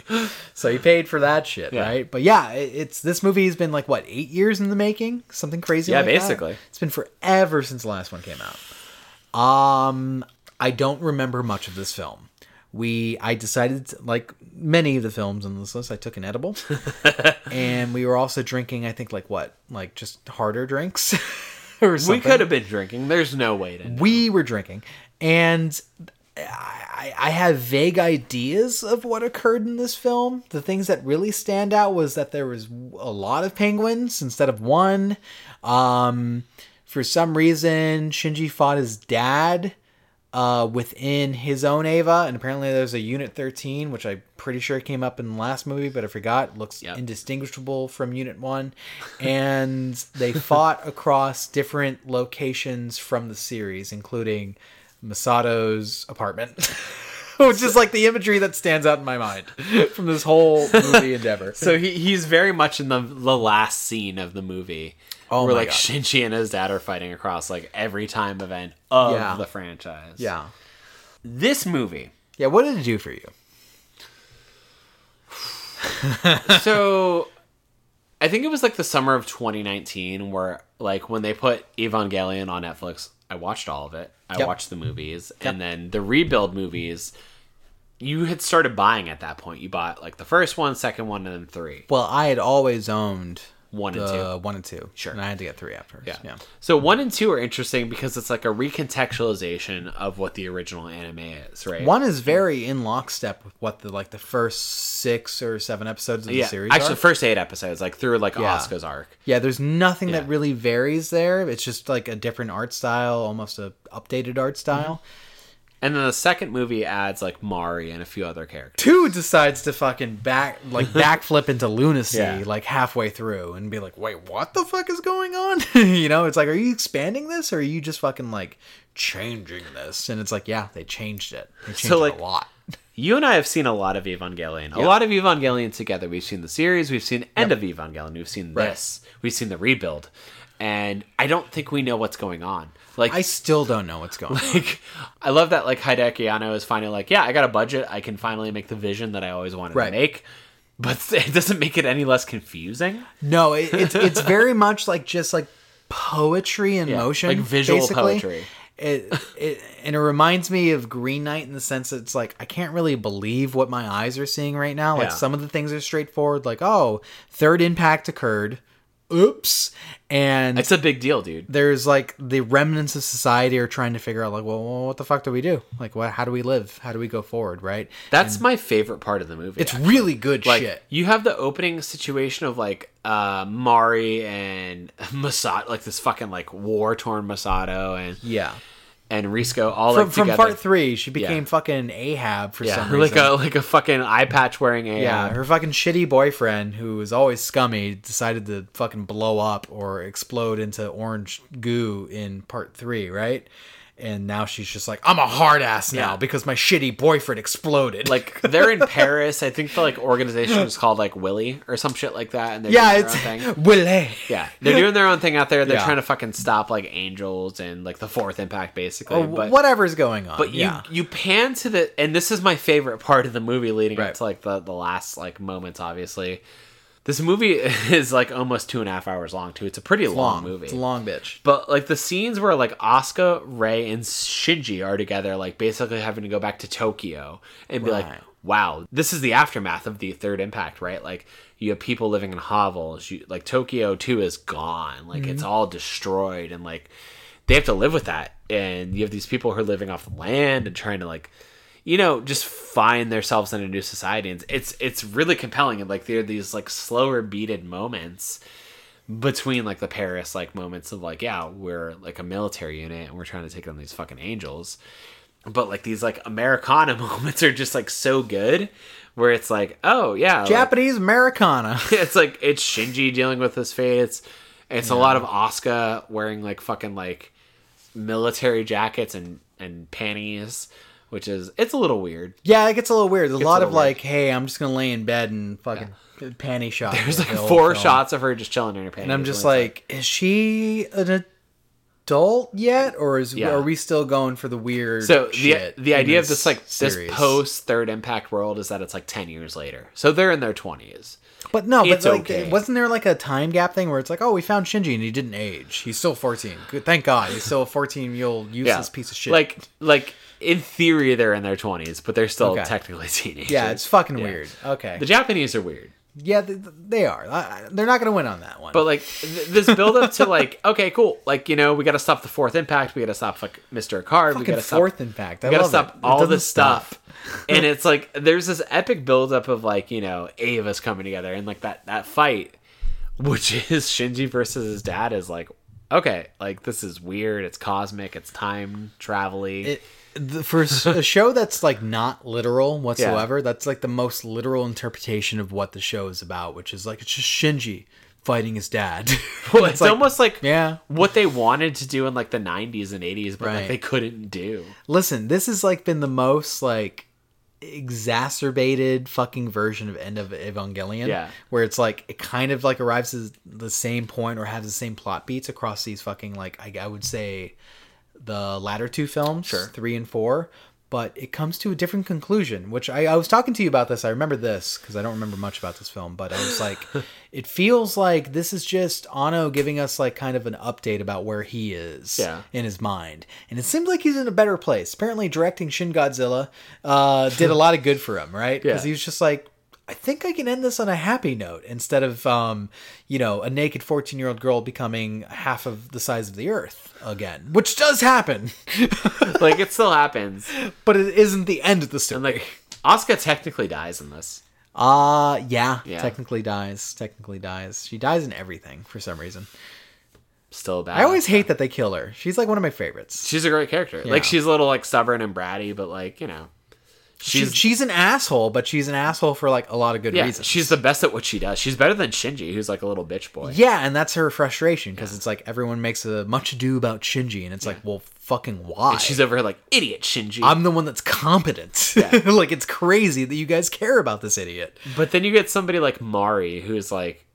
A: so he paid for that shit right but yeah it, it's this movie has been like what eight years in the making something crazy
B: Yeah,
A: like that.
B: basically.
A: it's been forever since the last one came out um, I don't remember much of this film. We, I decided, like many of the films on this list, I took an
B: (laughs)
A: edible, and we were also drinking. I think like what, like just harder drinks, (laughs) or something.
B: we could have been drinking. There's no
A: (laughs)
B: way to.
A: We were drinking, and I, I I have vague ideas of what occurred in this film. The things that really stand out was that there was a lot of penguins instead of one. Um, for some reason, Shinji fought his dad uh, within his own Ava, and apparently there's a Unit 13, which I'm pretty sure came up in the last movie, but I forgot. It looks
B: Yep.
A: indistinguishable from Unit 1. And they (laughs) fought across different locations from the series, including Masato's apartment. (laughs) Which is like the imagery that stands out in my mind from this whole (laughs) movie endeavor.
B: So he, he's very much in the the last scene of the movie.
A: Oh
B: where
A: my
B: like
A: God.
B: Shinji and his dad are fighting across like every time event of
A: Yeah.
B: the franchise.
A: Yeah.
B: This
A: (laughs)
B: movie.
A: Yeah, what did it do for you?
B: So I think it was like the summer of 2019 where like when they put Evangelion on Netflix, I watched all of it. I
A: Yep.
B: watched the movies and then the rebuild movies you had started buying at that point. You bought like the first one, second one, and then three.
A: Well, I had always owned
B: One and
A: the one and two.
B: Sure.
A: and I had to get three afterwards. Yeah,
B: So one and two are interesting because it's like a recontextualization of what the original anime is, right?
A: One is very in lockstep with what the like the first six or seven episodes of
B: yeah,
A: the series.
B: actually,
A: are.
B: the first eight episodes, like through like
A: Yeah.
B: Asuka's arc.
A: yeah. There's nothing that really varies there. It's just like a different art style, almost a updated art style.
B: And then the second movie adds like Mari and a few other characters.
A: Two decides to fucking back (laughs) like backflip into lunacy
B: Yeah.
A: like halfway through and be like, wait, what the fuck is going on? (laughs) you know, it's like, are you expanding this or are you just fucking like changing this? And it's like, yeah, they changed it. They changed it
B: like,
A: a lot.
B: You and I have seen a lot of Evangelion. A lot of Evangelion together. We've seen the series, we've seen End of Evangelion, we've seen
A: Right.
B: this, we've seen the rebuild. And I don't think we know what's going on. Like (laughs)
A: I still don't know what's going on.
B: like, I love that like Hideki Anno is finally like, yeah, I got a budget. I can finally make the vision that I always wanted to
A: Right.
B: make. But (laughs) it doesn't make it any less confusing.
A: No, it, it's
B: (laughs)
A: it's very much like just like poetry in
B: Yeah,
A: motion,
B: like visual
A: basically.
B: poetry.
A: It, it and it reminds me of Green Knight in the sense that it's like I can't really believe what my eyes are seeing right now. Like
B: Yeah.
A: some of the things are straightforward, like oh, third impact occurred, oops, and
B: It's a big deal, dude.
A: there's like the remnants of society are trying to figure out like well, what the fuck do we do? Like what? How do we live? How do we go forward? Right?
B: That's my favorite part of the movie.
A: It's really good
B: like
A: shit.
B: you have the opening situation of like uh Mari and (laughs) Masato, like this fucking like war torn Masato and
A: Yeah.
B: and Risco all
A: From,
B: like
A: from
B: together.
A: part three, she became fucking Ahab for
B: yeah,
A: some reason.
B: (laughs) like a like a fucking eye patch wearing a
A: Yeah,
B: uh,
A: her fucking shitty boyfriend, who was always scummy, decided to fucking blow up or explode into orange goo in part three, right? And now she's just like, I'm a hard ass now
B: Yeah.
A: because my shitty boyfriend exploded.
B: like they're in Paris. I think the like organization is called like Willy or some shit like that. And
A: (laughs)
B: they're
A: yeah,
B: doing their own (laughs) thing.
A: it's (laughs) Willie.
B: yeah, they're doing their own thing out there. They're
A: Yeah.
B: trying to fucking stop like angels and like the fourth impact basically. but
A: Whatever's going on.
B: but you
A: yeah.
B: you pan to the and this is my favorite part of the movie leading up
A: Right.
B: to like the the last like moments. Obviously, this movie (laughs) is like almost two and a half hours long too. It's a pretty
A: long
B: long, movie.
A: It's a long bitch.
B: But like the scenes where like Asuka, Ray, and Shinji are together, like basically having to go back to Tokyo and be like,
A: Right.
B: "Wow, this is the aftermath of the Third Impact, right?" Like you have people living in hovels. You, like Tokyo too is gone. Like it's all destroyed, and like they have to live with that. And you have these people who are living off the land and trying to like, you know, just find themselves in a new society. And it's it's really compelling. And like there are these like slower beaded moments between like the Paris like moments of like yeah we're like a military unit and we're trying to take down these fucking angels, but like these like Americana (laughs) moments are just like so good where it's like oh yeah like,
A: Japanese Americana.
B: (laughs)
A: (laughs)
B: it's like it's Shinji dealing with his fate it's it's a lot of Asuka wearing like fucking like military jackets and and panties which is it's a little weird
A: yeah, it gets a little weird. There's a lot
B: little
A: of like, hey, I'm just going to lay in bed and fucking panty shot.
B: there's
A: the
B: like
A: whole
B: four
A: film.
B: shots of her just chilling in her panties
A: And I'm just
B: when it's
A: like, is she an adult yet, or is
B: Yeah.
A: are we still going for the weird?
B: So the
A: shit
B: the
A: in
B: idea of this like
A: series?
B: this post Third Impact world is that it's like ten years later, so they're in their twenties.
A: but no, but
B: it's
A: like,
B: okay.
A: wasn't there like a time gap thing where it's like, oh, we found Shinji and he didn't age. He's still 14. Good, thank God, he's still a 14 year old useless piece of shit.
B: Like like in theory they're in their twenties, but they're still
A: Okay.
B: technically (laughs) teenagers.
A: yeah, it's fucking weird. Okay,
B: the Japanese are weird,
A: yeah, th- th- they are. I- I- they're not gonna win on that one.
B: but like th- this build up to like (laughs) okay, cool, like you know we got to stop the Fourth Impact, we got to stop like Mister Card, we
A: fucking
B: got to stop
A: fourth impact. I
B: We gotta
A: love
B: stop
A: it. It
B: all
A: doesn't
B: this
A: stop. (laughs)
B: stuff. and it's like there's this epic buildup of like, you know, eight of us coming together and like that that fight, which (laughs) is Shinji versus his dad, is like, okay, like this is weird, it's cosmic, it's time travel
A: it, the, for s- a show that's like not literal whatsoever, that's like the most literal interpretation of what the show is about, which is like it's just Shinji fighting his dad. (laughs)
B: Well, it's,
A: like-
B: almost like
A: yeah.
B: what they wanted to do in like the nineties and eighties, but like
A: Right.
B: they couldn't do.
A: Listen, this has like been the most like exacerbated fucking version of End of Evangelion,
B: Yeah.
A: where it's like it kind of like arrives at the same point or has the same plot beats across these fucking like I, I would say the latter two films, three and four. but it comes to a different conclusion which i, I was talking to you about this i remember this because i don't remember much about this film but i was
B: (laughs)
A: like it feels like this is just ano giving us like kind of an update about where he is
B: Yeah.
A: in his mind and it seems like he's in a better place apparently directing shin godzilla uh, did a lot of good for him right because
B: Yeah.
A: he was just like I think I can end this on a happy note instead of, um, you know, a naked 14 year old girl becoming half of the size of the earth again, which does happen, (laughs)
B: like it still happens.
A: but it isn't the end of the story.
B: And like Asuka technically dies in this.
A: Uh yeah,
B: Yeah.
A: Technically dies. Technically dies. She dies in everything for some reason.
B: Still bad.
A: I always hate that they kill her. She's like one of my favorites.
B: She's a great character. Like she's a little like stubborn and bratty, but like, you know.
A: She's
B: She's
A: she's an asshole, but she's an asshole for like a lot of good
B: yeah,
A: reasons.
B: she's the best at what she does. She's better than Shinji, who's like a little bitch boy.
A: yeah, and that's her frustration because it's like everyone makes a much ado about Shinji, and it's like, well, fucking why?
B: She's over here like idiot Shinji.
A: I'm the one that's competent. (laughs) like it's crazy that you guys care about this idiot.
B: but then you get somebody like Mari, who's like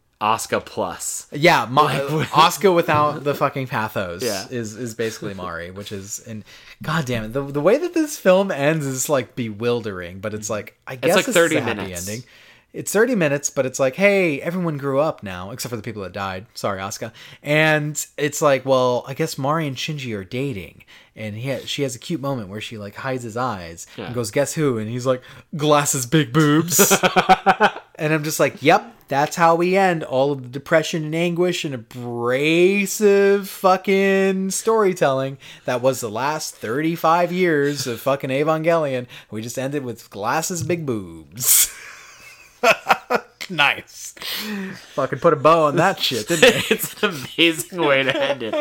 A: (laughs)
B: Asuka plus.
A: Yeah, Ma- uh, Oscar without the fucking pathos
B: Yeah.
A: is is basically Mari, which is and god damn it, the, the way that this film ends is like bewildering, but it's like I guess
B: like
A: this
B: 30
A: is a happy
B: minutes.
A: ending. It's 30 minutes, but it's like, hey, everyone grew up now, except for the people that died. Sorry, Asuka. And it's like, well, I guess Mari and Shinji are dating. And he ha- she has a cute moment where she like hides his eyes
B: Yeah.
A: and goes, guess who? And he's like, glasses, big
B: (laughs)
A: boobs. And I'm just like, yep, that's how we end all of the depression and anguish and abrasive fucking storytelling that was the last 35 years of fucking Evangelion. We just ended with glasses, big boobs. nice. Fucking put a bow on that shit, didn't they?
B: (laughs) it's an amazing way to end it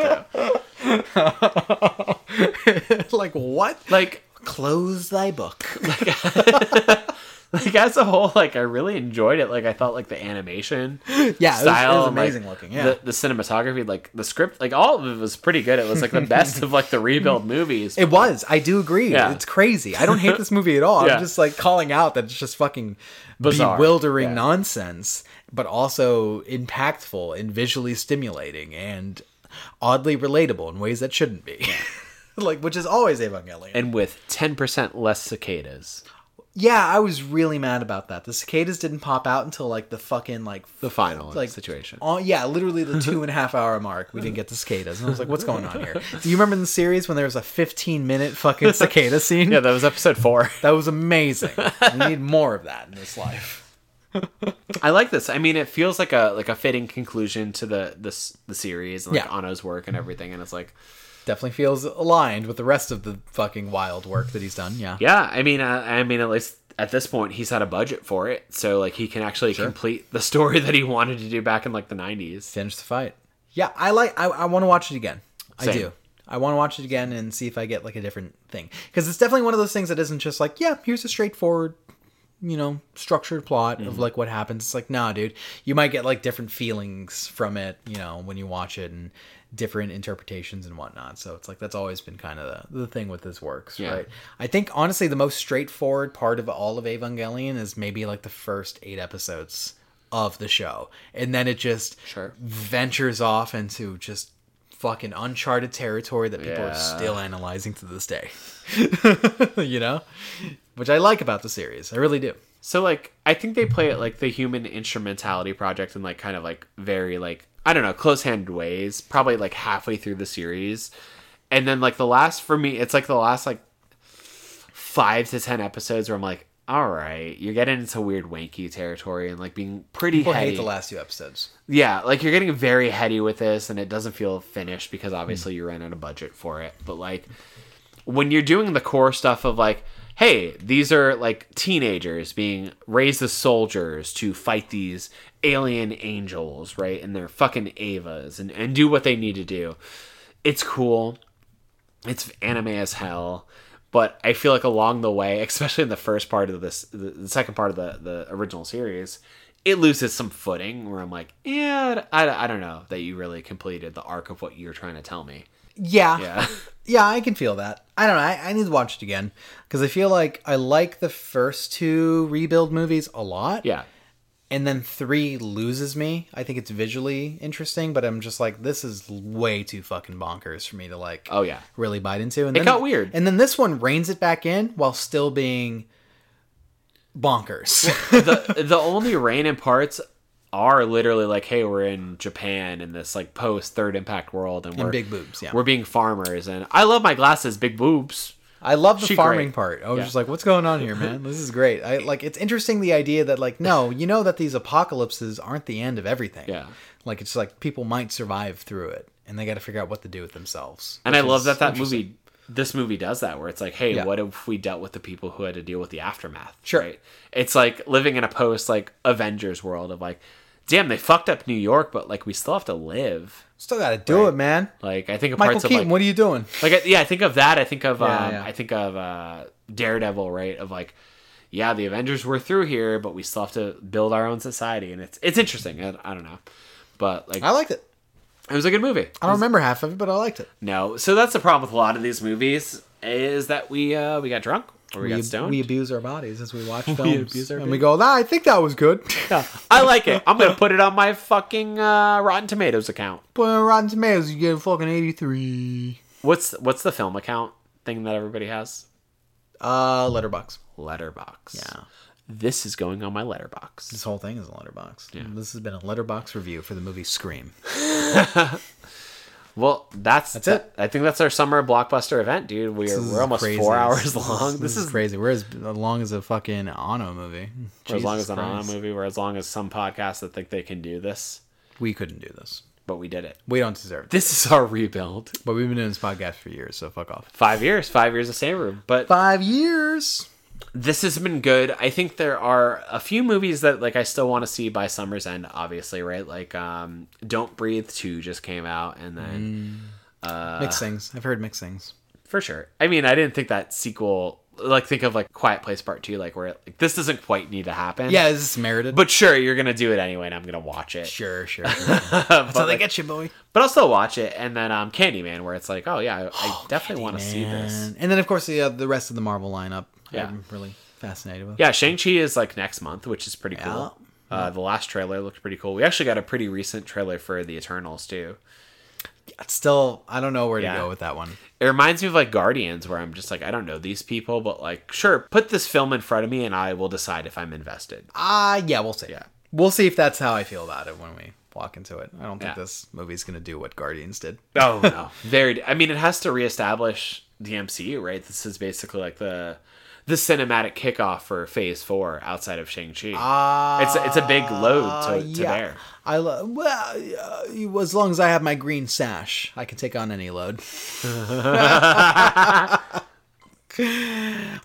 B: though.
A: (laughs) like, what?
B: Like
A: Close thy book.
B: like as a whole, like I really enjoyed it. Like I felt like the animation
A: (laughs) yeah, it was-
B: style,
A: it was,
B: and, like,
A: amazing looking. Yeah.
B: the, the cinematography, like the script, like all of it was pretty good. It was like
A: (laughs)
B: the best of like the rebuild movies.
A: It was. I do agree.
B: Yeah.
A: It's crazy. I don't hate this movie
B: (laughs)
A: at all.
B: Yeah.
A: I'm just like calling out that it's just fucking
B: Bizarre.
A: bewildering
B: Yeah.
A: nonsense, but also impactful and visually stimulating and oddly relatable in ways that shouldn't be. (laughs) like, which is always Evangelion.
B: and with 10% less cicadas.
A: yeah, I was really mad about that. The cicadas didn't pop out until like the fucking like
B: The final
A: like
B: situation.
A: Oh yeah, literally the two and a half hour mark. We didn't get the cicadas, and I was like, "What's going on here?" Do you remember in the series when there was a fifteen minute
B: (laughs)
A: fucking cicada scene?
B: Yeah, that was
A: (laughs)
B: episode four.
A: That was amazing. (laughs) we need more of that in this life.
B: I like this. I mean, it feels like a like a fitting conclusion to the this the series and like
A: Yeah.
B: Ano's work and everything. And it's like,
A: Definitely feels aligned with the rest of the fucking wild work that he's done. Yeah.
B: yeah. I mean, uh, I, I mean, at least at this point, he's had a budget for it, so like he can actually complete the story (laughs) that he wanted to do back in like the nineties.
A: Finish the fight. Yeah, I like. I, I want to watch it again. I
B: Same.
A: do. I want to watch it again and see if I get like a different thing because it's definitely one of those things that isn't just like, yeah, here's a straightforward, you know, structured plot of like what happens. It's like, nah, dude, you might get like different feelings from it, you know, when you watch it and different interpretations and whatnot. So it's like that's always been kind of the, the thing with his works,
B: Yeah.
A: right? I think honestly the most straightforward part of all of Evangelion is maybe like the first eight episodes of the show. And then it just
B: Sure.
A: ventures off into just fucking uncharted territory that people
B: Yeah.
A: are still analyzing to this day. (laughs) you know? Which I like about the series. I really do.
B: So like I think they play it like the human instrumentality project in like kind of like very like I don't know, close handed ways, probably like halfway through the series. And then like the last for me, it's like the last like five to ten episodes where I'm like, Alright, you're getting into weird wanky territory and like being pretty
A: People
B: heady.
A: hate the last two episodes.
B: yeah, like you're getting very heady with this and it doesn't feel finished because obviously you ran out of budget for it. But like when you're doing the core stuff of like, hey, these are like teenagers being raised as soldiers to fight these alien angels, right? And they're fucking Avas and, and do what they need to do. It's cool. It's anime as hell. But I feel like along the way, (laughs) especially in the first part of this, the, the second part of the, the original series, it loses some footing where I'm like, yeah, I, I don't know that you really completed the arc of what you're trying to tell me. (laughs)
A: Yeah.
B: Yeah.
A: Yeah, I can feel that. I don't know. I, I need to watch it again because I feel like I like the first two rebuild movies a lot.
B: Yeah.
A: and then three loses me. I think it's visually interesting, but I'm just like, this is way too fucking bonkers for me to like
B: Oh yeah.
A: really bite into. And it then,
B: got weird.
A: And then this one reins it back in while still being bonkers.
B: the the only rain in parts are literally like, hey, we're in Japan in this like post third impact world and we're
A: (laughs) big boobs, yeah.
B: We're being farmers and I love my glasses, big boobs.
A: I love the
B: She
A: farming
B: great.
A: part. I was just like, what's going on here, man? This is great.
B: (laughs)
A: I like it's interesting the idea that like, no, you know that these apocalypses aren't the end of everything.
B: Yeah.
A: Like it's like people might survive through it and they got to figure out what to do with themselves.
B: And I
A: which
B: love
A: is
B: that that
A: interesting.
B: movie this movie does that where it's like, hey,
A: Yeah.
B: what if we dealt with the people who had to deal with the aftermath?
A: Sure.
B: It's like living in a post like Avengers world of like, damn, they fucked up New York, but like we still have to live.
A: Still got to do it, man.
B: Like I think of
A: Michael
B: parts
A: Keaton,
B: of like
A: what are you doing?
B: like I- yeah i think of that i think of
A: Yeah,
B: um,
A: yeah.
B: i think of uh daredevil right of like yeah the avengers were through here but we still have to build our own society and it's it's interesting i, I don't know but like
A: I liked it.
B: it was a good movie
A: I don't remember half of it, but I liked it.
B: no so that's the problem with a lot of these movies is that we uh we got drunk or we, got stoned
A: we abuse our bodies as we
B: (laughs)
A: watch films,
B: abuse our
A: and we go, "Nah, I think that was
B: (laughs)
A: good."
B: (laughs) i like it
A: (laughs)
B: i'm gonna put it on my fucking uh rotten tomatoes account
A: But on Rotten Tomatoes, you get a fucking eighty-three.
B: what's what's the film account thing that everybody has
A: Uh, letterbox.
B: letterbox yeah this is going on my letterbox
A: This whole thing is a letterbox. This has been a letterbox review for the movie Scream.
B: Well, that's
A: That's it.
B: I think that's our summer blockbuster event, dude. We're,
A: This is
B: we're almost
A: crazy.
B: four
A: This-
B: hours long. This, is,
A: crazy. We're as long as a fucking Ano movie.
B: we're as long as
A: Jesus
B: an on
A: Christ.
B: movie. We're as long as some podcasts that think they can do this,
A: We couldn't do this.
B: but we did it.
A: We don't deserve this.
B: This is our rebuild.
A: But we've been doing this podcast for years, so fuck off.
B: Five years, five years of same room, but
A: Five years.
B: this has been good. I think there are a few movies that like I still want to see by summer's end. Obviously, right? Like, um, Don't Breathe Two just came out, and then
A: Mm.
B: Uh.
A: mixed things. I've heard mixed things.
B: for sure. I mean, I didn't think that sequel. Like, think of like Quiet Place Part Two, like where like, this doesn't quite need to happen.
A: Yeah, is this merited?
B: But sure, you're gonna do it anyway, and I'm gonna watch it. (laughs)
A: sure, sure. That's
B: but,
A: how they
B: like-
A: get you, boy.
B: but I'll still watch it. And then um, Candyman, where it's like, oh yeah, I, I definitely want to see this.
A: And, and then of course the uh, the rest of the Marvel lineup.
B: Yeah.
A: I'm really fascinated with.
B: Yeah, Shang Chi is like next month, which is pretty cool.
A: Yeah.
B: Uh, the last trailer looked pretty cool. We actually got a pretty recent trailer for the Eternals too.
A: It's still, I don't know where to
B: Yeah.
A: go with that one.
B: It reminds me of like Guardians, where I'm just like, I don't know these people, but like, sure, put this film in front of me, and I will decide if
A: (laughs)
B: I'm invested.
A: Ah, yeah, we'll see.
B: Yeah.
A: We'll see if that's how I feel about it when we walk into it. I don't think
B: Yeah.
A: this movie's going to do what Guardians did.
B: Oh no, (laughs) very. I mean, it has to reestablish the MCU, right? This is basically like the the cinematic kickoff for Phase Four outside of Shang Chi.
A: Ah,
B: it's a- it's a big load to, to
A: yeah.
B: bear.
A: I love well, uh, you- as long as I have my green sash, I can take on any
B: (laughs)
A: load.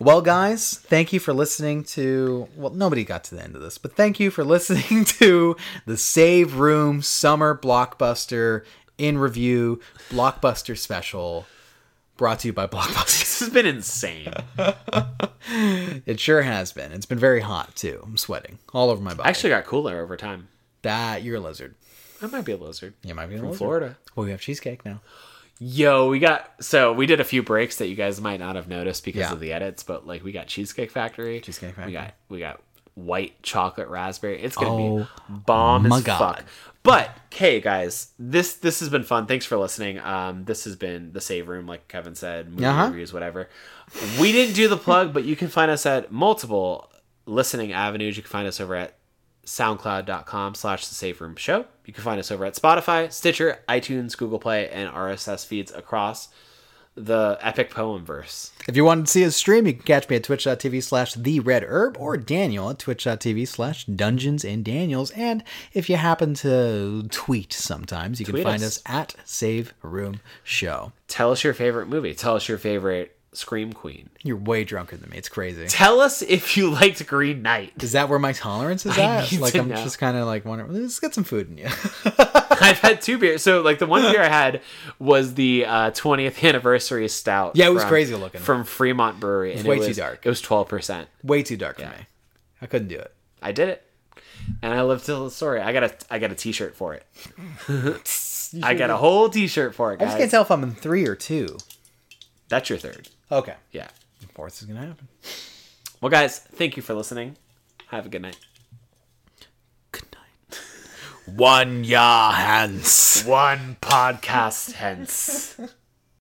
A: well, guys, thank you for listening to. Well, nobody got to the end of this, but thank you for listening (laughs) to the Save Room Summer Blockbuster in review blockbuster special. Brought to you by Blockbuster. (laughs)
B: This has been insane.
A: It sure has been. It's been very hot too. I'm sweating all over my body.
B: I actually got cooler over time.
A: that you're a lizard.
B: I might be a lizard.
A: You might be a
B: From
A: lizard.
B: Florida.
A: Well, we have cheesecake now.
B: Yo, we got so we did a few breaks that you guys might not have noticed because
A: Yeah.
B: of the edits, but like we got Cheesecake Factory.
A: Cheesecake
B: We
A: Factory.
B: got we got white chocolate raspberry. It's gonna
A: Oh,
B: be bomb
A: my
B: as
A: God.
B: fuck. But hey guys, this this has been fun. Thanks for listening. Um this has been the save room, like Kevin said, movie
A: Uh-huh.
B: reviews, whatever. We didn't do the plug, but you can find us at multiple listening avenues. You can find us over at soundcloud.com slash the safe room show you can find us over at spotify stitcher itunes google play and rss feeds across the epic poem verse
A: If you wanted to see us stream, you can catch me at twitch.tv slash the red herb or Daniel at twitch.tv slash dungeons and daniels. And if you happen to tweet sometimes, you
B: Tweet
A: can find
B: us.
A: us. at Save Room Show.
B: tell us your favorite movie tell us your favorite scream queen
A: You're way drunker than me. It's crazy.
B: tell us if you liked green knight
A: Is that where my tolerance is
B: I
A: at?
B: need
A: Like
B: to
A: I'm
B: know.
A: just kind of like wondering. Let's get some food in you. (laughs)
B: i've had two beers so like the one beer i had was the uh, 20th anniversary stout
A: Yeah, it was crazy looking.
B: from fremont brewery and
A: way
B: it
A: too
B: was-
A: dark.
B: it was 12%
A: Way too dark for me. I couldn't do it.
B: i did it and i live to tell the story i got a i got a t-shirt
A: (laughs)
B: for it i got a whole t-shirt for
A: I
B: it guys.
A: just can't tell if I'm in three or two.
B: That's your third.
A: Okay.
B: Yeah.
A: Fourth is gonna happen.
B: Well, guys, thank you for listening. Have a good night. One ya hence.
C: One podcast hence.